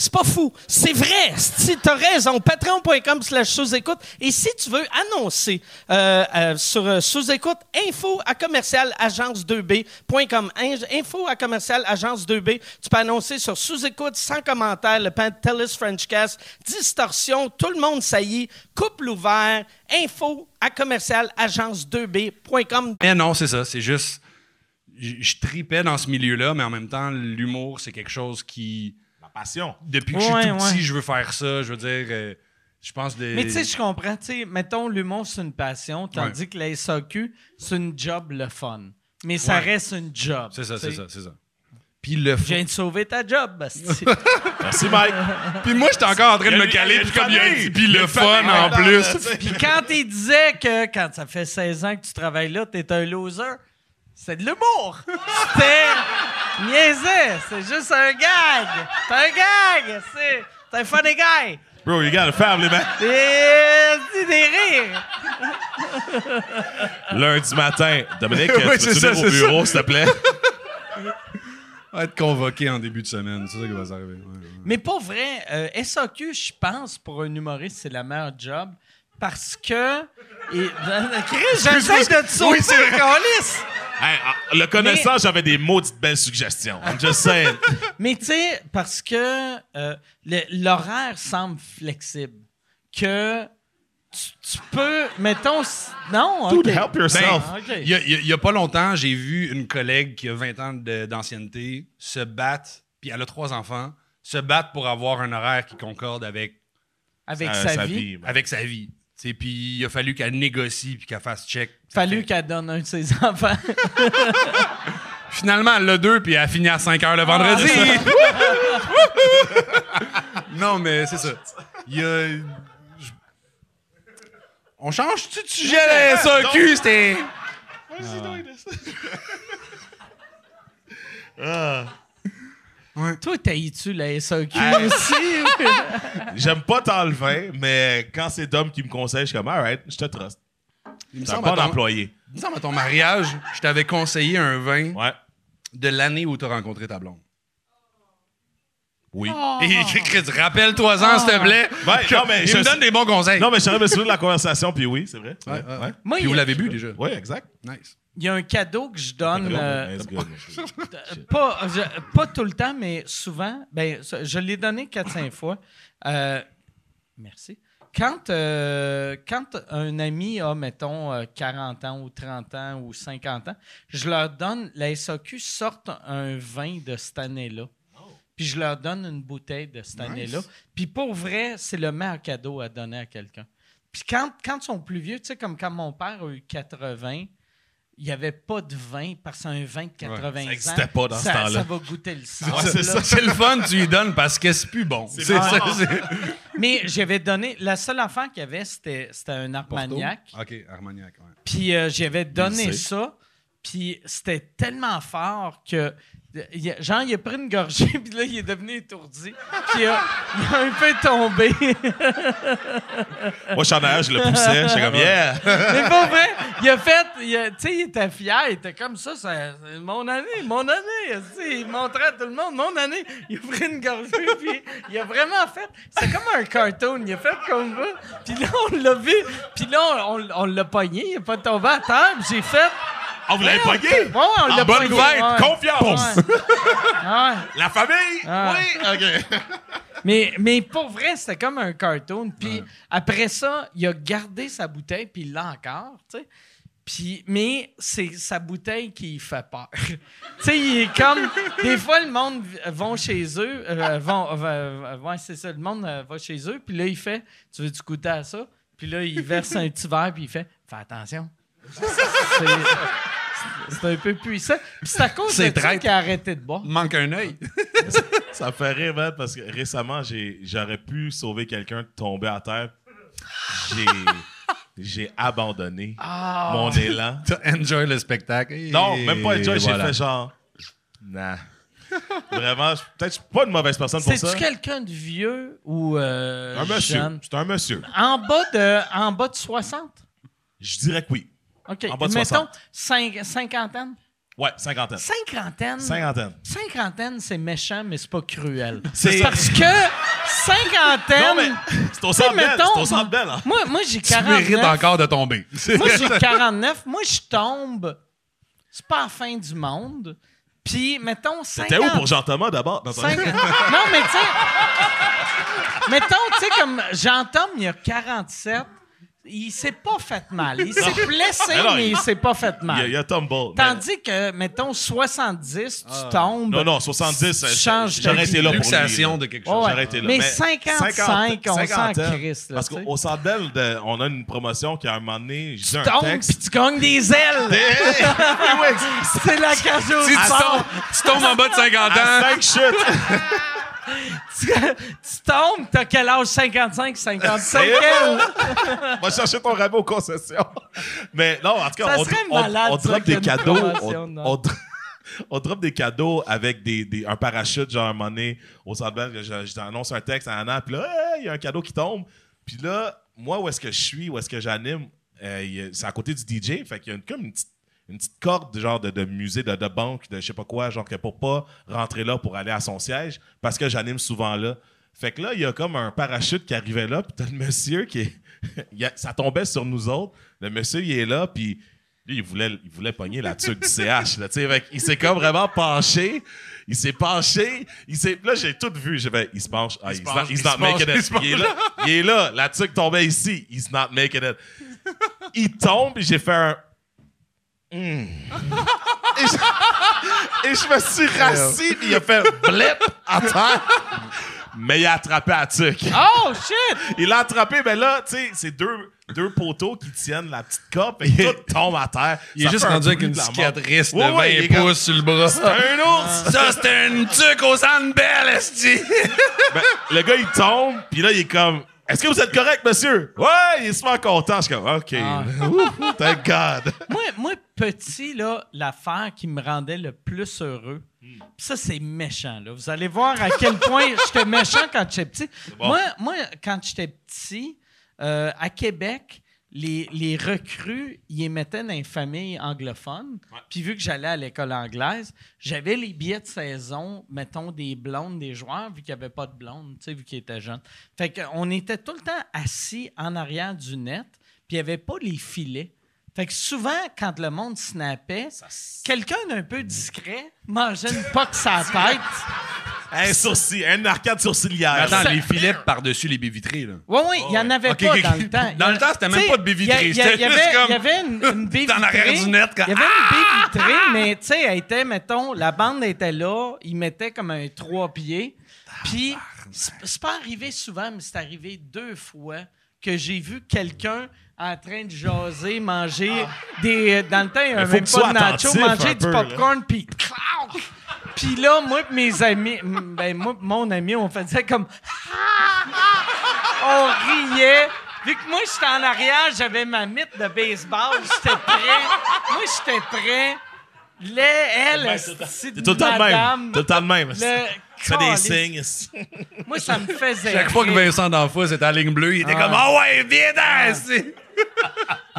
Speaker 9: C'est pas fou. C'est vrai. Si t'as raison, patreon.com slash sous-écoute. Et si tu veux annoncer euh, euh, sur euh, sous-écoute, info à commercial agence2b.com. In- Info à commercial agence2b. Tu peux annoncer sur sous-écoute, sans commentaire, le pan TELUS Frenchcast, distorsion, tout le monde saillit, couple ouvert, info à commercial agence2b.com.
Speaker 7: euh, Mais non, c'est ça. C'est juste. Je je tripais dans ce milieu-là, mais en même temps, l'humour, c'est quelque chose qui.
Speaker 6: La passion.
Speaker 7: Depuis que je
Speaker 9: Ouais,
Speaker 7: suis tout petit,
Speaker 9: ouais.
Speaker 7: je veux faire ça. Je veux dire, euh, je pense de.
Speaker 9: Mais tu sais, je comprends. Tu sais, mettons, l'humour, c'est une passion, tandis que la SAQ, c'est une job le fun. Mais ça
Speaker 7: Ouais.
Speaker 9: reste une job.
Speaker 7: C'est ça,
Speaker 9: tu sais.
Speaker 7: c'est ça, c'est ça. Puis le.
Speaker 9: Je viens de sauver ta job,
Speaker 7: <laughs>
Speaker 9: Basti.
Speaker 6: Merci, Mike.
Speaker 7: Puis moi, j'étais encore en train de me caler. Puis comme il y a un- puis le fun en plus. <laughs>
Speaker 9: Puis quand il disait que quand ça fait 16 ans que tu travailles là, t'es un loser, c'est de l'humour. C'était niaisé. C'est juste un gag. C'est un gag. C'est c'est un funny guy.
Speaker 6: Bro, you gotta family, man.
Speaker 9: Et euh, c'est des rires.
Speaker 6: Lundi matin.
Speaker 7: <laughs>
Speaker 6: Dominique,
Speaker 7: Oui,
Speaker 6: tu peux-tu
Speaker 7: c'est ça,
Speaker 6: venir au
Speaker 7: c'est ça.
Speaker 6: bureau, s'il te
Speaker 7: <laughs>
Speaker 6: plaît?
Speaker 7: On va être convoqué en début de semaine. C'est ça qui va s'arriver. Ouais, ouais.
Speaker 9: Mais pour vrai, euh, SAQ, je pense, pour un humoriste, c'est la meilleure job parce que. Et, <laughs> Chris, j'essaie de te sauver, câlisse.
Speaker 6: Hey, ah, le connaissant, j'avais des maudites belles suggestions. I'm just saying.
Speaker 9: Mais tu sais, parce que euh, le- l'horaire semble flexible. Que tu, tu peux. Mettons. si- Non, hein,
Speaker 6: Dude,
Speaker 9: ok.
Speaker 6: help
Speaker 7: Ben,
Speaker 6: yourself.
Speaker 9: Ah, ok.
Speaker 7: Il y a- il y a- il y a pas longtemps, j'ai vu une collègue qui a 20 ans de- d'ancienneté se battre, puis elle a trois enfants, se battre pour avoir un horaire qui concorde avec
Speaker 9: Avec
Speaker 6: Euh,
Speaker 9: sa, vie.
Speaker 6: man.
Speaker 7: avec sa vie. Tu sais, Puis il a fallu qu'elle négocie puis qu'elle fasse check.
Speaker 9: Fallu
Speaker 7: Fait-
Speaker 9: qu'elle donne un de ses <laughs> enfants.
Speaker 7: Finalement, elle l'a deux puis elle a fini à 5 heures le vendredi.
Speaker 3: Ah,
Speaker 7: <laughs> non, mais c'est ça. Il y a. je- On change-tu de sujet à la SAQ? C'était. Ouais.
Speaker 3: Toi, t'haïs-tu la SAQ
Speaker 6: Hey.
Speaker 3: aussi?
Speaker 6: J'aime pas tant le vin, mais quand c'est Dom qui me conseille, je suis comme, alright, je te trust.
Speaker 7: Il me
Speaker 6: T'es un
Speaker 7: semble,
Speaker 6: bon
Speaker 7: à ton-
Speaker 6: employé.
Speaker 7: il me semble à ton mariage, je t'avais conseillé un vin
Speaker 6: Ouais.
Speaker 7: de l'année où tu as rencontré ta blonde.
Speaker 6: Oui.
Speaker 3: Oh.
Speaker 7: Et il écrit, Chris, rappelle-toi-en, s'il te plaît.
Speaker 6: Ouais, non, mais
Speaker 7: Oh. il
Speaker 6: je-
Speaker 7: me donne des bons conseils.
Speaker 6: Non, mais je suis me souvenir de la conversation, puis oui, c'est vrai. c'est
Speaker 7: Ouais,
Speaker 6: vrai.
Speaker 7: ouais, ouais.
Speaker 6: Ouais.
Speaker 3: Moi,
Speaker 7: Puis
Speaker 3: il
Speaker 7: vous
Speaker 3: y, a-
Speaker 7: l'avez bu déjà.
Speaker 6: Ouais, exact.
Speaker 7: Nice.
Speaker 3: il y a un cadeau que je donne. euh,
Speaker 6: Let's go.
Speaker 3: pas, je- pas tout le temps, mais souvent. Ben, ça, je l'ai donné 4-5 fois. Euh, merci. Quand, euh, quand un ami a, mettons, euh, 40 ans ou 30 ans ou 50 ans, je leur donne, la SAQ sort un vin de cette année-là. Puis je leur donne une bouteille de cette année-là. Puis pour vrai, c'est le meilleur cadeau à donner à quelqu'un. Puis quand, quand ils sont plus vieux, tu sais, comme quand mon père a eu 80, il n'y avait pas de vin parce qu'un vin de 80
Speaker 6: ça
Speaker 3: ans.
Speaker 6: existait pas dans ce
Speaker 3: ça-
Speaker 6: temps-là.
Speaker 3: Ça va goûter le sang.
Speaker 6: Ouais, c'est
Speaker 3: là.
Speaker 6: ça.
Speaker 7: C'est le fun, tu lui donnes parce que c'est plus bon. C'est ça.
Speaker 6: bon.
Speaker 7: c'est-
Speaker 3: Mais j'avais donné. La seule affaire qu'il y avait, c'était c'était un Armagnac.
Speaker 7: OK, Armagnac, ouais.
Speaker 3: Puis euh, j'avais donné
Speaker 6: sait.
Speaker 3: ça. Puis c'était tellement fort que. il a- Genre, il a pris une gorgée, <laughs> puis là, il est devenu étourdi. Puis euh, il a un peu tombé.
Speaker 6: Moi, je suis en arrière, je le poussais. J'étais comme, yeah.
Speaker 3: Mais pas vrai, il a fait, il a- tu sais, il était fier, il était comme ça, ça- c'est mon année, mon année, esti. il montrait à tout le monde, mon année, il a pris une gorgée, puis il a vraiment fait, c'est comme un cartoon, il a fait comme ça, puis là, on l'a vu, puis là, on, on- on l'a pogné, il est pas tombé à terre, puis j'ai fait...
Speaker 6: On vous l'avez
Speaker 3: Ouais,
Speaker 6: pogné?
Speaker 3: ouais, on l'a
Speaker 6: En bonne
Speaker 3: pogné,
Speaker 6: fête,
Speaker 3: ouais.
Speaker 6: confiance.
Speaker 3: Ouais. Ah ouais.
Speaker 6: La famille?
Speaker 3: Ah.
Speaker 6: Oui, OK. <laughs>
Speaker 3: Mais, mais pour vrai, c'était comme un cartoon. Puis après ça, il a gardé sa bouteille, puis il l'a encore, tu sais. Puis, mais c'est sa bouteille qui fait peur. <laughs> tu sais, il est comme... Des fois, le monde v- vont chez eux, euh, vont, euh, euh, ouais, c'est ça, le monde euh, va chez eux, puis là, il fait, tu veux du goûter à ça? Puis là, il verse un petit verre, puis il fait, fais attention. C'est- c'est- C'est un peu puissant. Puis c'est à cause de
Speaker 7: C'est
Speaker 3: ça
Speaker 7: traître.
Speaker 3: qu'il a arrêté de boire.
Speaker 7: Manque un œil.
Speaker 6: Ça me fait rire, man, parce que récemment, j'ai- j'aurais pu sauver quelqu'un de tomber à terre. J'ai... J'ai abandonné mon élan.
Speaker 7: T'as enjoy le spectacle. Et
Speaker 6: Non, même pas enjoy,
Speaker 7: voilà.
Speaker 6: j'ai fait genre... Nah. Vraiment, je- peut-être que je suis pas une mauvaise personne pour ça.
Speaker 3: C'est-tu quelqu'un de vieux ou euh,
Speaker 6: Un monsieur.
Speaker 3: jeune?
Speaker 6: C'est un monsieur.
Speaker 3: En bas de, en bas de 60?
Speaker 6: Je dirais que oui.
Speaker 3: OK.
Speaker 6: En bas de
Speaker 3: Mettons
Speaker 6: 60.
Speaker 3: cinq- cinquantaine.
Speaker 6: Ouais, cinquantaine.
Speaker 3: Cinquantaine.
Speaker 6: Cinquantaine.
Speaker 3: Cinquantaine, c'est méchant, mais c'est pas
Speaker 6: <laughs>
Speaker 3: cruel.
Speaker 6: C'est ça.
Speaker 3: Parce que cinquantaine.
Speaker 6: Non, mais c'est au
Speaker 3: tu sais,
Speaker 6: centre belle.
Speaker 3: mettons,
Speaker 6: C'est au centre belle, hein.
Speaker 3: Moi, moi j'ai
Speaker 7: Tu mérites
Speaker 3: 49.
Speaker 7: encore
Speaker 6: <laughs>
Speaker 7: de tomber.
Speaker 3: Moi, j'ai 49. Moi, je tombe. C'est pas la fin du monde. Puis, mettons, 50.
Speaker 6: T'es où pour Jean-Thomas d'abord? Non, <laughs>
Speaker 3: Cinq- non, mais tu sais. Mettons, tu sais, comme Jean-Tom, il a 47. Il s'est pas fait mal. Il s'est blessé,
Speaker 6: Mais non,
Speaker 3: mais
Speaker 6: il-
Speaker 3: il s'est pas fait
Speaker 6: Il y a,
Speaker 3: mal.
Speaker 6: il y a Tumble. mais-
Speaker 3: Tandis que, mettons, 70, tu tombes.
Speaker 6: Ah. Non, non, 70,
Speaker 3: tu
Speaker 6: euh,
Speaker 3: changes ta
Speaker 6: j'aurais
Speaker 3: vie.
Speaker 6: été là pour lui.
Speaker 7: Luxation
Speaker 6: là.
Speaker 7: de quelque
Speaker 3: Ouais,
Speaker 7: chose.
Speaker 3: ouais.
Speaker 6: J'aurais été là.
Speaker 3: Mais 55, on s'en
Speaker 6: cinquantaine.
Speaker 3: crisse, là,
Speaker 6: Parce
Speaker 3: tu sais.
Speaker 6: qu'au Centre Bell, de- on a une promotion qui, à un moment donné, je dis
Speaker 3: Tu
Speaker 6: un
Speaker 3: tombes, puis
Speaker 6: texte.
Speaker 3: tu gagnes des ailes. C'est la cage au
Speaker 7: Si tu
Speaker 3: sport.
Speaker 7: tombes, tu tombes en bas de 50
Speaker 6: À
Speaker 7: ans,
Speaker 6: 5 chutes!
Speaker 3: Tu, tu tombes, t'as quel âge? 55, 55 ailes.
Speaker 6: Va chercher ton rabais aux concessions. Mais non, en tout cas,
Speaker 3: Ça
Speaker 6: on,
Speaker 3: serait
Speaker 6: on-
Speaker 3: malade,
Speaker 6: on
Speaker 3: ça,
Speaker 6: drop
Speaker 3: qu'il y
Speaker 6: des
Speaker 3: a une
Speaker 6: cadeaux.
Speaker 3: promotion,
Speaker 6: On,
Speaker 3: non?
Speaker 6: on dro- <laughs> on drop des cadeaux avec des, des- un parachute, genre à un moment donné, au Centre Bell, je, je t'annonce un texte à Anna, puis là, Hey, il y a un cadeau qui tombe. Puis là, moi, où est-ce que je suis, où est-ce que j'anime, euh, il y a- c'est à côté du DJ, fait qu'il y a une- comme une petite une petite corde de genre de, de musée, de, de banque, de je sais pas quoi, genre que pour pas rentrer là pour aller à son siège, parce que j'anime souvent là. Fait que là, il y a comme un parachute qui arrivait là, puis t'as le monsieur qui est- <laughs> il a- ça tombait sur nous autres. Le monsieur, il est là, puis lui, il voulait, il voulait pogner la tuque du CH, là, tu sais. Fait qu'il s'est comme vraiment penché. Il s'est penché. Il s'est, là, j'ai tout vu. J'ai fait, il se penche. Ah, he's,
Speaker 7: penche,
Speaker 6: not,
Speaker 7: il
Speaker 6: he's
Speaker 7: se
Speaker 6: not
Speaker 7: penche,
Speaker 6: making
Speaker 7: il
Speaker 6: it.
Speaker 7: se penche.
Speaker 6: Il est là. Il est là. La tuque tombait ici. He's not making it. Il tombe, et j'ai fait un. Hmm. Et, je, et je me suis rassis, puis il a fait blip à terre. Mais il a attrapé la tuque.
Speaker 3: Oh, shit!
Speaker 6: Il l'a attrapé, mais là, tu sais, c'est deux, deux poteaux qui tiennent la petite corde, et tout tombe à terre.
Speaker 7: il
Speaker 6: Ça
Speaker 7: est juste
Speaker 6: fait un
Speaker 7: rendu avec
Speaker 6: bruit
Speaker 7: une
Speaker 6: de la mort.
Speaker 7: cicatrice de
Speaker 6: Ouais,
Speaker 7: 20
Speaker 6: ouais, il est comme-
Speaker 7: pouces sur le bras.
Speaker 6: Un ours!
Speaker 7: <laughs>
Speaker 6: <laughs>
Speaker 7: Ça, c'était une tuque au centre belle, esti!
Speaker 6: Ben, le gars, il tombe, puis là, il est comme Est-ce que vous êtes correct, monsieur? Ouais, il est super content. Je suis comme, OK.
Speaker 7: Ah.
Speaker 6: Ouh, <laughs> Thank God.
Speaker 3: moi, moi, petit, là, l'affaire qui me rendait le plus heureux, pis ça, c'est méchant. Là. Vous allez voir à quel point j'étais méchant quand j'étais petit.
Speaker 6: bon.
Speaker 3: Moi, moi, quand j'étais petit, euh, à Québec, les, les recrues, ils les mettaient dans les familles anglophones. Puis vu que j'allais à l'école anglaise, j'avais les billets de saison, mettons, des blondes des joueurs, vu qu'il n'y avait pas de blondes, tu sais, vu qu'ils étaient jeunes. Fait qu'on était tout le temps assis en arrière du net, puis il n'y avait pas les filets. Fait que souvent, quand le monde snappait, quelqu'un d'un peu discret mangeait une poque sa tête.
Speaker 6: Un sourcil, un arcade sourcilière.
Speaker 7: Attends,
Speaker 6: Ça-
Speaker 7: les filets par-dessus les baies vitrées, là.
Speaker 3: Oui, oui, il n'y en avait
Speaker 7: Ok,
Speaker 3: pas
Speaker 7: ok,
Speaker 3: dans
Speaker 7: ok.
Speaker 3: le temps.
Speaker 7: Dans le temps, c'était même
Speaker 3: Tu sais,
Speaker 7: pas de baie
Speaker 3: il y a-
Speaker 7: vitrée,
Speaker 3: il y a-
Speaker 7: c'était
Speaker 3: il y
Speaker 7: juste
Speaker 3: avait-
Speaker 7: comme
Speaker 3: Il y avait une, une baie
Speaker 7: <laughs> dans l'arrière
Speaker 3: vitrée,
Speaker 7: du net, Ah! quand-
Speaker 3: Il y avait une baie vitrée, mais tu sais, elle était, mettons, la bande était là, il mettait comme un trois pieds. Puis, c'est c'est pas arrivé souvent, mais c'est arrivé deux fois que j'ai vu quelqu'un en train de jaser, manger
Speaker 7: Ah!
Speaker 3: des. Dans le temps, il y
Speaker 6: faut
Speaker 3: avait même
Speaker 6: que tu sois
Speaker 3: pas de nachos,
Speaker 6: attentif un
Speaker 3: manger du
Speaker 6: peu, là.
Speaker 3: popcorn, puis clac! Puis là, moi et mes amis, ben moi pis mon ami, on faisait comme on riait. Vu que moi, j'étais en arrière, j'avais ma mythe de baseball, j'étais prêt. moi, j'étais prêt. Les, elle, c'est
Speaker 6: T'es tout le temps de même. Tout le temps de même.
Speaker 3: Le
Speaker 6: Fais des
Speaker 3: calice.
Speaker 6: signes.
Speaker 3: Moi,
Speaker 6: <laughs>
Speaker 3: ça me faisait.
Speaker 7: Chaque fois que
Speaker 3: rire.
Speaker 7: Vincent D'Anfos était à la ligne bleue, il était comme Ah ouais, viens danser!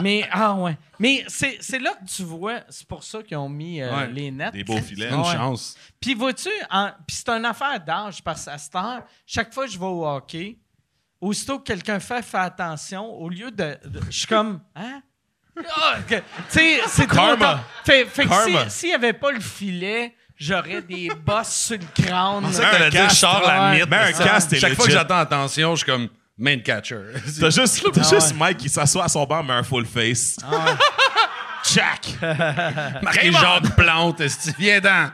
Speaker 3: Mais, ah ouais. Mais c'est c'est là que tu vois, c'est pour ça qu'ils ont mis euh,
Speaker 7: Ouais.
Speaker 3: les nets.
Speaker 6: Des beaux filets.
Speaker 7: Une
Speaker 3: Ouais.
Speaker 7: chance.
Speaker 3: Puis vois-tu, en- puis c'est une affaire d'âge parce qu'à cette heure, chaque fois que je vais au hockey, aussitôt que quelqu'un fait, fais attention, au lieu de. de- je suis comme, <laughs> hein? Ah, que- tu sais, c'est trop
Speaker 6: Karma.
Speaker 3: tard. Fait, fait que si-
Speaker 6: Karma.
Speaker 3: s'il n'y avait pas le filet, j'aurais
Speaker 6: <laughs>
Speaker 3: des bosses sur le crâne.
Speaker 6: ça que t'allais dire, Charles, la mythe. Mais un cast, t'es
Speaker 7: Chaque fois que
Speaker 6: legit.
Speaker 7: j'attends attention, je suis comme main catcher.
Speaker 6: T'as juste, t'as juste Mike qui s'assoit à son banc, mais un full face. Jack!
Speaker 7: <laughs> Marqué Jacques Plante, esti, viens dans!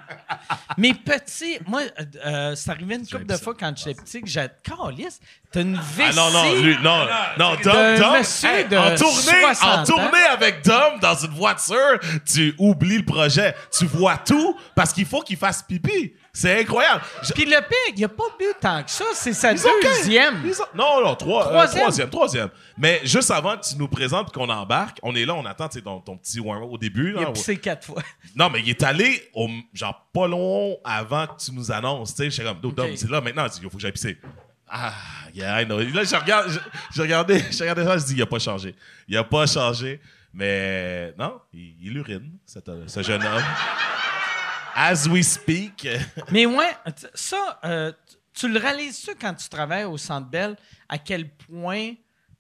Speaker 3: Mais petit, moi, euh, euh, c'est arrivé une couple de fois quand j'étais petit que j'ai. Calisse, t'as une vessie.
Speaker 6: Ah non, non, lui, non,
Speaker 3: Ah
Speaker 6: non, Dom,
Speaker 3: D'un
Speaker 6: Dom,
Speaker 3: monsieur de
Speaker 6: en tournée,
Speaker 3: 60
Speaker 6: en
Speaker 3: ans.
Speaker 6: tournée avec Dom dans une voiture, tu oublies le projet. Tu vois tout parce qu'il faut qu'il fasse pipi. C'est incroyable. Je-
Speaker 3: Puis le pire, il a pas bu tant que ça, c'est sa
Speaker 6: Ils ont quinze.
Speaker 3: deuxième.
Speaker 6: Ils ont- non, non, trois, euh,
Speaker 3: Troisième.
Speaker 6: troisième. troisième, Mais juste avant que tu nous présentes et qu'on embarque, on est là, on attend tu sais, ton, ton petit warm au début.
Speaker 3: Il
Speaker 6: là,
Speaker 3: a pissé quatre fois.
Speaker 6: Non, mais il est allé au, genre pas long avant que tu nous annonces. Tu sais, j'étais comme, Dom, c'est là maintenant. Il dit, il faut que j'aille pisser. Ah, yeah, I know. Là, je regarde, je, je regardais, je regardais ça, je dis, il a pas changé. Il a pas changé. Mais non, il, il urine, cet, euh, ce jeune homme. As we speak. <laughs>
Speaker 3: Mais ouais, t- ça, euh, t- tu le réalises-tu quand tu travailles au Centre Bell, à quel point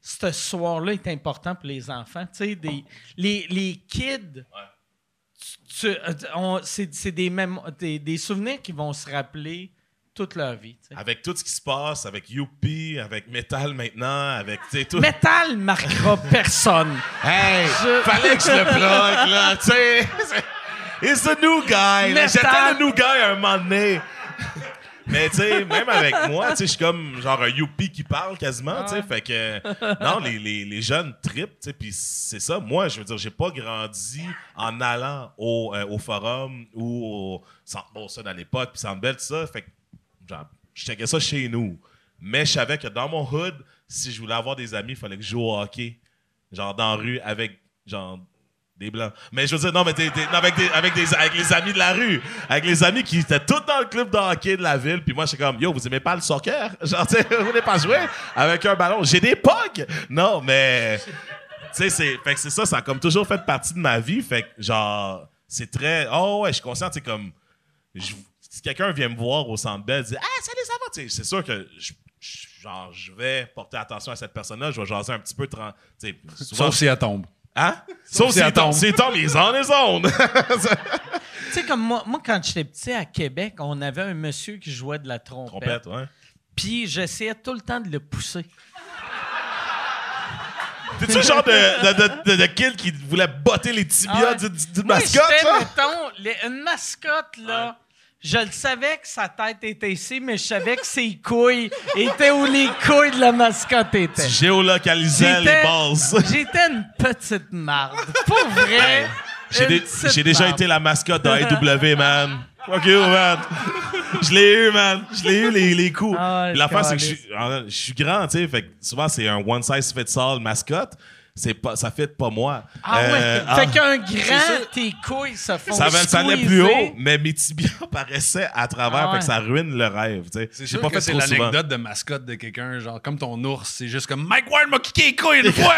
Speaker 3: ce soir-là est important pour les enfants? Tu sais, des- les, les kids, tu- tu- euh, t- on- c'est c'est des, mémo- des, des souvenirs qui vont se rappeler toute leur vie. tu sais.
Speaker 6: Avec tout ce qui se passe, avec Youpi, avec Metal maintenant, avec tu sais, tout.
Speaker 3: Metal marquera personne.
Speaker 6: Hey,
Speaker 3: Je-
Speaker 6: fallait que je le plug, là, tu sais. It's a new guy. là.
Speaker 3: Metal.
Speaker 6: J'étais le new guy à un moment donné. Mais tu sais, même avec moi, tu sais, je suis comme genre un youpi qui parle quasiment, tu sais. Fait que, non, les, les, les jeunes tripent, tu sais. Puis c'est ça, moi, je veux dire, j'ai pas grandi en allant au, euh, au forum ou au Centre Bolson à l'époque, puis Centre Bell, tout ça. Fait que, genre, je checkais ça chez nous. Mais je savais que dans mon hood, si je voulais avoir des amis, il fallait que je joue au hockey genre dans la rue avec genre des blancs. Mais je veux dire, non, mais t'es- t'es- non, avec, des, avec, des, avec les amis de la rue. Avec les amis qui étaient tous dans le club de hockey de la ville. Puis moi, j'étais comme, yo, vous aimez pas le soccer? <laughs> Genre, tu sais, vous voulez pas jouer avec un ballon? J'ai des pogs! Non, mais. Tu sais, c'est fait que c'est ça, ça a comme toujours fait partie de ma vie. Fait que, genre, c'est très. Oh, ouais, je suis conscient, c'est comme. je- si quelqu'un vient me voir au centre belle, dit Ah, salut, ça va? Tu sais, C'est sûr que je, je- genre, je vais porter attention à cette personne-là, je vais jaser un petit peu. tran- tu sais, souvent-
Speaker 7: Sauf si elle tombe.
Speaker 6: Hein? Sauf si
Speaker 7: si elle
Speaker 6: Tom,
Speaker 7: tombe.
Speaker 6: si Tom, il est en
Speaker 3: <laughs>
Speaker 6: les ondes.
Speaker 3: tu sais, comme moi, moi, quand j'étais petit à Québec, on avait un monsieur qui jouait de la trompette.
Speaker 6: Trompette, ouais.
Speaker 3: Puis j'essayais tout le temps de le pousser.
Speaker 6: T'es-tu le genre de, de, de, de- de kid qui voulait botter les
Speaker 3: Ah
Speaker 6: tibias
Speaker 3: ouais.
Speaker 6: du, du- du
Speaker 3: Moi,
Speaker 6: mascotte,
Speaker 3: j'étais,
Speaker 6: ça?
Speaker 3: mettons, les- une mascotte, là. Je le savais que sa tête était ici, mais je savais que ses couilles étaient où les couilles de la mascotte étaient.
Speaker 6: Tu géolocalisais les
Speaker 3: J'étais-
Speaker 6: bases.
Speaker 3: <laughs> J'étais une petite marde. Pour vrai.
Speaker 6: J'ai
Speaker 3: une
Speaker 6: dé-
Speaker 3: petite
Speaker 6: j'ai déjà
Speaker 3: marde. <laughs>
Speaker 6: été la mascotte de AEW, E man. Fuck you, man. Je l'ai eu, man. Je l'ai eu, les, les coups.
Speaker 3: Ah ouais,
Speaker 6: Puis L'affaire, c'est que je
Speaker 3: caliste.
Speaker 6: suis, en- je suis grand, tu sais. Fait que souvent, c'est un one size fits all mascotte. C'est pas, ça fit pas moi.
Speaker 3: Ah
Speaker 6: Euh,
Speaker 3: ouais.
Speaker 6: ah,
Speaker 3: Fait qu'un grand, tes couilles se font.
Speaker 6: ça, va- ça allait plus
Speaker 3: squeezer.
Speaker 6: haut, mais mes tibias <laughs> paraissaient à travers.
Speaker 3: Ah
Speaker 6: Fait que
Speaker 3: ouais.
Speaker 6: ça ruine le rêve, tu sais.
Speaker 7: C'est
Speaker 6: J'ai
Speaker 7: sûr
Speaker 6: pas
Speaker 7: que
Speaker 6: fait
Speaker 7: c'est
Speaker 6: trop souvent.
Speaker 7: l'anecdote de mascotte de quelqu'un, genre comme ton ours, c'est juste comme Mike Ward m'a kické les <laughs> couilles une fois!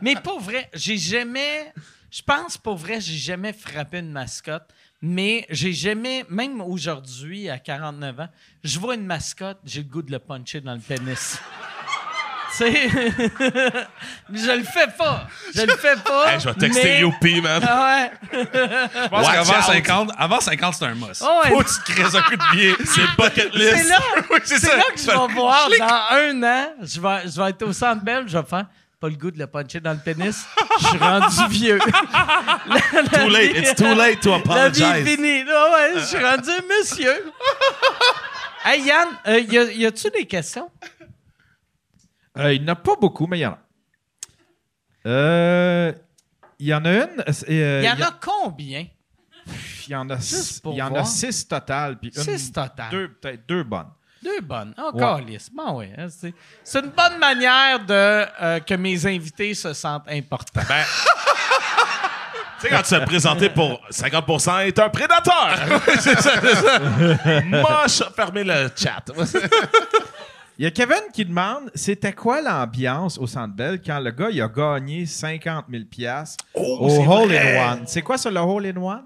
Speaker 3: Mais pour vrai, j'ai jamais. Je pense pour vrai, j'ai jamais frappé une mascotte. Mais j'ai jamais, même aujourd'hui, à 49 ans, je vois une mascotte, j'ai le goût de le puncher dans le pénis. <laughs> tu sais? <laughs> Mais je le fais pas. Je le fais pas.
Speaker 6: Hey, je vais texter
Speaker 3: mais-
Speaker 6: Youpi, man.
Speaker 3: Ah ouais.
Speaker 7: Je pense
Speaker 6: Watch
Speaker 7: qu'avant
Speaker 6: out.
Speaker 7: 50, avant 50, c'est un must.
Speaker 3: Ah ouais.
Speaker 7: Faut que tu te crées un coup
Speaker 3: <laughs>
Speaker 7: de pied.
Speaker 6: C'est bucket list. <laughs>
Speaker 3: C'est là,
Speaker 7: Oui, c'est
Speaker 3: c'est
Speaker 7: ça.
Speaker 3: là que je vais voir dans un an. Je vais, je vais être au centre belle, je vais faire pas le goût de le puncher dans le pénis. Je suis rendu vieux. <laughs> La- la
Speaker 6: Too late.
Speaker 3: vie-
Speaker 6: It's too late to
Speaker 3: La vie est
Speaker 6: apologize.
Speaker 3: finie. Ah Ouais, ouais, je suis rendu monsieur. <laughs> hey Yann, euh, y, a- y a-tu des questions?
Speaker 2: Euh, il n'y en a pas beaucoup, mais il y en a. Euh, Il y en a une. c'est, euh,
Speaker 3: Il y en a combien?
Speaker 2: Il y en a six.
Speaker 3: Juste pour
Speaker 2: Il y en a
Speaker 3: voir.
Speaker 2: six total. Puis une-
Speaker 3: Six total.
Speaker 2: Deux, peut-être deux bonnes.
Speaker 3: Deux bonnes. Oh,
Speaker 2: Ouais.
Speaker 3: calisse. Bon, ouais, hein, c'est, c'est une bonne manière de euh, que mes invités se sentent importants.
Speaker 6: Ben, tu sais, quand tu te présenté pour 50 est un prédateur. <laughs> c'est ça, c'est ça. Moche, fermez le chat. <laughs>
Speaker 2: Il y a Kevin qui demande c'était quoi l'ambiance au Centre Bell quand le gars il a gagné 50 000 piastres au Hole in One. C'est quoi ça, le Hole in One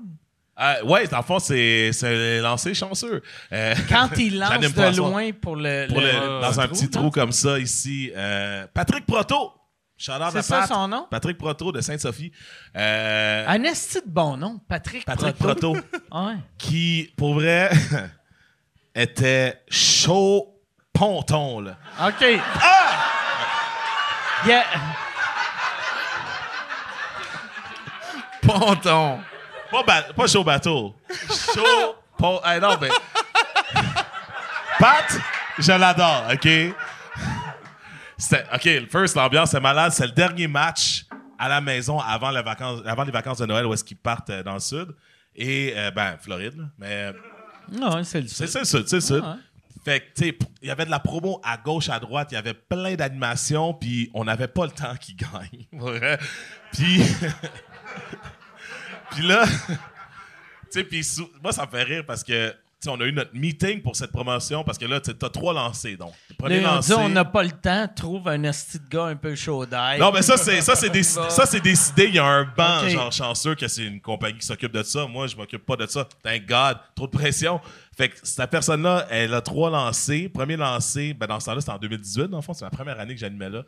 Speaker 6: Euh, ouais, dans le fond, c'est c'est lancer chanceux. Euh,
Speaker 3: Quand ils lancent
Speaker 6: <laughs> j'anime pas à
Speaker 3: de
Speaker 6: soir.
Speaker 3: loin pour le. Euh,
Speaker 6: Pour
Speaker 3: le-
Speaker 6: le- dans un petit trou comme ça, ici. euh, Patrick Proto. Chaleur de
Speaker 3: C'est ça
Speaker 6: Pat.
Speaker 3: son nom? Ah,
Speaker 6: Patrick Proto de Sainte-Sophie. Euh,
Speaker 3: Un esti de bon nom, Patrick,
Speaker 6: Patrick
Speaker 3: Proto.
Speaker 6: Proto.
Speaker 3: Ouais.
Speaker 6: qui, pour vrai, <laughs> était chaud ponton, là.
Speaker 3: OK. Ah! Il y a-
Speaker 7: Ponton.
Speaker 6: Pas, ba- pas chaud bateau. Chaud. pas. Hey, eh, non, mais. Pat, je l'adore, OK? C'était- OK, le first, l'ambiance est malade. C'est le dernier match à la maison avant, les vacances, avant les vacances de Noël où est-ce qu'ils partent euh, dans le sud. Et, euh, ben, Floride, là. Mais. euh,
Speaker 3: Non, c'est le
Speaker 6: c'est ça, le sud, c'est le sud.
Speaker 3: Ah ouais.
Speaker 6: Fait que, tu sais, p- il y avait de la promo à gauche, à droite, il y avait plein d'animations, puis on n'avait pas le temps qu'ils gagnent. pour vrai. puis. <laughs> puis là. tu sais, puis sou- moi, ça me fait rire parce que, tu sais, on a eu notre meeting pour cette promotion parce que là, tu as trois lancés, donc. Le premier
Speaker 3: Là, on dit,
Speaker 6: lancé.
Speaker 3: on n'a pas le temps, trouve un esti de gars un peu chaud d'ail.
Speaker 6: Non, mais ça, c'est ça, c'est décidé. Ça, c'est décidé. Il y a un banc,
Speaker 3: Ok.
Speaker 6: genre chanceux, que c'est une compagnie qui s'occupe de ça. Moi, je m'occupe pas de ça. Thank God. Trop de pression. Fait que cette personne-là, elle a trois lancers. Premier lancé, ben, dans ce temps-là, c'était en 2018, dans le fond. C'est ma première année que j'animais là,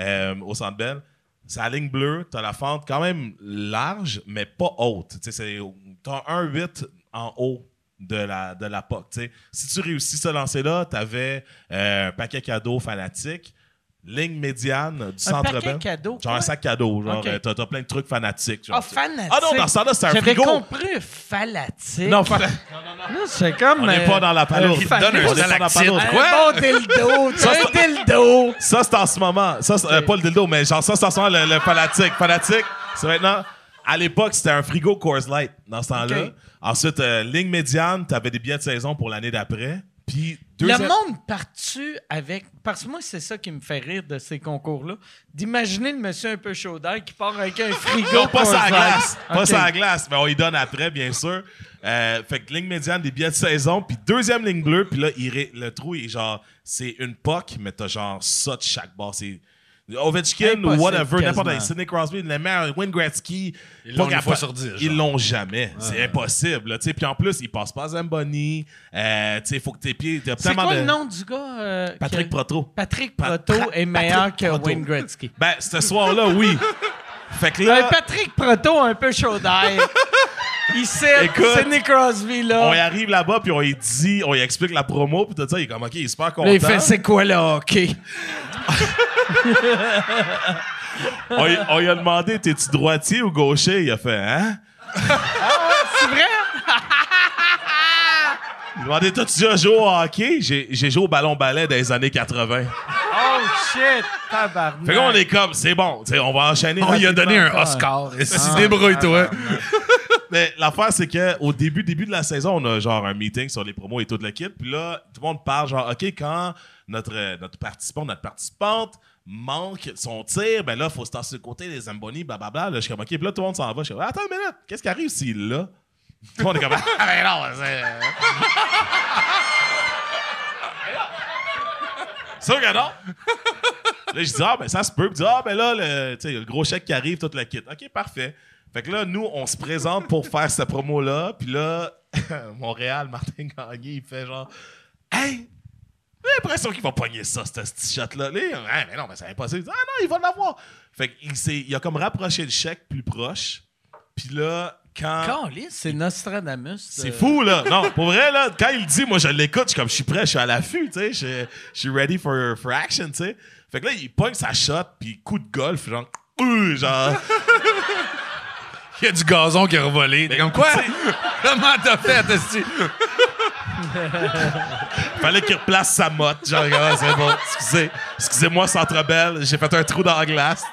Speaker 6: euh, au Centre Bell. C'est la ligne bleue. T'as la fente quand même large, mais pas haute. Tu sais, c'est- T'as un 8 en haut de la, de la POC. tu sais. Si tu réussis ce lancer-là, t'avais euh, un paquet cadeau fanatique. Ligne médiane du
Speaker 3: Un
Speaker 6: centre
Speaker 3: paquet
Speaker 6: Bell.
Speaker 3: cadeau,
Speaker 6: Genre un
Speaker 3: quoi?
Speaker 6: sac cadeau. Genre,
Speaker 3: Ok.
Speaker 6: euh, t'as, t'as plein de trucs fanatiques. genre,
Speaker 3: Ah,
Speaker 6: tu sais.
Speaker 3: fanatique.
Speaker 6: Ah non, dans ce temps-là, c'est un
Speaker 3: J'avais
Speaker 6: frigo.
Speaker 3: compris, falatique.
Speaker 6: Non, fa-
Speaker 3: Là, c'est comme.
Speaker 6: on n'est pas dans la palourde.
Speaker 3: euh, fan-
Speaker 6: Donne un
Speaker 3: on
Speaker 7: est pas dans la palourde.
Speaker 6: Quoi?
Speaker 3: Quoi? Un bon
Speaker 6: <laughs>
Speaker 3: dildo, tu
Speaker 6: Ça,
Speaker 3: sais, un dildo.
Speaker 6: Ça, c'est en ce moment. Ça, c'est, euh, pas le dildo, mais genre ça, c'est en ce moment le, le fanatique. Fanatique, c'est maintenant. À l'époque, c'était un frigo Coors Light dans ce temps-là.
Speaker 3: Ok.
Speaker 6: Ensuite, euh, ligne médiane, t'avais des billets de saison pour l'année d'après. Puis
Speaker 3: Le
Speaker 6: deuxième-
Speaker 3: monde part-tu avec. Parce que moi, c'est ça qui me fait rire de ces concours-là. D'imaginer le monsieur un peu chaud d'ail qui part avec un frigo.
Speaker 6: Non, pas
Speaker 3: pour
Speaker 6: ça à
Speaker 3: eux
Speaker 6: glace.
Speaker 3: autres.
Speaker 6: Pas
Speaker 3: Ok.
Speaker 6: ça à glace. Mais on y donne après, bien sûr. Euh, fait que ligne médiane, des billets de saison, puis deuxième ligne bleue, puis là, il ré- le trou, il est genre, c'est une POC, mais t'as genre ça de chaque bord. C'est Ovechkin ou
Speaker 3: Impossible,
Speaker 6: whatever, n'importe
Speaker 3: quasiment.
Speaker 6: qui. Sidney Crosby, le maire, Wayne Gretzky.
Speaker 7: Ils l'ont
Speaker 6: pas
Speaker 7: une
Speaker 6: capable-
Speaker 7: fois sur dix, genre.
Speaker 6: Ils l'ont jamais. C'est impossible. là, tu sais. Puis en plus, il passe pas à Zamboni. Euh, tu sais, faut que tes pieds. t'as
Speaker 3: C'est
Speaker 6: tellement
Speaker 3: quoi
Speaker 6: de-
Speaker 3: le nom du gars? euh,
Speaker 6: Patrick
Speaker 3: que-
Speaker 6: Protro.
Speaker 3: Patrick
Speaker 6: Pat-
Speaker 3: Proto
Speaker 6: Pat-
Speaker 3: est meilleur
Speaker 6: Patrick
Speaker 3: que
Speaker 6: Proto.
Speaker 3: Wayne Gretzky.
Speaker 6: Ben, ce soir-là, oui.
Speaker 3: <laughs>
Speaker 6: Fait que
Speaker 3: Un
Speaker 6: là.
Speaker 3: Patrick Proto un peu chaud d'ail.
Speaker 6: <laughs>
Speaker 3: Il sait,
Speaker 6: Écoute,
Speaker 3: c'est Nick Crosby,
Speaker 6: on y
Speaker 3: là.
Speaker 6: arrive là-bas, puis on y dit, on y explique la promo, puis tout ça, il est comme, OK, il est super
Speaker 3: Là,
Speaker 6: content.
Speaker 3: il fait, c'est quoi le hockey?
Speaker 6: on, y- on lui a demandé, t'es-tu droitier ou gaucher? Il a fait, hein?
Speaker 3: Ah, C'est vrai?
Speaker 6: Il a demandé, t'as-tu déjà joué au hockey? J'ai j'ai joué au ballon-ballet dans les années 80.
Speaker 3: Oh shit,
Speaker 6: Fait qu'on
Speaker 3: tabarnak.
Speaker 6: est comme, c'est bon, tu sais, on va enchaîner.
Speaker 7: On lui a
Speaker 6: rapidement.
Speaker 7: Ah, donné un Oscar. Si <laughs> débrouille-toi.
Speaker 6: Mais l'affaire, c'est qu'au début, début de la saison, on a genre un meeting sur les promos et tout le kit. Puis là, tout le monde parle genre, OK, quand notre, euh, notre participant, notre participante manque son tir, ben là, il faut se tasser de côté, les Zamboni, blablabla. Là, je suis comme, OK, puis là, tout le monde s'en va. Je suis comme, attends une minute, qu'est-ce qui arrive s'il l'a? Tout le monde est comme, ah, ben non, c'est.
Speaker 7: euh,
Speaker 6: Sûr que non! Là, je dis, ah, ben ça se peut. Puis, ah, ben là, le, tu sais, le gros chèque qui arrive, toute la kit. OK, parfait. Fait que là, nous, on se présente pour faire cette promo-là. Puis là, <laughs> Montréal, Martin Gagné, il fait genre, hey, j'ai l'impression qu'il va pogner ça, ce petit shot-là. Là, il dit, ah, mais non, mais c'est impossible. Il dit, ah, non, il va l'avoir. Fait qu'il s'est- il a comme rapproché le chèque plus proche. Puis là, quand.
Speaker 9: Caliste, c'est Nostradamus.
Speaker 6: C'est
Speaker 9: euh,
Speaker 6: fou, là. Non, pour vrai, là, quand il le dit, moi, je l'écoute, je suis comme, je suis prêt, je suis à l'affût, tu sais, je, je suis ready for, for action, tu sais. Fait que là, il pogne sa shot, puis coup de golf, genre, <laughs> ouh, genre.
Speaker 7: Il y a du gazon qui est revolé. T'es comme quoi? <laughs> Comment t'as fait, Esti?
Speaker 6: Fallait qu'il replace sa motte. Genre, Ah, c'est bon. Excusez. Excusez-moi, Centre Belle. J'ai fait un trou dans la glace.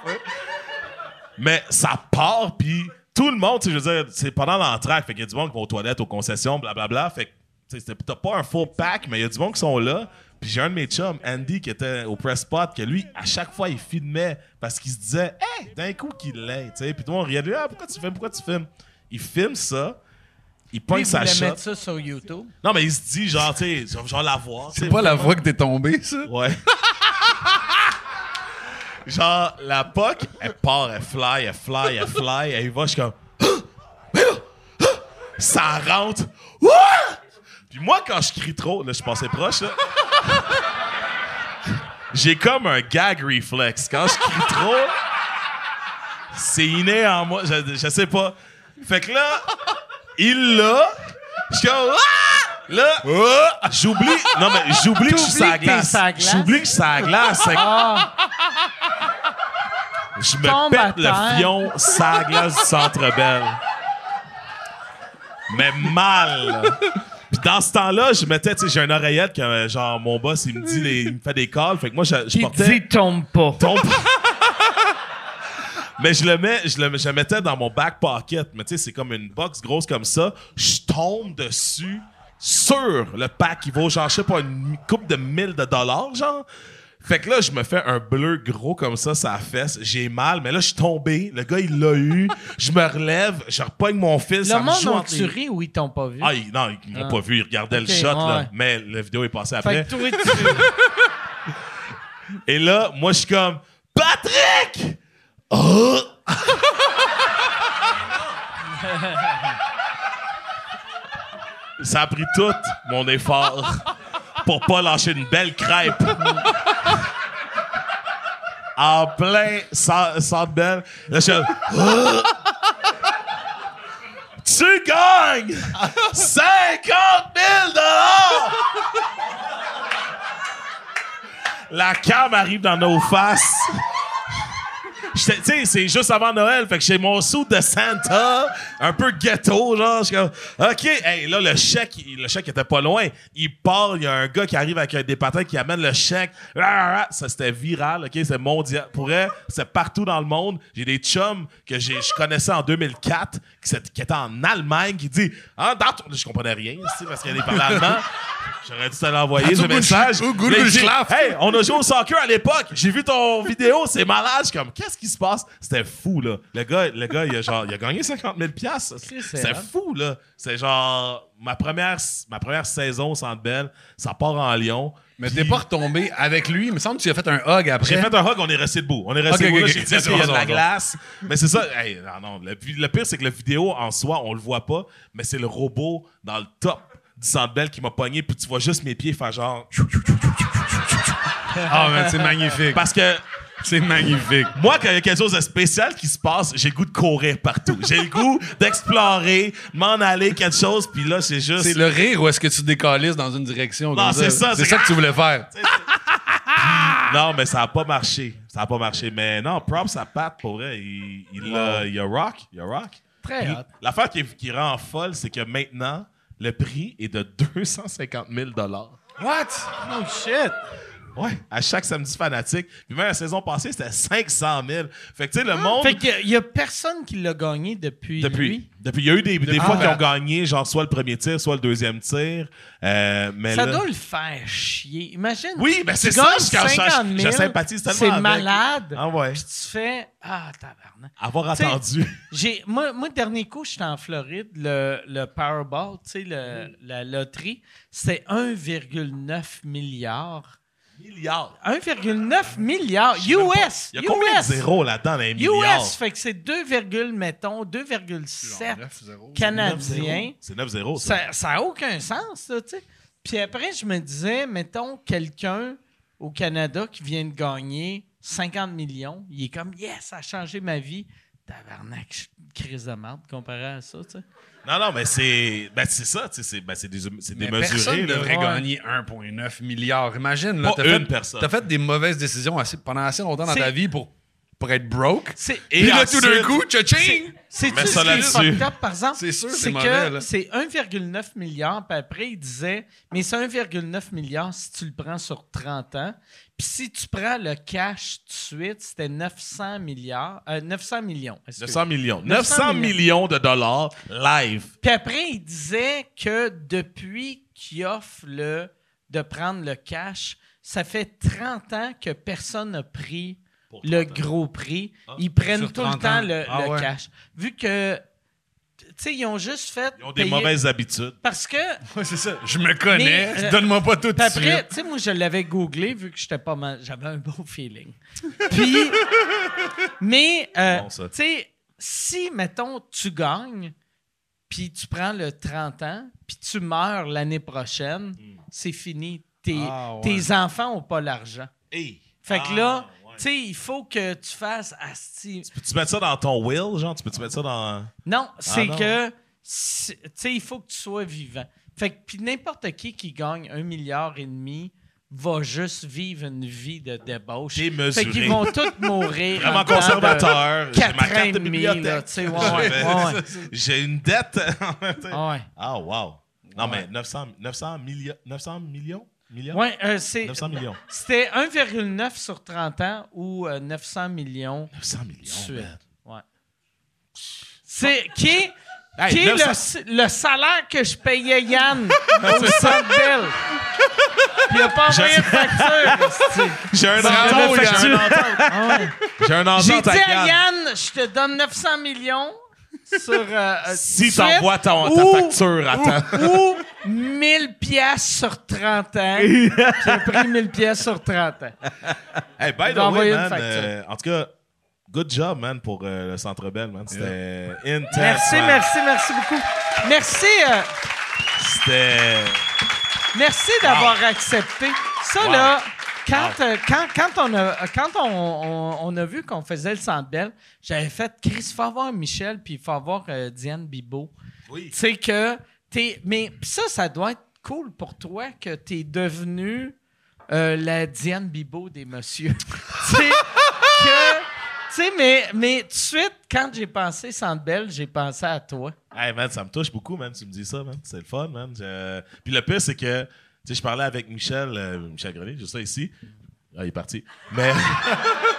Speaker 6: Mais ça part, puis tout le monde, tu sais, je veux dire, c'est pendant l'entraque. Fait qu'il y a du monde qui va aux toilettes, aux concessions, blablabla. Fait que, tu sais, c'était- t'as pas un faux pack, mais il y a du monde qui sont là. Puis j'ai un de mes chums, Andy, qui était au press spot, que lui, à chaque fois, il filmait parce qu'il se disait, hey, d'un coup qu'il l'est, tu sais. Puis tout le monde riait de lui, ah, pourquoi tu filmes, pourquoi tu filmes? Il filme ça, il pogne
Speaker 9: Ils
Speaker 6: sa
Speaker 9: voulaient
Speaker 6: shot.
Speaker 9: mettre ça sur YouTube.
Speaker 6: Non, mais il se dit, genre, tu sais, genre la voir. tu sais.
Speaker 7: C'est pas la fois que t'es tombé, ça?
Speaker 6: Ouais. <laughs> Genre, la POC, elle part, elle fly, elle fly, elle fly, elle y va, je suis comme. <gasps> Ah! Mais là, <gasps> ah! Ça rentre. Ouah! Puis moi, quand je crie trop, là, je suis passé proche, là. <laughs> J'ai comme un gag reflex. Quand je crie trop, c'est inné en moi. Je, je sais pas. Fait que là, il l'a. Je suis comme. Ah! Là, ah! j'oublie. Non, mais j'oublie que je suis sur la
Speaker 9: T'oublies que t'es
Speaker 6: glace.
Speaker 9: sur la glace? Ah.
Speaker 6: J'oublie que je suis sur la glace. Fait que- Je me
Speaker 9: Tombe à
Speaker 6: pète le
Speaker 9: terre.
Speaker 6: fion sa glace du centre belle. Mais mal. là. Puis dans ce temps-là, je mettais, tu sais, j'ai une oreillette que euh, genre mon boss il me dit, les- il me fait des calls, fait que moi je, je
Speaker 9: Il
Speaker 6: portais
Speaker 9: dit tombe pas.
Speaker 6: ton. <laughs> Mais je le mets, je le, je le mettais dans mon back pocket. Mais tu sais, c'est comme une box grosse comme ça. Je tombe dessus sur le pack qui vaut genre je sais pas une coupe de 1000 de dollars genre. Fait que là, je me fais un bleu gros comme ça, ça fesse. J'ai mal, mais là, je suis tombé. Le gars, il l'a eu. Je me relève, je repogne mon fils. ça
Speaker 9: Le
Speaker 6: me
Speaker 9: monde
Speaker 6: joue
Speaker 9: ont
Speaker 6: entre les-
Speaker 9: tué ou ils t'ont pas vu?
Speaker 6: Ah, ils- non, ils m'ont
Speaker 9: Ah.
Speaker 6: pas vu. Ils regardaient
Speaker 9: Ok,
Speaker 6: le shot, là.
Speaker 9: ouais.
Speaker 6: Mais la vidéo est passée après.
Speaker 9: fait que toi, tu-
Speaker 6: Et là, moi, je suis comme Patrick! Oh! <laughs> Ça a pris tout mon effort pour pas lâcher une belle crêpe. <laughs> en plein sans, sans belle. Là, je suis comme, <laughs> Oh! Tu gagnes 50 000 dollars! La cam arrive dans nos faces. J'étais- Tu sais, c'est juste avant Noël, fait que j'ai mon sou de Santa, un peu ghetto, genre. Je suis comme, OK, hey, là, le chèque, il- le chèque était pas loin. Il part, il y a un gars qui arrive avec euh, des patins qui amène le chèque. Rarara. Ça, c'était viral, OK? C'est mondial. Pour elle, c'est partout dans le monde. J'ai des chums que j'ai- je connaissais en 2004 qui, s'étaient- qui étaient en Allemagne qui dit Ah, dans ton- Je comprenais rien, tu sais, parce qu'elle est parlait allemand. J'aurais dû te l'envoyer, ce
Speaker 7: Au goût de-
Speaker 6: message.
Speaker 7: au goût de
Speaker 6: Là, il dit,
Speaker 7: Schlaf.
Speaker 6: Hey, on a joué au soccer à l'époque. J'ai vu ton vidéo, c'est malade. Je suis comme, qu'est-ce qui se passe? C'était fou, là. Le gars, le gars il, a genre, il a gagné 50 000 piastres.
Speaker 9: c'est
Speaker 6: C'est
Speaker 9: hot.
Speaker 6: fou, là. C'est genre, ma première, ma première saison au Centre Bell, ça part en Lyon.
Speaker 7: Mais
Speaker 6: Puis
Speaker 7: t'es pas retombé avec lui. Il me semble que tu as fait un hug après.
Speaker 6: J'ai fait un hug, on est resté debout. On est resté
Speaker 7: Ok,
Speaker 6: debout. là,
Speaker 7: ok, ok.
Speaker 6: J'ai dit,
Speaker 7: C'est
Speaker 6: est-ce qu'il y a de
Speaker 7: bon,
Speaker 6: la
Speaker 7: c'est bon.
Speaker 6: glace? Mais c'est ça. Hey, non, non, le, le pire, c'est que la vidéo en soi, on le voit pas, mais c'est le robot dans le top du Centre Bell qui m'a pogné, puis tu vois juste mes pieds faire genre.
Speaker 7: Ah, man, c'est <laughs> magnifique.
Speaker 6: Parce que
Speaker 7: C'est magnifique.
Speaker 6: Moi, quand il y a quelque chose de spécial qui se passe, j'ai le goût de courir partout. J'ai le goût d'explorer, de m'en aller, quelque chose, puis là, c'est juste.
Speaker 7: C'est le rire ou est-ce que tu décalisses dans une direction?
Speaker 6: Non,
Speaker 7: comme
Speaker 6: c'est ça,
Speaker 7: C'est
Speaker 6: c'est-
Speaker 7: ça que tu voulais faire.
Speaker 6: Non, mais ça n'a pas marché. Ça n'a pas marché. Mais non, props à Pat, pour vrai. Il, il, a, il a rock. Il a rock.
Speaker 9: Très
Speaker 6: Puis
Speaker 9: hot.
Speaker 6: L'affaire qui, qui rend folle, c'est que maintenant, le prix est de 250 000
Speaker 7: What?
Speaker 9: Oh shit!
Speaker 6: Ouais, à chaque samedi fanatique. Puis même la saison passée, c'était 500 000. Fait que tu sais, le
Speaker 9: Ah.
Speaker 6: monde.
Speaker 3: Fait qu'il y a personne qui l'a gagné depuis.
Speaker 6: Depuis,
Speaker 3: lui.
Speaker 6: depuis, il y a eu des, des fois
Speaker 3: Ah,
Speaker 6: qu'ils ont
Speaker 3: ouais.
Speaker 6: gagné, genre soit le premier tir, soit le deuxième tir. Euh, mais
Speaker 3: Ça
Speaker 6: là-
Speaker 3: doit le faire chier. Imagine.
Speaker 6: Oui, ben c'est
Speaker 3: tu
Speaker 6: ça,
Speaker 3: gagnes
Speaker 6: je- quand je-
Speaker 3: 50 000,
Speaker 6: je sympathise tellement
Speaker 3: C'est
Speaker 6: avec.
Speaker 3: malade.
Speaker 6: Ah ouais.
Speaker 3: Puis tu fais. Ah, tabarnak.
Speaker 6: Avoir
Speaker 3: T'sais, <laughs>
Speaker 6: attendu.
Speaker 3: J'ai, moi, moi, dernier coup, j'étais en Floride, le, le Powerball, tu sais, le-
Speaker 6: Mm.
Speaker 3: la loterie, c'est 1,9 milliard.
Speaker 6: Milliards.
Speaker 3: 1,9 milliard US!
Speaker 6: Il y a combien de
Speaker 3: US?
Speaker 6: zéros là-dedans dans les milliards?
Speaker 3: US, fait que c'est 2, mettons, 2,7 canadiens.
Speaker 6: C'est 9-0. ça.
Speaker 3: Ça n'a aucun sens, ça, tu sais. Puis après, je me disais, mettons, quelqu'un au Canada qui vient de gagner 50 millions, il est comme, yes, ça a changé ma vie. Tabarnak, je suis une crise de merde comparé à ça, tu sais.
Speaker 6: Non, non, mais c'est ben, c'est ça. tu sais, C'est ben, c'est des- c'est
Speaker 7: Mais
Speaker 6: démesuré.
Speaker 7: personne ne
Speaker 6: là.
Speaker 7: devrait
Speaker 3: Ouais.
Speaker 7: gagner 1,9 milliard. Imagine, là,
Speaker 6: Pas
Speaker 7: t'as fait,
Speaker 6: une personne.
Speaker 7: T'as fait des mauvaises décisions assez- pendant assez longtemps dans
Speaker 3: C'est-
Speaker 7: ta vie pour, pour être broke.
Speaker 3: C'est-
Speaker 7: Et là,
Speaker 6: ensuite-
Speaker 7: tout d'un coup, tcha-ching!
Speaker 3: C'est
Speaker 6: Mets
Speaker 3: tout ce
Speaker 6: ça
Speaker 3: qui est
Speaker 6: là-dessus.
Speaker 3: fucked up, par exemple.
Speaker 7: C'est sûr, c'est mauvais,
Speaker 3: que
Speaker 7: là.
Speaker 3: c'est 1,9 milliard, puis après, il disait, mais c'est 1,9 milliard si tu le prends sur 30 ans. Puis si tu prends le cash tout de suite, c'était 900 milliards, euh, 900 millions. excuse.
Speaker 6: 900 millions.
Speaker 3: 900
Speaker 6: 900 millions de dollars live.
Speaker 3: Puis après, il disait que depuis qu'il offre le, de prendre le cash, ça fait 30 ans que personne n'a pris
Speaker 6: Pour
Speaker 3: le
Speaker 6: 30 ans. Ah,
Speaker 3: gros prix. Ils prennent
Speaker 7: sur
Speaker 3: tout le
Speaker 7: 30
Speaker 3: temps
Speaker 7: ans.
Speaker 3: le,
Speaker 7: Ah
Speaker 3: le
Speaker 7: ouais.
Speaker 3: cash. Vu que, tu sais, ils ont juste fait.
Speaker 6: Ils ont des
Speaker 3: payer-
Speaker 6: mauvaises habitudes.
Speaker 3: Parce
Speaker 6: <laughs>
Speaker 3: que,
Speaker 7: Ouais, c'est ça. Je me connais.
Speaker 3: Mais, euh,
Speaker 7: Donne-moi pas tout de
Speaker 3: puis
Speaker 7: suite.
Speaker 3: après, tu sais, moi, je l'avais googlé vu que j'étais pas mal. J'avais un beau
Speaker 6: <laughs>
Speaker 3: feeling. Puis, mais, euh,
Speaker 6: Bon, ça.
Speaker 3: tu sais, si, mettons, tu gagnes, puis tu prends le 30 ans, puis tu meurs l'année prochaine,
Speaker 6: Hmm.
Speaker 3: c'est fini. Tes,
Speaker 7: Ah, ouais.
Speaker 3: tes enfants n'ont pas l'argent.
Speaker 6: Hey.
Speaker 3: Fait que
Speaker 6: Ah,
Speaker 3: là,
Speaker 6: ouais.
Speaker 3: tu sais, il faut que tu fasses asti.
Speaker 6: Peux-tu mettre ça dans ton will, genre? Tu peux-tu mettre ça dans.
Speaker 3: Non, c'est
Speaker 6: Ah non.
Speaker 3: que, si- tu sais, il faut que tu sois vivant. Fait que, puis n'importe qui qui gagne un milliard et demi va juste vivre une vie de débauche.
Speaker 6: Démesurée.
Speaker 3: Fait qu'ils vont tous mourir. en dedans
Speaker 6: Vraiment
Speaker 3: de
Speaker 6: conservateur. J'ai
Speaker 3: ben, quatre
Speaker 6: ma
Speaker 3: ans et
Speaker 6: carte de
Speaker 3: demi, là,
Speaker 6: bibliothèque.
Speaker 3: tu sais, ouais, ouais,
Speaker 6: J'ai-
Speaker 3: ouais, ouais.
Speaker 6: J'ai une dette. <laughs> en même temps.
Speaker 3: Ah ouais.
Speaker 6: Ah, wow. Non, mais 900, 900, milli- 900 millions? Millions?
Speaker 3: Ouais, euh, c'est-
Speaker 6: 900 millions.
Speaker 3: c'était 1,9 sur 30 ans ou euh, 900 millions
Speaker 6: 900
Speaker 3: de
Speaker 6: millions.
Speaker 3: suite.
Speaker 6: man.
Speaker 3: Ouais. C'est qui est,
Speaker 6: Hey,
Speaker 3: qui est
Speaker 6: 900
Speaker 3: le, s- le salaire que je payais
Speaker 6: <laughs>
Speaker 3: Yann au Centre Bell. Il a pas envoyé de facture.
Speaker 6: <laughs>
Speaker 3: esti.
Speaker 6: J'ai un
Speaker 7: Bravo,
Speaker 6: entente. J'ai un entente.
Speaker 3: Ah ouais.
Speaker 6: J'ai un
Speaker 3: J'ai
Speaker 6: entente
Speaker 3: dit
Speaker 6: avec
Speaker 3: à
Speaker 6: Yann.
Speaker 3: Yann, je te donne 900 millions sur. euh, euh,
Speaker 6: <laughs> Si
Speaker 3: suite
Speaker 6: t'envoies ta, ta
Speaker 3: ou-
Speaker 6: facture, attends.
Speaker 3: Ou 1000 pièces sur 30
Speaker 6: <laughs>
Speaker 3: ans. Puis j'ai pris 1000 pièces sur 30 ans.
Speaker 6: Hey, by
Speaker 3: Il
Speaker 6: the
Speaker 3: va envoyer
Speaker 6: way,
Speaker 3: une
Speaker 6: man,
Speaker 3: facture.
Speaker 6: euh, en tout cas, good job, man, pour euh, le Centre Bell, man. C'était intense.
Speaker 3: Merci,
Speaker 6: man.
Speaker 3: merci, merci beaucoup. Merci, euh,
Speaker 6: C'était...
Speaker 3: merci d'avoir accepté. Ça,
Speaker 6: Wow.
Speaker 3: là, quand, euh, quand, quand on a, quand on, on- on a vu qu'on faisait le Centre Bell, j'avais fait Chris, faut avoir Michel, puis il faut avoir euh, Diane Bibot.
Speaker 6: Oui.
Speaker 3: Tu sais que t'es. Mais pis ça, ça doit être cool pour toi que t'es devenu euh, la Diane Bibo des messieurs. <laughs> tu sais, que. Tu sais, mais, mais tout de suite, quand j'ai pensé Sandbell, j'ai pensé à toi.
Speaker 6: Hey, man, ça me touche beaucoup, man, tu me dis ça, man. C'est le fun, man. Je- Puis le pire, c'est que, tu sais, je parlais avec Michel, euh, Michel Grenier, juste là, ici. Ah, il est parti. Mais... <laughs>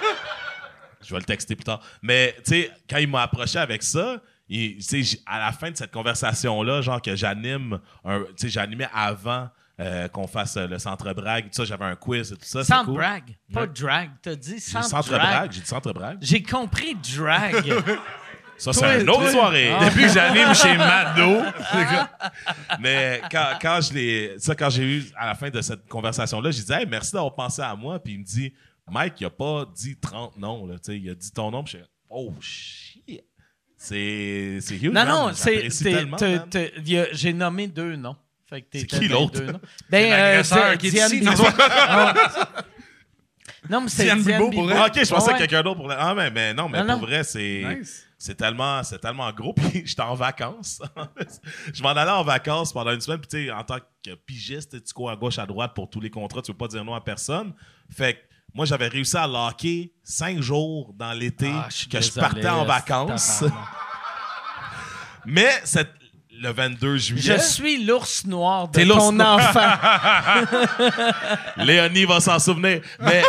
Speaker 6: je vais le texter plus tard. Mais, tu sais, quand il m'a approché avec ça, il- tu sais, j- à la fin de cette conversation-là, genre que j'anime, un- tu sais, j'animais avant euh, qu'on fasse euh, le centre brague, tout ça, j'avais un quiz et tout ça.
Speaker 3: Sans
Speaker 6: c'est cool.
Speaker 3: brag, pas
Speaker 6: Ouais.
Speaker 3: drag. T'as dit
Speaker 6: J'ai
Speaker 3: sans
Speaker 6: le centre
Speaker 3: drag.
Speaker 6: brague, j'ai le centre brague.
Speaker 3: J'ai compris
Speaker 6: <laughs>
Speaker 3: drag.
Speaker 6: Ça, c'est une autre soirée.
Speaker 3: Ah.
Speaker 7: Depuis que j'anime chez
Speaker 3: <laughs>
Speaker 7: Mado,
Speaker 6: Mais quand, quand je l'ai. Ça, quand j'ai eu à la fin de cette conversation-là, j'ai dit Hey, merci d'avoir pensé à moi. Puis il me dit Mike, il a pas dit 30 noms. Là, Tu sais, il a dit ton nom. Puis je suis Oh shit. C'est c'est huge.
Speaker 3: non,
Speaker 6: man.
Speaker 3: non, c'est.
Speaker 6: J'apprécie
Speaker 3: t'es-
Speaker 6: tellement,
Speaker 3: t'es-
Speaker 6: man.
Speaker 3: t'es- y a- J'ai nommé deux noms. Fait que t'étais
Speaker 6: C'est qui
Speaker 3: dans les
Speaker 6: l'autre?
Speaker 3: deux noms.
Speaker 7: C'est
Speaker 3: Ben, euh,
Speaker 7: l'agresseur
Speaker 3: Di-
Speaker 7: qui est
Speaker 3: Diane
Speaker 7: ici,
Speaker 3: Bibeau.
Speaker 7: non?
Speaker 3: Ah. Non, mais c'est
Speaker 7: Diane
Speaker 3: Diane
Speaker 7: Bibeau,
Speaker 3: Bibo.
Speaker 7: pour
Speaker 6: Ah, ok, je pensais
Speaker 3: Ouais.
Speaker 6: à quelqu'un d'autre pour le. Ah, mais, mais non, mais
Speaker 3: Non,
Speaker 6: pour
Speaker 3: non.
Speaker 6: vrai, c'est.
Speaker 7: Nice.
Speaker 6: C'est tellement, c'est tellement gros, <laughs> puis j'étais en vacances. je m'en allais en vacances pendant une semaine, puis tu sais, en tant que pigiste, tu cours à gauche, à droite pour tous les contrats, tu peux pas dire non à personne. Fait que moi, j'avais réussi à locker cinq jours dans l'été
Speaker 3: Ah,
Speaker 6: que je
Speaker 3: désolé,
Speaker 6: partais en
Speaker 3: c'est
Speaker 6: vacances.
Speaker 3: tabarnak.
Speaker 6: Mais cette- le 22
Speaker 3: Je
Speaker 6: juillet.
Speaker 3: suis l'ours noir de
Speaker 6: T'es l'ours
Speaker 3: ton
Speaker 6: <laughs>
Speaker 3: enfant.
Speaker 6: Léonie va s'en souvenir.
Speaker 3: <laughs>
Speaker 6: Mais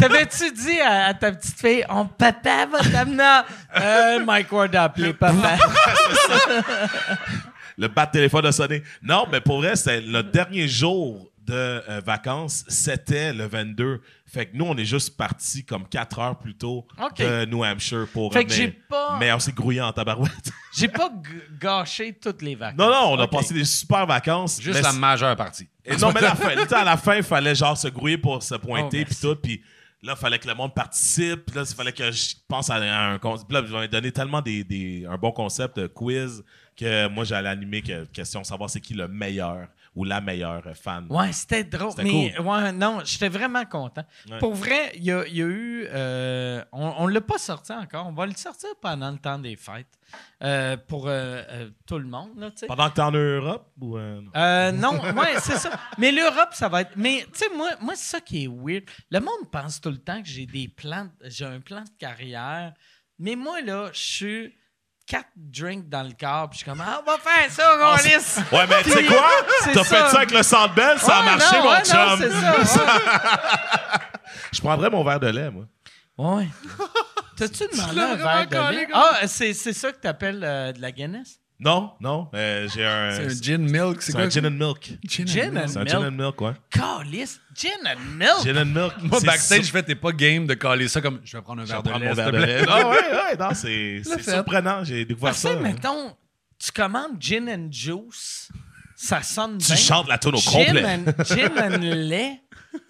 Speaker 3: T'avais-tu dit à, à ta petite fille, on papa va t'amener à- Euh, Mike Ward a appelé papa.
Speaker 6: le bas de téléphone a sonné. Non, mais pour vrai, c'est le dernier jour de euh, vacances, c'était le 22. Fait que nous, on est juste partis comme 4 heures plus tôt
Speaker 3: OK.
Speaker 6: de New Hampshire pour.
Speaker 3: Fait que
Speaker 6: mais-
Speaker 3: j'ai pas-
Speaker 6: Mais on s'est grouillé en tabarouette.
Speaker 3: <laughs>
Speaker 6: <laughs>
Speaker 3: J'ai pas g- gâché toutes les vacances.
Speaker 6: non, non, on a
Speaker 3: OK.
Speaker 6: passé des super vacances.
Speaker 7: Juste
Speaker 6: mais
Speaker 7: la majeure partie.
Speaker 6: Et non,
Speaker 7: <laughs>
Speaker 6: mais la fin, tu sais, à la fin, il fallait genre se grouiller pour se
Speaker 3: Oh,
Speaker 6: pointer, puis
Speaker 3: merci.
Speaker 6: tout. Puis là, il fallait que le monde participe. Puis là, il fallait que je pense à un concept. Puis là, ils m'ont donné tellement des, des- un bon concept de quiz que moi, j'allais animer que, question savoir c'est qui le meilleur ou la meilleure fan.
Speaker 3: Ouais, c'était drôle.
Speaker 6: C'était
Speaker 3: Mais ouais, non, j'étais vraiment content.
Speaker 6: Ouais.
Speaker 3: Pour vrai, il y a, il y a eu. euh, on ne l'a pas sorti encore. On va le sortir pendant le temps des fêtes euh, pour euh, euh, tout le monde. Là, tu sais.
Speaker 6: Pendant que t'es en Europe ou. euh, non?
Speaker 3: Euh, non, ouais, c'est ça. Mais l'Europe, ça va être. Mais tu sais, moi, moi c'est ça qui est weird. Le monde pense tout le temps que j'ai des plans, de- j'ai un plan de carrière. Mais moi, là, je suis quatre drinks dans le corps, puis je suis comme, ah, on va faire ça,
Speaker 6: Ah,
Speaker 3: on
Speaker 6: c'est-
Speaker 3: lisse.
Speaker 6: Ouais, mais tu
Speaker 3: <laughs>
Speaker 6: sais
Speaker 3: Puis-
Speaker 6: quoi?
Speaker 3: c'est
Speaker 6: T'as fait
Speaker 3: ça.
Speaker 6: ça avec le Centre Bell, ça a
Speaker 3: Ouais,
Speaker 6: marché,
Speaker 3: non,
Speaker 6: mon
Speaker 3: ouais, non,
Speaker 6: chum.
Speaker 3: c'est ça, ouais.
Speaker 6: Je prendrais mon verre de lait, moi.
Speaker 3: Ouais. T'as-tu demandé un verre de lait? Ah, c'est c'est ça que t'appelles euh, de la Guinness?
Speaker 6: Non, non, euh, j'ai un.
Speaker 2: C'est un gin milk, c'est
Speaker 6: C'est
Speaker 2: quoi?
Speaker 6: un gin and milk.
Speaker 3: Gin and
Speaker 6: C'est un gin and
Speaker 3: milk. Oh.
Speaker 6: milk, ouais.
Speaker 3: Calice. Gin and milk.
Speaker 6: Gin and milk.
Speaker 7: Moi,
Speaker 6: c'est
Speaker 7: backstage, je fais, t'es pas game de caler ça comme je vais prendre un
Speaker 6: Je vais
Speaker 7: verre de
Speaker 6: prendre
Speaker 7: lait.
Speaker 6: mon
Speaker 7: s'il
Speaker 6: verre
Speaker 7: te
Speaker 6: de
Speaker 7: plaît.
Speaker 6: lait. Non, Ah ouais, ouais, non, c'est c'est
Speaker 2: fait.
Speaker 6: surprenant. J'ai découvert
Speaker 3: Parce
Speaker 6: ça. hein.
Speaker 3: que, mettons, tu commandes gin and juice, ça sonne
Speaker 6: Tu
Speaker 3: bien.
Speaker 6: chantes la tune au
Speaker 3: Gin
Speaker 6: complet.
Speaker 3: and- gin and lait.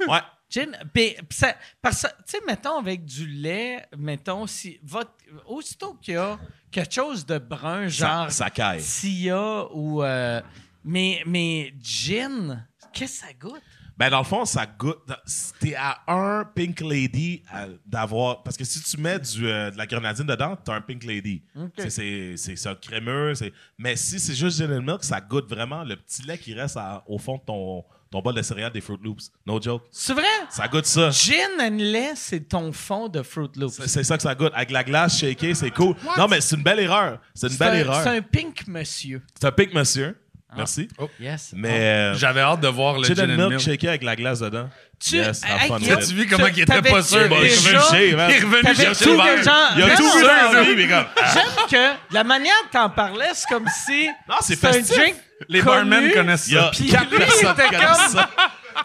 Speaker 6: Ouais.
Speaker 3: Gin, pis- pis ça- parce que, tu sais, mettons, avec du lait, mettons, si votre, aussitôt qu'il y a quelque chose de brun, genre
Speaker 6: ça, ça caille.
Speaker 3: Sia ou... euh, mais, mais gin, qu'est-ce que ça goûte?
Speaker 6: Ben, dans le fond, ça goûte. T'es à un Pink Lady à- d'avoir. Parce que si tu mets du, euh, de la grenadine dedans, t'as un Pink Lady. Tu sais, C'est c'est ça, crémeux. c'est- Mais si c'est juste gin and milk, ça goûte vraiment le petit lait qui reste à- au fond de ton, ton bol de céréales des Fruit Loops. No joke.
Speaker 3: C'est vrai?
Speaker 6: Ça goûte ça.
Speaker 3: Gin and lait, c'est ton fond de Fruit Loops.
Speaker 6: C'est c'est ça que ça goûte. Avec la glace shakée, c'est cool. Non, mais c'est une belle erreur. C'est une
Speaker 3: C'est un-
Speaker 6: belle erreur.
Speaker 3: C'est un Ah. pink monsieur.
Speaker 6: C'est un pic, monsieur. Merci.
Speaker 3: Yes.
Speaker 6: Mais. euh, j'ai
Speaker 7: J'avais hâte de voir le
Speaker 6: Gin
Speaker 7: gin
Speaker 6: and milk
Speaker 7: milk.
Speaker 6: shaké avec la glace dedans.
Speaker 3: Tu-
Speaker 6: Yes, have
Speaker 3: Hey,
Speaker 6: fun with
Speaker 3: Guillaume,
Speaker 6: it.
Speaker 7: Tu vis comment
Speaker 3: T'as-
Speaker 7: il était pas
Speaker 3: t'avais-tu
Speaker 7: sûr.
Speaker 6: Bon,
Speaker 7: il est
Speaker 3: déjà-
Speaker 6: je veux le shake, man.
Speaker 7: revenu- il est revenu
Speaker 3: T'avais
Speaker 7: chercher
Speaker 3: tout
Speaker 7: le verre.
Speaker 3: déjà-
Speaker 6: Il y a tout
Speaker 3: Vraiment,
Speaker 6: vu
Speaker 3: j'aime-
Speaker 6: en vie, mais comme. ah,
Speaker 3: J'aime que la manière que t'en parlais, c'est comme si
Speaker 6: Non, c'est
Speaker 3: un
Speaker 6: festif.
Speaker 3: drink
Speaker 7: Les
Speaker 3: connu.
Speaker 7: barmen connaissent
Speaker 6: Il y a
Speaker 7: ça.
Speaker 3: Puis
Speaker 6: quatre
Speaker 3: lui,
Speaker 6: personnes
Speaker 3: c'était
Speaker 6: qui connaissent
Speaker 3: comme-
Speaker 6: ça.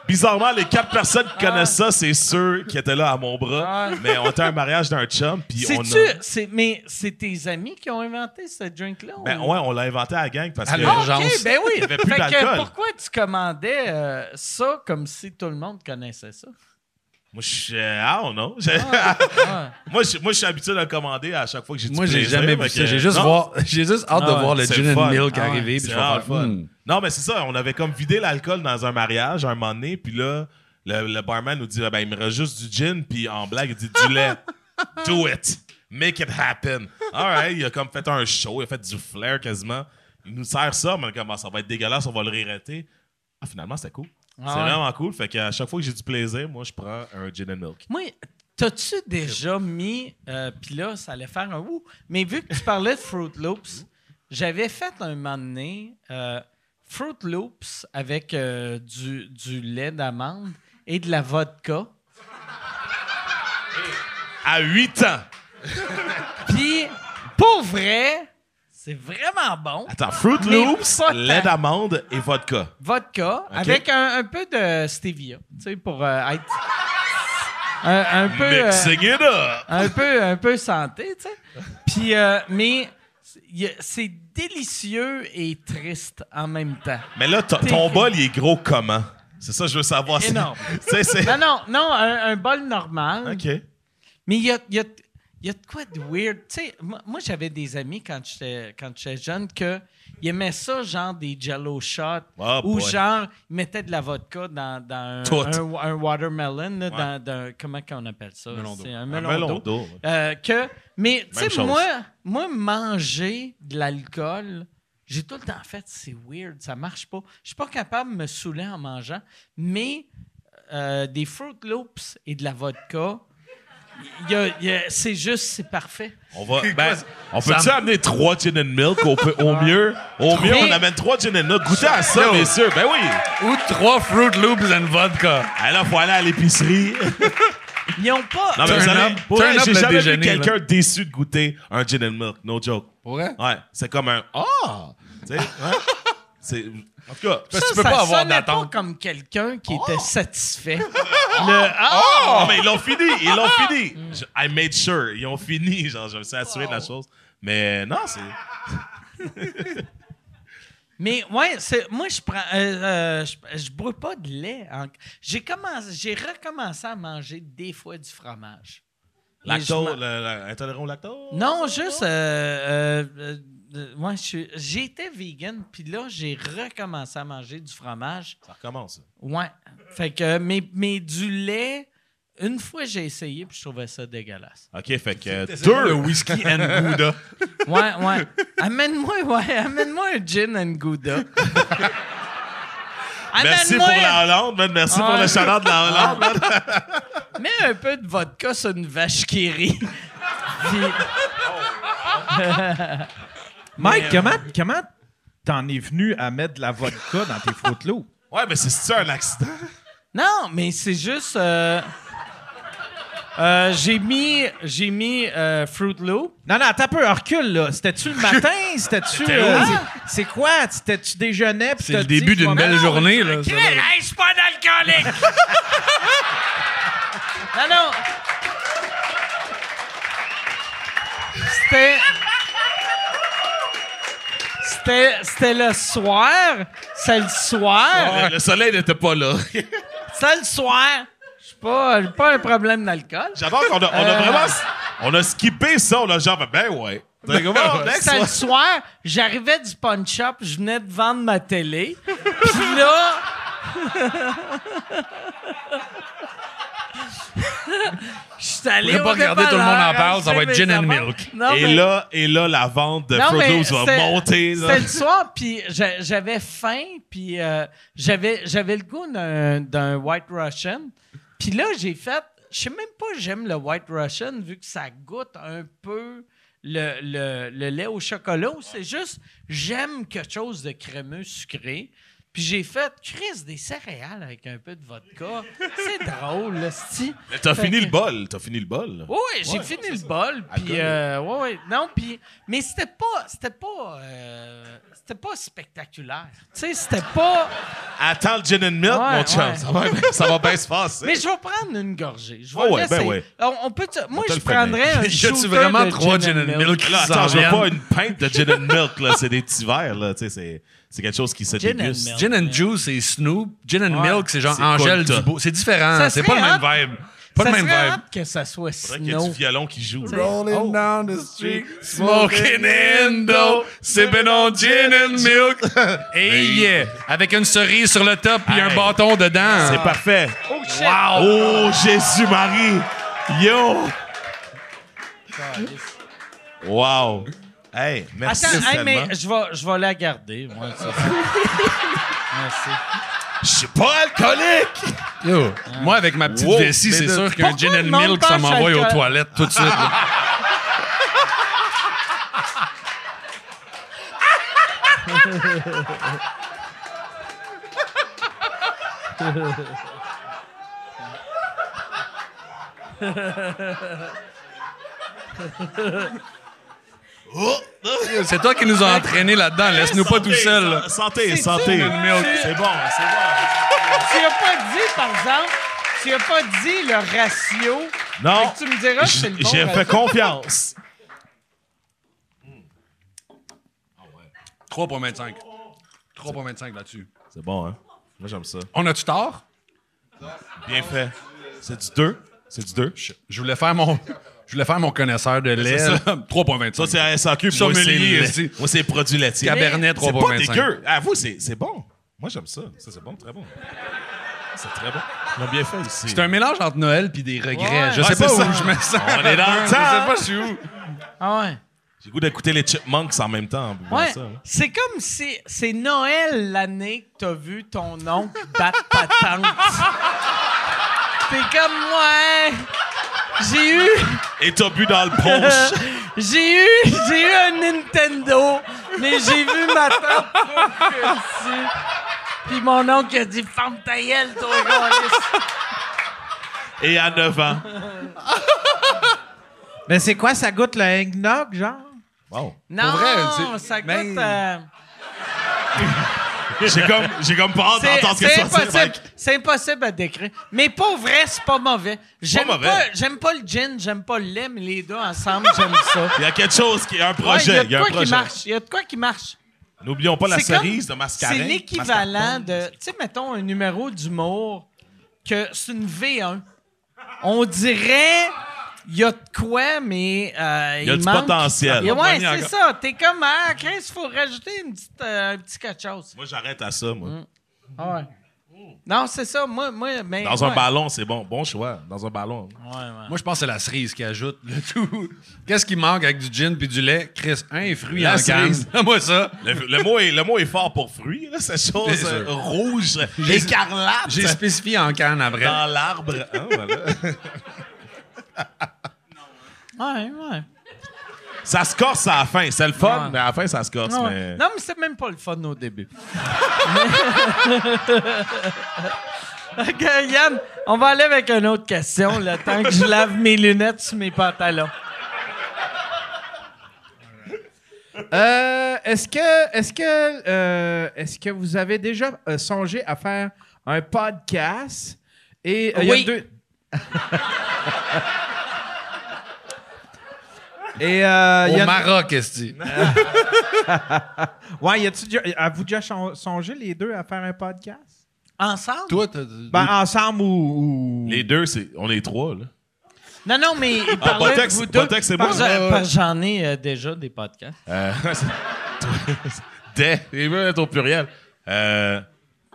Speaker 6: Bizarrement, les quatre personnes qui connaissent ça, c'est ceux qui étaient là à mon bras.
Speaker 3: Ouais.
Speaker 6: Mais on était à un mariage d'un chum, puis on
Speaker 3: C'est-tu,
Speaker 6: a.
Speaker 3: c'est- mais c'est tes amis qui ont inventé ce drink-là?
Speaker 6: Ben
Speaker 3: ou-
Speaker 6: ouais, on l'a inventé à la gang parce
Speaker 7: À
Speaker 6: que.
Speaker 3: Ah,
Speaker 7: l'urgence.
Speaker 3: OK, ben oui.
Speaker 6: Il y avait plus
Speaker 3: Fait que
Speaker 6: d'alcool.
Speaker 3: pourquoi tu commandais euh, ça comme si tout le monde connaissait ça?
Speaker 6: Moi, je suis. euh, I don't know. Je-
Speaker 3: Ah.
Speaker 6: <laughs> moi, je, moi, je suis habitué de le commander à chaque fois que j'ai du
Speaker 7: Moi, j'ai
Speaker 6: plaisir,
Speaker 7: jamais
Speaker 6: fait
Speaker 7: vu ça.
Speaker 6: que-
Speaker 7: J'ai juste,
Speaker 6: Non,
Speaker 7: voir- j'ai juste hâte de
Speaker 6: Ah ouais,
Speaker 7: voir le
Speaker 6: c'est
Speaker 7: gin
Speaker 6: le
Speaker 7: and
Speaker 6: fun.
Speaker 7: milk
Speaker 3: Ah ouais,
Speaker 7: arriver.
Speaker 6: C'est
Speaker 7: puis je vais
Speaker 6: vraiment
Speaker 7: faire,
Speaker 6: le fun.
Speaker 7: hmm.
Speaker 6: Non, mais c'est ça. On avait comme vidé l'alcool dans un mariage à un moment donné. Puis là, le, le barman nous dit Ah ben, il me reste juste du gin. Puis en blague, il dit Du lait.
Speaker 3: <laughs>
Speaker 6: Do it. Make it happen. All right. Il a comme fait un show. Il a fait du flair quasiment. Il nous sert ça. Mais comme Ah, ça va être dégueulasse, on va le regretter. Ah, finalement, c'était cool. c'est
Speaker 3: ouais.
Speaker 6: vraiment cool. Fait qu'à chaque fois que j'ai du plaisir, moi, je prends un gin and milk.
Speaker 3: Moi, t'as-tu déjà mis. euh, Puis là, ça allait faire un ouh. Mais vu que tu parlais de Fruit Loops, j'avais fait un moment donné euh, Fruit Loops avec euh, du, du lait d'amande et de la vodka.
Speaker 6: À 8 ans.
Speaker 3: Puis, pour vrai, c'est vraiment bon.
Speaker 6: Attends, Fruit
Speaker 3: Mais
Speaker 6: Loops,
Speaker 3: pas tant.
Speaker 6: lait d'amande et vodka.
Speaker 3: Vodka avec un, un peu de stevia, tu sais, pour euh, être. Un, un peu. euh,
Speaker 6: Mixing it up.
Speaker 3: un peu un peu santé, tu sais. Puis euh, mais y a- c'est délicieux et triste en même temps.
Speaker 6: Mais là, ton- ton bol, il est gros comment? C'est ça, que je veux savoir. C'est-
Speaker 3: Énorme.
Speaker 6: Tu sais, <laughs> c'est.
Speaker 3: Non non non, un, un bol normal.
Speaker 6: OK.
Speaker 3: Mais il y a il y a il y a de quoi de weird. Tu sais, moi, moi, j'avais des amis quand j'étais quand j'étais jeune que ils aimaient ça genre des Jello shots
Speaker 6: Oh
Speaker 3: ou
Speaker 6: boy.
Speaker 3: genre ils mettaient de la vodka dans, dans
Speaker 6: Tout.
Speaker 3: un, un, un watermelon là, dans, dans- comment qu'on appelle ça C'est un melon, d'eau.
Speaker 6: d'eau.
Speaker 3: Euh, que, mais tu
Speaker 6: Même
Speaker 3: sais,
Speaker 6: chose.
Speaker 3: moi, moi, manger de l'alcool, j'ai tout le temps fait, c'est weird, ça marche pas. Je suis pas capable de me saouler en mangeant, mais euh, des Fruit Loops et de la vodka, Il y a- il y a- c'est juste, c'est parfait.
Speaker 6: On va. Ben, on peut-tu amener trois gin and milk au, peu- au mieux? Au mieux, on amène trois gin and milk. Goûtez à ça, messieurs. Ben oui.
Speaker 7: Ou trois Fruit Loops and vodka.
Speaker 6: Alors, faut aller à l'épicerie.
Speaker 3: Ils ont pas.
Speaker 6: Non, mais vous
Speaker 7: Turn
Speaker 6: allez.
Speaker 7: up.
Speaker 6: Pour
Speaker 7: Turn
Speaker 6: vrai,
Speaker 7: up
Speaker 6: j'ai
Speaker 7: le
Speaker 6: jamais vu
Speaker 7: déjeuner, là.
Speaker 6: quelqu'un déçu de goûter un gin and milk. No joke.
Speaker 7: Pour vrai?
Speaker 6: Ouais. C'est comme un. Ah! Tu sais, hein? C'est. En tout cas.
Speaker 3: Ça,
Speaker 7: Parce que tu peux
Speaker 3: ça
Speaker 7: pas avoir
Speaker 3: sonnait
Speaker 7: d'attente. Oh!
Speaker 3: pas comme quelqu'un qui était satisfait.
Speaker 6: Ah! Non, mais ils l'ont fini, ils l'ont fini. Je- I made sure, ils ont fini. Genre, je me suis assuré de la chose. Mais non, c'est.
Speaker 3: Mais ouais, c'est- moi je prends, euh, euh, je, je bois pas de lait. en- J'ai commencé, j'ai recommencé à manger des fois du fromage. Mais je
Speaker 6: Lactose,
Speaker 3: m'en-
Speaker 6: le- le- intolérant au lactose?
Speaker 3: Non, juste, euh, euh, euh, euh, ouais, je suis- j'étais vegan, puis là j'ai recommencé à manger du fromage.
Speaker 6: Ça recommence.
Speaker 3: Ouais. Fait que, mais, mais du lait, une fois j'ai essayé, puis je trouvais ça dégueulasse.
Speaker 6: OK, fait que euh,
Speaker 7: Deux.
Speaker 6: deux.
Speaker 7: whisky and Gouda.
Speaker 3: Ouais, ouais. Amène-moi, ouais, amène-moi un gin and gouda.
Speaker 6: <laughs> Merci pour
Speaker 3: Amène-moi-
Speaker 6: la Hollande, man. Merci pour
Speaker 3: Ouais.
Speaker 6: le chaleur de la Hollande. man.
Speaker 3: Mets un peu de vodka sur une vache qui rit. <laughs> Puis-
Speaker 11: Mike, comment, comment t'en es venu à mettre de la vodka dans tes fruits de loup?
Speaker 6: Ouais, mais c'est-tu un accident?
Speaker 3: Non, mais c'est juste. euh, euh, j'ai mis, j'ai mis euh, Fruit Loop.
Speaker 11: Non, non, t'as peu, recule, là. C'était-tu le
Speaker 7: <laughs>
Speaker 11: matin? C'était-tu. euh, c'est- c'est quoi? C'était-tu déjeuner? puis
Speaker 7: C'est
Speaker 11: t'as
Speaker 7: le
Speaker 11: dit,
Speaker 7: début
Speaker 11: tu vas
Speaker 7: d'une
Speaker 11: mettre-
Speaker 7: belle journée, là. ça, là.
Speaker 3: Hey, je suis pas un alcoolique! non, non! C'était. C'était, c'était le soir. C'est le soir.
Speaker 6: Le- Le soleil n'était pas
Speaker 7: <laughs>
Speaker 6: là.
Speaker 3: C'est le soir. Je suis pas, j'ai pas un problème d'alcool.
Speaker 6: J'adore qu'on a, on a vraiment. On a skippé ça. On a genre, ben ouais. T'as comment, <laughs> next,
Speaker 3: C'était le
Speaker 6: ouais.
Speaker 3: soir, j'arrivais du punch shop, je venais de vendre ma télé. Puis là. <laughs> Je suis allé
Speaker 7: Faudrait
Speaker 3: au
Speaker 7: pas regarder,
Speaker 3: dépanneur,
Speaker 7: tout le monde en parle, ça
Speaker 3: acheter
Speaker 7: va être
Speaker 3: mes
Speaker 7: gin and
Speaker 3: affaires.
Speaker 7: milk.
Speaker 3: Non,
Speaker 6: Et
Speaker 3: mais-
Speaker 6: là, et là, la vente de
Speaker 3: non, mais
Speaker 6: Frodo's va
Speaker 3: c'était-
Speaker 6: monter. là.
Speaker 3: C'était le soir, puis j'a- j'avais faim, puis euh, j'avais j'avais le goût d'un d'un White Russian. Puis là, j'ai fait... Je sais même pas j'aime le White Russian, vu que ça goûte un peu le, le- le lait au chocolat. ou C'est juste, j'aime quelque chose de crémeux, sucré. Puis j'ai fait, Chris, des céréales avec un peu de vodka. C'est drôle, là, c'ti.
Speaker 6: Mais t'as
Speaker 3: Fait
Speaker 6: fini
Speaker 3: que-
Speaker 6: le bol. T'as fini le bol.
Speaker 3: oui, oui, j'ai fini le bol. Puis,
Speaker 6: Alcool.
Speaker 3: euh, ouais, ouais. Non, puis. Mais c'était pas. C'était pas. euh, c'était pas spectaculaire. Tu sais, c'était pas.
Speaker 6: Attends le gin and milk,
Speaker 3: Ouais,
Speaker 6: mon chum.
Speaker 3: ouais.
Speaker 6: Ça, va, bien- ça va bien se passer.
Speaker 3: Mais je vais prendre une gorgée. Je vais
Speaker 6: Ah ouais, ben
Speaker 3: l'essayer.
Speaker 6: ouais.
Speaker 3: On, on peut. te- Moi,
Speaker 6: te
Speaker 3: je
Speaker 6: le permet.
Speaker 3: prendrais
Speaker 6: <laughs>
Speaker 3: un.
Speaker 7: Y a-tu
Speaker 3: shooter
Speaker 7: vraiment
Speaker 3: de
Speaker 7: trois gin and milk qui
Speaker 6: Là, attends,
Speaker 7: s'en
Speaker 6: je veux pas
Speaker 7: viennent?
Speaker 6: une pinte de gin and milk, là. C'est des petits verres, là. Tu sais, c'est- c'est quelque chose qui se
Speaker 3: Gin and
Speaker 6: déguste.
Speaker 3: milk.
Speaker 7: Gin and Juice, c'est Snoop. Gin and
Speaker 3: Ouais.
Speaker 7: Milk, c'est genre
Speaker 6: C'est
Speaker 7: Angèle
Speaker 6: Colta.
Speaker 7: Dubois. C'est différent.
Speaker 3: Ça
Speaker 7: C'est
Speaker 3: serait
Speaker 7: pas le
Speaker 3: hot.
Speaker 7: même vibe. Pas
Speaker 3: ça
Speaker 7: le même
Speaker 3: serait
Speaker 7: vibe.
Speaker 3: hâte que ça soit
Speaker 6: C'est vrai qu'il y a du
Speaker 3: snow.
Speaker 6: violon qui joue.
Speaker 11: Oh.
Speaker 7: Rolling down the street, smoking indo, sipping on gin and milk. <laughs> Hey yeah! Avec une cerise sur le top puis un
Speaker 6: Hey.
Speaker 7: bâton dedans.
Speaker 6: C'est parfait.
Speaker 3: Oh, shit.
Speaker 6: Oh, Jésus-Marie! Yo! Wow! Hey, merci
Speaker 3: Attends, hey,
Speaker 6: tellement.
Speaker 3: mais je vais, je vais la garder. moi, ça. Merci.
Speaker 6: Je suis pas alcoolique!
Speaker 7: Yo. Moi, avec ma petite
Speaker 6: Wow.
Speaker 7: vessie,
Speaker 6: Mais
Speaker 7: c'est
Speaker 6: de-
Speaker 7: sûr qu'un
Speaker 3: Pourquoi
Speaker 7: gin
Speaker 3: le
Speaker 7: and
Speaker 3: monde
Speaker 7: milk, ça
Speaker 3: pense
Speaker 7: m'envoie
Speaker 3: alcool?
Speaker 7: aux toilettes tout de suite. là.
Speaker 6: Oh.
Speaker 7: C'est toi qui nous as entraînés là-dedans. Laisse-nous pas tout
Speaker 6: Santé,
Speaker 7: seuls. là.
Speaker 6: sa- Santé,
Speaker 3: C'est-tu
Speaker 6: santé.
Speaker 3: le milk?
Speaker 6: C'est bon, c'est bon.
Speaker 3: Tu n'as pas dit, par exemple, tu n'as pas dit le ratio.
Speaker 6: Non,
Speaker 3: Fait que tu me diras que c'est le bon
Speaker 6: j'ai
Speaker 3: ratio.
Speaker 6: fait confiance.
Speaker 7: 3.25. 3.25 là-dessus.
Speaker 6: C'est bon, hein? Moi, j'aime ça.
Speaker 7: On a-tu tort?
Speaker 6: Bien fait. C'est du 2. C'est du 2.
Speaker 7: Je voulais faire mon, je voulais faire mon connaisseur de lait.
Speaker 6: c'est ça.
Speaker 7: 3.25.
Speaker 6: Ça, c'est à SAQ. puis Moi, c'est
Speaker 7: Sommelier,
Speaker 6: le-
Speaker 7: c'est-
Speaker 6: moi, c'est produit laitier.
Speaker 7: Cabernet
Speaker 6: C'est pas
Speaker 7: 3.25.
Speaker 6: dégueu. À vous, c'est c'est bon. Moi, j'aime ça. Ça, c'est bon, très bon. C'est très bon. Ils l'ont bien fait aussi.
Speaker 7: C'est un mélange entre Noël puis des regrets. Je
Speaker 6: Ouais,
Speaker 7: sais
Speaker 6: c'est
Speaker 7: pas où
Speaker 6: ça.
Speaker 7: je me sens.
Speaker 6: On est dans le
Speaker 7: Je sais
Speaker 6: temps.
Speaker 7: pas, je suis où.
Speaker 3: Ah ouais.
Speaker 6: J'ai goût d'écouter les Chipmunks en même temps. en buvant
Speaker 3: Ouais.
Speaker 6: ça, hein.
Speaker 3: C'est comme si c'est Noël l'année que t'as vu ton
Speaker 7: <laughs>
Speaker 3: oncle battre ta tante. T'es comme, ouais. J'ai eu.
Speaker 6: Et t'as bu dans le punch.
Speaker 3: <laughs> J'ai eu, j'ai eu un Nintendo, mais j'ai vu ma tante aussi. Puis mon oncle a dit Ferme ta gueule, toi, câlisse.
Speaker 6: Et à 9 ans.
Speaker 11: Mais c'est quoi, ça goûte le eggnog, genre?
Speaker 6: Wow.
Speaker 3: Non,
Speaker 7: vrai, c'est-
Speaker 3: ça coûte.
Speaker 7: Ben-
Speaker 3: euh,
Speaker 6: J'ai comme, j'ai comme pas hâte
Speaker 3: c'est-
Speaker 6: d'entendre ce que
Speaker 3: c'est
Speaker 6: ça c'est,
Speaker 3: impossible,
Speaker 6: Mike.
Speaker 3: c'est impossible à décrire. Mais pour vrai, c'est pas mauvais. J'aime
Speaker 6: mauvais.
Speaker 3: pas, j'aime pas le gin, j'aime pas le lait, mais les deux ensemble, j'aime
Speaker 6: <laughs>
Speaker 3: ça.
Speaker 6: Il y a quelque chose qui est un
Speaker 3: Ouais, Il
Speaker 6: projet. Il
Speaker 3: y a de
Speaker 6: un
Speaker 3: quoi qui
Speaker 6: projet.
Speaker 3: marche. Il y a de quoi qui marche.
Speaker 6: N'oublions pas la
Speaker 3: C'est comme-
Speaker 6: cerise de mascarade.
Speaker 3: C'est l'équivalent de, tu sais, mettons un numéro d'humour que c'est une V1. On dirait, il y a de quoi, mais euh,
Speaker 6: Il y a du
Speaker 3: manque.
Speaker 6: potentiel.
Speaker 3: Il y a-
Speaker 6: On
Speaker 3: ouais,
Speaker 6: pogne
Speaker 3: c'est ça. T'es comme, ah, Chris, il faut rajouter une petite, euh, un petit quelque chose.
Speaker 6: Moi, j'arrête à ça, moi.
Speaker 3: Ah ouais. Non, c'est ça. Moi, moi, mais,
Speaker 6: Dans
Speaker 3: ouais.
Speaker 6: un ballon, c'est bon. Bon choix. Dans un ballon.
Speaker 7: Moi, je pense que c'est la cerise qui ajoute le tout. Qu'est-ce qui manque avec du gin puis du lait? Chris, un fruit
Speaker 6: La
Speaker 7: en canne.
Speaker 6: cerise.
Speaker 7: <laughs> Moi, ça.
Speaker 6: Le, le mot est, le mot est fort pour fruit, là, cette chose
Speaker 7: Bien sûr.
Speaker 6: euh, rouge,
Speaker 7: J'ai-
Speaker 6: écarlate
Speaker 7: J'ai Ah, spécifié en canne à vrai.
Speaker 6: dans l'arbre. Hein, voilà.
Speaker 3: Ouais, ouais.
Speaker 6: <laughs> ça se corse à la fin. C'est le fun,
Speaker 3: Ouais.
Speaker 6: mais à la fin, ça se corse.
Speaker 3: Non,
Speaker 6: mais-
Speaker 3: non, mais c'est même pas le fun au
Speaker 6: <laughs>
Speaker 3: début. OK, Yann, on va aller avec une autre question le temps que je lave mes lunettes sur mes pantalons.
Speaker 11: Euh, est-ce que, est-ce que, euh, est-ce que vous avez déjà euh, songé à faire un podcast et euh, il y a
Speaker 3: Oui.
Speaker 11: deux- <laughs> et euh, il y
Speaker 7: Au
Speaker 11: a-
Speaker 7: Maroc, est-ce que
Speaker 11: ouais, y a-tu déjà- avez-vous déjà chon- songé les deux à faire un podcast
Speaker 3: Ensemble?
Speaker 7: Toi, t'as-
Speaker 6: Bah,
Speaker 11: Ben ensemble ou, ou-
Speaker 6: Les deux, c'est, on est trois. Là.
Speaker 3: Non, non, mais il
Speaker 6: Ah,
Speaker 3: parlait de
Speaker 6: Botex,
Speaker 3: vous deux.
Speaker 6: Botex, c'est moi.
Speaker 3: Parce- parce que J'en ai euh, déjà des podcasts.
Speaker 6: Euh, c'est- <laughs> Des, il veut être au pluriel. Euh,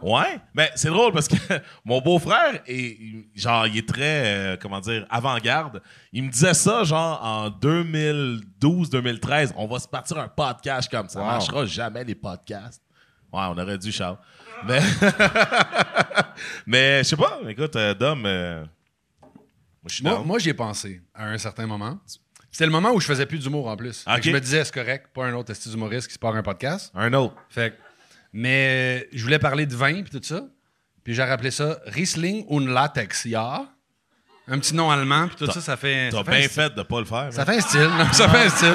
Speaker 6: ouais, mais c'est drôle parce que <laughs> mon beau-frère est genre il est très euh, comment dire avant-garde. Il me disait ça genre en 2012-2013, on va se partir un podcast comme ça. Ça marchera jamais les podcasts. Ouais, on aurait dû Charles. Mais <laughs> mais je sais pas, écoute euh, Dom euh, moi je suis
Speaker 7: Moi,
Speaker 6: down.
Speaker 7: moi, j'y ai pensé à un certain moment. C'était le moment où je faisais plus d'humour en plus. Fait que
Speaker 6: Ok.
Speaker 7: Je me disais, c'est correct, pas un autre esti d'humoriste qui se part un podcast.
Speaker 6: un autre.
Speaker 7: Fait que- mais je voulais parler de vin puis tout ça. Puis j'ai rappelé ça Riesling und Latex, ja. Un petit nom allemand, puis tout ça, ça fait.
Speaker 6: T'as
Speaker 7: ça fait
Speaker 6: bien
Speaker 7: un
Speaker 6: fait de pas le faire. hein.
Speaker 7: Ça
Speaker 6: man.
Speaker 7: fait un style. Non, ça fait un style.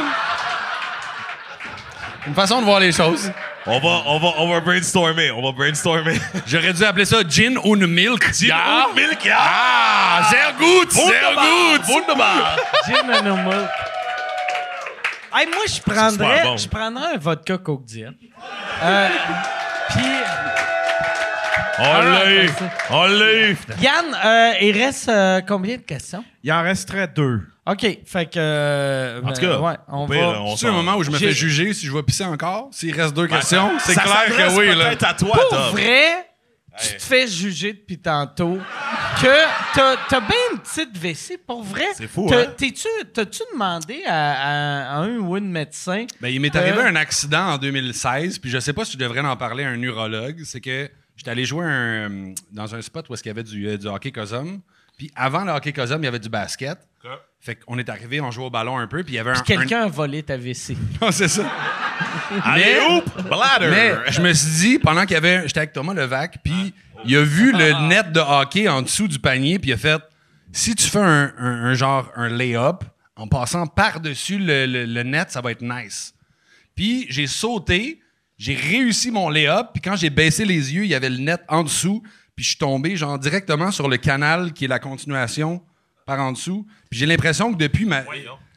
Speaker 7: Une façon de voir les choses.
Speaker 6: On va on va on va brainstormer, on va brainstormer.
Speaker 7: J'aurais dû appeler ça Gin und Milk.
Speaker 6: Gin
Speaker 7: ja.
Speaker 6: und Milk, ja! Ah,
Speaker 7: sehr gut, sehr gut.
Speaker 6: Wunderbar!
Speaker 3: Jim and no milk. Hey, moi, je prendrais,
Speaker 6: super bon.
Speaker 3: je prendrais un vodka Coke Diet. Euh, Puis,
Speaker 6: On l'a eu! On l'a eu!
Speaker 3: Yann, euh, il reste euh, combien de questions?
Speaker 11: Il en resterait deux.
Speaker 3: OK, fait que... euh,
Speaker 6: En tout cas,
Speaker 3: euh, ouais, on
Speaker 6: au pire,
Speaker 3: va...
Speaker 6: on
Speaker 7: C'est un
Speaker 6: s'en-
Speaker 7: moment où je me
Speaker 3: J'ai-
Speaker 7: fais juger si je vais pisser encore. S'il reste deux questions, c'est
Speaker 6: Ça
Speaker 7: clair
Speaker 6: s'adresse
Speaker 7: que oui. Là.
Speaker 6: Peut-être à toi,
Speaker 3: Pour
Speaker 6: Tom.
Speaker 3: vrai, tu te fais juger depuis tantôt que t'as, t'as bien une petite vessie. Pour vrai,
Speaker 6: C'est fou,
Speaker 3: t'as,
Speaker 6: hein?
Speaker 3: t'es-tu, t'as-tu demandé à, à- à un ou une médecin?
Speaker 7: Ben, il m'est arrivé
Speaker 3: Euh.
Speaker 7: un accident en 2016, puis je sais pas si je devrais en parler à un urologue. C'est que j'étais allé jouer un- dans un spot où est-ce qu'il y avait du, euh, du hockey cosum. Puis avant le hockey cosum, il y avait du basket. Fait qu'on est arrivé, on jouait au ballon un peu, puis il y avait un.
Speaker 3: Quelqu'un a volé ta vessie.
Speaker 7: un- <laughs> Non, c'est ça.
Speaker 6: Allez,
Speaker 7: Mais-
Speaker 6: oup! Bladder!
Speaker 7: Mais je me suis dit, pendant qu'il y avait. J'étais avec Thomas Levac, puis il a vu le net de hockey en dessous du panier, puis il a fait si tu fais un, un- un genre un lay-up, en passant par-dessus le, le- le net, ça va être nice. Puis j'ai sauté, j'ai réussi mon lay-up, puis quand j'ai baissé les yeux, il y avait le net en dessous, puis je suis tombé genre directement sur le canal qui est la continuation par en dessous. Puis j'ai l'impression que depuis ma.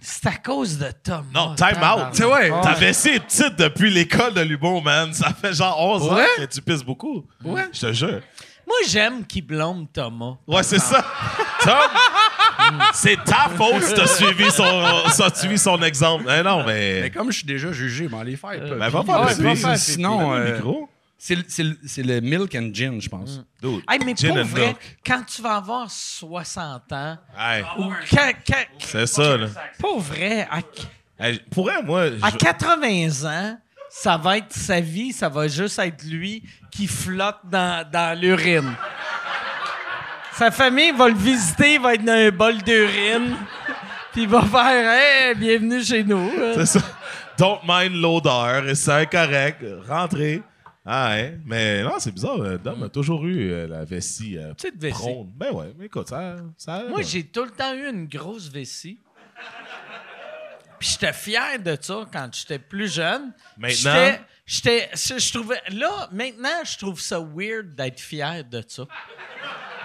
Speaker 3: C'est à cause de Tom.
Speaker 6: Non, time out!
Speaker 7: C'est ouais.
Speaker 6: Ta vessie est petite depuis l'école de l'humour, man. Ça fait genre 11
Speaker 7: Ouais?
Speaker 6: ans que tu pisses beaucoup. Ouais. Je te jure.
Speaker 3: Moi, j'aime qu'il blâme Thomas.
Speaker 6: Ouais, c'est ça. Tom, c'est ta faute si t'as suivi son, si t'as suivi son exemple. Mais non,
Speaker 7: Mais
Speaker 6: mais...
Speaker 7: comme je suis déjà jugé, ben les faire. peu.
Speaker 6: Ben, va faire
Speaker 3: ouais, va
Speaker 6: pipi.
Speaker 3: faire pipi.
Speaker 7: Sinon,
Speaker 6: Donne-lui le
Speaker 7: euh,
Speaker 6: micro.
Speaker 7: C'est le, c'est le- c'est le milk and gin, je
Speaker 3: Mm.
Speaker 7: pense.
Speaker 6: Dude,
Speaker 3: Hey, mais
Speaker 6: gin
Speaker 3: pour
Speaker 6: and
Speaker 3: vrai,
Speaker 6: milk.
Speaker 3: quand tu vas avoir 60 ans,
Speaker 6: Hey,
Speaker 3: ou quand- quand-
Speaker 6: c'est ça, là.
Speaker 3: pour vrai, à,
Speaker 6: Hey, pour vrai, moi...
Speaker 3: À
Speaker 6: je-
Speaker 3: 80 ans, ça va être sa vie, ça va juste être lui qui flotte dans, dans l'urine. Sa famille va le visiter, il va être dans un bol d'urine. Puis il va faire Hey, bienvenue chez nous.
Speaker 6: <laughs> C'est ça. Don't mind l'odeur, c'est correct. Rentrez. Ah, hein. Mais non, c'est bizarre. euh, Dom a toujours eu euh, la vessie euh,
Speaker 3: Petite vessie.
Speaker 6: prône. Ben ouais, mais écoute, ça. ça
Speaker 3: Moi, j'ai tout le temps eu une grosse vessie. Puis j'étais fier de ça quand j'étais plus jeune.
Speaker 6: Maintenant?
Speaker 3: J'étais- J'étais. Je je trouvais. Là, maintenant, je trouve ça weird d'être fier de ça.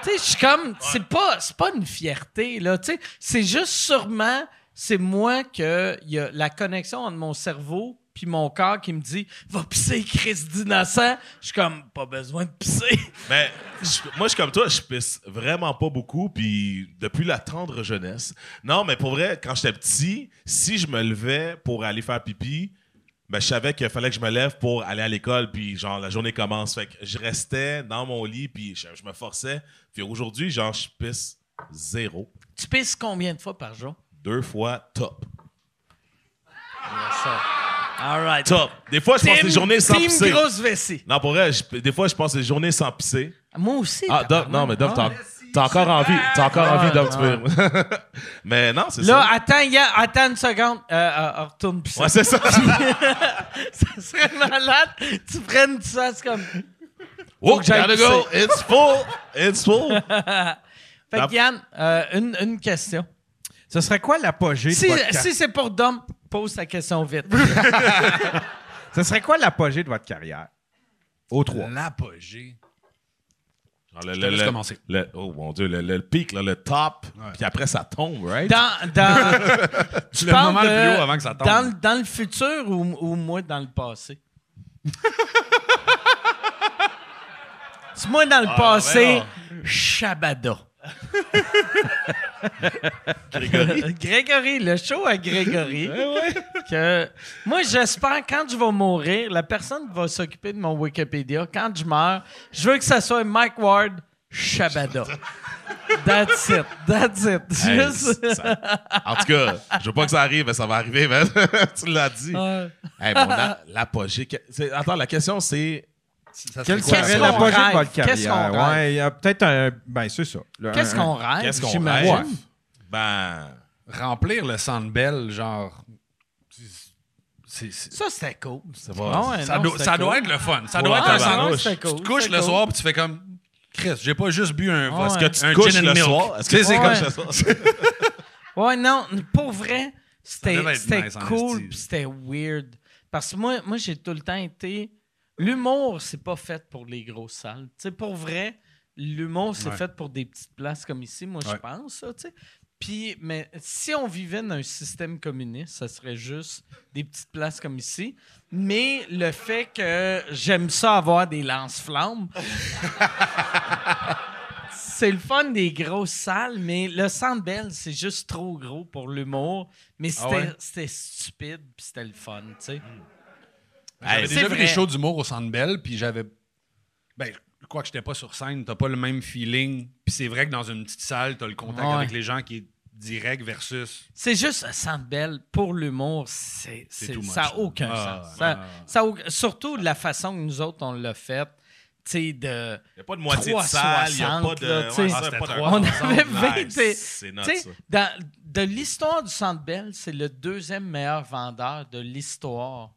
Speaker 3: Tu sais, je suis comme. C'est pas, c'est pas une fierté, là. Tu sais, c'est juste sûrement. C'est moi que. Il y a la connexion entre mon cerveau puis mon corps qui me dit Va pisser, Chris d'innocent. Je suis comme. Pas besoin de pisser. <laughs>
Speaker 6: Mais Ben, je- moi, je suis comme toi, je pisse vraiment pas beaucoup, puis depuis la tendre jeunesse. Non, mais pour vrai, quand j'étais petit, si je me levais pour aller faire pipi, ben, je savais qu'il fallait que je me lève pour aller à l'école, puis genre, la journée commence. Fait que je restais dans mon lit, puis je, je me forçais. Puis aujourd'hui, genre, je pisse zéro,
Speaker 3: Tu pisses combien de fois par jour?
Speaker 6: deux fois top.
Speaker 3: All right.
Speaker 6: Top! Des fois, je passe
Speaker 3: Team-
Speaker 6: des journées sans
Speaker 3: team
Speaker 6: pisser.
Speaker 3: grosse vessie.
Speaker 6: Non, pour vrai, je- des fois, je passe des journées sans pisser.
Speaker 3: Moi aussi.
Speaker 6: Ah, Doc,
Speaker 3: tabarnak.
Speaker 6: non, mais Doc, t'as t'as encore
Speaker 7: Ah,
Speaker 6: envie. T'as encore
Speaker 3: ah,
Speaker 6: envie, Doc, tu peux. <laughs> mais non, c'est
Speaker 3: Là,
Speaker 6: ça.
Speaker 3: attends, Yann, attends une seconde. Euh, euh, euh, retourne pis <laughs>
Speaker 6: Ouais, c'est ça.
Speaker 3: ça serait malade. Tu prennes du sens comme.
Speaker 6: oh,
Speaker 3: que j'aille
Speaker 6: gotta go. It's full. It's full.
Speaker 3: Fait
Speaker 6: La-
Speaker 3: que Yann, euh, une, une question.
Speaker 11: Ce serait quoi l'apogée de
Speaker 3: Si,
Speaker 11: votre carrière?
Speaker 3: si c'est pour Dom, pose ta question vite.
Speaker 11: Ce serait quoi l'apogée de votre carrière? Au trois.
Speaker 3: Euh,
Speaker 7: L'apogée.
Speaker 6: Genre, le,
Speaker 7: te laisse commencer.
Speaker 6: le- oh mon Dieu, le, le- le pic, là, le top. Puis après, ça tombe, right?
Speaker 3: Dans, dans, tu
Speaker 7: Le
Speaker 3: parles
Speaker 7: moment le
Speaker 3: de-
Speaker 7: plus haut avant que ça tombe.
Speaker 3: Dans, le- dans le futur ou, ou moi dans le passé? c'est moi dans le passé, Shabada. <laughs> Grégory. Grégory, le show à
Speaker 6: <laughs>
Speaker 3: Grégory. Que, moi, j'espère, quand je vais mourir, la personne qui va s'occuper de mon Wikipédia, quand je meurs, je veux que ça soit Mike Ward Shabada. That's it. That's it.
Speaker 6: <laughs> Hey,
Speaker 3: Juste-
Speaker 6: ça- en tout cas, je veux pas que ça arrive, mais ça va arriver, man. <laughs> tu l'as dit.
Speaker 3: Ouais.
Speaker 6: Hey, mon a- l'apogée. que- c'est- Attends, la question, c'est.
Speaker 7: Ça
Speaker 11: Quelle
Speaker 7: serait quoi,
Speaker 3: qu'est-ce
Speaker 11: serait
Speaker 3: qu'on
Speaker 7: la-
Speaker 11: l'apogée de
Speaker 3: rêve?
Speaker 11: votre carrière?
Speaker 3: Qu'est-ce qu'on rêve?
Speaker 11: ouais, il y a peut-être un. Ben, c'est ça. Le-
Speaker 3: Qu'est-ce
Speaker 11: un-
Speaker 3: qu'on rêve?
Speaker 6: Qu'est-ce qu'on
Speaker 3: j'imagine?
Speaker 6: rêve? Ben.
Speaker 7: Remplir le centre belle, genre. c'est- c'est-
Speaker 3: Ça, c'était cool.
Speaker 6: Ça va.
Speaker 3: Ah ouais,
Speaker 7: ça
Speaker 3: non,
Speaker 7: doit,
Speaker 3: c'était
Speaker 7: ça
Speaker 3: cool.
Speaker 7: doit être le fun. Ça
Speaker 6: Ouais,
Speaker 7: doit être un
Speaker 6: tabarnak.
Speaker 7: centre
Speaker 6: tabarnouche.
Speaker 3: c'était cool,
Speaker 7: Tu te couches
Speaker 3: c'était
Speaker 7: le
Speaker 3: cool. Ah,
Speaker 7: soir puis tu fais comme Chris, j'ai pas juste bu un
Speaker 3: Ouais.
Speaker 7: vodka.
Speaker 6: Est-ce que tu te
Speaker 7: Un
Speaker 6: couches
Speaker 7: gin and
Speaker 6: le
Speaker 7: milk.
Speaker 6: soir? Est-ce que tu te
Speaker 3: Ouais.
Speaker 6: couches le soir?
Speaker 3: Ouais, non, pour vrai,
Speaker 7: devait
Speaker 3: c'était
Speaker 7: être
Speaker 3: c'était
Speaker 7: nice en
Speaker 3: cool
Speaker 7: esti.
Speaker 3: puis c'était weird. Parce que moi, moi j'ai tout le temps été. L'humour, c'est pas fait pour les grosses salles. Tu sais, pour vrai, l'humour, c'est
Speaker 7: Ouais.
Speaker 3: fait pour des petites places comme ici, moi, je
Speaker 7: Ouais.
Speaker 3: pense, ça, tu sais. Puis, mais si on vivait dans un système communiste, ça serait juste des petites places comme ici. Mais le fait que j'aime ça avoir des lance-flammes, c'est le fun des grosses salles, mais le Centre Bell, c'est juste trop gros pour l'humour. Mais
Speaker 6: Ah
Speaker 3: c'était
Speaker 7: ouais?
Speaker 3: c'était stupide, puis c'était le fun, tu sais.
Speaker 7: J'avais
Speaker 3: Hey, c'est
Speaker 7: déjà vu
Speaker 3: vrai.
Speaker 7: des shows d'humour au Centre Bell, puis j'avais... Ben, quoi que j'étais pas sur scène, t'as pas le même feeling. Puis c'est vrai que dans une petite salle, t'as le contact
Speaker 3: Ouais.
Speaker 7: avec les gens qui est direct versus...
Speaker 3: C'est juste le Centre Bell, pour l'humour, c'est c'est-
Speaker 7: too much,
Speaker 3: ça n'a
Speaker 7: là.
Speaker 3: aucun
Speaker 7: Ah,
Speaker 3: sens.
Speaker 7: ouais.
Speaker 3: Ça- ça a aucun- surtout de la façon que nous autres, on l'a fait, tu sais, de...
Speaker 6: Il n'y a pas de moitié de salle, il n'y a pas
Speaker 3: 360,
Speaker 6: de.
Speaker 3: là,
Speaker 6: ouais,
Speaker 3: tu sais.
Speaker 6: ça,
Speaker 7: Ah,
Speaker 6: pas
Speaker 7: c'était
Speaker 6: de-
Speaker 7: trois.
Speaker 3: On
Speaker 6: ensemble,
Speaker 3: avait
Speaker 6: nice.
Speaker 3: 20... et-
Speaker 6: C'est
Speaker 3: Tu
Speaker 6: nuts,
Speaker 3: sais,
Speaker 6: ça.
Speaker 3: dans- de l'histoire du Centre Bell, c'est le deuxième meilleur vendeur de l'histoire.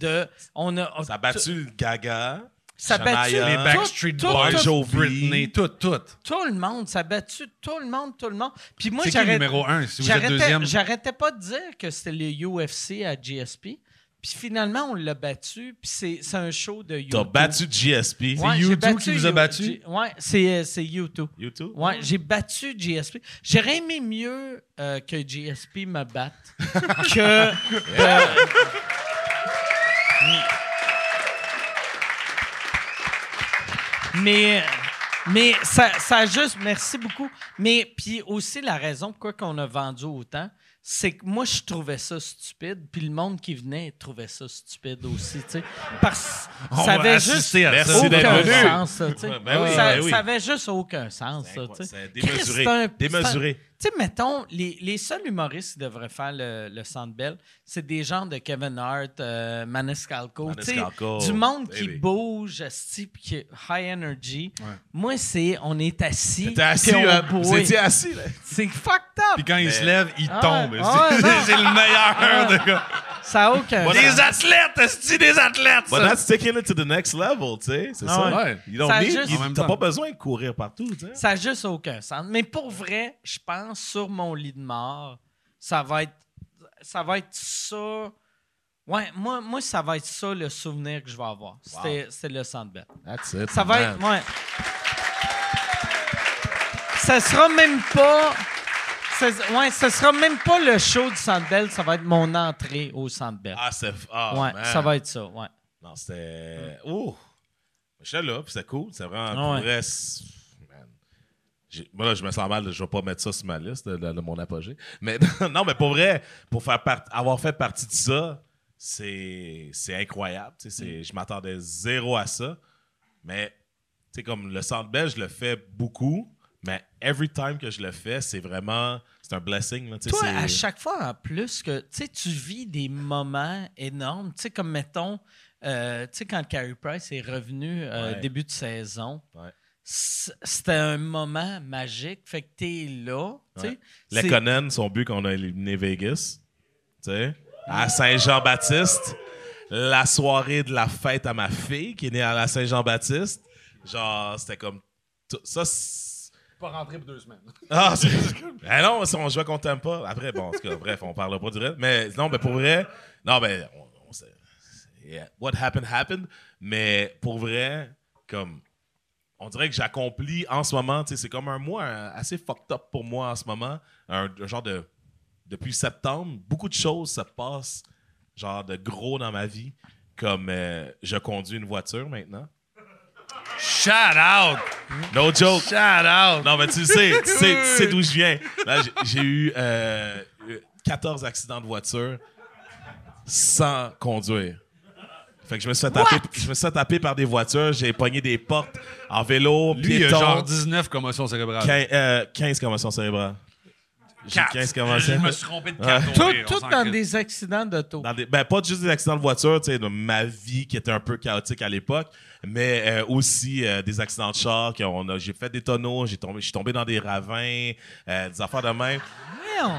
Speaker 3: De, on a,
Speaker 6: Ça a battu le Gaga.
Speaker 3: Ça a battu
Speaker 6: Shania,
Speaker 7: Les
Speaker 3: Tout-
Speaker 7: Backstreet
Speaker 3: tout-
Speaker 7: Boys,
Speaker 3: tout-
Speaker 6: Jovi.
Speaker 7: Britney, tout, tout.
Speaker 3: tout le monde, ça a battu tout le monde, tout le monde. Puis moi,
Speaker 7: C'est qui le
Speaker 3: j'arrête-
Speaker 7: numéro un, si vous êtes
Speaker 3: j'arrêtais
Speaker 7: deuxième?
Speaker 3: j'arrêtais pas de dire que c'était le UFC à GSP. Puis finalement, on l'a battu. Puis c'est c'est un show de YouTube.
Speaker 6: T'as battu GSP.
Speaker 3: Ouais, j'ai
Speaker 7: U2
Speaker 3: battu
Speaker 7: qui vous a
Speaker 3: U-
Speaker 7: battu?
Speaker 3: G- Ouais, c'est euh, c'est YouTube.
Speaker 6: YouTube?
Speaker 3: Ouais, j'ai battu GSP. J'aurais aimé mieux euh, que GSP me batte <laughs> que. euh, mais. Mais ça, ça a juste. Merci beaucoup. Mais puis aussi, la raison pourquoi on a vendu autant, c'est que moi, je trouvais ça stupide, puis le monde qui venait trouvait ça stupide aussi, tu sais. Parce que ça avait juste
Speaker 7: assister à
Speaker 6: Merci
Speaker 7: ça.
Speaker 6: d'être
Speaker 3: aucun
Speaker 6: venu.
Speaker 3: sens, ça, tu sais.
Speaker 6: Ouais, ben oui,
Speaker 3: ça,
Speaker 6: ben oui.
Speaker 3: ça avait juste aucun sens, ça, tu sais.
Speaker 6: C'est
Speaker 3: Christ,
Speaker 6: démesuré.
Speaker 3: c'est un-
Speaker 6: Démesuré.
Speaker 3: Tu sais, mettons, les, les seuls humoristes qui devraient faire le, le Sandbell, c'est des gens de Kevin Hart, euh, Maniscalco, tu sais,
Speaker 6: Maniscalco, Eh
Speaker 3: du monde qui
Speaker 6: baby.
Speaker 3: bouge, asti, puis qui est high energy. Moi, c'est on est assis.
Speaker 6: T'es assis,
Speaker 3: puis on
Speaker 6: là.
Speaker 3: boit.
Speaker 6: Vous étiez assis, là.
Speaker 3: C'est fucked up.
Speaker 7: Puis quand il se lève, il
Speaker 3: Ah
Speaker 7: tombe.
Speaker 3: ouais,
Speaker 7: C'est-
Speaker 3: ouais, non.
Speaker 7: c'est le
Speaker 3: Ah.
Speaker 7: meilleur de gars.
Speaker 3: Ça a aucun
Speaker 6: Voilà.
Speaker 3: sens.
Speaker 6: Des
Speaker 7: athlètes, c'est des athlètes.
Speaker 6: But that's taking it to the next level, tu sais. C'est ça.
Speaker 7: ouais.
Speaker 6: You don't
Speaker 3: Ah Ça a
Speaker 6: need-
Speaker 3: juste-
Speaker 6: you-
Speaker 7: En même
Speaker 6: T'as pas
Speaker 7: temps.
Speaker 6: besoin de courir partout, tu sais.
Speaker 3: Ça n'a juste aucun sens. Mais pour vrai, je pense sur mon lit de mort, ça va être ça va être ça. Ouais, moi, moi ça va être ça le souvenir que je vais avoir. C'était c'était le Sandbell.
Speaker 6: That's it.
Speaker 3: Ça va être ouais. Ça sera même pas ça- ouais, ça sera même pas le show du Sandbell, ça va être mon entrée au Sandbell.
Speaker 6: Ah, c'est. Ah,
Speaker 3: ouais,
Speaker 6: man.
Speaker 3: ça va être ça, ouais.
Speaker 6: Non, c'était. Ouh! J'étais là, puis c'était cool. C'est vraiment.
Speaker 3: Ah ouais.
Speaker 6: pour vrai, c'est- man. J'ai- Moi, là, je me sens mal, je vais pas mettre ça sur ma liste, de, de- de mon apogée. Mais <laughs> non, mais pour vrai, pour faire part- avoir fait partie de ça, c'est c'est incroyable. tu sais,
Speaker 3: Mm.
Speaker 6: c'est- Je m'attendais zéro à ça. Mais, tu sais, comme le centre belge, je le fais beaucoup. Mais every time que je le fais, c'est vraiment. C'est un blessing. Là, tu sais,
Speaker 3: Toi,
Speaker 6: c'est-
Speaker 3: à chaque fois en plus que tu sais, tu vis des moments énormes, tu sais, comme mettons, euh, tu sais, quand Carey Price est revenu euh,
Speaker 6: Ouais.
Speaker 3: début de saison,
Speaker 6: Ouais.
Speaker 3: c- c'était un moment magique. Fait que t'es là, tu sais.
Speaker 6: Ouais.
Speaker 3: C'est-
Speaker 6: Les Conan, son but qu'on a éliminé Vegas, tu sais, à Saint-Jean-Baptiste, la soirée de la fête à ma fille qui est née à la Saint-Jean-Baptiste, genre, c'était comme. tout- Ça, c'est-
Speaker 12: Pas rentré pour deux semaines.
Speaker 6: Ah, c'est. <laughs> Eh non, si on jouait qu'on t'aime pas. Après, bon, en tout cas, bref, on parlera pas du reste. Mais non, mais pour vrai, non, mais. On, on sait- yeah, What happened, happened. Mais pour vrai, comme on dirait que j'accomplis en ce moment, tu sais, c'est comme un mois euh, assez fucked up pour moi en ce moment, un, un genre de depuis septembre, beaucoup de choses se passent genre de gros dans ma vie, comme euh, je conduis une voiture maintenant.
Speaker 7: Shout out!
Speaker 6: No joke.
Speaker 7: Shout out!
Speaker 6: Non, mais tu le sais, tu sais, tu sais d'où je viens. Là, j'ai- j'ai eu euh, 14 accidents de voiture sans conduire. Fait que je me suis fait taper, je me suis fait taper par des voitures, j'ai pogné des portes en vélo,
Speaker 7: Lui, il a
Speaker 6: piéton.
Speaker 7: genre 19 commotions cérébrales.
Speaker 6: Quin- euh, 15 commotions cérébrales. J'ai
Speaker 7: Quatre.
Speaker 6: 15
Speaker 7: Je
Speaker 6: commotions.
Speaker 7: me suis trompé de
Speaker 6: Ouais.
Speaker 7: quatre.
Speaker 3: Tout,
Speaker 7: on est- on
Speaker 3: tout
Speaker 7: s'en
Speaker 3: dans
Speaker 7: crée.
Speaker 3: des accidents d'auto.
Speaker 6: Dans des- ben, pas juste des accidents de voiture, tu sais, de ma vie qui était un peu chaotique à l'époque, mais euh, aussi euh, des accidents de char. que on a- J'ai fait des tonneaux, j'ai tombé- je suis tombé dans des ravins, euh, des affaires de même.
Speaker 3: Voyons.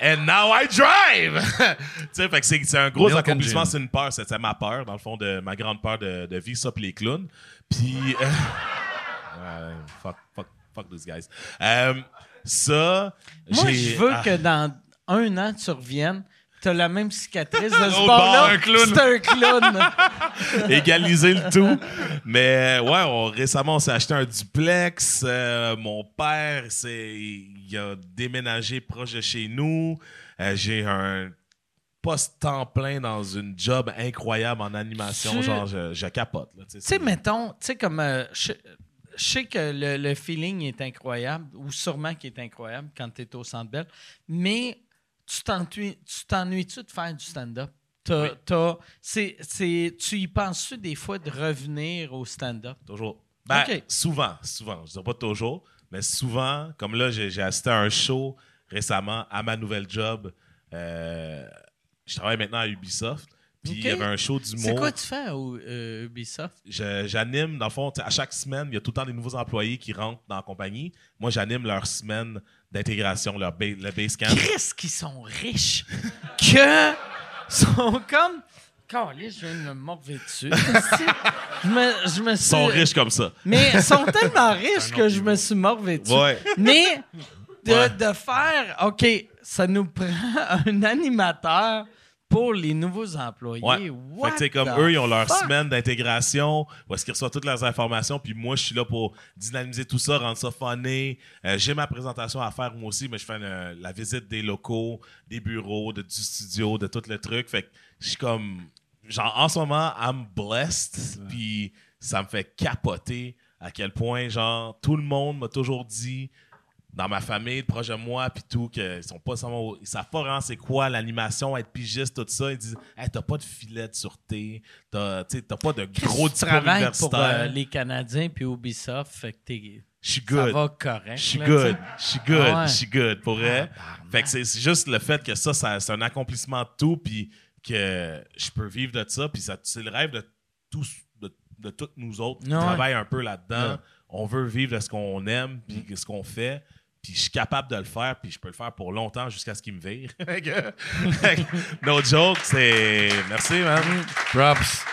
Speaker 6: And now I drive! <laughs> tu sais, fait que c'est c'est un gros
Speaker 7: Milk and
Speaker 6: accomplissement,
Speaker 7: gin.
Speaker 6: c'est une peur, c'était ma peur, dans le fond, de ma grande peur de, de vivre ça, puis les clowns. Puis. <laughs> euh, ouais, fuck, fuck, fuck those guys. Euh, ça.
Speaker 3: Moi,
Speaker 6: j'ai-
Speaker 3: je veux
Speaker 6: ah,
Speaker 3: que dans un an, tu reviennes. T'as la même cicatrice de
Speaker 6: Au
Speaker 3: ce
Speaker 6: bord,
Speaker 3: bord-là.
Speaker 6: un clown.
Speaker 3: C'est un clown.
Speaker 6: égaliser le tout. Mais ouais, on- récemment, on s'est acheté un duplex. Euh, mon père, c'est, il a déménagé proche de chez nous. Euh, j'ai un poste temps plein dans une job incroyable en animation.
Speaker 3: Tu-
Speaker 6: Genre, je, je capote. là, tu sais,
Speaker 3: Tu sais,
Speaker 6: c'est-
Speaker 3: mettons, tu sais, comme. euh, je je sais que le, le feeling est incroyable, ou sûrement qu'il est incroyable quand tu es au centre Bell, mais tu t'ennuies- tu t'ennuies-tu de faire du stand-up? T'as- t'as- c'est- c'est- tu y penses-tu des fois de revenir au stand-up?
Speaker 6: Toujours. Ben,
Speaker 3: Ok.
Speaker 6: Souvent, souvent. Je dis pas toujours, mais souvent, comme là, j'ai j'ai assisté à un show récemment à ma nouvelle job. Euh, je travaille maintenant à Ubisoft. Puis il y
Speaker 3: Ok.
Speaker 6: avait un show d'humour.
Speaker 3: C'est quoi tu fais au euh, Ubisoft?
Speaker 6: Je- j'anime, dans le fond, tu sais, à chaque semaine, il y a tout le temps des nouveaux employés qui rentrent dans la compagnie. Moi, j'anime leur semaine d'intégration, leur ba- le base camp.
Speaker 3: Chris, qui sont riches, <laughs> que sont comme. Caliste, je viens de me morver
Speaker 6: <laughs>
Speaker 3: dessus. je me, je me suis...
Speaker 6: Ils sont riches comme ça.
Speaker 3: Mais ils
Speaker 6: <laughs>
Speaker 3: sont tellement
Speaker 6: Ah
Speaker 3: riches que je me suis morvé dessus.
Speaker 6: Ouais.
Speaker 3: Mais de,
Speaker 6: Ouais.
Speaker 3: de faire, OK, ça nous <laughs> prend un animateur pour les nouveaux employés.
Speaker 6: Ouais.
Speaker 3: What
Speaker 6: fait que, tu sais, comme
Speaker 3: the
Speaker 6: eux, ils ont leur
Speaker 3: fuck?
Speaker 6: semaine d'intégration, où est-ce qu'ils reçoivent toutes leurs informations, puis moi, je suis là pour dynamiser tout ça, rendre ça funny. Euh, J'ai ma présentation à faire moi aussi, mais je fais euh, la visite des locaux, des bureaux, de, du studio, de tout le truc. Fait que je suis comme, genre, en ce moment, I'm blessed, puis ça me fait capoter à quel point, genre, tout le monde m'a toujours dit dans ma famille, proche de moi, puis tout, qu'ils sont pas sans- ils savent pas vraiment c'est quoi l'animation, être pigiste, tout ça. Ils disent, hey, t'as pas de filet de sûreté, t'as, tu sais, t'as pas de gros
Speaker 3: Gros
Speaker 6: diplôme
Speaker 3: travail pour euh,
Speaker 6: universitaire.
Speaker 3: les Canadiens puis Ubisoft, fait que t'es-
Speaker 6: Je suis
Speaker 3: ça
Speaker 6: good.
Speaker 3: va correct.
Speaker 6: Je suis
Speaker 3: Hein, là,
Speaker 6: good,
Speaker 3: t'sais.
Speaker 6: je suis good,
Speaker 3: Ah ouais. Ah,
Speaker 6: je suis good, pour vrai. fait que c'est c'est juste le fait que ça, ça- c'est un accomplissement de tout, puis que je peux vivre de ça, puis ça- c'est le rêve de tous, de, de toutes nous autres qui
Speaker 3: Ouais.
Speaker 6: travaillent un peu là-dedans. On veut vivre de ce qu'on aime, puis
Speaker 3: Mm.
Speaker 6: de ce qu'on fait, puis je suis capable de le faire, puis je peux le faire pour longtemps jusqu'à ce qu'il me vire. Fait que- fait que, <laughs> no joke, c'est... Merci, man.
Speaker 3: Mm.
Speaker 2: Props.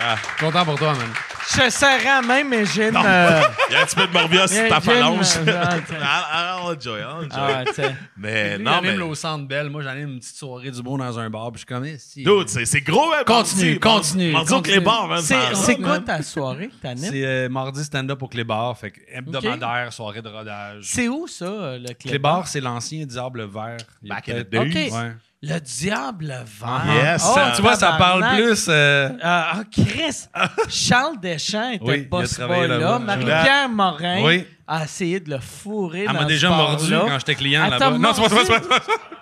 Speaker 6: Ah.
Speaker 2: Content pour toi, man.
Speaker 9: Je serais même, mais j'ai une.
Speaker 6: Non. <laughs>
Speaker 9: euh,
Speaker 6: Il y a un petit peu de Morbius,
Speaker 9: Il y a
Speaker 6: ta
Speaker 9: une gym,
Speaker 6: phalange.
Speaker 9: euh,
Speaker 6: <laughs>
Speaker 9: genre, t'sais.
Speaker 6: I'll, I'll enjoy, I'll enjoy.
Speaker 9: ah, t'sais.
Speaker 6: Mais
Speaker 7: Lui, il
Speaker 6: Eh, non,
Speaker 7: anime
Speaker 6: mais...
Speaker 7: au Centre Bell. Moi, j'anime une petite soirée du beau dans un bar. Puis je suis comme, eh, si.
Speaker 6: Dude, c'est, c'est gros, hein,
Speaker 3: Continue,
Speaker 6: mardi.
Speaker 3: continue,
Speaker 6: Mardi au
Speaker 3: continue.
Speaker 6: Clébar, man. ça-
Speaker 3: C'est c'est
Speaker 6: ça-
Speaker 3: quoi ta soirée que t'animes?
Speaker 7: C'est euh, mardi stand-up au Clébar. Fait que hebdomadaire, soirée de rodage.
Speaker 3: C'est où ça, euh, le club?
Speaker 7: Clébar, c'est l'ancien diable vert. Il y a
Speaker 6: Back in the
Speaker 7: peut-être-
Speaker 6: days. Ah. Oh,
Speaker 3: Ok.
Speaker 7: Ouais.
Speaker 3: Le diable vert. Oh,
Speaker 6: Yes, ça-
Speaker 7: tu vois, ça parle
Speaker 3: tabarnak.
Speaker 7: plus. euh,
Speaker 6: <laughs>
Speaker 7: <laughs>
Speaker 3: Ah, ah, Chris! Charles Deschamps était
Speaker 7: Oui, il a
Speaker 3: pas ce
Speaker 7: travaillé
Speaker 3: là
Speaker 7: là-bas.
Speaker 3: Marie-Pierre Morin
Speaker 7: Oui.
Speaker 3: a essayé de le fourrer
Speaker 7: elle
Speaker 3: dans
Speaker 7: m'a
Speaker 3: ce
Speaker 7: déjà mordu
Speaker 3: bar-là.
Speaker 7: quand j'étais client
Speaker 3: Elle t'a
Speaker 7: là-bas. Non, c'est pas-
Speaker 3: mordu?
Speaker 7: c'est pas- c'est pas-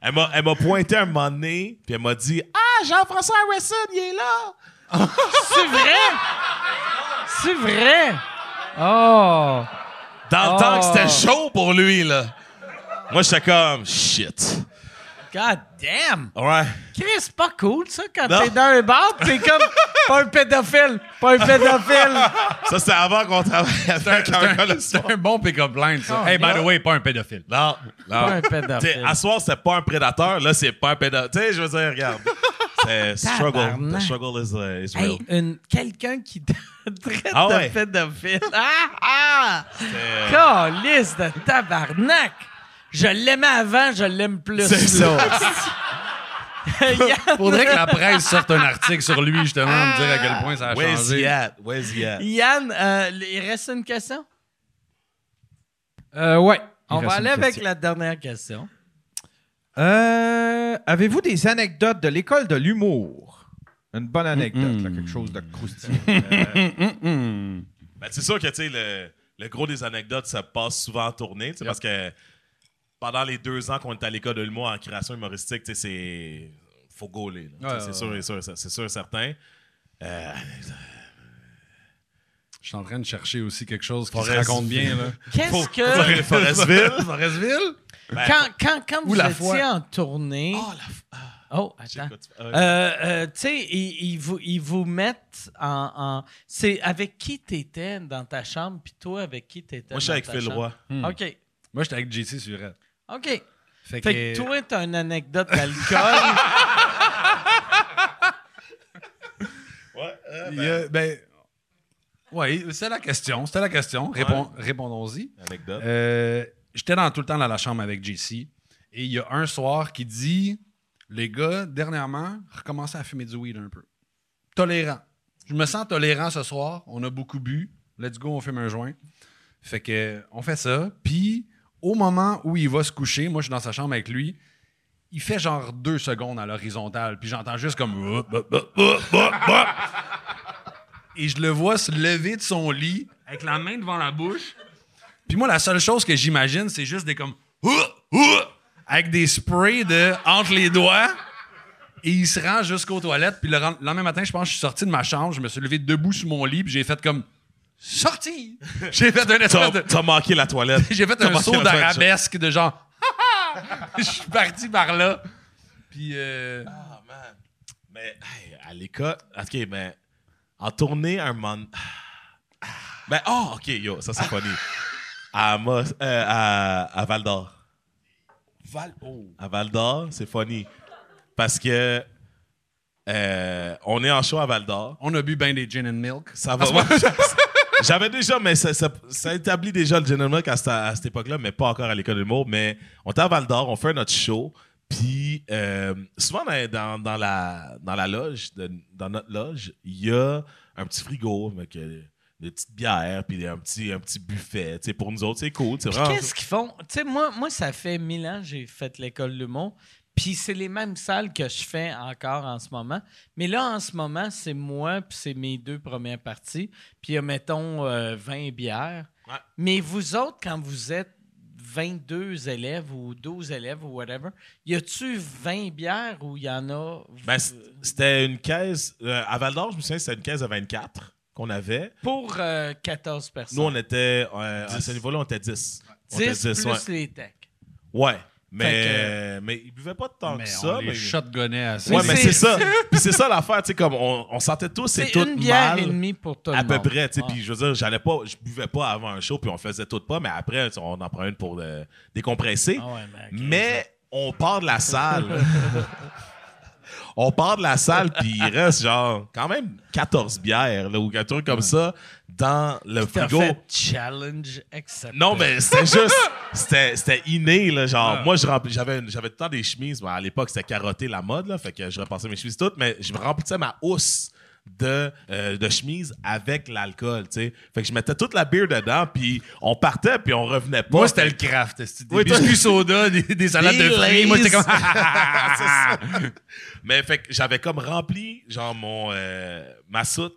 Speaker 6: Elle m'a, elle m'a pointé un moment donné, puis elle m'a dit Ah, Jean-François Harrison, il est là.
Speaker 3: C'est vrai! C'est vrai! Oh!
Speaker 6: Dans
Speaker 3: Oh.
Speaker 6: le temps que c'était chaud pour lui, là. Moi, j'étais comme Shit.
Speaker 3: God damn!
Speaker 6: Ouais.
Speaker 3: Chris, c'est pas cool ça quand
Speaker 6: Non.
Speaker 3: t'es dans un bar pis t'es comme pas un pédophile! Pas un pédophile!
Speaker 7: <laughs>
Speaker 6: Ça, c'était avant qu'on travaille avec un gars
Speaker 3: <laughs>
Speaker 6: le soir.
Speaker 7: C'est un bon pick-up line,
Speaker 6: Oh,
Speaker 7: ça. hey, by the way, pas un pédophile.
Speaker 6: Non,
Speaker 3: Pas
Speaker 6: non.
Speaker 3: un pédophile!
Speaker 6: T'sais, à soir, c'était pas un prédateur. Là, c'est pas un prédateur. Tu sais, je veux dire, regarde. C'est struggle. The
Speaker 3: Tabarnak.
Speaker 6: struggle is, uh, is real.
Speaker 3: Hey, une- quelqu'un qui <laughs> te traite
Speaker 6: Ah
Speaker 3: de
Speaker 6: ouais. euh,
Speaker 3: pédophile. Ah! Ah!
Speaker 6: C'est-
Speaker 3: Calice de tabarnak! Je l'aimais avant, je l'aime plus.
Speaker 6: C'est ça.
Speaker 3: <laughs> Yann,
Speaker 7: Faudrait que la presse sorte un article sur lui, justement, pour me dire à quel point ça
Speaker 6: <laughs>
Speaker 7: a
Speaker 6: Where's
Speaker 7: changé.
Speaker 6: he at? Where's he at?
Speaker 3: Yann, euh, il reste une question?
Speaker 11: Euh, ouais.
Speaker 3: On
Speaker 11: Il
Speaker 3: va
Speaker 11: reste une
Speaker 3: aller avec
Speaker 11: question.
Speaker 3: la dernière question.
Speaker 11: Euh, Avez-vous des anecdotes de l'école de l'humour? Une bonne anecdote, là, quelque chose de croustillant.
Speaker 6: Ben, c'est sûr que tu sais, le, le gros des anecdotes, ça passe souvent en tournée. tu sais, Parce que pendant les deux ans qu'on était à l'école de l'humour en création humoristique, tu sais, c'est. Faut gauler. là. Tu
Speaker 7: Ouais,
Speaker 6: sais,
Speaker 7: ouais,
Speaker 6: c'est, sûr, c'est sûr, c'est sûr, certain. Euh,
Speaker 7: Je suis en train de chercher aussi quelque chose qui se
Speaker 6: Forest-
Speaker 7: raconte bien, là.
Speaker 6: faut-
Speaker 3: Qu'est-ce que.
Speaker 6: Forest- Forestville.
Speaker 7: <laughs> Forestville?
Speaker 6: Ben,
Speaker 3: Quand, quand, quand vous
Speaker 7: la
Speaker 3: étiez
Speaker 7: foi.
Speaker 3: en tournée.
Speaker 6: Oh, la f- ah,
Speaker 3: Oh,
Speaker 6: je sais
Speaker 3: attends.
Speaker 6: quoi tu- ah,
Speaker 3: Euh, euh, tu sais, ils, ils vous, ils vous mettent en. en- C'est avec qui t'étais dans ta chambre, puis toi, avec qui t'étais.
Speaker 6: Moi, je suis
Speaker 3: dans
Speaker 6: avec
Speaker 3: ta
Speaker 6: Phil
Speaker 3: chambre?
Speaker 6: Roy.
Speaker 3: OK.
Speaker 7: Moi, j'étais avec JC Surette.
Speaker 3: OK.
Speaker 7: Fait,
Speaker 3: Fait que toi, t'as une anecdote d'alcool.
Speaker 6: Ouais, euh,
Speaker 7: Il y a- ben, ouais, c'est la question. C'était la question. Répon- Répondons-y.
Speaker 6: Anecdote.
Speaker 7: Euh, J'étais dans tout le temps dans la chambre avec JC. Et il y a un soir qui dit Les gars, dernièrement, recommencez à fumer du weed un peu. Tolérant. Je me sens tolérant ce soir. On a beaucoup bu. Let's go, on fume un joint. Fait que euh, on fait ça. Puis au moment où il va se coucher, moi je suis dans sa chambre avec lui. Il fait genre deux secondes à l'horizontale. Puis j'entends juste comme. euh, bah, Hop, hop, hop, hop, hop, hop. bah. Et je le vois se lever de son lit avec la main devant la bouche. Puis moi, la seule chose que j'imagine, c'est juste des comme. Ouh, ouh avec des sprays de entre les doigts. Et il se rend jusqu'aux toilettes. Puis le ren- lendemain matin, je pense que je suis sorti de ma chambre. Je me suis levé debout sur mon lit. Puis j'ai fait comme. Sorti! J'ai fait un espèce
Speaker 6: T'as
Speaker 7: de.
Speaker 6: t'as manqué la toilette.
Speaker 7: <laughs> J'ai fait
Speaker 6: T'as
Speaker 7: un
Speaker 6: manqué
Speaker 7: saut
Speaker 6: la toilette.
Speaker 7: d'arabesque de genre. <laughs> Je suis parti par là. Puis. euh,
Speaker 6: Ah, man. Mais hey, à l'école, OK, mais en tournée un moment. <sighs> Ben, oh, OK, yo, ça c'est funny. À, Mos- euh, à, à Val d'Or. À Val d'Or, c'est funny. Parce que euh, on est en show à Val d'Or.
Speaker 7: On a bu ben des gin and milk.
Speaker 6: Ça va. <laughs> Ouais, J'avais déjà, mais ça, ça- ça établit déjà le General Milk à, cette- à cette époque-là, mais pas encore à l'école de l'humour. Mais on était à Val d'Or, on fait notre show. Puis euh, souvent dans, dans- dans la, dans la loge, de- dans notre loge, il y a un petit frigo avec euh, des petites bières, puis un petit, un petit buffet. Tu sais, pour nous autres, c'est cool. C'est
Speaker 3: Puis
Speaker 6: vraiment-
Speaker 3: qu'est-ce qu'ils font? Tu sais, moi, moi, ça fait mille ans que j'ai fait l'école de l'humour. Puis c'est les mêmes salles que je fais encore en ce moment. Mais là, en ce moment, c'est moi, puis c'est mes deux premières parties. Puis il y a, mettons, euh, 20 bières. Mais vous autres, quand vous êtes 22 élèves ou 12 élèves ou whatever, y a-tu 20 bières ou y en a?
Speaker 6: Ben, c- c'était une caisse. euh, à Val d'Or, je me souviens, c'était une caisse à 24 qu'on avait.
Speaker 3: Pour euh, 14 personnes.
Speaker 6: Nous, on était. euh, à ce niveau-là, on était 10. On
Speaker 3: 10
Speaker 6: était
Speaker 3: plus
Speaker 6: ouais.
Speaker 3: les techs.
Speaker 6: Ouais. Mais,
Speaker 3: Fait
Speaker 6: mais ils buvaient pas tant
Speaker 7: Mais
Speaker 6: que
Speaker 7: on
Speaker 6: ça.
Speaker 7: les
Speaker 6: mais-
Speaker 7: shotgunnait assez.
Speaker 6: Ouais, mais
Speaker 3: c'est- <laughs>
Speaker 6: c'est ça. Puis c'est ça l'affaire, tu sais, comme on, on sentait tous et
Speaker 3: C'est
Speaker 6: tout
Speaker 3: une bière
Speaker 6: mal.
Speaker 3: et demie pour tout le
Speaker 6: à
Speaker 3: monde.
Speaker 6: peu près, tu sais.
Speaker 3: Ah.
Speaker 6: Puis je veux dire, j'allais pas, je buvais pas avant un show, puis on faisait tout pas, mais après, tu sais, on en prend une pour le décompresser.
Speaker 3: Ah ouais, mais-
Speaker 6: Mais on part de
Speaker 3: <laughs>
Speaker 6: la salle. on part de la salle, puis il reste genre quand même 14 bières là, ou un truc comme ça dans le
Speaker 3: T'as
Speaker 6: frigo.
Speaker 3: fait challenge accepté.
Speaker 6: Non, mais c'était juste. C'était c'était inné, là. Genre, moi, je remplis- j'avais une- j'avais tout le temps des chemises. mais à l'époque, c'était carotté la mode, là. Fait que je repassais mes chemises toutes, mais je me remplissais ma housse de, euh, de chemise avec l'alcool, tu sais. Fait que je mettais toute la bière dedans, puis on partait, puis on revenait pas.
Speaker 7: Moi, c'était le craft. c'était Des
Speaker 6: Oui, toi-
Speaker 7: biscuits soda, des, des salades
Speaker 6: Des
Speaker 7: de fruits. Moi, j'étais
Speaker 6: Lay's.
Speaker 7: comme.
Speaker 6: <laughs>
Speaker 7: <laughs>
Speaker 6: C'est ça. Mais fait que j'avais comme rempli, genre, mon, euh, ma soute,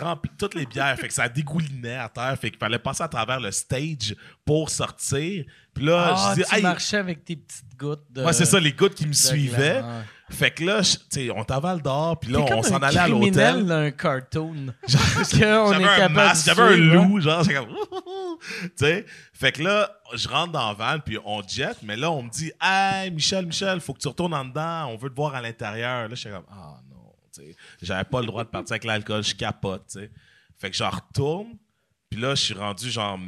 Speaker 6: rempli toutes les bières. fait que ça dégoulinait à terre. Fait qu'il fallait passer à travers le stage pour sortir. Puis là,
Speaker 3: Ah,
Speaker 6: je dis,
Speaker 3: tu euh,
Speaker 6: hey,
Speaker 3: marchais avec tes petites gouttes de.
Speaker 6: moi, c'est ça, les gouttes qui me suivaient.
Speaker 3: glace,
Speaker 6: Fait que là, je- tu sais, on t'avale dehors, puis là,
Speaker 3: T'es comme
Speaker 6: on s'en
Speaker 3: un
Speaker 6: allait à
Speaker 3: criminel
Speaker 6: l'hôtel.
Speaker 3: d'un
Speaker 6: <laughs>
Speaker 3: cartoon.
Speaker 6: Parce
Speaker 3: qu'on est
Speaker 6: J'avais un
Speaker 3: capable
Speaker 6: masque,
Speaker 3: de
Speaker 6: j'avais un
Speaker 3: suivre, hein.
Speaker 6: loup, genre, c'est comme. <laughs> tu sais. Fait que là, je rentre dans la van, puis on jette, mais là, on me dit, hey, Michel, Michel, faut que tu retournes en dedans, on veut te voir à l'intérieur. Là, je suis comme, ah non, tu sais. J'avais pas le droit de partir avec l'alcool, je capote, tu sais. Fait que j'en retourne, puis là, je suis rendu, genre,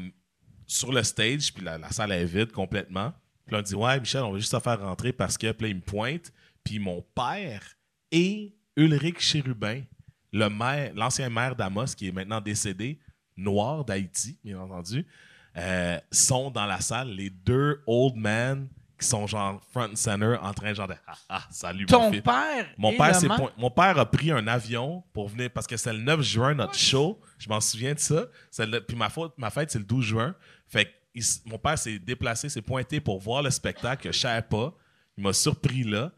Speaker 6: sur le stage, puis la, la salle est vide complètement. Puis là, on dit, ouais, Michel, on va juste te faire rentrer parce que, puis là, il me pointe. Puis mon père et Ulrich Chérubin, le maire, l'ancien maire d'Amos, qui est maintenant décédé, noir d'Haïti, bien entendu, euh, sont dans la salle, les deux old men qui sont genre front and center en train genre de ah, ah, salut mon
Speaker 3: Ton
Speaker 6: fils.
Speaker 3: père.
Speaker 6: Mon
Speaker 3: et
Speaker 6: père,
Speaker 3: le
Speaker 6: s'est
Speaker 3: ma-
Speaker 6: point- mon père a pris un avion pour venir parce que c'est le 9 juin notre show. Je m'en souviens de ça. C'est le- Puis ma, faute- ma fête, c'est le 12 juin. Fait que il s- mon père s'est déplacé, s'est pointé pour voir le spectacle que je savais pas. Il m'a surpris là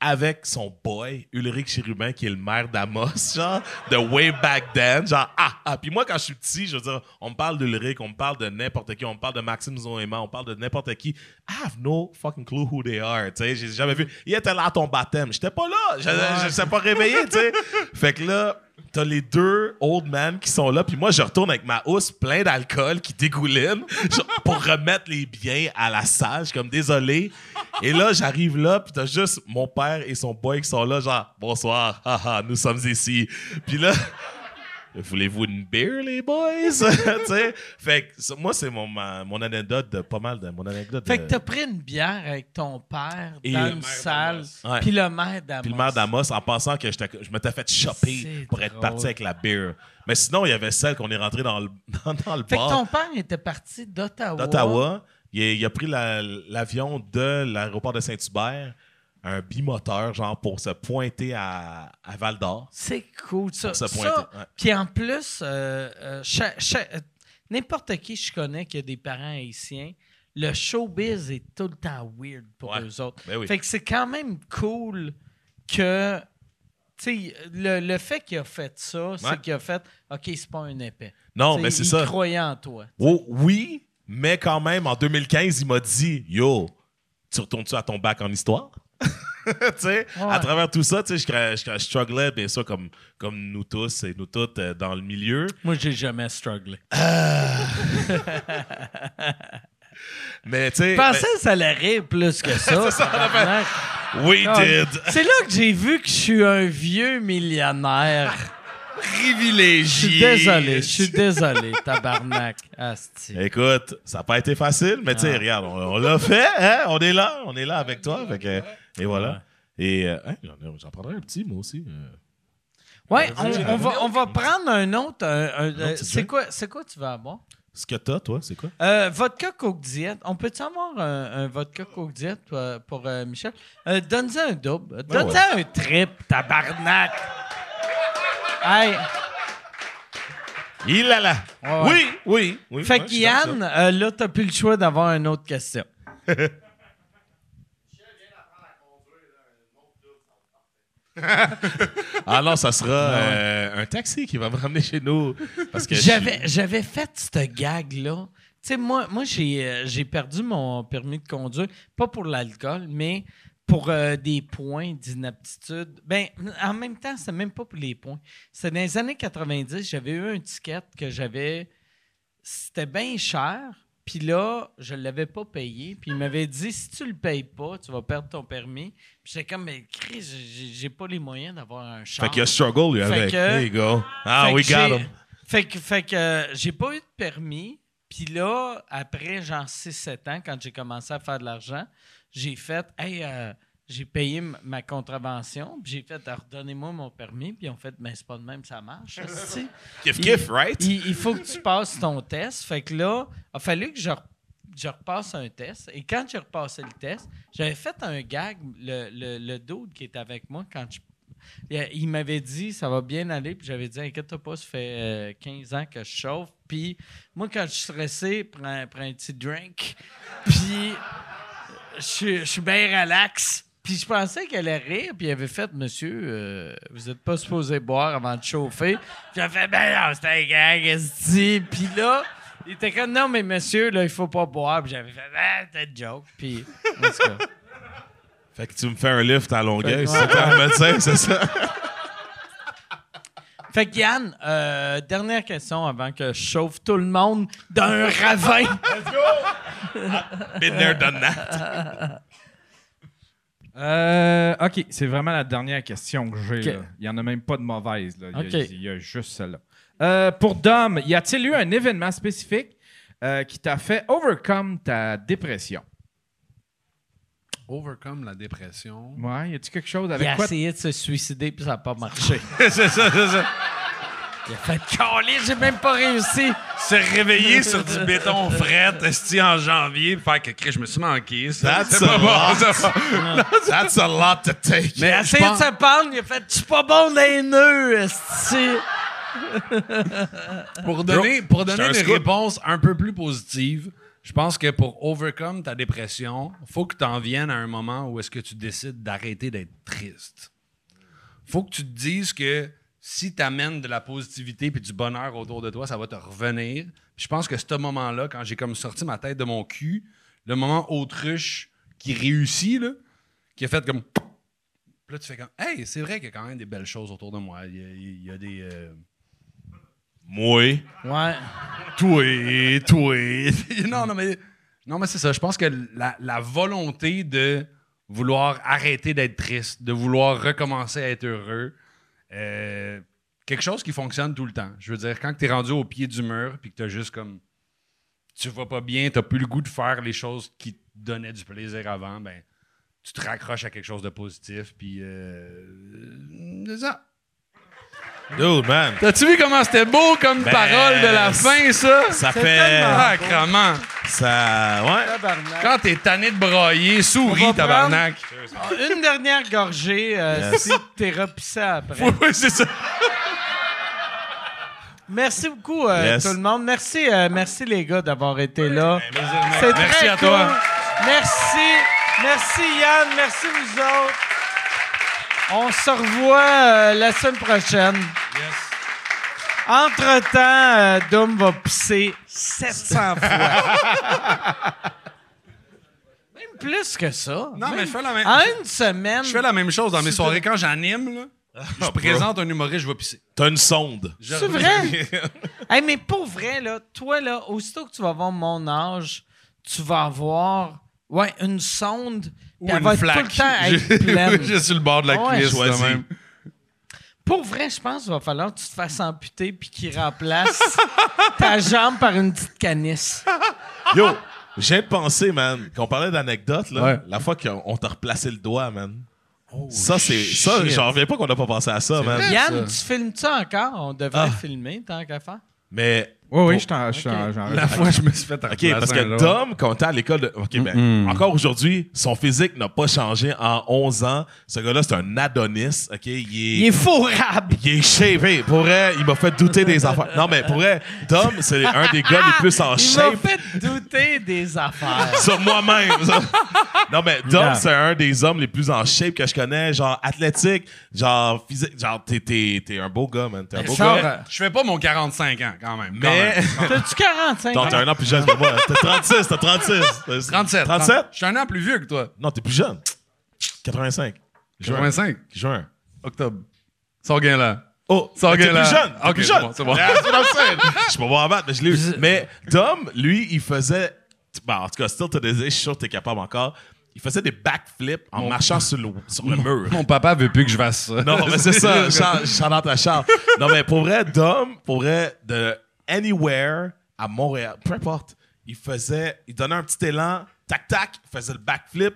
Speaker 6: avec son boy, Ulrich Chérubin, qui est le maire d'Amos, <laughs> genre, de way back then, genre, ah, ah. Puis moi, quand je suis petit, je veux dire, on me parle d'Ulrich, on me parle de n'importe qui, on me parle de Maxime Zoéma, on parle de n'importe qui. I have no fucking clue who they are, tu sais, j'ai jamais vu. Il était là à ton baptême, j'étais pas là, je, je, je sais pas réveillé, tu sais. Fait que là, t'as les deux old men qui sont là, puis moi, je retourne avec ma housse plein d'alcool qui dégouline genre, pour remettre les biens à la salle. Je suis comme désolé. Et là, j'arrive là, puis t'as juste mon père et son boy qui sont là, genre bonsoir, haha, nous sommes ici. Puis là. Voulez-vous une bière, les boys? <laughs> Tu sais? fait que ça, moi, c'est mon, ma- mon anecdote de pas mal de. Mon anecdote
Speaker 3: Fait
Speaker 6: de-
Speaker 3: que t'as pris une bière avec ton père
Speaker 6: euh, Et le
Speaker 3: dans une
Speaker 6: maire
Speaker 3: salle.
Speaker 7: d'Amos.
Speaker 6: Ouais.
Speaker 3: Puis le maire d'Amos.
Speaker 6: Puis le maire d'Amos, en pensant que j'étais- je m'étais fait choper
Speaker 3: C'est
Speaker 6: pour être
Speaker 3: drôle.
Speaker 6: parti avec la bière. Mais sinon, il y avait celle qu'on est rentré dans le, <laughs> dans, dans le
Speaker 3: Fait que
Speaker 6: bar
Speaker 3: ton père était parti d'Ottawa.
Speaker 6: Bah. d'Ottawa. Il, a- il a pris la- l'avion de l'aéroport de Saint-Hubert, un bimoteur, genre, pour se pointer à, à Val d'Or.
Speaker 3: C'est cool, ça.
Speaker 6: Pour se
Speaker 3: Ça,
Speaker 6: pointer, ouais.
Speaker 3: Puis en plus, euh, euh, cha- cha- euh, n'importe qui je connais qui a des parents haïtiens, le showbiz est tout le temps weird pour
Speaker 6: Ouais.
Speaker 3: eux autres.
Speaker 6: Ben oui.
Speaker 3: Fait que c'est quand même cool que. Tu sais, le, le fait qu'il a fait ça,
Speaker 6: Ouais.
Speaker 3: c'est qu'il a fait OK, c'est pas un épais.
Speaker 6: Non,
Speaker 3: Tu sais,
Speaker 6: mais c'est
Speaker 3: il
Speaker 6: ça.
Speaker 3: croyait en toi.
Speaker 6: Oh, oui, mais quand même, en 2015, il m'a dit Yo, tu retournes-tu à ton bac en histoire <laughs> Tu sais, À
Speaker 3: Ouais.
Speaker 6: travers tout ça, tu sais, je, cra- je, cra- je strugglais, bien sûr, comme, comme nous tous et nous toutes euh, dans le milieu.
Speaker 3: Moi, j'ai jamais strugglé.
Speaker 6: Mais tu sais.
Speaker 3: Je pensais que ça allait rire plus
Speaker 6: <laughs>
Speaker 3: que ça. tabarnak.
Speaker 6: mais- We euh, did
Speaker 3: c'est là que j'ai vu que je suis un vieux millionnaire. Je
Speaker 6: privilégié.
Speaker 3: suis désolé, je suis désolé, tabarnak. Asti.
Speaker 6: Écoute, ça n'a pas été facile, mais tu sais, regarde, on, on l'a fait, hein? on est là, on est là avec toi. fait que- et voilà. Et euh, hein, j'en ai- j'en prendrai un petit, moi aussi. euh.
Speaker 3: Ouais, on, on va, on va prendre un autre. un- un- euh,
Speaker 6: petit
Speaker 3: c'est
Speaker 6: jeu.
Speaker 3: quoi, c'est quoi tu vas avoir?
Speaker 6: Ce que t'as, toi, c'est quoi?
Speaker 3: Euh, vodka Coke Diet. On peut-tu avoir un, un vodka Coke Diet euh, pour, euh, Michel? Euh, donne-y un double. Donne-y un triple, tabarnak. Hey,
Speaker 6: Il a là.
Speaker 3: Ouais,
Speaker 6: Oui, oui, oui.
Speaker 3: fait
Speaker 6: ouais,
Speaker 3: que
Speaker 6: je suis dans ça.
Speaker 3: Yann, euh, là, t'as plus le choix d'avoir une autre question.
Speaker 6: Alors, Ah ça sera euh, un taxi qui va me ramener chez nous. Parce que je suis-
Speaker 3: J'avais, j'avais fait cette gag-là. Tu sais, moi, moi j'ai, euh, j'ai perdu mon permis de conduire, pas pour l'alcool, mais pour euh, des points d'inaptitude. Ben, en même temps, c'est même pas pour les points. C'est dans les années 90, j'avais eu un ticket que j'avais. C'était bien cher. Puis là, je l'avais pas payé. Puis il m'avait dit si tu le payes pas, tu vas perdre ton permis. Puis j'étais comme, mais Chris, j'ai, j'ai pas les moyens d'avoir un char.
Speaker 6: Fait qu'il y a struggle,
Speaker 3: Fait
Speaker 6: lui,
Speaker 3: que-
Speaker 6: avec. There you go. Ah,
Speaker 3: Fait
Speaker 6: we
Speaker 3: que
Speaker 6: got
Speaker 3: j'ai-
Speaker 6: him.
Speaker 3: Fait que, fait que euh, j'ai pas eu de permis. Puis là, après genre 6-7 ans, quand j'ai commencé à faire de l'argent, j'ai fait Hey, euh, j'ai payé m- ma contravention. Puis j'ai fait euh, Redonnez-moi mon permis. Puis ils ont fait Mais c'est pas de même, ça marche. esti.
Speaker 6: Kiff,
Speaker 3: Il-
Speaker 6: kiff, right?
Speaker 3: il, il faut que tu passes ton test. Fait que là, il a fallu que je, re- je repasse un test. Et quand j'ai repassé le test, j'avais fait un gag, le, le, le dude qui était avec moi, quand je- il- il m'avait dit ça va bien aller, puis j'avais dit inquiète-toi pas, ça fait euh, 15 ans que je chauffe. Puis moi, quand je suis stressé, prends, prends un petit drink. Puis je suis- je suis bien relax. Puis je pensais qu'elle allait rire, puis elle avait fait Monsieur, euh, vous n'êtes pas supposé boire avant de chauffer. Puis j'avais fait Ben non, c'était un gag, esti. Puis là, il était comme Non, mais monsieur, là, il faut pas boire. Puis j'avais fait Ah, c'est une joke. Puis en tout cas,
Speaker 6: Fait que tu me fais un lift à
Speaker 3: Fait
Speaker 6: longueuil,
Speaker 3: que-
Speaker 6: c'est ça, me dire, c'est ça?
Speaker 3: Fait que Yann, euh, dernière question avant que je chauffe tout le monde
Speaker 2: <laughs>
Speaker 3: d'un ravin.
Speaker 6: Been there, done that.
Speaker 2: Euh, OK, c'est vraiment la dernière question que j'ai.
Speaker 3: OK.
Speaker 2: là. Il n'y en a même pas de mauvaise. Là. Il, y a,
Speaker 3: OK.
Speaker 2: il y a juste celle-là. Euh, pour Dom, y a-t-il eu un événement spécifique euh, qui t'a fait overcome ta dépression?
Speaker 7: Overcome la dépression.
Speaker 2: Ouais, y a-t-il quelque chose
Speaker 3: Il
Speaker 2: avec
Speaker 3: a
Speaker 2: quoi?
Speaker 3: essayé de se suicider, puis ça n'a pas marché.
Speaker 7: <laughs> c'est ça, c'est ça.
Speaker 3: Il a fait Caler, j'ai même pas réussi.
Speaker 7: Se réveiller sur du béton fret, esti, en janvier, puis faire que Chris, je me suis manqué. Ça,
Speaker 6: That's
Speaker 7: c'est
Speaker 6: a
Speaker 7: pas bon.
Speaker 6: lot.
Speaker 7: ça.
Speaker 6: <laughs> That's a lot to take.
Speaker 3: Il a
Speaker 7: Mais
Speaker 3: essayé de
Speaker 7: ça.
Speaker 3: se pendre, il a fait Je suis pas bon dans les nœuds, esti.
Speaker 7: Pour donner, pour
Speaker 6: J'étais un
Speaker 7: donner des
Speaker 6: scoop.
Speaker 7: réponses un peu plus positives, je pense que pour overcome ta dépression, faut que tu en viennes à un moment où est-ce que tu décides d'arrêter d'être triste. Faut que tu te dises que si tu amènes de la positivité puis du bonheur autour de toi, ça va te revenir. Puis je pense que ce moment-là, quand j'ai comme sorti ma tête de mon cul, le moment autruche qui réussit, là, qui a fait comme... Puis là, tu fais comme, hey, c'est vrai qu'il y a quand même des belles choses autour de moi. Il y a, il y a des... euh,
Speaker 6: Moi.
Speaker 3: Ouais.
Speaker 7: Toi, toi. <laughs> non, non, mais, non, mais c'est ça. Je pense que la, la volonté de vouloir arrêter d'être triste, de vouloir recommencer à être heureux, euh, quelque chose qui fonctionne tout le temps. Je veux dire, quand tu es rendu au pied du mur puis que tu juste comme. Tu vas pas bien, tu plus le goût de faire les choses qui te donnaient du plaisir avant, ben, tu te raccroches à quelque chose de positif. Puis. euh, c'est ça.
Speaker 6: Dude, man.
Speaker 7: T'as-tu vu comment c'était beau comme
Speaker 6: Ben,
Speaker 7: parole de la fin, ça? Ah,
Speaker 6: Ça
Speaker 3: C'est
Speaker 6: fait.
Speaker 3: tellement-
Speaker 7: Sacrement.
Speaker 6: Ça. Ouais.
Speaker 7: Quand t'es tanné de brailler, souris, tabarnak.
Speaker 3: Une dernière gorgée, euh,
Speaker 6: Yes.
Speaker 3: si t'es repissé après.
Speaker 6: <laughs> Oui, oui, c'est ça.
Speaker 3: Merci beaucoup, euh,
Speaker 6: Yes.
Speaker 3: tout le monde. Merci, euh, merci les gars d'avoir été là. C'est
Speaker 7: Merci
Speaker 3: très
Speaker 7: à toi.
Speaker 3: cool. Merci. Merci Yann. Merci vous autres. On se revoit euh, la semaine prochaine. Entre-temps, euh, Dom va pisser 700
Speaker 7: <laughs>
Speaker 3: fois. Même plus que ça.
Speaker 7: Non, mais je fais la même,
Speaker 6: Hein?
Speaker 3: En une semaine.
Speaker 7: je fais la même chose dans mes soirées. Quand j'anime, là, je présente un humoriste, je vais pisser.
Speaker 6: T'as une sonde.
Speaker 7: Je-
Speaker 3: C'est vrai? <laughs> Hey, mais pour vrai, là, toi, là, aussitôt que tu vas avoir mon âge, tu vas avoir ouais, une sonde,
Speaker 7: Ou
Speaker 3: puis elle
Speaker 7: une
Speaker 3: va être tout
Speaker 7: flaque.
Speaker 3: le temps être
Speaker 7: <laughs> Je
Speaker 3: pleine.
Speaker 7: je suis le bord de la
Speaker 3: Ouais.
Speaker 7: cuisse,
Speaker 6: Choisis.
Speaker 7: de même.
Speaker 3: Pour vrai, je pense qu'il va falloir que tu te fasses amputer puis qu'il remplace <laughs> ta jambe par une petite
Speaker 7: <laughs>
Speaker 3: canisse.
Speaker 6: Yo, j'ai pensé, man, qu'on parlait d'anecdotes, là.
Speaker 7: Ouais.
Speaker 6: La fois qu'on t'a replacé le doigt, man. ça, c'est. Ça,
Speaker 7: shit.
Speaker 6: j'en reviens pas qu'on n'a pas pensé à ça, man.
Speaker 7: Ah.
Speaker 3: Yann, tu filmes-tu encore? On devrait filmer, tant qu'à faire.
Speaker 6: Mais
Speaker 11: Oui, oui, je t'en je t'en- j'en
Speaker 7: La
Speaker 2: um
Speaker 7: fois, je me suis fait
Speaker 6: OK, parce que Dom, quand on était à l'école de. OK, ben, encore aujourd'hui, son physique n'a pas changé en 11 ans. Ce gars-là, c'est un Adonis. OK, il
Speaker 3: Il
Speaker 6: est.
Speaker 3: est fourrable.
Speaker 6: Il est shavé. Pour vrai, il m'a fait douter des affaires. Non, mais pour vrai, Dom, c'est un des gars les plus en
Speaker 9: Il m'a
Speaker 6: shape
Speaker 9: fait douter des
Speaker 7: <laughs>
Speaker 9: affaires.
Speaker 6: sur moi-même. non, mais Dom, c'est un des hommes les plus en shape que je connais. Genre, athlétique, genre, physique. Genre, t'es, t'es, t'es un beau gars, man. T'es un beau
Speaker 11: Genre,
Speaker 6: gars.
Speaker 11: euh,
Speaker 7: Je fais pas mon 45 ans, quand
Speaker 6: Mais.
Speaker 7: même. quand même.
Speaker 3: T'as-tu 45
Speaker 6: Non,
Speaker 3: ans?
Speaker 6: t'es un an plus jeune que moi. T'es 36, t'as 36.
Speaker 7: 37.
Speaker 6: 37?
Speaker 7: Je suis un an plus vieux que toi.
Speaker 6: Non, t'es plus jeune. 85. Juin.
Speaker 7: 85.
Speaker 6: Juin.
Speaker 7: Octobre. Sors gain là.
Speaker 6: Oh,
Speaker 7: Ça
Speaker 6: t'es
Speaker 7: regarde
Speaker 6: plus
Speaker 7: là.
Speaker 6: jeune. T'es
Speaker 7: Ok,
Speaker 6: plus
Speaker 7: c'est
Speaker 6: jeune.
Speaker 7: bon, c'est bon.
Speaker 6: Yeah, that's what I'm saying. Je peux pas en battre, mais je l'ai eu. Mais Dom, lui, il faisait. ben, en tout cas, still to this day, je suis sûr que t'es capable encore. Il faisait des backflips en marchant sur le, sur le mur.
Speaker 7: Mon papa veut plus que je fasse ça.
Speaker 6: Non,
Speaker 7: <laughs>
Speaker 6: mais c'est ça. Charles, Charles ta Charles. Non, mais pour vrai, Dom, pour vrai, de anywhere à Montréal, peu importe, il faisait, il donnait un petit élan, tac-tac, il faisait le backflip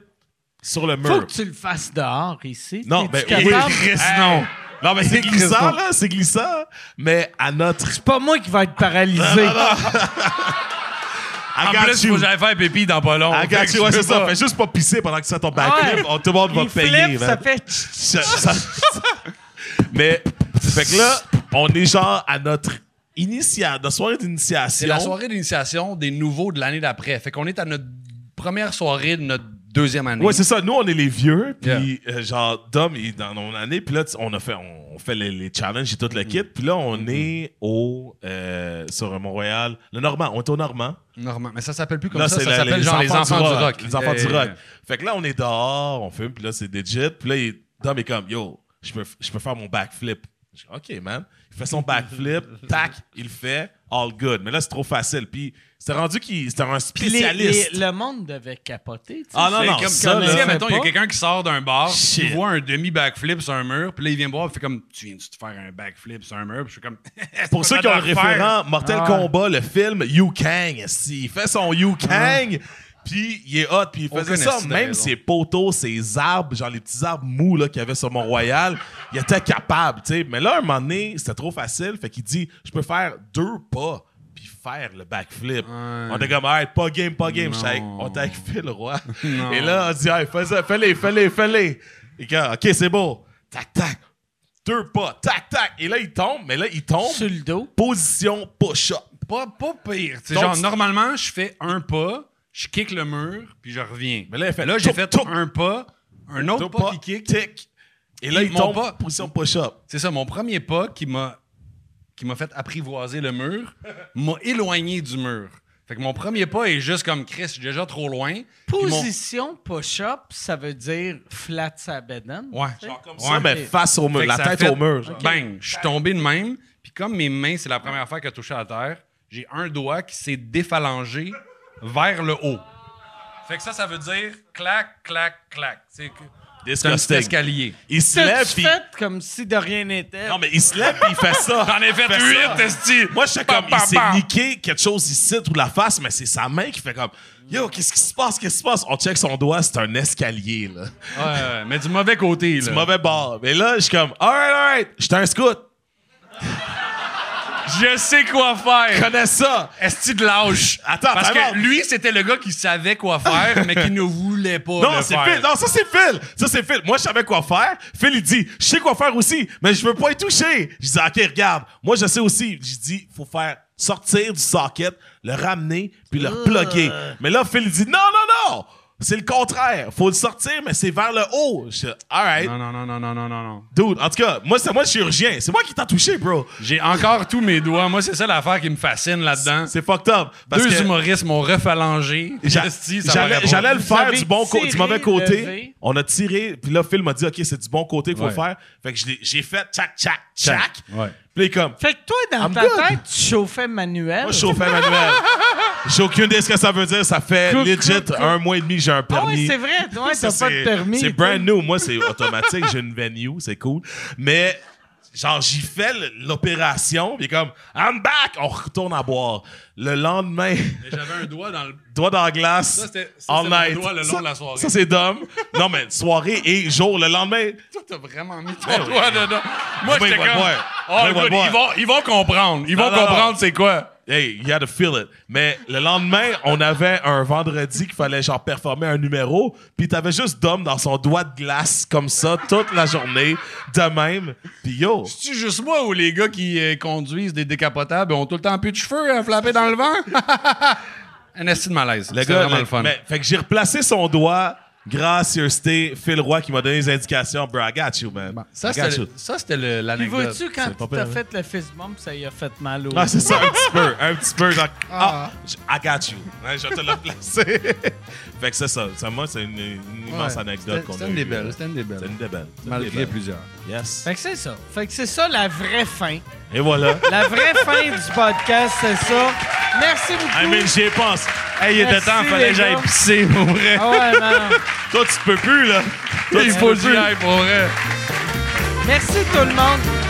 Speaker 6: sur le mur.
Speaker 3: Faut que tu le fasses dehors ici.
Speaker 6: Non, mais
Speaker 7: ben
Speaker 3: T'es-tu
Speaker 6: oui,
Speaker 3: capable?
Speaker 6: Chris, non. Non, mais c'est glissant, là, c'est glissant. Mais à notre.
Speaker 3: C'est pas moi qui vais être paralysé.
Speaker 6: I
Speaker 7: En
Speaker 6: got
Speaker 7: plus,
Speaker 6: you.
Speaker 7: faut que j'aille faire pipi dans pas long.
Speaker 6: I Ah, got
Speaker 7: Fait que
Speaker 6: you.
Speaker 7: je
Speaker 6: Ouais,
Speaker 7: peux
Speaker 6: c'est ça.
Speaker 7: pas.
Speaker 6: Fais juste pas pisser pendant que tu fais ton backflip.
Speaker 3: Ouais.
Speaker 6: On- Tout le monde va
Speaker 3: Il
Speaker 6: te payer. hein.
Speaker 3: flippe,
Speaker 6: man.
Speaker 3: ça fait... tch, tch.
Speaker 6: Ça- ça- <laughs> mais, fait que là, on est genre à notre initia... notre soirée
Speaker 7: C'est
Speaker 6: d'initiation.
Speaker 7: la soirée d'initiation des nouveaux de l'année d'après. Fait qu'on est à notre première soirée de notre deuxième année.
Speaker 6: Ouais, c'est ça. Nous, on est les vieux. Puis, euh, genre, Dom il est dans mon année. Puis là, tu- on a fait, on, on fait les, les challenges et tout le
Speaker 7: Mm.
Speaker 6: kit. Puis là, on
Speaker 7: Mm-hmm.
Speaker 6: est au, euh, sur Montréal, le Normand. On est au Normand.
Speaker 7: Normal. Mais ça s'appelle plus comme
Speaker 6: Là,
Speaker 7: ça.
Speaker 6: c'est
Speaker 7: Ça
Speaker 6: la-
Speaker 7: s'appelle genre les enfants du rock.
Speaker 6: Les enfants du
Speaker 7: Euh,
Speaker 6: rock. Fait que là, on est dehors, on fume, puis là, c'est digit. Puis là, il, Dom est comme, yo, je peux, je peux faire mon backflip. Je dis, OK, man. Il fait son
Speaker 7: <laughs>
Speaker 6: backflip, tac, il le fait, all good. Mais là, c'est trop facile. Puis c'était rendu qu'il c'était un
Speaker 3: Puis les- les-
Speaker 6: spécialiste.
Speaker 3: le monde devait capoter. tu sais.
Speaker 6: ah non,
Speaker 7: C'est
Speaker 6: non,
Speaker 7: comme
Speaker 6: ça,
Speaker 7: comme
Speaker 6: là,
Speaker 7: si,
Speaker 3: là,
Speaker 7: mettons, il y a
Speaker 3: pas.
Speaker 7: quelqu'un qui sort d'un bar,
Speaker 6: Shit.
Speaker 7: qui voit un demi-backflip sur un mur, puis là, il vient me voir, il fait comme Tu viens-tu te faire un backflip sur un mur Puis je suis comme C'est
Speaker 6: Pour
Speaker 7: pas
Speaker 6: ceux qui ont
Speaker 7: notre
Speaker 6: le
Speaker 7: affaire.
Speaker 6: référent, Mortel
Speaker 3: Ah.
Speaker 6: Combat, le film, Yu Kang, esti. il fait son Yu Kang, puis il est hot, puis il faisait
Speaker 7: Aucune
Speaker 6: ça,
Speaker 7: esti de
Speaker 6: même
Speaker 7: raison.
Speaker 6: ses poteaux, ses arbres, genre les petits arbres mous là, qu'il y avait sur Mont-Royal, il était capable, tu sais. Mais là, un moment donné, c'était trop facile, fait qu'il dit « Je peux faire deux pas, puis faire le backflip. On était comme « Hey, pas game, pas game. » J'étais avec- On était avec Phil Roy. Et là, on dit « Hey, fais ça, fais-les, fais-les, fais-les. » Et quand, « OK, c'est beau. » Tac, tac. Deux pas, tac, tac. Et là, il tombe, mais là, il tombe
Speaker 3: Sur le dos.
Speaker 6: position push-up.
Speaker 7: Pas, pas pire. C'est
Speaker 6: Donc,
Speaker 7: genre,
Speaker 6: tu-
Speaker 7: normalement, je fais un pas, je kick le mur, puis je reviens.
Speaker 6: Mais là, il fait
Speaker 7: Là, j'ai
Speaker 6: touc,
Speaker 7: fait
Speaker 6: touc,
Speaker 7: un pas, un autre
Speaker 6: touc,
Speaker 7: pas qui kick.
Speaker 6: tic. Et là,
Speaker 7: Ils
Speaker 6: il
Speaker 7: m'ont
Speaker 6: tombe
Speaker 7: pas.
Speaker 6: position push-up.
Speaker 7: C'est ça, mon premier pas qui m'a qui m'a fait apprivoiser
Speaker 6: <laughs>
Speaker 7: le mur, m'a éloigné du mur. Fait que mon premier pas est juste comme Chris, je suis déjà trop loin. Puis mon-
Speaker 3: Position push-up, ça veut dire flat sa bédaine.
Speaker 7: Ouais,
Speaker 6: Genre Ah, comme
Speaker 7: Ouais.
Speaker 6: ça, mais face au mur,
Speaker 7: Fait que
Speaker 6: la
Speaker 7: ça a
Speaker 6: tête
Speaker 7: fait
Speaker 6: au mur. genre.
Speaker 7: Bang! Je suis tombé de même. Puis comme mes mains, c'est la première fois qu'elles a touché à terre, j'ai un doigt qui s'est déphallangé vers le haut. Fait que ça, ça veut dire clac, clac, clac. C'est que- c'est un petit
Speaker 6: Disgusting.
Speaker 7: escalier.
Speaker 6: Il se lève,
Speaker 3: T'as-tu
Speaker 6: puis...
Speaker 3: fait comme si de rien n'était?
Speaker 6: Non, mais il se lève, puis il fait ça.
Speaker 7: J'en ai fait
Speaker 6: Il fait ça.
Speaker 7: huit, esti!
Speaker 6: Moi, je suis
Speaker 7: Bam,
Speaker 6: comme,
Speaker 7: bam,
Speaker 6: il s'est
Speaker 7: bam.
Speaker 6: niqué quelque chose ici ou la face, mais c'est sa main qui fait comme, yo, qu'est-ce qui se passe, qu'est-ce qui se passe? On check son doigt, c'est un escalier, là.
Speaker 7: Ouais, ouais, mais du mauvais côté,
Speaker 6: Du
Speaker 7: là.
Speaker 6: mauvais bord. Mais là, je suis comme, alright, alright, j'étais un scout.
Speaker 7: Je sais quoi faire!
Speaker 6: Connais ça.
Speaker 7: Esti de lâche!
Speaker 6: Attends,
Speaker 7: Parce
Speaker 6: attends.
Speaker 7: que lui, c'était le gars qui savait quoi faire, mais qui ne voulait pas
Speaker 6: Non,
Speaker 7: le
Speaker 6: c'est
Speaker 7: faire.
Speaker 6: Phil. Non, ça, c'est Phil. Ça, c'est Phil. Moi, je savais quoi faire. Phil, il dit, je sais quoi faire aussi, mais je veux pas y toucher. Je dis, OK, regarde. Moi, je sais aussi. Je dis, faut faire sortir du socket, le ramener, puis le reploguer.
Speaker 7: Ah.
Speaker 6: Mais là, Phil, il dit, non, non, non. C'est le contraire. Faut le sortir, mais c'est vers le haut. Je dis, all right.
Speaker 7: Non, non, non, non, non, non, non, non.
Speaker 6: Dude, en tout cas, moi, c'est moi le chirurgien. C'est moi qui t'a touché, bro.
Speaker 7: J'ai encore tous mes doigts. Moi, c'est ça l'affaire qui me fascine là-dedans.
Speaker 6: C'est fucked up. Parce
Speaker 7: Deux
Speaker 6: que
Speaker 7: humoristes m'ont refalangé.
Speaker 6: j'a-
Speaker 7: Esti, ça
Speaker 6: J'allais
Speaker 7: m'aurait pas-
Speaker 6: j'allais le
Speaker 3: Vous
Speaker 6: faire
Speaker 3: avez
Speaker 6: du bon côté,
Speaker 3: tiré,
Speaker 6: du mauvais côté.
Speaker 3: levé.
Speaker 6: On a tiré, puis là, Phil m'a dit, OK, c'est du bon côté qu'il faut
Speaker 7: Ouais.
Speaker 6: faire. Fait que je l'ai- j'ai fait tchac, tchac, tchac.
Speaker 7: Ouais.
Speaker 6: Puis il est comme,
Speaker 3: Fait que toi, dans
Speaker 6: I'm
Speaker 3: ta
Speaker 6: good.
Speaker 3: tête, tu chauffais manuel.
Speaker 6: moi, je chauffais manuel.
Speaker 3: <laughs>
Speaker 6: J'ai aucune idée ce que ça veut dire. Ça fait
Speaker 3: Cook,
Speaker 6: legit
Speaker 3: cook, cook.
Speaker 6: un mois et demi que j'ai
Speaker 3: ah
Speaker 6: un
Speaker 3: ouais,
Speaker 6: permis.
Speaker 3: c'est vrai. Toi,
Speaker 6: <laughs> Ça,
Speaker 3: t'as pas de
Speaker 6: c'est-
Speaker 3: permis.
Speaker 6: C'est
Speaker 3: tu sais.
Speaker 6: brand new. Moi, c'est automatique. J'ai une venue. C'est cool. Mais, genre, j'y fais l- l'opération. Puis il est comme, I'm back. On retourne à boire. Le lendemain,
Speaker 7: Mais J'avais un doigt dans le.
Speaker 6: doigt dans la glace.
Speaker 7: Ça, c'était- ça,
Speaker 6: all
Speaker 7: c'était mon
Speaker 6: night.
Speaker 7: doigt le long
Speaker 6: Ça-
Speaker 7: de la soirée.
Speaker 6: Ça, c'est dumb. Non, mais soirée et jour. Le lendemain,
Speaker 7: Toi, t'as vraiment mis ton
Speaker 6: Ben oui.
Speaker 7: doigt dedans. Moi,
Speaker 6: Ben, il
Speaker 7: j'étais
Speaker 6: va
Speaker 7: comme.
Speaker 6: boire.
Speaker 7: Oh,
Speaker 6: Ben, il va
Speaker 7: écoute,
Speaker 6: boire.
Speaker 7: ils vont, ils vont comprendre. Ils
Speaker 6: Non,
Speaker 7: vont
Speaker 6: non, non.
Speaker 7: comprendre c'est quoi.
Speaker 6: Hey, you had to feel it. Mais le lendemain, on avait un vendredi qu'il fallait genre performer un numéro, puis t'avais juste Dom dans son doigt de glace comme ça toute la journée, de même. Puis yo,
Speaker 7: C'est juste moi ou les gars qui euh, conduisent des décapotables ont tout le temps plus de cheveux à flapper dans le vent? <laughs> Un esti de malaise.
Speaker 6: le
Speaker 7: C'était
Speaker 6: gars,
Speaker 7: vraiment
Speaker 6: le-
Speaker 7: le fun.
Speaker 6: mais- fait que j'ai replacé son doigt. Gracieuseté, Phil Roy qui m'a donné les indications. Bro, I got you, man.
Speaker 7: Bah, ça,
Speaker 6: I got
Speaker 7: c'était
Speaker 6: you.
Speaker 7: le- ça, c'était le-
Speaker 3: Puis
Speaker 7: l'anecdote.
Speaker 3: vois-tu, quand
Speaker 6: c'est pas
Speaker 3: tu t'as
Speaker 6: pire,
Speaker 3: fait le fist bump, ça y a fait mal au...
Speaker 6: Ah, c'est ça, un petit peu. Un petit peu, genre, ah, j- I got you. Hein, je vais te le placer. <laughs> fait que c'est ça. ça. Moi, c'est une, une immense
Speaker 2: Ouais.
Speaker 6: anecdote
Speaker 2: C'était-
Speaker 6: qu'on a
Speaker 2: C'était une des
Speaker 6: eue, là.
Speaker 2: belles. C'était une des
Speaker 6: C'est
Speaker 2: belles.
Speaker 6: une des belles. C'est une des
Speaker 2: Malgré
Speaker 6: belles.
Speaker 2: plusieurs.
Speaker 6: Yes.
Speaker 3: Fait que c'est ça. Fait que c'est ça la vraie fin.
Speaker 6: Et voilà.
Speaker 3: La vraie <laughs> fin du podcast, c'est ça. Merci beaucoup.
Speaker 6: I mean, j'y pense. Hey, il était
Speaker 3: Merci,
Speaker 6: temps, fallait
Speaker 3: les
Speaker 6: que j'aille
Speaker 3: gars.
Speaker 6: pisser, pour vrai.
Speaker 3: Ah ouais, man.
Speaker 6: Toi, tu peux plus, là. Toi, tu
Speaker 7: Il
Speaker 6: peux
Speaker 7: faut que j'y
Speaker 6: plus.
Speaker 7: aille, pour vrai.
Speaker 3: Merci tout le monde.